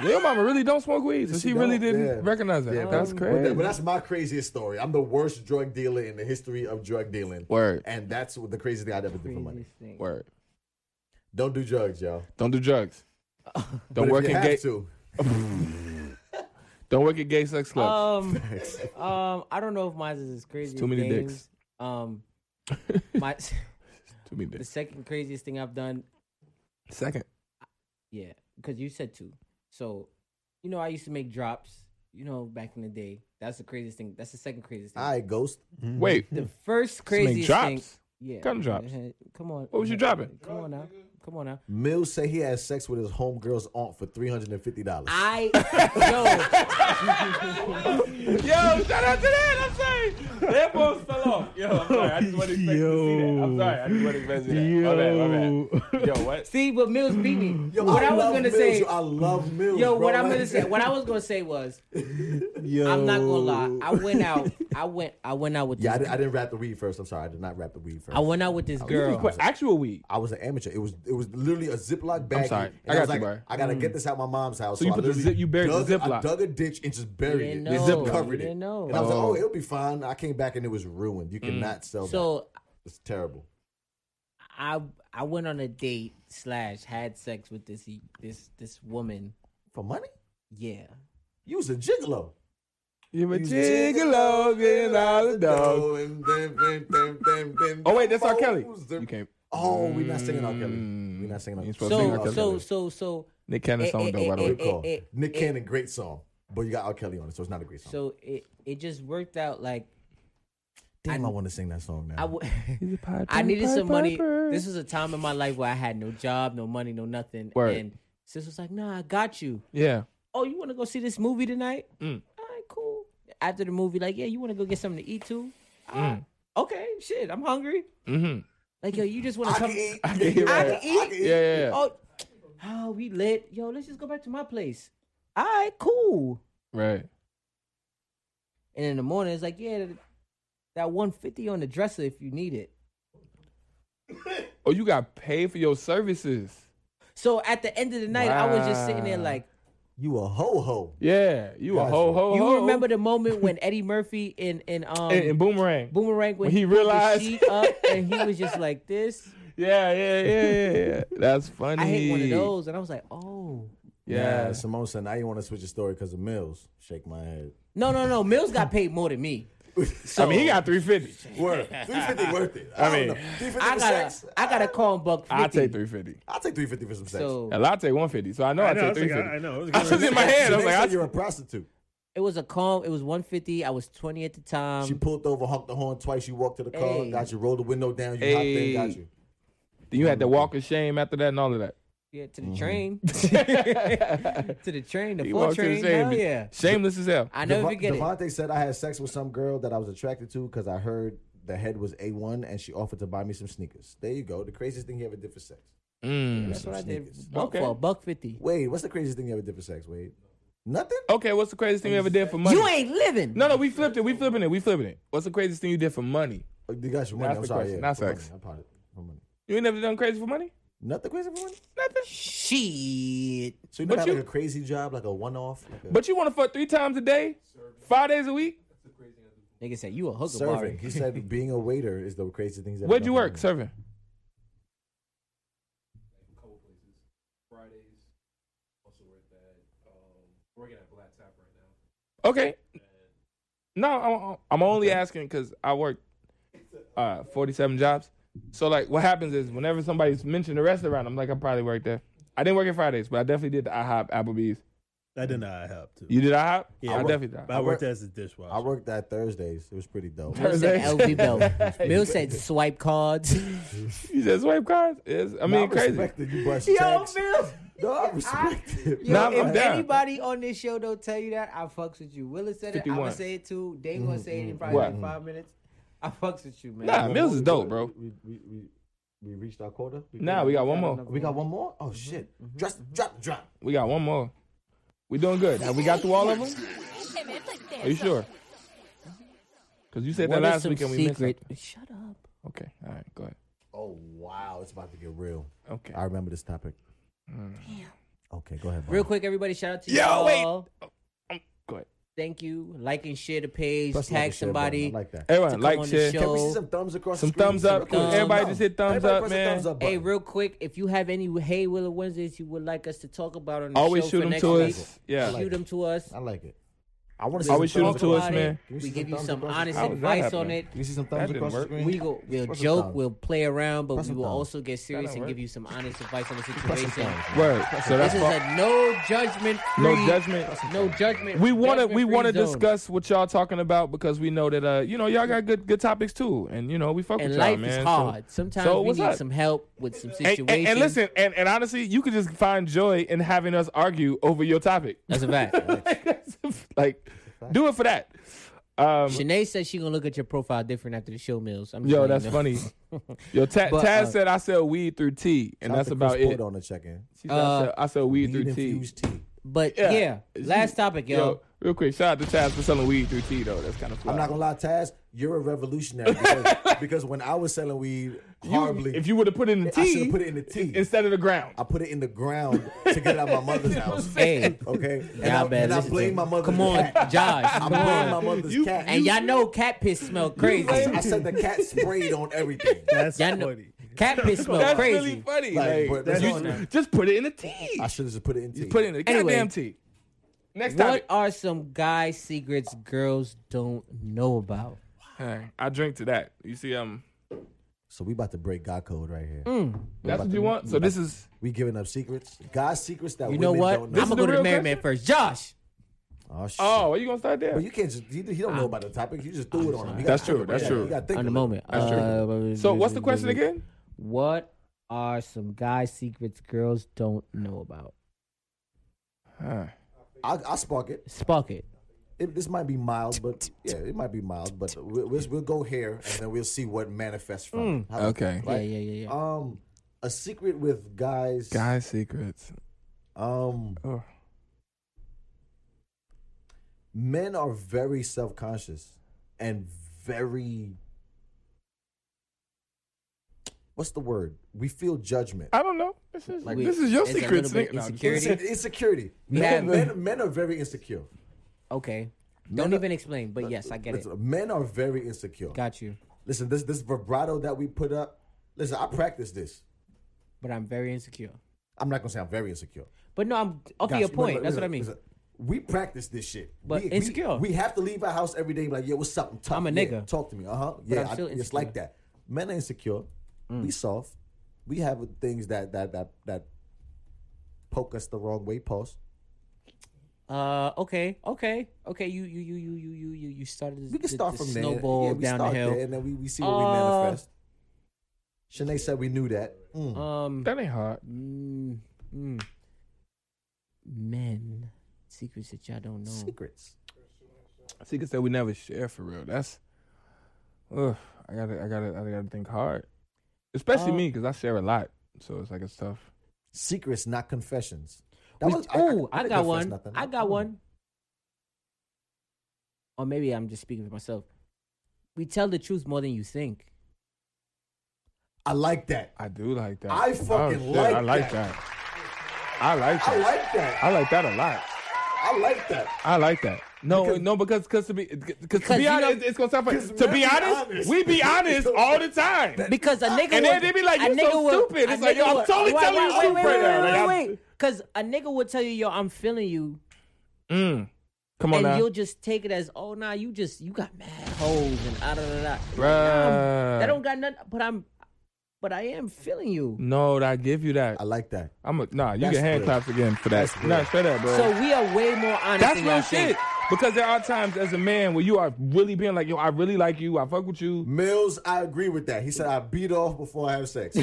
[SPEAKER 1] know."
[SPEAKER 4] Your mama really don't smoke weed, so
[SPEAKER 1] She
[SPEAKER 4] she, really
[SPEAKER 1] don't,
[SPEAKER 4] didn't
[SPEAKER 1] yeah.
[SPEAKER 4] recognize that.
[SPEAKER 1] Yeah,
[SPEAKER 4] That's
[SPEAKER 1] but- But,
[SPEAKER 4] crazy.
[SPEAKER 1] that- but that's my craziest story. I'm the worst drug dealer in the history of drug dealing.
[SPEAKER 4] Word.
[SPEAKER 1] And that's what the craziest thing I'd ever do for money.
[SPEAKER 4] Word.
[SPEAKER 1] Don't do drugs, y'all.
[SPEAKER 4] Don't do drugs.
[SPEAKER 1] But
[SPEAKER 4] Don't
[SPEAKER 1] if
[SPEAKER 4] work
[SPEAKER 1] you
[SPEAKER 4] in
[SPEAKER 1] have
[SPEAKER 4] gay.
[SPEAKER 1] to,
[SPEAKER 4] Don't work at gay sex clubs.
[SPEAKER 2] Um, um, I don't know if mine is as crazy.
[SPEAKER 4] Too
[SPEAKER 2] as
[SPEAKER 4] many
[SPEAKER 2] Dave's.
[SPEAKER 4] dicks.
[SPEAKER 2] Um, my
[SPEAKER 4] to me,
[SPEAKER 2] the second craziest thing I've done,
[SPEAKER 4] second.
[SPEAKER 2] yeah, because you said two. So, you know, I used to make drops. You know, back in the day, that's the craziest thing. That's the second craziest thing.
[SPEAKER 1] all right, ghost.
[SPEAKER 4] Mm-hmm. Wait,
[SPEAKER 2] The first
[SPEAKER 4] make
[SPEAKER 2] craziest thing.
[SPEAKER 4] drops?
[SPEAKER 2] Yeah,
[SPEAKER 4] Kind of drops?
[SPEAKER 2] Come on.
[SPEAKER 4] What was you dropping?
[SPEAKER 2] Come on now. Come on now.
[SPEAKER 1] Mills say he had sex with his homegirl's aunt for three hundred and fifty dollars.
[SPEAKER 2] I yo.
[SPEAKER 4] yo, shout out to that. I'm sorry, that post fell off. Yo, I'm sorry. I just wasn't expecting to see that. I'm sorry. I just wasn't expecting to see that. My bad. My bad. Yo, what?
[SPEAKER 2] See, but Mills beat me. what I, was
[SPEAKER 1] love
[SPEAKER 2] gonna
[SPEAKER 1] Mills,
[SPEAKER 2] say,
[SPEAKER 1] yo, I love Mills.
[SPEAKER 2] yo,
[SPEAKER 1] bro.
[SPEAKER 2] what I'm
[SPEAKER 1] Like-
[SPEAKER 2] gonna say, what I was gonna say was,
[SPEAKER 3] Yo.
[SPEAKER 2] I'm not gonna lie. I went out. I went. I went out with
[SPEAKER 1] Yeah, I,
[SPEAKER 2] this.
[SPEAKER 1] did, I didn't wrap the weed first. I'm sorry, I did not wrap the weed first.
[SPEAKER 2] I went out with this
[SPEAKER 4] You
[SPEAKER 2] girl.
[SPEAKER 4] put actual weed.
[SPEAKER 1] I was an amateur. It was it was literally a Ziploc bag.
[SPEAKER 4] sorry.
[SPEAKER 1] And
[SPEAKER 4] I
[SPEAKER 1] was like,
[SPEAKER 4] got you, bro. Mm.
[SPEAKER 1] I gotta get this out my mom's house.
[SPEAKER 4] So you
[SPEAKER 1] I
[SPEAKER 4] put the
[SPEAKER 1] literally
[SPEAKER 4] zip- you buried the
[SPEAKER 1] dug a- I
[SPEAKER 4] Ziploc.
[SPEAKER 1] dug a ditch and just buried it.
[SPEAKER 2] didn't
[SPEAKER 1] The
[SPEAKER 2] know.
[SPEAKER 1] zip covered
[SPEAKER 2] You
[SPEAKER 1] it.
[SPEAKER 2] didn't know.
[SPEAKER 1] And I was like,
[SPEAKER 4] Oh.
[SPEAKER 1] oh, it'll be fine. I came back and it was ruined. You
[SPEAKER 4] Mm.
[SPEAKER 1] cannot sell that.
[SPEAKER 2] So
[SPEAKER 1] It's terrible.
[SPEAKER 2] I I went on a date slash had sex with this this this woman.
[SPEAKER 1] For money?
[SPEAKER 2] Yeah.
[SPEAKER 1] You was a gigolo.
[SPEAKER 4] You a gigolo, getting out the door. Oh wait, that's R. Kelly. You can't. Mm.
[SPEAKER 1] Oh, we're not singing R. Kelly. We're not singing R.
[SPEAKER 4] You
[SPEAKER 1] Kelly.
[SPEAKER 4] supposed to sing R.
[SPEAKER 2] So
[SPEAKER 4] Kelly.
[SPEAKER 2] so so so
[SPEAKER 4] Nick Cannon song though, by the way.
[SPEAKER 1] Good call.
[SPEAKER 2] Eh, eh, eh,
[SPEAKER 1] Nick
[SPEAKER 2] eh.
[SPEAKER 1] Cannon, great song, but you got R. Kelly on it, so it's not a great song.
[SPEAKER 2] so it it just worked out like
[SPEAKER 1] Damn, I want to sing that song now.
[SPEAKER 2] I w- I needed some money. This was a time in my life where I had no job, no money, no nothing.
[SPEAKER 4] Word.
[SPEAKER 2] And sis was like, "Nah, I got you."
[SPEAKER 4] Yeah.
[SPEAKER 2] oh, you want to go see this movie tonight?
[SPEAKER 4] Mm.
[SPEAKER 2] All right, cool. After the movie, like, yeah, you want to go get something to eat too?
[SPEAKER 4] Mm.
[SPEAKER 2] All right. Okay, shit, I'm hungry.
[SPEAKER 4] Mm-hmm.
[SPEAKER 2] Like, yo, you just want
[SPEAKER 1] I
[SPEAKER 2] to
[SPEAKER 1] can
[SPEAKER 2] come?
[SPEAKER 1] eat.
[SPEAKER 4] I can eat,
[SPEAKER 2] I
[SPEAKER 4] right.
[SPEAKER 2] can eat.
[SPEAKER 4] Yeah, yeah, yeah.
[SPEAKER 2] Oh, oh, we lit. Yo, let's just go back to my place. All right, cool.
[SPEAKER 4] Right.
[SPEAKER 2] And in the morning, it's like, yeah, that- that 150 on the dresser if you need it.
[SPEAKER 4] Oh, you got paid for your services.
[SPEAKER 2] So at the end of the night, I was just sitting there
[SPEAKER 4] Wow.
[SPEAKER 2] like,
[SPEAKER 1] You a ho ho.
[SPEAKER 4] Yeah, you a
[SPEAKER 1] Gotcha.
[SPEAKER 4] ho ho
[SPEAKER 2] you
[SPEAKER 4] ho.
[SPEAKER 2] remember the moment when Eddie Murphy in in um
[SPEAKER 4] and, and boomerang?
[SPEAKER 2] Boomerang when,
[SPEAKER 4] when he
[SPEAKER 2] pulled the
[SPEAKER 4] realized-
[SPEAKER 2] sheet up and he was just like this.
[SPEAKER 4] yeah, yeah, yeah, yeah, yeah. That's funny.
[SPEAKER 2] I hate one of those, and I was like, oh.
[SPEAKER 4] Yeah.
[SPEAKER 1] Simone said, now you want to switch your story because of Mills. Shake my head.
[SPEAKER 2] No, no, no. Mills got paid more than me.
[SPEAKER 4] I mean, he got three fifty.
[SPEAKER 1] Worth. 350 worth it.
[SPEAKER 4] I
[SPEAKER 1] don't
[SPEAKER 4] mean-
[SPEAKER 1] know. 350
[SPEAKER 2] I
[SPEAKER 1] for
[SPEAKER 2] gotta,
[SPEAKER 1] sex?
[SPEAKER 2] I gotta call him Buck. 50.
[SPEAKER 4] I take three fifty.
[SPEAKER 1] I'll take 350 for some sex.
[SPEAKER 2] So
[SPEAKER 4] A latte one fifty. So I know I,
[SPEAKER 3] I know. I
[SPEAKER 4] take
[SPEAKER 3] was
[SPEAKER 4] three
[SPEAKER 3] like,
[SPEAKER 4] fifty.
[SPEAKER 3] I, I know. I was
[SPEAKER 4] I
[SPEAKER 3] gonna-
[SPEAKER 4] was in my head. I was
[SPEAKER 1] They
[SPEAKER 4] like,
[SPEAKER 1] said
[SPEAKER 4] I,
[SPEAKER 1] you're a prostitute.
[SPEAKER 2] it was a calm. It was one fifty. I was twenty at the time.
[SPEAKER 1] She pulled over, honked the horn twice. You walked to the car,
[SPEAKER 2] Hey.
[SPEAKER 1] got you. Rolled the window down, you
[SPEAKER 4] Hey.
[SPEAKER 1] hopped in, got you.
[SPEAKER 4] then you had the walk of shame after that and all of that.
[SPEAKER 2] yeah, to the train. to the train. The
[SPEAKER 4] Mm-hmm. He
[SPEAKER 2] full
[SPEAKER 4] walked to the
[SPEAKER 2] train.
[SPEAKER 4] shame.
[SPEAKER 2] Hell yeah.
[SPEAKER 4] Shameless as hell.
[SPEAKER 2] I never
[SPEAKER 1] Devon-
[SPEAKER 2] forget it.
[SPEAKER 1] Devontae said I had sex with some girl that I was attracted to because I heard the head was a one, and she offered to buy me some sneakers. There you go. The craziest thing you ever did for sex.
[SPEAKER 4] Mm.
[SPEAKER 2] That's what I did.
[SPEAKER 1] Sneakers.
[SPEAKER 2] Buck
[SPEAKER 4] Okay.
[SPEAKER 2] for a buck fifty.
[SPEAKER 1] Wade, what's the craziest thing you ever did for sex? Wade, nothing.
[SPEAKER 4] Okay, what's the craziest thing you ever did for money?
[SPEAKER 2] You ain't living.
[SPEAKER 4] No, no, we flipped it. We flipping it. We flipping it. What's the craziest thing you did for money?
[SPEAKER 1] Oh, you got your money.
[SPEAKER 4] That's
[SPEAKER 1] I'm
[SPEAKER 4] the
[SPEAKER 1] sorry.
[SPEAKER 4] question,
[SPEAKER 1] Yeah,
[SPEAKER 4] not
[SPEAKER 1] for
[SPEAKER 4] sex.
[SPEAKER 1] money. I apologize. For money.
[SPEAKER 4] You ain't never done crazy for money?
[SPEAKER 1] Nothing crazy for one.
[SPEAKER 4] Nothing.
[SPEAKER 2] Shit.
[SPEAKER 1] So you never
[SPEAKER 4] But
[SPEAKER 1] have
[SPEAKER 4] you-
[SPEAKER 1] like a crazy job, like a one off. Like a
[SPEAKER 4] But you want to fuck three times a day, five days a week.
[SPEAKER 2] Nigga said you a hooker
[SPEAKER 1] serving.
[SPEAKER 2] already.
[SPEAKER 1] He said being a waiter is the craziest thing. he's ever
[SPEAKER 4] Where'd
[SPEAKER 1] done
[SPEAKER 4] you
[SPEAKER 1] for
[SPEAKER 4] work?
[SPEAKER 1] me.
[SPEAKER 4] Serving.
[SPEAKER 7] Fridays, also work that. Um, working at Black Tap right now.
[SPEAKER 4] Okay. No, I'm, I'm only asking because I work uh, 47 jobs. So like, what happens is whenever somebody's mentioned a restaurant, I'm like, I probably worked there. I didn't work at Fridays, but I definitely did the IHOP, Applebee's.
[SPEAKER 3] I did not IHOP too.
[SPEAKER 4] You did IHOP?
[SPEAKER 3] Yeah,
[SPEAKER 4] I,
[SPEAKER 3] I work-
[SPEAKER 4] definitely did.
[SPEAKER 3] but I
[SPEAKER 1] I
[SPEAKER 3] worked
[SPEAKER 1] work-
[SPEAKER 3] as a dishwasher.
[SPEAKER 1] I worked that Thursdays. It was pretty dope.
[SPEAKER 4] Tur-
[SPEAKER 2] Bill said
[SPEAKER 4] Thursday.
[SPEAKER 2] LV Bill. Bill said swipe cards.
[SPEAKER 4] You said swipe cards? It's, I mean,
[SPEAKER 1] I
[SPEAKER 4] crazy.
[SPEAKER 1] respected you brush
[SPEAKER 2] Yo,
[SPEAKER 1] checks.
[SPEAKER 2] Bill.
[SPEAKER 1] No, I respect it.
[SPEAKER 2] Yo,
[SPEAKER 4] Nah, I'm-
[SPEAKER 2] if
[SPEAKER 4] I'm down.
[SPEAKER 2] anybody on this show don't tell you that, I fucks with you. Willis said it. I'm
[SPEAKER 4] 51.
[SPEAKER 2] gonna say it too. They gonna say it in probably
[SPEAKER 4] What?
[SPEAKER 2] like five minutes. I fucks with you, man.
[SPEAKER 4] Nah, Mills is dope, bro.
[SPEAKER 1] We, we, we, we reached our quota.
[SPEAKER 4] Nah, we got one more.
[SPEAKER 1] We got one more. Oh shit! Drop, drop, drop.
[SPEAKER 4] We got one more. We doing good. Have we got through all of them? Are you sure? Because you said
[SPEAKER 2] What
[SPEAKER 4] that
[SPEAKER 2] is
[SPEAKER 4] last
[SPEAKER 2] some
[SPEAKER 4] week and we missed
[SPEAKER 2] secret-
[SPEAKER 4] it.
[SPEAKER 2] Shut up.
[SPEAKER 4] Okay. All right. Go ahead.
[SPEAKER 1] Oh wow, it's about to get real.
[SPEAKER 4] Okay.
[SPEAKER 1] I remember this topic. Mm. Okay, go ahead.
[SPEAKER 2] Real
[SPEAKER 1] Bob.
[SPEAKER 2] quick, everybody, shout out to
[SPEAKER 4] Yo,
[SPEAKER 2] y'all.
[SPEAKER 4] wait. Um, go ahead.
[SPEAKER 2] Thank you. Like and share the page.
[SPEAKER 1] Press like
[SPEAKER 2] tag
[SPEAKER 1] and share button.
[SPEAKER 2] somebody.
[SPEAKER 1] I like that.
[SPEAKER 4] Everyone,
[SPEAKER 2] come
[SPEAKER 4] like,
[SPEAKER 2] on the
[SPEAKER 4] share.
[SPEAKER 2] show.
[SPEAKER 1] Can we see some thumbs across?
[SPEAKER 4] Some
[SPEAKER 1] the screen?
[SPEAKER 4] thumbs up.
[SPEAKER 1] Real quick.
[SPEAKER 4] Everybody just hit thumbs
[SPEAKER 1] Everybody
[SPEAKER 4] up,
[SPEAKER 1] press the
[SPEAKER 4] man.
[SPEAKER 1] thumbs up
[SPEAKER 2] Hey,
[SPEAKER 1] button.
[SPEAKER 2] real quick, if you have any Hey Willow Wednesdays you would like us to talk about on the
[SPEAKER 4] Always
[SPEAKER 2] show
[SPEAKER 4] shoot
[SPEAKER 2] for
[SPEAKER 4] them
[SPEAKER 2] next
[SPEAKER 4] to
[SPEAKER 2] week,
[SPEAKER 4] us. Yeah.
[SPEAKER 2] shoot them to us.
[SPEAKER 1] I like it. I want to see.
[SPEAKER 4] Always
[SPEAKER 1] some
[SPEAKER 4] shoot 'em
[SPEAKER 1] thumbs
[SPEAKER 2] Talk
[SPEAKER 4] to us,
[SPEAKER 1] across-
[SPEAKER 2] about it.
[SPEAKER 4] man.
[SPEAKER 1] Can
[SPEAKER 2] We
[SPEAKER 1] see
[SPEAKER 2] give you
[SPEAKER 1] thumbs
[SPEAKER 2] some
[SPEAKER 1] across the
[SPEAKER 2] honest
[SPEAKER 1] screen?
[SPEAKER 4] How was that
[SPEAKER 2] advice on
[SPEAKER 4] happening?
[SPEAKER 2] it.
[SPEAKER 1] Can you see some
[SPEAKER 4] That
[SPEAKER 1] thumbs
[SPEAKER 4] didn't
[SPEAKER 1] across the
[SPEAKER 4] work.
[SPEAKER 1] screen?
[SPEAKER 2] We go, we'll
[SPEAKER 1] Press the
[SPEAKER 2] joke,
[SPEAKER 1] thumbs.
[SPEAKER 2] we'll play around, but
[SPEAKER 1] Press
[SPEAKER 2] we
[SPEAKER 1] the
[SPEAKER 2] will
[SPEAKER 1] thumbs.
[SPEAKER 2] also get serious
[SPEAKER 4] That'll
[SPEAKER 2] and
[SPEAKER 4] work.
[SPEAKER 2] give you some honest advice on the
[SPEAKER 1] Press the
[SPEAKER 2] situation.
[SPEAKER 1] thumbs.
[SPEAKER 4] Word. So
[SPEAKER 2] This
[SPEAKER 4] that's
[SPEAKER 2] is
[SPEAKER 4] all-
[SPEAKER 2] a no judgment,
[SPEAKER 4] no
[SPEAKER 2] free-
[SPEAKER 4] judgment.
[SPEAKER 2] no judgment.
[SPEAKER 4] We want to we
[SPEAKER 2] judgment-free
[SPEAKER 4] want to
[SPEAKER 2] zone.
[SPEAKER 4] discuss what y'all talking about because we know that uh you know y'all got good good topics too and you know we fuck
[SPEAKER 2] And
[SPEAKER 4] with
[SPEAKER 2] life
[SPEAKER 4] y'all man.
[SPEAKER 2] is
[SPEAKER 4] So-
[SPEAKER 2] hard. Sometimes
[SPEAKER 4] so
[SPEAKER 2] we
[SPEAKER 4] what's
[SPEAKER 2] need
[SPEAKER 4] up?
[SPEAKER 2] some help with some
[SPEAKER 4] And,
[SPEAKER 2] situations.
[SPEAKER 4] and, and listen, and, and honestly, you could just find joy in having us argue over your topic.
[SPEAKER 2] that's a fact.
[SPEAKER 4] like, that's a f- like, do it for that. Um,
[SPEAKER 2] Shanae said she gonna look at your profile different after the show, Mills. I'm just
[SPEAKER 4] yo,
[SPEAKER 2] letting
[SPEAKER 4] that's
[SPEAKER 2] you know.
[SPEAKER 4] funny. Yo, Ta-
[SPEAKER 2] But,
[SPEAKER 4] Taz
[SPEAKER 2] uh,
[SPEAKER 4] said I sell weed through tea, and
[SPEAKER 1] Shout
[SPEAKER 4] that's
[SPEAKER 1] out to Chris
[SPEAKER 4] about it.
[SPEAKER 1] Porter on the check-in.
[SPEAKER 4] She said,
[SPEAKER 2] Uh,
[SPEAKER 4] I, sell, I sell weed
[SPEAKER 1] Weed
[SPEAKER 4] through tea.
[SPEAKER 1] infused tea.
[SPEAKER 2] But
[SPEAKER 4] Yeah.
[SPEAKER 2] yeah,
[SPEAKER 4] It's-
[SPEAKER 2] last topic, yo.
[SPEAKER 4] Yo, real quick, shout out to Taz for selling weed through tea though. That's kind of
[SPEAKER 1] I'm not gonna lie, Taz, you're a revolutionary because, because when I was selling weed horribly,
[SPEAKER 4] if you would have put it in the
[SPEAKER 1] I
[SPEAKER 4] tea,
[SPEAKER 1] should've put it in the tea.
[SPEAKER 4] instead of the ground.
[SPEAKER 1] I put it in the ground to get it out of my mother's house.
[SPEAKER 2] Hey,
[SPEAKER 1] Okay, and
[SPEAKER 2] y'all
[SPEAKER 1] I,
[SPEAKER 2] better
[SPEAKER 1] and I
[SPEAKER 2] listen to
[SPEAKER 1] blame
[SPEAKER 2] me.
[SPEAKER 1] my mother's
[SPEAKER 2] Come on,
[SPEAKER 1] cat.
[SPEAKER 2] Josh.
[SPEAKER 1] I
[SPEAKER 2] come
[SPEAKER 1] blame
[SPEAKER 2] on.
[SPEAKER 1] my mother's cat.
[SPEAKER 2] And y'all know cat piss smell crazy.
[SPEAKER 1] I said the cat sprayed on everything.
[SPEAKER 3] That's
[SPEAKER 2] Y'all know
[SPEAKER 3] funny.
[SPEAKER 2] cat piss smell
[SPEAKER 4] That's
[SPEAKER 2] crazy.
[SPEAKER 4] really funny.
[SPEAKER 1] Like,
[SPEAKER 4] Like,
[SPEAKER 1] but- that's
[SPEAKER 4] you just- just put it in the tea.
[SPEAKER 1] I should have just put it in tea.
[SPEAKER 4] Just put it in the
[SPEAKER 2] Anyway.
[SPEAKER 4] goddamn tea. Next time,
[SPEAKER 2] What are some guy secrets girls don't know about?
[SPEAKER 4] I drink to that. You see, um,
[SPEAKER 1] So we about to break God code right here.
[SPEAKER 4] Mm. that's what you want. So this is
[SPEAKER 1] We giving up secrets. God secrets that
[SPEAKER 2] You know
[SPEAKER 1] women
[SPEAKER 2] what?
[SPEAKER 1] don't
[SPEAKER 2] I'm
[SPEAKER 1] know.
[SPEAKER 2] gonna
[SPEAKER 4] is
[SPEAKER 2] go
[SPEAKER 4] the
[SPEAKER 2] to
[SPEAKER 4] real
[SPEAKER 2] the married man
[SPEAKER 4] question?
[SPEAKER 2] first. Josh.
[SPEAKER 1] oh shit.
[SPEAKER 4] oh, are you gonna start there?
[SPEAKER 1] But you can't just he, he don't know about the topic. You just threw it on him. You
[SPEAKER 4] That's
[SPEAKER 1] gotta
[SPEAKER 4] true,
[SPEAKER 1] think
[SPEAKER 4] that's
[SPEAKER 1] about it.
[SPEAKER 4] true.
[SPEAKER 1] You gotta think
[SPEAKER 2] On the
[SPEAKER 1] about it.
[SPEAKER 2] moment.
[SPEAKER 4] That's true.
[SPEAKER 2] Uh,
[SPEAKER 4] so what's the question again?
[SPEAKER 2] What are some guy secrets girls don't know about?
[SPEAKER 1] I'll, I'll spark it.
[SPEAKER 2] Spark it.
[SPEAKER 1] it. This might be mild, but yeah, it might be mild. But we'll, we'll, we'll go here, and then we'll see what manifests from. it. How-
[SPEAKER 4] Mm. Okay,
[SPEAKER 1] Right?
[SPEAKER 2] Yeah, yeah, yeah, yeah.
[SPEAKER 1] Um, a secret with guys.
[SPEAKER 4] guy secrets.
[SPEAKER 1] Um,
[SPEAKER 4] Oh.
[SPEAKER 1] men are very self conscious and very. What's the word? We feel judgment.
[SPEAKER 4] I don't know. This is
[SPEAKER 2] Like,
[SPEAKER 4] this is your
[SPEAKER 2] it's a
[SPEAKER 4] secrets.
[SPEAKER 2] little bit
[SPEAKER 4] nigga. No, I'm just
[SPEAKER 2] insecurity.
[SPEAKER 4] kidding.
[SPEAKER 1] It's insecurity.
[SPEAKER 2] We
[SPEAKER 1] Men,
[SPEAKER 2] have-
[SPEAKER 1] men, men are very insecure.
[SPEAKER 2] Okay.
[SPEAKER 1] Men
[SPEAKER 2] Don't
[SPEAKER 1] are-
[SPEAKER 2] even explain, but yes, I get it.
[SPEAKER 1] Uh, Listen, Men are very insecure.
[SPEAKER 2] Got you.
[SPEAKER 1] Listen, this this vibrato that we put up. Listen, I practice this.
[SPEAKER 2] But I'm very insecure.
[SPEAKER 1] I'm not gonna say I'm very insecure.
[SPEAKER 2] But no, I'm up to
[SPEAKER 1] Guys,
[SPEAKER 2] your point.
[SPEAKER 1] remember-
[SPEAKER 2] That's what I
[SPEAKER 1] listen,
[SPEAKER 2] mean.
[SPEAKER 1] listen, We practice this shit.
[SPEAKER 2] But
[SPEAKER 1] we, we-
[SPEAKER 2] insecure.
[SPEAKER 1] We, have to leave our house every day. Like, yeah, what's up? I'm, tough.
[SPEAKER 2] I'm a
[SPEAKER 1] Yeah,
[SPEAKER 2] nigga.
[SPEAKER 1] talk to me. Uh huh. Yeah,
[SPEAKER 2] I'm
[SPEAKER 1] I-
[SPEAKER 2] still
[SPEAKER 1] it's
[SPEAKER 2] insecure. Mm.
[SPEAKER 1] like that. Men are insecure. We soft. We have things that that that that poke us the wrong way. Pause.
[SPEAKER 2] Uh, okay, okay, okay. You, you, you, you, you, you, you, you started.
[SPEAKER 1] We can
[SPEAKER 2] the-
[SPEAKER 1] start
[SPEAKER 2] the
[SPEAKER 1] from there.
[SPEAKER 2] Snowball
[SPEAKER 1] yeah, we
[SPEAKER 2] down the
[SPEAKER 1] start
[SPEAKER 2] hill.
[SPEAKER 1] there, and then we, we see what we
[SPEAKER 2] Uh,
[SPEAKER 1] manifest. Shanae said we knew that. Mm.
[SPEAKER 2] Um,
[SPEAKER 4] That ain't hard.
[SPEAKER 2] mm, mm. men secrets that y'all don't know.
[SPEAKER 1] Secrets.
[SPEAKER 4] secrets that we never share for real. That's, ugh, I gotta, I gotta, I gotta think hard. Especially
[SPEAKER 2] Uh,
[SPEAKER 4] me, because I share a lot, so it's like it's tough.
[SPEAKER 1] Secrets, not confessions.
[SPEAKER 2] Which- ooh, Oh, I,
[SPEAKER 1] didn't
[SPEAKER 2] got
[SPEAKER 1] confess
[SPEAKER 2] one.
[SPEAKER 1] nothing.
[SPEAKER 2] I got
[SPEAKER 1] Mm.
[SPEAKER 2] one. Or maybe I'm just speaking for myself. We tell the truth more than you think.
[SPEAKER 1] I like that.
[SPEAKER 4] I do like that. Oh,
[SPEAKER 1] I fucking
[SPEAKER 4] shit,
[SPEAKER 1] like
[SPEAKER 4] I like
[SPEAKER 1] that.
[SPEAKER 4] that. I like
[SPEAKER 1] I
[SPEAKER 4] that.
[SPEAKER 1] like that.
[SPEAKER 4] I like that a lot.
[SPEAKER 1] I like that.
[SPEAKER 4] I like that. No, no, because because to be because to be
[SPEAKER 2] you know-
[SPEAKER 4] honest, it's gonna sound funny.
[SPEAKER 1] 'Cause
[SPEAKER 4] To be
[SPEAKER 1] let's be
[SPEAKER 4] honest,
[SPEAKER 1] honest.
[SPEAKER 4] we be honest all the time.
[SPEAKER 2] Because a nigga
[SPEAKER 4] And
[SPEAKER 2] would,
[SPEAKER 4] then they be like,
[SPEAKER 2] a
[SPEAKER 4] "You so
[SPEAKER 2] nigga would-
[SPEAKER 4] stupid."
[SPEAKER 2] a
[SPEAKER 4] It's like,
[SPEAKER 2] nigga
[SPEAKER 4] yo, I'm
[SPEAKER 2] would-
[SPEAKER 4] totally
[SPEAKER 2] wait,
[SPEAKER 4] telling
[SPEAKER 2] wait,
[SPEAKER 4] you
[SPEAKER 2] wait,
[SPEAKER 4] truth
[SPEAKER 2] wait,
[SPEAKER 4] right
[SPEAKER 2] wait,
[SPEAKER 4] now. Like,
[SPEAKER 2] Wait,
[SPEAKER 4] I'm-
[SPEAKER 2] wait, Because a nigga would tell you, yo, I'm feeling you,
[SPEAKER 4] Mm. Come on
[SPEAKER 2] and
[SPEAKER 4] now,
[SPEAKER 2] you'll just take it as, oh nah, you just you got mad hoes and ah, da da da.
[SPEAKER 4] Bruh.
[SPEAKER 2] That don't got nothing. But I'm, but I am feeling you.
[SPEAKER 4] No, I give you that.
[SPEAKER 1] I like that.
[SPEAKER 4] I'm a nah. You
[SPEAKER 1] That's
[SPEAKER 4] get hand
[SPEAKER 1] real.
[SPEAKER 4] claps again for that.
[SPEAKER 1] That's real.
[SPEAKER 4] Nah, straight up, bro.
[SPEAKER 2] So we are way more honest.
[SPEAKER 4] That's
[SPEAKER 2] than
[SPEAKER 4] real
[SPEAKER 2] y'all think.
[SPEAKER 4] shit. Because there are times as a man where you are really being like, yo, I really like you. I fuck with you.
[SPEAKER 1] Mills, I agree with that. He said I beat off before I have sex.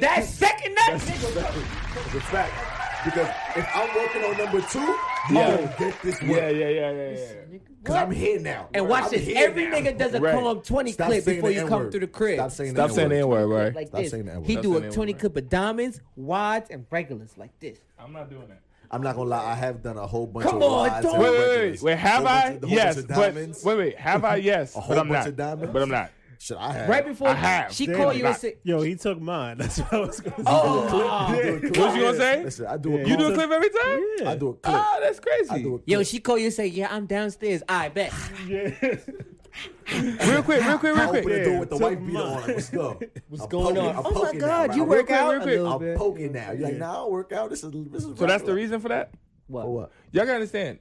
[SPEAKER 2] That second nut.
[SPEAKER 1] It's a fact. Because if I'm working on number two, you
[SPEAKER 4] Yeah.
[SPEAKER 1] gonna get this
[SPEAKER 4] Yeah,
[SPEAKER 1] work.
[SPEAKER 4] yeah, yeah, yeah, yeah.
[SPEAKER 1] Because I'm here now.
[SPEAKER 2] And watch
[SPEAKER 1] I'm
[SPEAKER 2] this.
[SPEAKER 1] here
[SPEAKER 2] Every
[SPEAKER 1] now.
[SPEAKER 2] nigga does a
[SPEAKER 4] Right.
[SPEAKER 2] come up twenty
[SPEAKER 1] Stop
[SPEAKER 2] clip
[SPEAKER 1] saying
[SPEAKER 2] before
[SPEAKER 1] the
[SPEAKER 2] you come
[SPEAKER 1] N-word.
[SPEAKER 2] through the crib.
[SPEAKER 1] Stop saying
[SPEAKER 4] Stop saying the N word, bro.
[SPEAKER 2] like
[SPEAKER 1] Stop
[SPEAKER 2] this.
[SPEAKER 1] saying the N-word.
[SPEAKER 2] He
[SPEAKER 1] Stop
[SPEAKER 2] do
[SPEAKER 4] saying the
[SPEAKER 2] a
[SPEAKER 4] N-word.
[SPEAKER 2] twenty clip of diamonds, wides, and regulars like this.
[SPEAKER 4] I'm not doing that.
[SPEAKER 1] I'm not gonna lie. I have done a whole bunch
[SPEAKER 2] Come
[SPEAKER 1] of
[SPEAKER 2] on,
[SPEAKER 1] lies
[SPEAKER 2] don't-
[SPEAKER 1] and
[SPEAKER 4] Wait, wait,
[SPEAKER 1] regulars.
[SPEAKER 4] wait, wait. Have
[SPEAKER 1] Whole bunch
[SPEAKER 4] I?
[SPEAKER 1] of- whole
[SPEAKER 4] yes,
[SPEAKER 1] bunch of
[SPEAKER 4] but
[SPEAKER 1] diamonds.
[SPEAKER 4] wait, wait. Have I? Yes,
[SPEAKER 1] A
[SPEAKER 4] but
[SPEAKER 1] whole
[SPEAKER 4] I'm
[SPEAKER 1] bunch
[SPEAKER 4] not.
[SPEAKER 1] of diamonds?
[SPEAKER 4] But I'm not.
[SPEAKER 1] Shit, I have.
[SPEAKER 2] Right before
[SPEAKER 4] I have.
[SPEAKER 2] she
[SPEAKER 4] Damn
[SPEAKER 2] called
[SPEAKER 4] it.
[SPEAKER 2] you and said,
[SPEAKER 3] Yo, he took mine. That's what I was going to say.
[SPEAKER 2] "Oh,
[SPEAKER 1] I do a clip.
[SPEAKER 4] What you gonna say?
[SPEAKER 1] Listen, I do a
[SPEAKER 4] You do a
[SPEAKER 1] clip.
[SPEAKER 4] clip every time?
[SPEAKER 1] I do a clip.
[SPEAKER 4] Oh, that's crazy.
[SPEAKER 1] I do a clip.
[SPEAKER 2] Ah, yo." She called you and say, "Yeah, I'm downstairs. I bet."
[SPEAKER 4] Real quick, real quick,
[SPEAKER 1] I
[SPEAKER 4] real
[SPEAKER 1] open the
[SPEAKER 4] quick.
[SPEAKER 1] door with the
[SPEAKER 3] Took
[SPEAKER 1] white beater on.
[SPEAKER 3] mine.
[SPEAKER 1] Like, what's up? What's
[SPEAKER 2] going on? Oh my God, you
[SPEAKER 1] I'm
[SPEAKER 2] work
[SPEAKER 1] poking-
[SPEAKER 2] out
[SPEAKER 4] real
[SPEAKER 2] a
[SPEAKER 4] quick.
[SPEAKER 2] little
[SPEAKER 1] I'm
[SPEAKER 2] bit.
[SPEAKER 1] poking now. You're like, nah, I don't work out. This is this is.
[SPEAKER 4] So that's the reason for that.
[SPEAKER 1] For what?
[SPEAKER 4] Y'all gotta understand.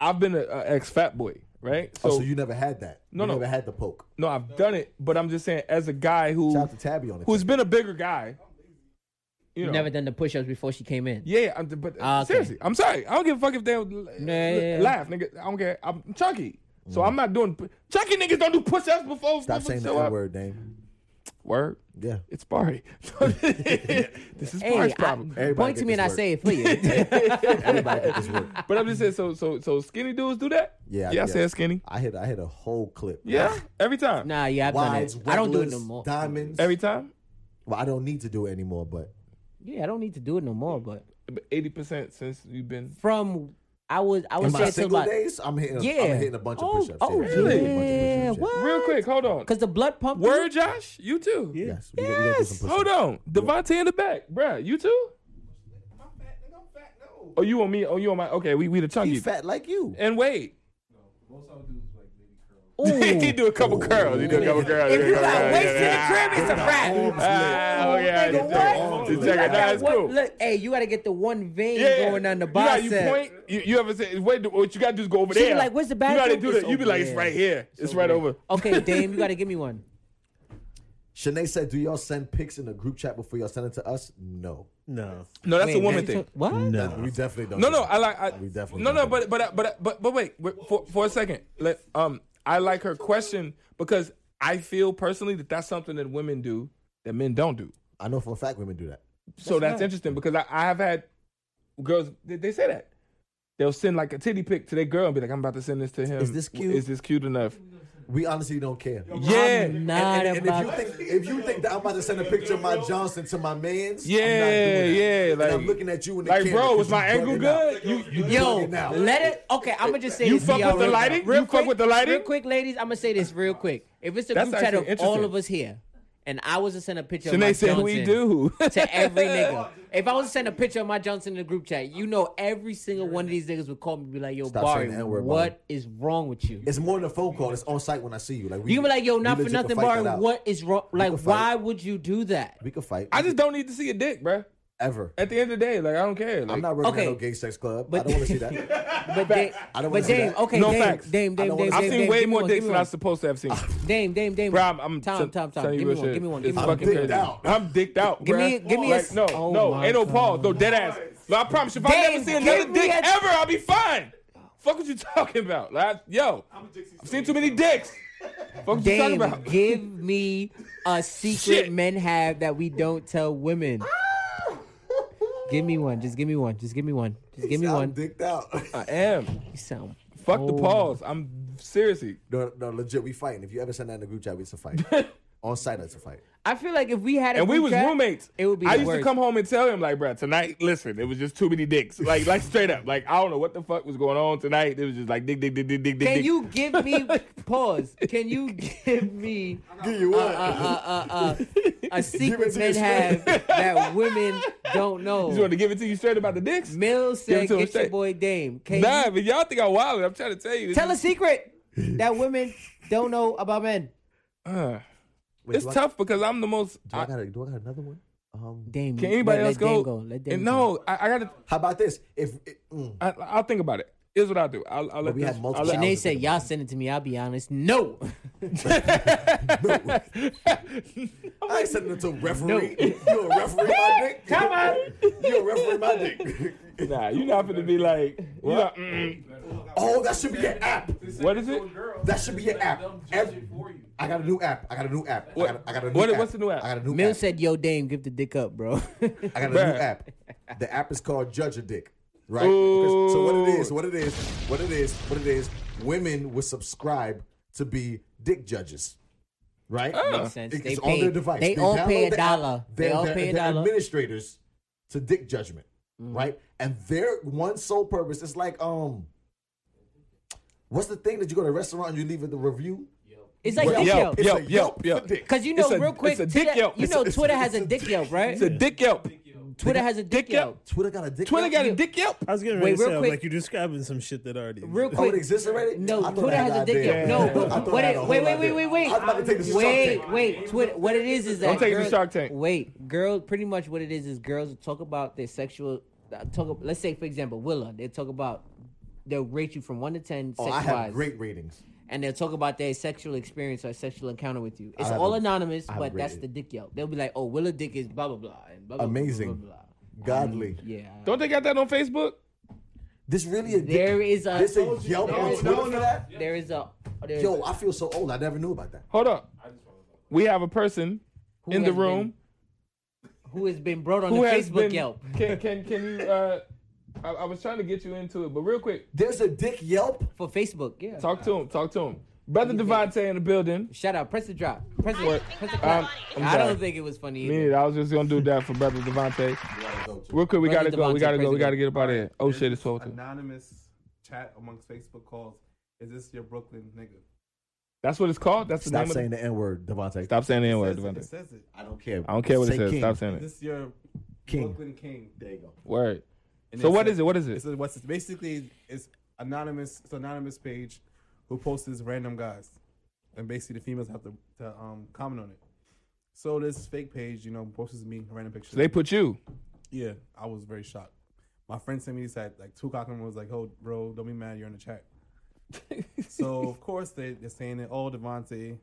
[SPEAKER 4] I've been an ex fat boy, right? So,
[SPEAKER 1] oh, so you never had that?
[SPEAKER 4] No,
[SPEAKER 1] you
[SPEAKER 4] no.
[SPEAKER 1] never had the poke.
[SPEAKER 4] no, I've done it, but I'm just saying, as a guy
[SPEAKER 1] Shout
[SPEAKER 4] who
[SPEAKER 1] out to Tabby on it.
[SPEAKER 4] who's been a bigger guy, you know,
[SPEAKER 2] Never done the push-ups before she came in.
[SPEAKER 4] Yeah, I'm, but
[SPEAKER 2] Ah, okay.
[SPEAKER 4] seriously, I'm sorry. I don't give a fuck if they would l-
[SPEAKER 2] yeah, yeah.
[SPEAKER 4] l- laugh, nigga. I don't care. I'm chunky, so I'm not doing chunky niggas don't do push-ups before.
[SPEAKER 1] Mm-hmm. Stop
[SPEAKER 4] before
[SPEAKER 1] saying
[SPEAKER 4] show
[SPEAKER 1] the
[SPEAKER 4] up.
[SPEAKER 1] N word, Dame.
[SPEAKER 4] Word.
[SPEAKER 1] Yeah.
[SPEAKER 4] It's Bari. this is Bari's
[SPEAKER 2] Hey, I,
[SPEAKER 4] problem.
[SPEAKER 1] Everybody
[SPEAKER 2] point
[SPEAKER 1] get
[SPEAKER 2] to me and
[SPEAKER 1] this
[SPEAKER 2] I
[SPEAKER 1] work.
[SPEAKER 2] say it for you.
[SPEAKER 1] Everybody get this work.
[SPEAKER 4] But I'm just saying, so so so skinny dudes do that.
[SPEAKER 1] Yeah, I
[SPEAKER 4] yeah. I
[SPEAKER 1] guess.
[SPEAKER 4] said skinny.
[SPEAKER 1] I hit I hit a whole clip.
[SPEAKER 4] Yeah, every time.
[SPEAKER 2] nah, yeah, I've done
[SPEAKER 1] Wides,
[SPEAKER 2] it. I don't do it no
[SPEAKER 1] regulars,
[SPEAKER 2] more.
[SPEAKER 1] Diamonds.
[SPEAKER 4] Every time.
[SPEAKER 1] well, I don't need to do it anymore, but
[SPEAKER 2] Yeah, I don't need to do it no more. But
[SPEAKER 4] Eighty percent since you've been.
[SPEAKER 2] from I was, I
[SPEAKER 1] in
[SPEAKER 2] was
[SPEAKER 1] my
[SPEAKER 2] saying
[SPEAKER 1] single
[SPEAKER 2] about
[SPEAKER 1] days, I'm hitting. A,
[SPEAKER 2] yeah,
[SPEAKER 1] I'm hitting a bunch of
[SPEAKER 2] Oh,
[SPEAKER 1] push-ups.
[SPEAKER 2] Oh,
[SPEAKER 1] yeah.
[SPEAKER 4] Really?
[SPEAKER 1] A bunch of push-ups,
[SPEAKER 2] yeah,
[SPEAKER 1] yeah.
[SPEAKER 2] what?
[SPEAKER 4] Real quick, hold on.
[SPEAKER 2] Because the blood pump.
[SPEAKER 4] Word, Josh. You too.
[SPEAKER 1] Yes. We, gotta- we gotta do some push-ups.
[SPEAKER 4] Hold on, Devontae in the back, bruh. You too. Oh, you on me? Oh, you on my? Okay, we we the chunky.
[SPEAKER 1] He fat like you.
[SPEAKER 4] And wait. he
[SPEAKER 2] Ooh.
[SPEAKER 4] do a couple curls. He do a couple curls.
[SPEAKER 2] If you got waist
[SPEAKER 4] wasted
[SPEAKER 2] in the crib, it's a wrap.
[SPEAKER 4] Ah, oh yeah,
[SPEAKER 2] Nigga,
[SPEAKER 4] just check it.
[SPEAKER 1] what?
[SPEAKER 4] Just
[SPEAKER 1] You
[SPEAKER 4] check it.
[SPEAKER 1] got
[SPEAKER 4] Nah,
[SPEAKER 2] that
[SPEAKER 4] it's
[SPEAKER 2] one-
[SPEAKER 4] cool.
[SPEAKER 2] look, hey, you gotta get the one vein going on the
[SPEAKER 4] You know how
[SPEAKER 2] bicep.
[SPEAKER 4] You, point, you, you ever say, wait, what you gotta do is go over
[SPEAKER 2] She be
[SPEAKER 4] there.
[SPEAKER 2] like, "Where's the
[SPEAKER 4] You gotta
[SPEAKER 2] bathroom?"
[SPEAKER 4] do
[SPEAKER 2] It's
[SPEAKER 4] that. You be like,
[SPEAKER 2] over
[SPEAKER 4] it's
[SPEAKER 2] there.
[SPEAKER 4] right here. It's, right over.
[SPEAKER 2] Okay, Dame, you gotta give me one.
[SPEAKER 1] Shanae said, "Do y'all send pics in the group chat before y'all send it to us?" No,
[SPEAKER 3] No.
[SPEAKER 4] No, that's
[SPEAKER 2] Wait,
[SPEAKER 4] a woman
[SPEAKER 2] you
[SPEAKER 4] thing.
[SPEAKER 2] took- What?
[SPEAKER 3] No.
[SPEAKER 1] we definitely don't.
[SPEAKER 4] No,
[SPEAKER 1] do
[SPEAKER 4] no,
[SPEAKER 1] that.
[SPEAKER 4] I like. I,
[SPEAKER 1] We definitely
[SPEAKER 4] No, no,
[SPEAKER 1] don't.
[SPEAKER 4] but but but but but wait, wait for for a second. Let um, I like her question because I feel personally that that's something that women do that men don't do.
[SPEAKER 1] I know for a fact women do that.
[SPEAKER 4] So that's, interesting because I, I have had girls they, they say that they'll send like a titty pic to their girl and be like, "I'm about to send this to him.
[SPEAKER 1] Is this cute?
[SPEAKER 4] Is this cute enough?"
[SPEAKER 1] We honestly don't care.
[SPEAKER 4] yeah,
[SPEAKER 1] and,
[SPEAKER 2] Not
[SPEAKER 1] and if you
[SPEAKER 2] about.
[SPEAKER 1] think if you think that I'm about to send a picture of my Johnson to my man's, I'm not doing
[SPEAKER 4] Yeah,
[SPEAKER 1] that.
[SPEAKER 4] yeah,
[SPEAKER 1] And
[SPEAKER 4] like-
[SPEAKER 1] I'm looking at you in the
[SPEAKER 4] like,
[SPEAKER 1] camera
[SPEAKER 4] bro,
[SPEAKER 1] 'cause
[SPEAKER 4] was
[SPEAKER 1] you
[SPEAKER 4] my angle
[SPEAKER 1] bugging out.
[SPEAKER 4] good? You, you,
[SPEAKER 2] Yo,
[SPEAKER 1] doing it now.
[SPEAKER 2] let it. Okay, I'm gonna just say
[SPEAKER 4] You
[SPEAKER 2] this.
[SPEAKER 4] fuck
[SPEAKER 2] y'all
[SPEAKER 4] with the
[SPEAKER 2] real quick.
[SPEAKER 4] lighting?
[SPEAKER 2] Real
[SPEAKER 4] You fuck
[SPEAKER 2] quick-
[SPEAKER 4] with the lighting?
[SPEAKER 2] Real quick, ladies, I'm gonna say this real quick. If it's a
[SPEAKER 4] That's
[SPEAKER 2] group chat
[SPEAKER 4] actually
[SPEAKER 2] of all
[SPEAKER 4] interesting.
[SPEAKER 2] of us here, and I was to send a picture of my
[SPEAKER 4] Sinead said, "We
[SPEAKER 2] Johnson
[SPEAKER 4] do."
[SPEAKER 2] to every nigga. If I was to send a picture of my Johnson in the group chat, you know every single one of these niggas would call me and be like, "Yo,
[SPEAKER 1] Stop
[SPEAKER 2] Barry,
[SPEAKER 1] saying the N-word, Barry.
[SPEAKER 2] what is wrong with you?"
[SPEAKER 1] It's more than a phone call. It's on site when I see you. Like we,
[SPEAKER 2] You can be like, "Yo,
[SPEAKER 1] we
[SPEAKER 2] not for
[SPEAKER 1] legit can
[SPEAKER 2] nothing,
[SPEAKER 1] fight
[SPEAKER 2] Barry.
[SPEAKER 1] that out.
[SPEAKER 2] What is wrong? Like,
[SPEAKER 1] can fight
[SPEAKER 2] why would you do that?"
[SPEAKER 1] We could fight.
[SPEAKER 4] I just don't need to see a dick, bro.
[SPEAKER 1] ever.
[SPEAKER 4] At the end of the day, like I don't care. Like,
[SPEAKER 1] I'm not working
[SPEAKER 2] Okay.
[SPEAKER 1] at no gay sex club. I
[SPEAKER 2] But-
[SPEAKER 1] don't want to see that.
[SPEAKER 2] But Dame,
[SPEAKER 1] I don't wanna
[SPEAKER 2] but
[SPEAKER 1] see
[SPEAKER 2] Dame,
[SPEAKER 1] that.
[SPEAKER 2] okay,
[SPEAKER 4] No
[SPEAKER 2] Dame,
[SPEAKER 4] facts.
[SPEAKER 2] Dame,
[SPEAKER 1] I
[SPEAKER 2] Dame,
[SPEAKER 1] don't
[SPEAKER 2] Dame,
[SPEAKER 1] wanna
[SPEAKER 4] I've
[SPEAKER 1] see that.
[SPEAKER 2] Dame,
[SPEAKER 4] seen
[SPEAKER 2] Dame,
[SPEAKER 4] way
[SPEAKER 2] give me
[SPEAKER 4] more
[SPEAKER 2] one,
[SPEAKER 4] dicks
[SPEAKER 2] give me
[SPEAKER 4] than I'm
[SPEAKER 2] one.
[SPEAKER 4] supposed to have seen.
[SPEAKER 2] Dame, Dame, Dame.
[SPEAKER 4] Bro, I'm, I'm
[SPEAKER 2] Tom,
[SPEAKER 4] t-
[SPEAKER 2] Tom, Tom.
[SPEAKER 4] telling
[SPEAKER 2] Give
[SPEAKER 4] you
[SPEAKER 2] me
[SPEAKER 4] real
[SPEAKER 2] one.
[SPEAKER 4] shit.
[SPEAKER 2] Give me one.
[SPEAKER 4] It's
[SPEAKER 2] Give me one.
[SPEAKER 4] fucking
[SPEAKER 1] dicked
[SPEAKER 4] crazy.
[SPEAKER 1] out.
[SPEAKER 4] I'm dicked out.
[SPEAKER 2] Give
[SPEAKER 4] bruh.
[SPEAKER 2] me- give me a
[SPEAKER 4] Like,
[SPEAKER 2] s-
[SPEAKER 4] no,
[SPEAKER 2] oh
[SPEAKER 4] no,
[SPEAKER 2] my
[SPEAKER 4] ain't no pause.
[SPEAKER 2] God.
[SPEAKER 4] No dead ass. No, I promise you, if I
[SPEAKER 2] Dave,
[SPEAKER 4] never see
[SPEAKER 2] give
[SPEAKER 4] another
[SPEAKER 2] me
[SPEAKER 4] dick
[SPEAKER 2] a-
[SPEAKER 4] ever, I'll be fine. Fuck what you talking about? Like, I- yo, I've seen too many dicks. Fuck what you talking
[SPEAKER 2] Dame,
[SPEAKER 4] about?
[SPEAKER 2] give me a secret
[SPEAKER 4] Shit.
[SPEAKER 2] men have that we don't tell women. Give me one. Just give me one. Just give me one. Just give me
[SPEAKER 1] I'm
[SPEAKER 2] one.
[SPEAKER 1] dicked out.
[SPEAKER 4] I am.
[SPEAKER 2] You sound.
[SPEAKER 4] Fuck the
[SPEAKER 2] Oh.
[SPEAKER 4] pause. I'm seriously.
[SPEAKER 1] no, no, legit. We fighting. If you ever send that in the group chat, it's a fight. on site, it's a fight.
[SPEAKER 2] I feel like if we had a
[SPEAKER 4] and we
[SPEAKER 2] group
[SPEAKER 4] was
[SPEAKER 2] chat,
[SPEAKER 4] roommates.
[SPEAKER 2] It would be.
[SPEAKER 4] I
[SPEAKER 2] the
[SPEAKER 4] used to
[SPEAKER 2] worst.
[SPEAKER 4] come home and tell him like, bruh, tonight, listen, it was just too many dicks. Like, like straight up, like I don't know what the fuck was going on tonight. It was just like dick, dick, dick, dick, dick, dick.
[SPEAKER 2] Can
[SPEAKER 4] dick.
[SPEAKER 2] you give me pause? Can you give me
[SPEAKER 1] Give you
[SPEAKER 2] uh, uh,
[SPEAKER 1] what?
[SPEAKER 2] uh, uh, uh, a
[SPEAKER 1] it
[SPEAKER 2] secret
[SPEAKER 1] to
[SPEAKER 2] men
[SPEAKER 1] you
[SPEAKER 2] have that women don't
[SPEAKER 4] You just want
[SPEAKER 2] know?
[SPEAKER 4] to give it to you straight about the dicks?
[SPEAKER 2] Mill
[SPEAKER 4] Give it
[SPEAKER 2] said,
[SPEAKER 4] to him
[SPEAKER 2] "Get your
[SPEAKER 4] straight.
[SPEAKER 2] boy Dame." Can
[SPEAKER 4] Nah,
[SPEAKER 2] you
[SPEAKER 4] but y'all think I'm wild. I'm trying to tell you.
[SPEAKER 2] tell a secret that women don't know about men?
[SPEAKER 4] Uh,
[SPEAKER 1] Wait,
[SPEAKER 4] it's
[SPEAKER 1] do I-
[SPEAKER 4] tough because I'm the most.
[SPEAKER 1] Do I,
[SPEAKER 4] I-
[SPEAKER 1] got, do I got another one? Um,
[SPEAKER 2] Dame,
[SPEAKER 4] can anybody
[SPEAKER 2] let,
[SPEAKER 4] else
[SPEAKER 2] let
[SPEAKER 4] go?
[SPEAKER 2] Dame go? Let Dame
[SPEAKER 4] And
[SPEAKER 2] go.
[SPEAKER 4] no, I, I gotta.
[SPEAKER 1] how about this? If it, mm,
[SPEAKER 4] I, I'll think about it. Here's what I'll do. I'll, I'll let
[SPEAKER 1] we
[SPEAKER 4] this.
[SPEAKER 1] had multiple
[SPEAKER 4] I'll let-
[SPEAKER 1] I
[SPEAKER 2] Janae
[SPEAKER 1] was
[SPEAKER 2] said,
[SPEAKER 1] thinking
[SPEAKER 2] "Y'all send it to me." I'll be honest. No,
[SPEAKER 1] I ain't sending it to a referee. You a referee, my dick? Come on. You a referee, my dick?
[SPEAKER 4] nah, you're not gonna be like. You're not, mm,
[SPEAKER 1] Oh, that should be an app.
[SPEAKER 4] what is it?
[SPEAKER 1] That should be an app. Every- I got a new app. I got a new app. I
[SPEAKER 4] What-
[SPEAKER 1] got, I got a new
[SPEAKER 4] what-
[SPEAKER 1] app.
[SPEAKER 4] what's the new app?
[SPEAKER 1] I got a new
[SPEAKER 2] Mill
[SPEAKER 1] app.
[SPEAKER 2] said, "Yo, Dame, give the dick up, bro."
[SPEAKER 1] I got a
[SPEAKER 4] Bruh.
[SPEAKER 1] new app. The app is called Judge a Dick, right? Because- So what it is, what it is, what it is, what it is. Women will subscribe to be dick judges, right?
[SPEAKER 2] Makes sense.
[SPEAKER 1] It-
[SPEAKER 2] They
[SPEAKER 1] It's on
[SPEAKER 2] pay-
[SPEAKER 1] their device.
[SPEAKER 2] they all pay
[SPEAKER 1] download
[SPEAKER 2] a
[SPEAKER 1] the app.
[SPEAKER 2] dollar. They
[SPEAKER 1] They're,
[SPEAKER 2] all
[SPEAKER 1] they're-
[SPEAKER 2] pay a
[SPEAKER 1] they're
[SPEAKER 2] dollar. Mm.
[SPEAKER 1] Administrators to dick judgment, right? And their one sole purpose is like um. What's the thing that you go to a restaurant and you leave with the review?
[SPEAKER 2] it's like
[SPEAKER 1] Well,
[SPEAKER 2] dick
[SPEAKER 1] yo,
[SPEAKER 2] yelp.
[SPEAKER 1] it's
[SPEAKER 4] yo,
[SPEAKER 1] a
[SPEAKER 4] yo,
[SPEAKER 1] Yelp
[SPEAKER 4] yo.
[SPEAKER 1] for dick.
[SPEAKER 2] Cause you
[SPEAKER 4] It's
[SPEAKER 2] know,
[SPEAKER 4] a-
[SPEAKER 2] real quick,
[SPEAKER 4] it's a
[SPEAKER 2] Twitter,
[SPEAKER 4] dick yelp.
[SPEAKER 2] you
[SPEAKER 4] It's
[SPEAKER 2] know,
[SPEAKER 4] a- it's
[SPEAKER 2] Twitter
[SPEAKER 1] a-
[SPEAKER 2] has a
[SPEAKER 1] it's a
[SPEAKER 2] dick yelp, right?
[SPEAKER 4] It's a dick yelp.
[SPEAKER 2] Twitter has a dick,
[SPEAKER 4] dick yelp.
[SPEAKER 2] yelp.
[SPEAKER 1] Twitter got a dick.
[SPEAKER 4] Twitter
[SPEAKER 1] app?
[SPEAKER 4] got a dick yelp.
[SPEAKER 3] I was getting
[SPEAKER 2] Wait,
[SPEAKER 3] ready to
[SPEAKER 2] real
[SPEAKER 3] say, I was
[SPEAKER 2] quick.
[SPEAKER 3] like, you're describing some shit that already.
[SPEAKER 2] Real
[SPEAKER 1] Oh, it
[SPEAKER 2] quick,
[SPEAKER 1] exists already?
[SPEAKER 2] No,
[SPEAKER 1] I thought
[SPEAKER 2] Twitter
[SPEAKER 1] I had
[SPEAKER 2] has a
[SPEAKER 1] the
[SPEAKER 2] dick
[SPEAKER 1] idea.
[SPEAKER 2] yelp. No,
[SPEAKER 1] I thought
[SPEAKER 2] what
[SPEAKER 1] I had
[SPEAKER 2] it-
[SPEAKER 1] a
[SPEAKER 2] wait,
[SPEAKER 1] whole
[SPEAKER 2] wait, wait,
[SPEAKER 1] idea.
[SPEAKER 2] wait, wait.
[SPEAKER 1] I was about to take this
[SPEAKER 2] Wait, wait. Twitter, what it is is that
[SPEAKER 4] Don't take it to
[SPEAKER 2] girl-
[SPEAKER 4] Shark Tank.
[SPEAKER 2] Wait, girl. Pretty much what it is is girls will talk about their sexual. uh, Talk. Let's say, for example, Willa. They talk about. They'll rate you from one to ten
[SPEAKER 1] Oh,
[SPEAKER 2] sex
[SPEAKER 1] I
[SPEAKER 2] wise,
[SPEAKER 1] have great ratings.
[SPEAKER 2] and they'll talk about their sexual experience or sexual encounter with you. It's
[SPEAKER 1] have
[SPEAKER 2] all
[SPEAKER 1] a-
[SPEAKER 2] anonymous,
[SPEAKER 1] I have
[SPEAKER 2] but
[SPEAKER 1] great
[SPEAKER 2] that's the dick yelp. They'll be like, "Oh, Willa dick is blah blah blah." And blah, blah, blah,
[SPEAKER 1] Amazing.
[SPEAKER 2] blah, blah, blah.
[SPEAKER 1] Godly.
[SPEAKER 2] Yeah.
[SPEAKER 4] Don't they got that on Facebook?
[SPEAKER 1] This really is
[SPEAKER 2] There is a.
[SPEAKER 1] this a Yelp
[SPEAKER 2] there
[SPEAKER 1] on
[SPEAKER 2] is-
[SPEAKER 1] Twitter for that?
[SPEAKER 2] There is a. There's
[SPEAKER 1] Yo, I feel so old. I never knew about that.
[SPEAKER 4] Hold up. We have a person
[SPEAKER 2] Who
[SPEAKER 4] in the
[SPEAKER 2] has been-
[SPEAKER 4] room
[SPEAKER 2] who has been brought on
[SPEAKER 4] who
[SPEAKER 2] the
[SPEAKER 4] has
[SPEAKER 2] Facebook
[SPEAKER 4] been.
[SPEAKER 2] Yelp.
[SPEAKER 4] Can can can you? Uh, I, I was trying to get you into it, but real quick,
[SPEAKER 1] There's a dick Yelp.
[SPEAKER 2] For Facebook, yeah.
[SPEAKER 4] talk to him. Talk to him, brother Devontae in the building.
[SPEAKER 2] Shout out, press the drop. Press the
[SPEAKER 4] Work.
[SPEAKER 2] press the
[SPEAKER 4] Um,
[SPEAKER 2] drop.
[SPEAKER 4] I'm
[SPEAKER 2] I
[SPEAKER 4] sorry.
[SPEAKER 2] don't think it was funny
[SPEAKER 4] Me
[SPEAKER 2] either.
[SPEAKER 4] neither. I was just gonna do that for brother Devontae. Real quick, we
[SPEAKER 2] Brother
[SPEAKER 4] gotta go. We
[SPEAKER 2] Devontae,
[SPEAKER 4] gotta go.
[SPEAKER 2] President.
[SPEAKER 4] We gotta get up out of here. Oh
[SPEAKER 7] There's
[SPEAKER 4] shit, it's
[SPEAKER 7] this
[SPEAKER 4] over.
[SPEAKER 7] Anonymous chat amongst Facebook calls. Is this your Brooklyn nigga?
[SPEAKER 4] That's what it's called. That's the
[SPEAKER 1] Stop
[SPEAKER 4] name
[SPEAKER 1] saying
[SPEAKER 4] of
[SPEAKER 1] the N word, Devontae.
[SPEAKER 4] it. Stop saying the N
[SPEAKER 7] It
[SPEAKER 4] word,
[SPEAKER 7] says it, it
[SPEAKER 4] Devontae.
[SPEAKER 7] says it.
[SPEAKER 1] I don't care.
[SPEAKER 4] I don't care what
[SPEAKER 1] Say
[SPEAKER 4] it says.
[SPEAKER 1] king.
[SPEAKER 4] Stop saying
[SPEAKER 7] Is
[SPEAKER 4] it.
[SPEAKER 7] this your
[SPEAKER 1] King.
[SPEAKER 7] Brooklyn King?
[SPEAKER 1] There you go.
[SPEAKER 4] Word.
[SPEAKER 7] And
[SPEAKER 4] So
[SPEAKER 7] it
[SPEAKER 4] what
[SPEAKER 7] says-
[SPEAKER 4] is it? What is it?
[SPEAKER 7] It's a- what's basically it's anonymous. It's an anonymous page who posts random guys, and basically the females have to, to um, comment on it. So this fake page, you know, posts me random pictures.
[SPEAKER 4] So they put you.
[SPEAKER 7] yeah, I was very shocked. My friend sent me this at like two o'clock and was like, "Oh, bro, don't be mad. You're in the chat." so of course they they're saying it. Oh, Devontae,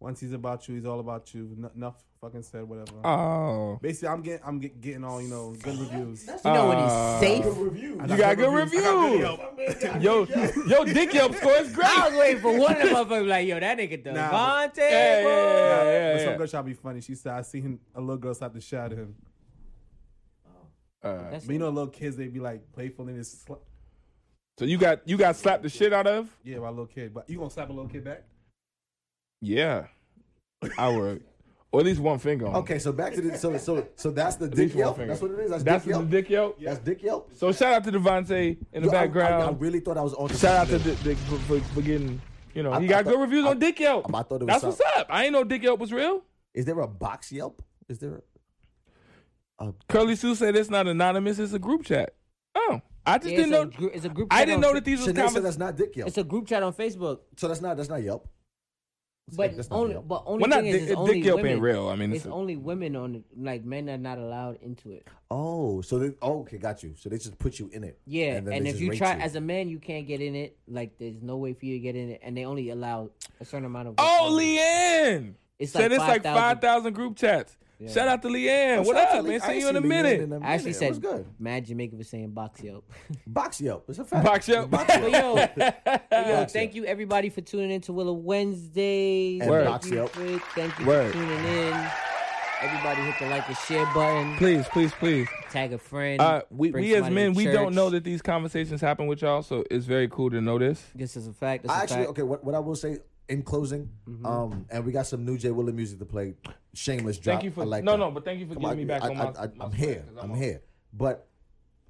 [SPEAKER 7] once he's about you, he's all about you. N- enough fucking said, whatever.
[SPEAKER 4] Oh,
[SPEAKER 7] basically, I'm getting I'm get, getting all you know good reviews.
[SPEAKER 2] You know when he's safe.
[SPEAKER 1] Review.
[SPEAKER 4] Uh, you got good
[SPEAKER 7] I got good
[SPEAKER 4] reviews.
[SPEAKER 7] help.
[SPEAKER 4] Yo, yo, Dick Yelp scores great.
[SPEAKER 2] I was waiting for one of the motherfuckers like, yo, that nigga Devontae.
[SPEAKER 7] Nah,
[SPEAKER 2] Nah,
[SPEAKER 4] Yeah, yeah,
[SPEAKER 2] boy.
[SPEAKER 4] yeah,
[SPEAKER 7] But
[SPEAKER 4] yeah,
[SPEAKER 7] some girl trying to be funny. She said, I see him, a little girl start to shout at him.
[SPEAKER 4] yeah. Uh,
[SPEAKER 2] That's-
[SPEAKER 7] But you know, little kids, they be like playful and just sla-
[SPEAKER 4] so you got you got slapped the shit out of?
[SPEAKER 7] yeah, by a little kid. But you gonna slap a little kid back?
[SPEAKER 4] Yeah, I would. Or at least one finger. On.
[SPEAKER 1] Okay, so back to the so so so that's the
[SPEAKER 4] least
[SPEAKER 1] dick
[SPEAKER 4] one
[SPEAKER 1] Yelp.
[SPEAKER 4] finger.
[SPEAKER 1] That's what it is. That's,
[SPEAKER 4] that's
[SPEAKER 1] dick
[SPEAKER 4] the
[SPEAKER 1] Yelp.
[SPEAKER 4] Dick Yelp.
[SPEAKER 1] That's dick Yelp.
[SPEAKER 4] So shout out to Devontae in the
[SPEAKER 1] Yo, I- I-
[SPEAKER 4] background.
[SPEAKER 1] I, really thought I was on.
[SPEAKER 4] Shout out to Dick, Dick for, for, for getting, you know,
[SPEAKER 1] I-
[SPEAKER 4] he
[SPEAKER 1] I
[SPEAKER 4] got
[SPEAKER 1] thought-
[SPEAKER 4] good reviews
[SPEAKER 1] I-
[SPEAKER 4] on Dick Yelp.
[SPEAKER 1] I thought it was
[SPEAKER 4] That's what's up. I ain't know Dick Yelp was real.
[SPEAKER 1] Is there a box Yelp? Is there? A, a,
[SPEAKER 4] Curly Sue said it's not anonymous. It's a group chat. Oh, I just
[SPEAKER 2] Yeah,
[SPEAKER 4] didn't
[SPEAKER 2] it's a
[SPEAKER 4] know.
[SPEAKER 2] gr- it's a group
[SPEAKER 4] I
[SPEAKER 2] chat
[SPEAKER 4] didn't
[SPEAKER 2] on
[SPEAKER 4] know
[SPEAKER 2] Fa-
[SPEAKER 4] that these was
[SPEAKER 1] Sinead said
[SPEAKER 4] conversations.
[SPEAKER 1] that's not dick Yelp.
[SPEAKER 2] It's a group chat on Facebook,
[SPEAKER 1] so that's not that's not Yelp.
[SPEAKER 2] but
[SPEAKER 1] that's not
[SPEAKER 2] only,
[SPEAKER 1] Yelp.
[SPEAKER 2] but only
[SPEAKER 4] Well, not
[SPEAKER 2] thing is,
[SPEAKER 4] Dick,
[SPEAKER 2] it's only
[SPEAKER 4] Dick Yelp
[SPEAKER 2] women.
[SPEAKER 4] ain't real. I mean,
[SPEAKER 2] It's
[SPEAKER 4] it's a-
[SPEAKER 2] only women on it. Like men are not allowed into it.
[SPEAKER 1] Oh, so they oh, okay, got you. So they just put you in it.
[SPEAKER 2] Yeah, and,
[SPEAKER 1] then they
[SPEAKER 2] if
[SPEAKER 1] just
[SPEAKER 2] you
[SPEAKER 1] rate
[SPEAKER 2] try as a man, you can't get in it. Like there's no way for you to get in it, and they only allow a certain amount of.
[SPEAKER 4] oh, Leanne.
[SPEAKER 2] It's
[SPEAKER 4] said
[SPEAKER 2] like
[SPEAKER 4] it's like
[SPEAKER 2] 5,000.
[SPEAKER 4] five thousand group chats. Shout out to Leanne.
[SPEAKER 1] Oh, shout
[SPEAKER 4] what
[SPEAKER 1] out
[SPEAKER 4] up,
[SPEAKER 1] to Lee-
[SPEAKER 4] man?
[SPEAKER 1] I
[SPEAKER 4] See
[SPEAKER 1] ain't
[SPEAKER 4] you in a
[SPEAKER 1] Lee
[SPEAKER 4] minute.
[SPEAKER 1] in a
[SPEAKER 2] I actually
[SPEAKER 1] minute.
[SPEAKER 2] said,
[SPEAKER 1] What's good?
[SPEAKER 2] Mad Jamaica was saying box Yelp.
[SPEAKER 1] Box Yelp. It's a fact.
[SPEAKER 4] Box Yelp.
[SPEAKER 2] But yo, but yo,
[SPEAKER 1] Box
[SPEAKER 2] thank you everybody for tuning in to Willow Wednesday.
[SPEAKER 1] And
[SPEAKER 4] Word.
[SPEAKER 1] box Yelp.
[SPEAKER 2] Thank you
[SPEAKER 4] Word.
[SPEAKER 2] for tuning in. Everybody hit the like and share button.
[SPEAKER 4] Please, please, please.
[SPEAKER 2] Tag a friend.
[SPEAKER 4] Uh, we
[SPEAKER 2] Bring
[SPEAKER 4] we as
[SPEAKER 2] somebody to
[SPEAKER 4] men, we don't
[SPEAKER 2] church.
[SPEAKER 4] know that these conversations happen with y'all, so it's very cool to know this.
[SPEAKER 2] This is a fact. This
[SPEAKER 1] I
[SPEAKER 2] is a
[SPEAKER 1] actually
[SPEAKER 2] fact. Mm-hmm.
[SPEAKER 1] okay. What, what I will say in closing, um, and we got some new Jay Willie music to play. Shameless drop.
[SPEAKER 4] Thank you for
[SPEAKER 1] I like
[SPEAKER 4] no,
[SPEAKER 1] that.
[SPEAKER 4] no, but thank you for
[SPEAKER 1] Come
[SPEAKER 4] giving
[SPEAKER 1] on,
[SPEAKER 4] me back
[SPEAKER 1] I,
[SPEAKER 4] on my.
[SPEAKER 1] I, I,
[SPEAKER 4] my
[SPEAKER 1] I'm
[SPEAKER 4] spread,
[SPEAKER 1] here.
[SPEAKER 4] 'cause
[SPEAKER 1] I'm
[SPEAKER 4] on-
[SPEAKER 1] here. But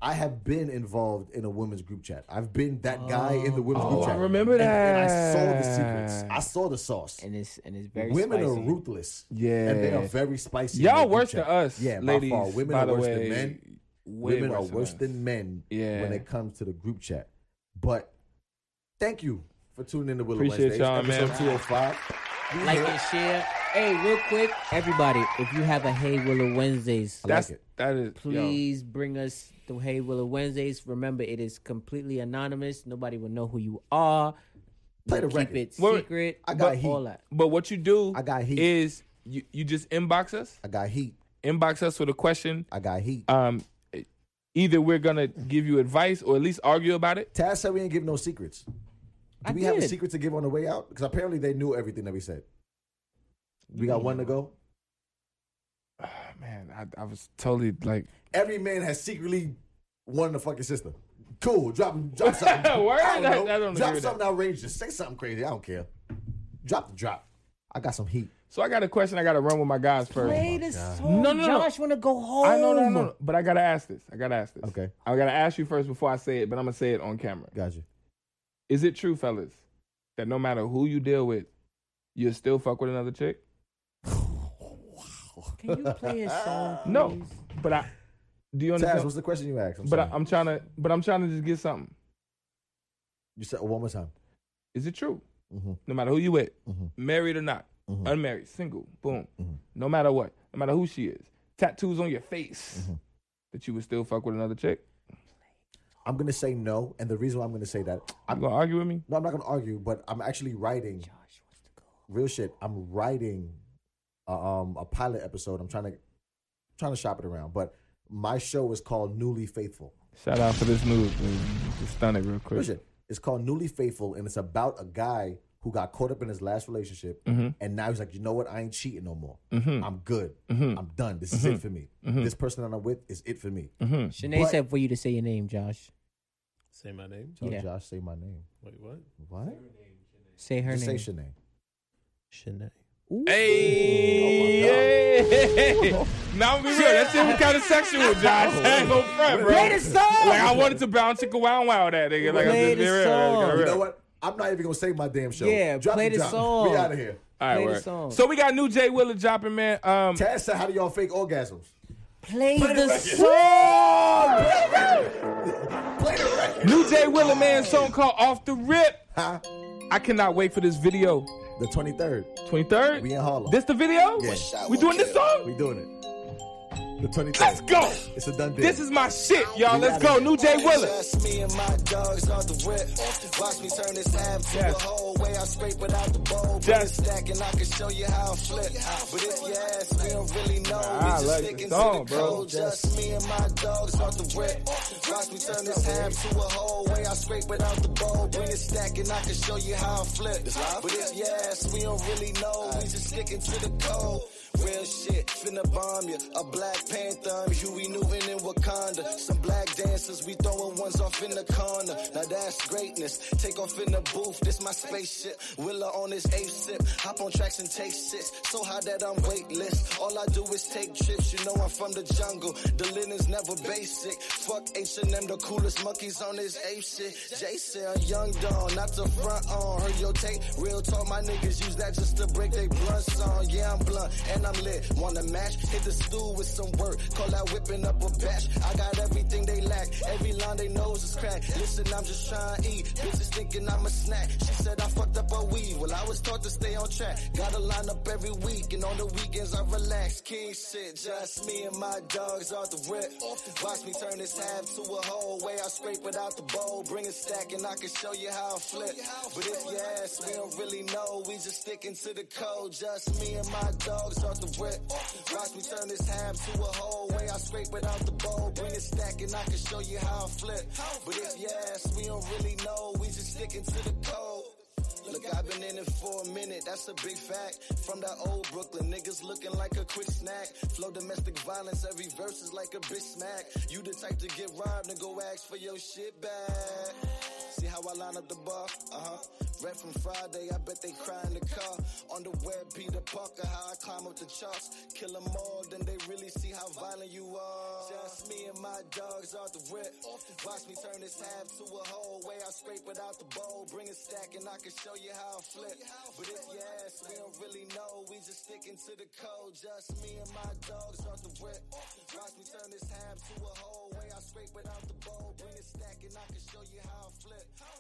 [SPEAKER 1] I have been involved in a women's group chat. I've been that guy in the women's
[SPEAKER 4] Oh,
[SPEAKER 1] group
[SPEAKER 4] I
[SPEAKER 1] chat.
[SPEAKER 4] remember
[SPEAKER 1] And, and I saw the
[SPEAKER 4] that.
[SPEAKER 1] secrets. I saw the sauce.
[SPEAKER 2] and it's and it's very
[SPEAKER 1] Women
[SPEAKER 2] spicy.
[SPEAKER 1] are ruthless.
[SPEAKER 4] Yeah.
[SPEAKER 1] And they are very spicy. in
[SPEAKER 4] Y'all
[SPEAKER 1] their group
[SPEAKER 4] worse
[SPEAKER 1] chat.
[SPEAKER 4] than us,
[SPEAKER 1] Yeah,
[SPEAKER 4] ladies.
[SPEAKER 1] by far. Women
[SPEAKER 4] by
[SPEAKER 1] are
[SPEAKER 4] the
[SPEAKER 1] worse
[SPEAKER 4] way.
[SPEAKER 1] than men.
[SPEAKER 4] Way
[SPEAKER 1] Women are
[SPEAKER 4] than
[SPEAKER 1] worse
[SPEAKER 4] us.
[SPEAKER 1] than men
[SPEAKER 4] Yeah.
[SPEAKER 1] when it comes to the group chat. But thank you for tuning in to Willow Wednesdays,
[SPEAKER 4] Appreciate y'all, man.
[SPEAKER 1] episode 205. We
[SPEAKER 2] like
[SPEAKER 1] here.
[SPEAKER 2] and share. Hey, real quick, everybody, if you have a Hey Willow Wednesdays,
[SPEAKER 1] I like
[SPEAKER 4] That's
[SPEAKER 1] it.
[SPEAKER 4] that is. yo.
[SPEAKER 2] please bring us the Hey Willow Wednesdays. Remember, it is completely anonymous. Nobody will know who you are.
[SPEAKER 1] Play the
[SPEAKER 2] Keep
[SPEAKER 1] record.
[SPEAKER 2] it
[SPEAKER 4] Well,
[SPEAKER 2] secret.
[SPEAKER 1] I got
[SPEAKER 2] but
[SPEAKER 1] heat.
[SPEAKER 2] all that.
[SPEAKER 4] But what you do
[SPEAKER 1] I got heat.
[SPEAKER 4] is you, you just inbox us,
[SPEAKER 1] I got heat.
[SPEAKER 4] inbox us with a question.
[SPEAKER 1] I got heat.
[SPEAKER 4] Um, either we're gonna give you advice or at least argue about it.
[SPEAKER 1] Taz said we didn't give no secrets. Do
[SPEAKER 2] I
[SPEAKER 1] we have a
[SPEAKER 2] did.
[SPEAKER 1] secret to give on the way out? Because apparently they knew everything that we said. We got one to go. Ah,
[SPEAKER 4] Man, I, I was totally like,
[SPEAKER 1] Every man has secretly wanted a fucking sister. Cool. Drop, drop something.
[SPEAKER 4] Word?
[SPEAKER 1] I don't know.
[SPEAKER 4] I- I don't agree
[SPEAKER 1] drop
[SPEAKER 4] with
[SPEAKER 1] something outrageous. Say something crazy. I don't care. Drop the drop. I got some heat.
[SPEAKER 4] so I got a question. I got to run with my guys first.
[SPEAKER 2] Play the song.
[SPEAKER 4] No, no, no.
[SPEAKER 2] Josh want to go home.
[SPEAKER 4] I know, no, no, no, but I gotta ask this. I gotta ask this.
[SPEAKER 1] Okay.
[SPEAKER 4] I gotta ask you first before I say it, but I'm gonna say it on camera.
[SPEAKER 1] Got you.
[SPEAKER 4] Is it true, fellas, that no matter who you deal with, you still fuck with another chick?
[SPEAKER 2] Can you play a song? Please?
[SPEAKER 4] No, but I. Do you
[SPEAKER 1] Taz,
[SPEAKER 4] understand?
[SPEAKER 1] what's the question you asked? I'm
[SPEAKER 4] but I,
[SPEAKER 1] sorry.
[SPEAKER 4] I'm trying to. But I'm trying to just get something.
[SPEAKER 1] you said one more time.
[SPEAKER 4] Is it true?
[SPEAKER 1] Mhm.
[SPEAKER 4] No matter who you with,
[SPEAKER 1] Mhm.
[SPEAKER 4] married or not,
[SPEAKER 1] Mm-hmm.
[SPEAKER 4] unmarried, single, boom. No matter what, no matter who she is, tattoos on your face,
[SPEAKER 1] Mm-hmm.
[SPEAKER 4] that you would still fuck with another chick.
[SPEAKER 1] I'm gonna say no, and the reason why I'm gonna say that,
[SPEAKER 4] I'm gonna argue with me.
[SPEAKER 1] no, I'm not gonna argue, but I'm actually writing. Real shit. I'm writing a, um, a pilot episode. I'm trying to trying to shop it around, but my show is called Newly Faithful.
[SPEAKER 4] Shout out for this news. man. Just stun it real quick.
[SPEAKER 1] Real shit. It's called Newly Faithful, and it's about a guy who got caught up in his last relationship,
[SPEAKER 4] Mm-hmm.
[SPEAKER 1] and now he's like, you know what? I ain't cheating no more. I'm good.
[SPEAKER 4] Mm-hmm.
[SPEAKER 1] I'm done. This is it for me. This person that I'm with is it for me.
[SPEAKER 2] Shanae
[SPEAKER 1] But-
[SPEAKER 2] said for you to say your name, Josh.
[SPEAKER 3] Say my name.
[SPEAKER 1] Tell
[SPEAKER 2] Yeah.
[SPEAKER 1] Josh, say my name.
[SPEAKER 3] Wait, what?
[SPEAKER 1] What?
[SPEAKER 2] Say her
[SPEAKER 1] Just
[SPEAKER 2] name.
[SPEAKER 1] say Shanae.
[SPEAKER 3] Shanae.
[SPEAKER 2] Oh
[SPEAKER 4] Hey, now I'm gonna be real. That shit was kind of sexual, Josh. I ain't gonna front, bro.
[SPEAKER 2] Oh. Play the song.
[SPEAKER 4] Like I wanted to bounce chicka wow wow that nigga. Like
[SPEAKER 2] Play
[SPEAKER 4] I just
[SPEAKER 2] the
[SPEAKER 4] be real.
[SPEAKER 2] song.
[SPEAKER 4] Like,
[SPEAKER 1] You know what? I'm not even gonna say my damn show.
[SPEAKER 2] Yeah,
[SPEAKER 1] Drop
[SPEAKER 2] play the
[SPEAKER 1] drop.
[SPEAKER 2] song.
[SPEAKER 1] We out of here.
[SPEAKER 4] All right,
[SPEAKER 2] Play the
[SPEAKER 4] word.
[SPEAKER 2] song.
[SPEAKER 4] So we got new Jay Wheeler dropping, man. Um,
[SPEAKER 1] Taz said, how do y'all fake orgasms?
[SPEAKER 2] Play the song.
[SPEAKER 1] Play the record.
[SPEAKER 4] new Jay Wheeler, man. Song called "Off the Rip."
[SPEAKER 1] Huh?
[SPEAKER 4] I cannot wait for this video.
[SPEAKER 1] The 23rd.
[SPEAKER 4] 23rd.
[SPEAKER 1] We in Harlem.
[SPEAKER 4] This the video?
[SPEAKER 1] Yeah.
[SPEAKER 4] We doing this
[SPEAKER 1] We
[SPEAKER 4] song?
[SPEAKER 1] doing it. The 23rd.
[SPEAKER 4] Let's go.
[SPEAKER 1] It's a done deal.
[SPEAKER 4] This is my shit, y'all.
[SPEAKER 1] We
[SPEAKER 4] Let's
[SPEAKER 1] outta
[SPEAKER 4] go.
[SPEAKER 1] here.
[SPEAKER 4] New Jay Wheeler.
[SPEAKER 9] Just me and my dogs off the rip. Watch me turn this half to
[SPEAKER 4] Yes.
[SPEAKER 9] a whole way. I scrape it out the bowl. Put
[SPEAKER 4] Yes.
[SPEAKER 9] it stack and I can show you how I flip. But if you ask, we don't really know.
[SPEAKER 4] I
[SPEAKER 9] we
[SPEAKER 4] like
[SPEAKER 9] just
[SPEAKER 4] the
[SPEAKER 9] sticking
[SPEAKER 4] song,
[SPEAKER 9] to the
[SPEAKER 4] bro.
[SPEAKER 9] code. Just me and my dogs off the rip. Watch me turn this half to a whole way. I scrape it out the bowl. Bring it stack and I can show you how I flip. But if you ask, we don't really know. We just sticking to the code. Real shit, finna bomb ya. A Black Panther, I'm Huey Newton in Wakanda. Some black dancers, we throwing ones off in the corner. Now that's greatness. Take off in the booth, this my spaceship. Willa on his eighth sip. Hop on tracks and take sits. So high that I'm weightless. All I do is take trips, you know I'm from the jungle. The linen's never basic. Fuck H&M, the coolest monkeys on this ape shit. Jason, a young dawn, not the front on. Heard your tape, real talk, my niggas use that just to break they blunts on. Yeah, I'm blunt and I'm lit. Wanna match? Hit the stool with some work. Call that whipping up a batch. I got everything they lack. Every line they nose is cracked. Listen, I'm just trying to eat. E. Bitches thinking I'm a snack. She said I fucked up her weed. Well, I was taught to stay on track. Gotta line up every week, and on the weekends I relax. King shit, just me and my dogs off the rip. Watch me turn this half to a whole way. I scrape it out the bowl, bring it stack, and I can show you how I flip. But if you ask, we don't really know. We just sticking to the code. Just me and my dogs off the rip. Watch me turn this half to a whole way. I scrape it out the bowl, bring it stack, and I can show you how I flip. But if you ask, we don't really know. We just sticking to the code. Look, I've been in it for a minute, that's a big fact. From that old Brooklyn, niggas looking like a quick snack. Flow domestic violence, every verse is like a bitch smack. You the type to get robbed and go ask for your shit back. See how I line up the bar? Uh huh. Red from Friday, I bet they cry in the car. On the web, Peter Parker, how I climb up the charts. Kill 'em all, then they really see how violent you are. Just me and my dogs off the rip. Watch me turn this half to a whole way. I scrape without the bowl, bring a stack, and I can show you how I flip. But if you ask, we don't really know. We just sticking to the code. Just me and my dogs off the rip. Watch me turn this half to a whole way. I scrape without the bowl, bring a stack, and I can show you how I flip.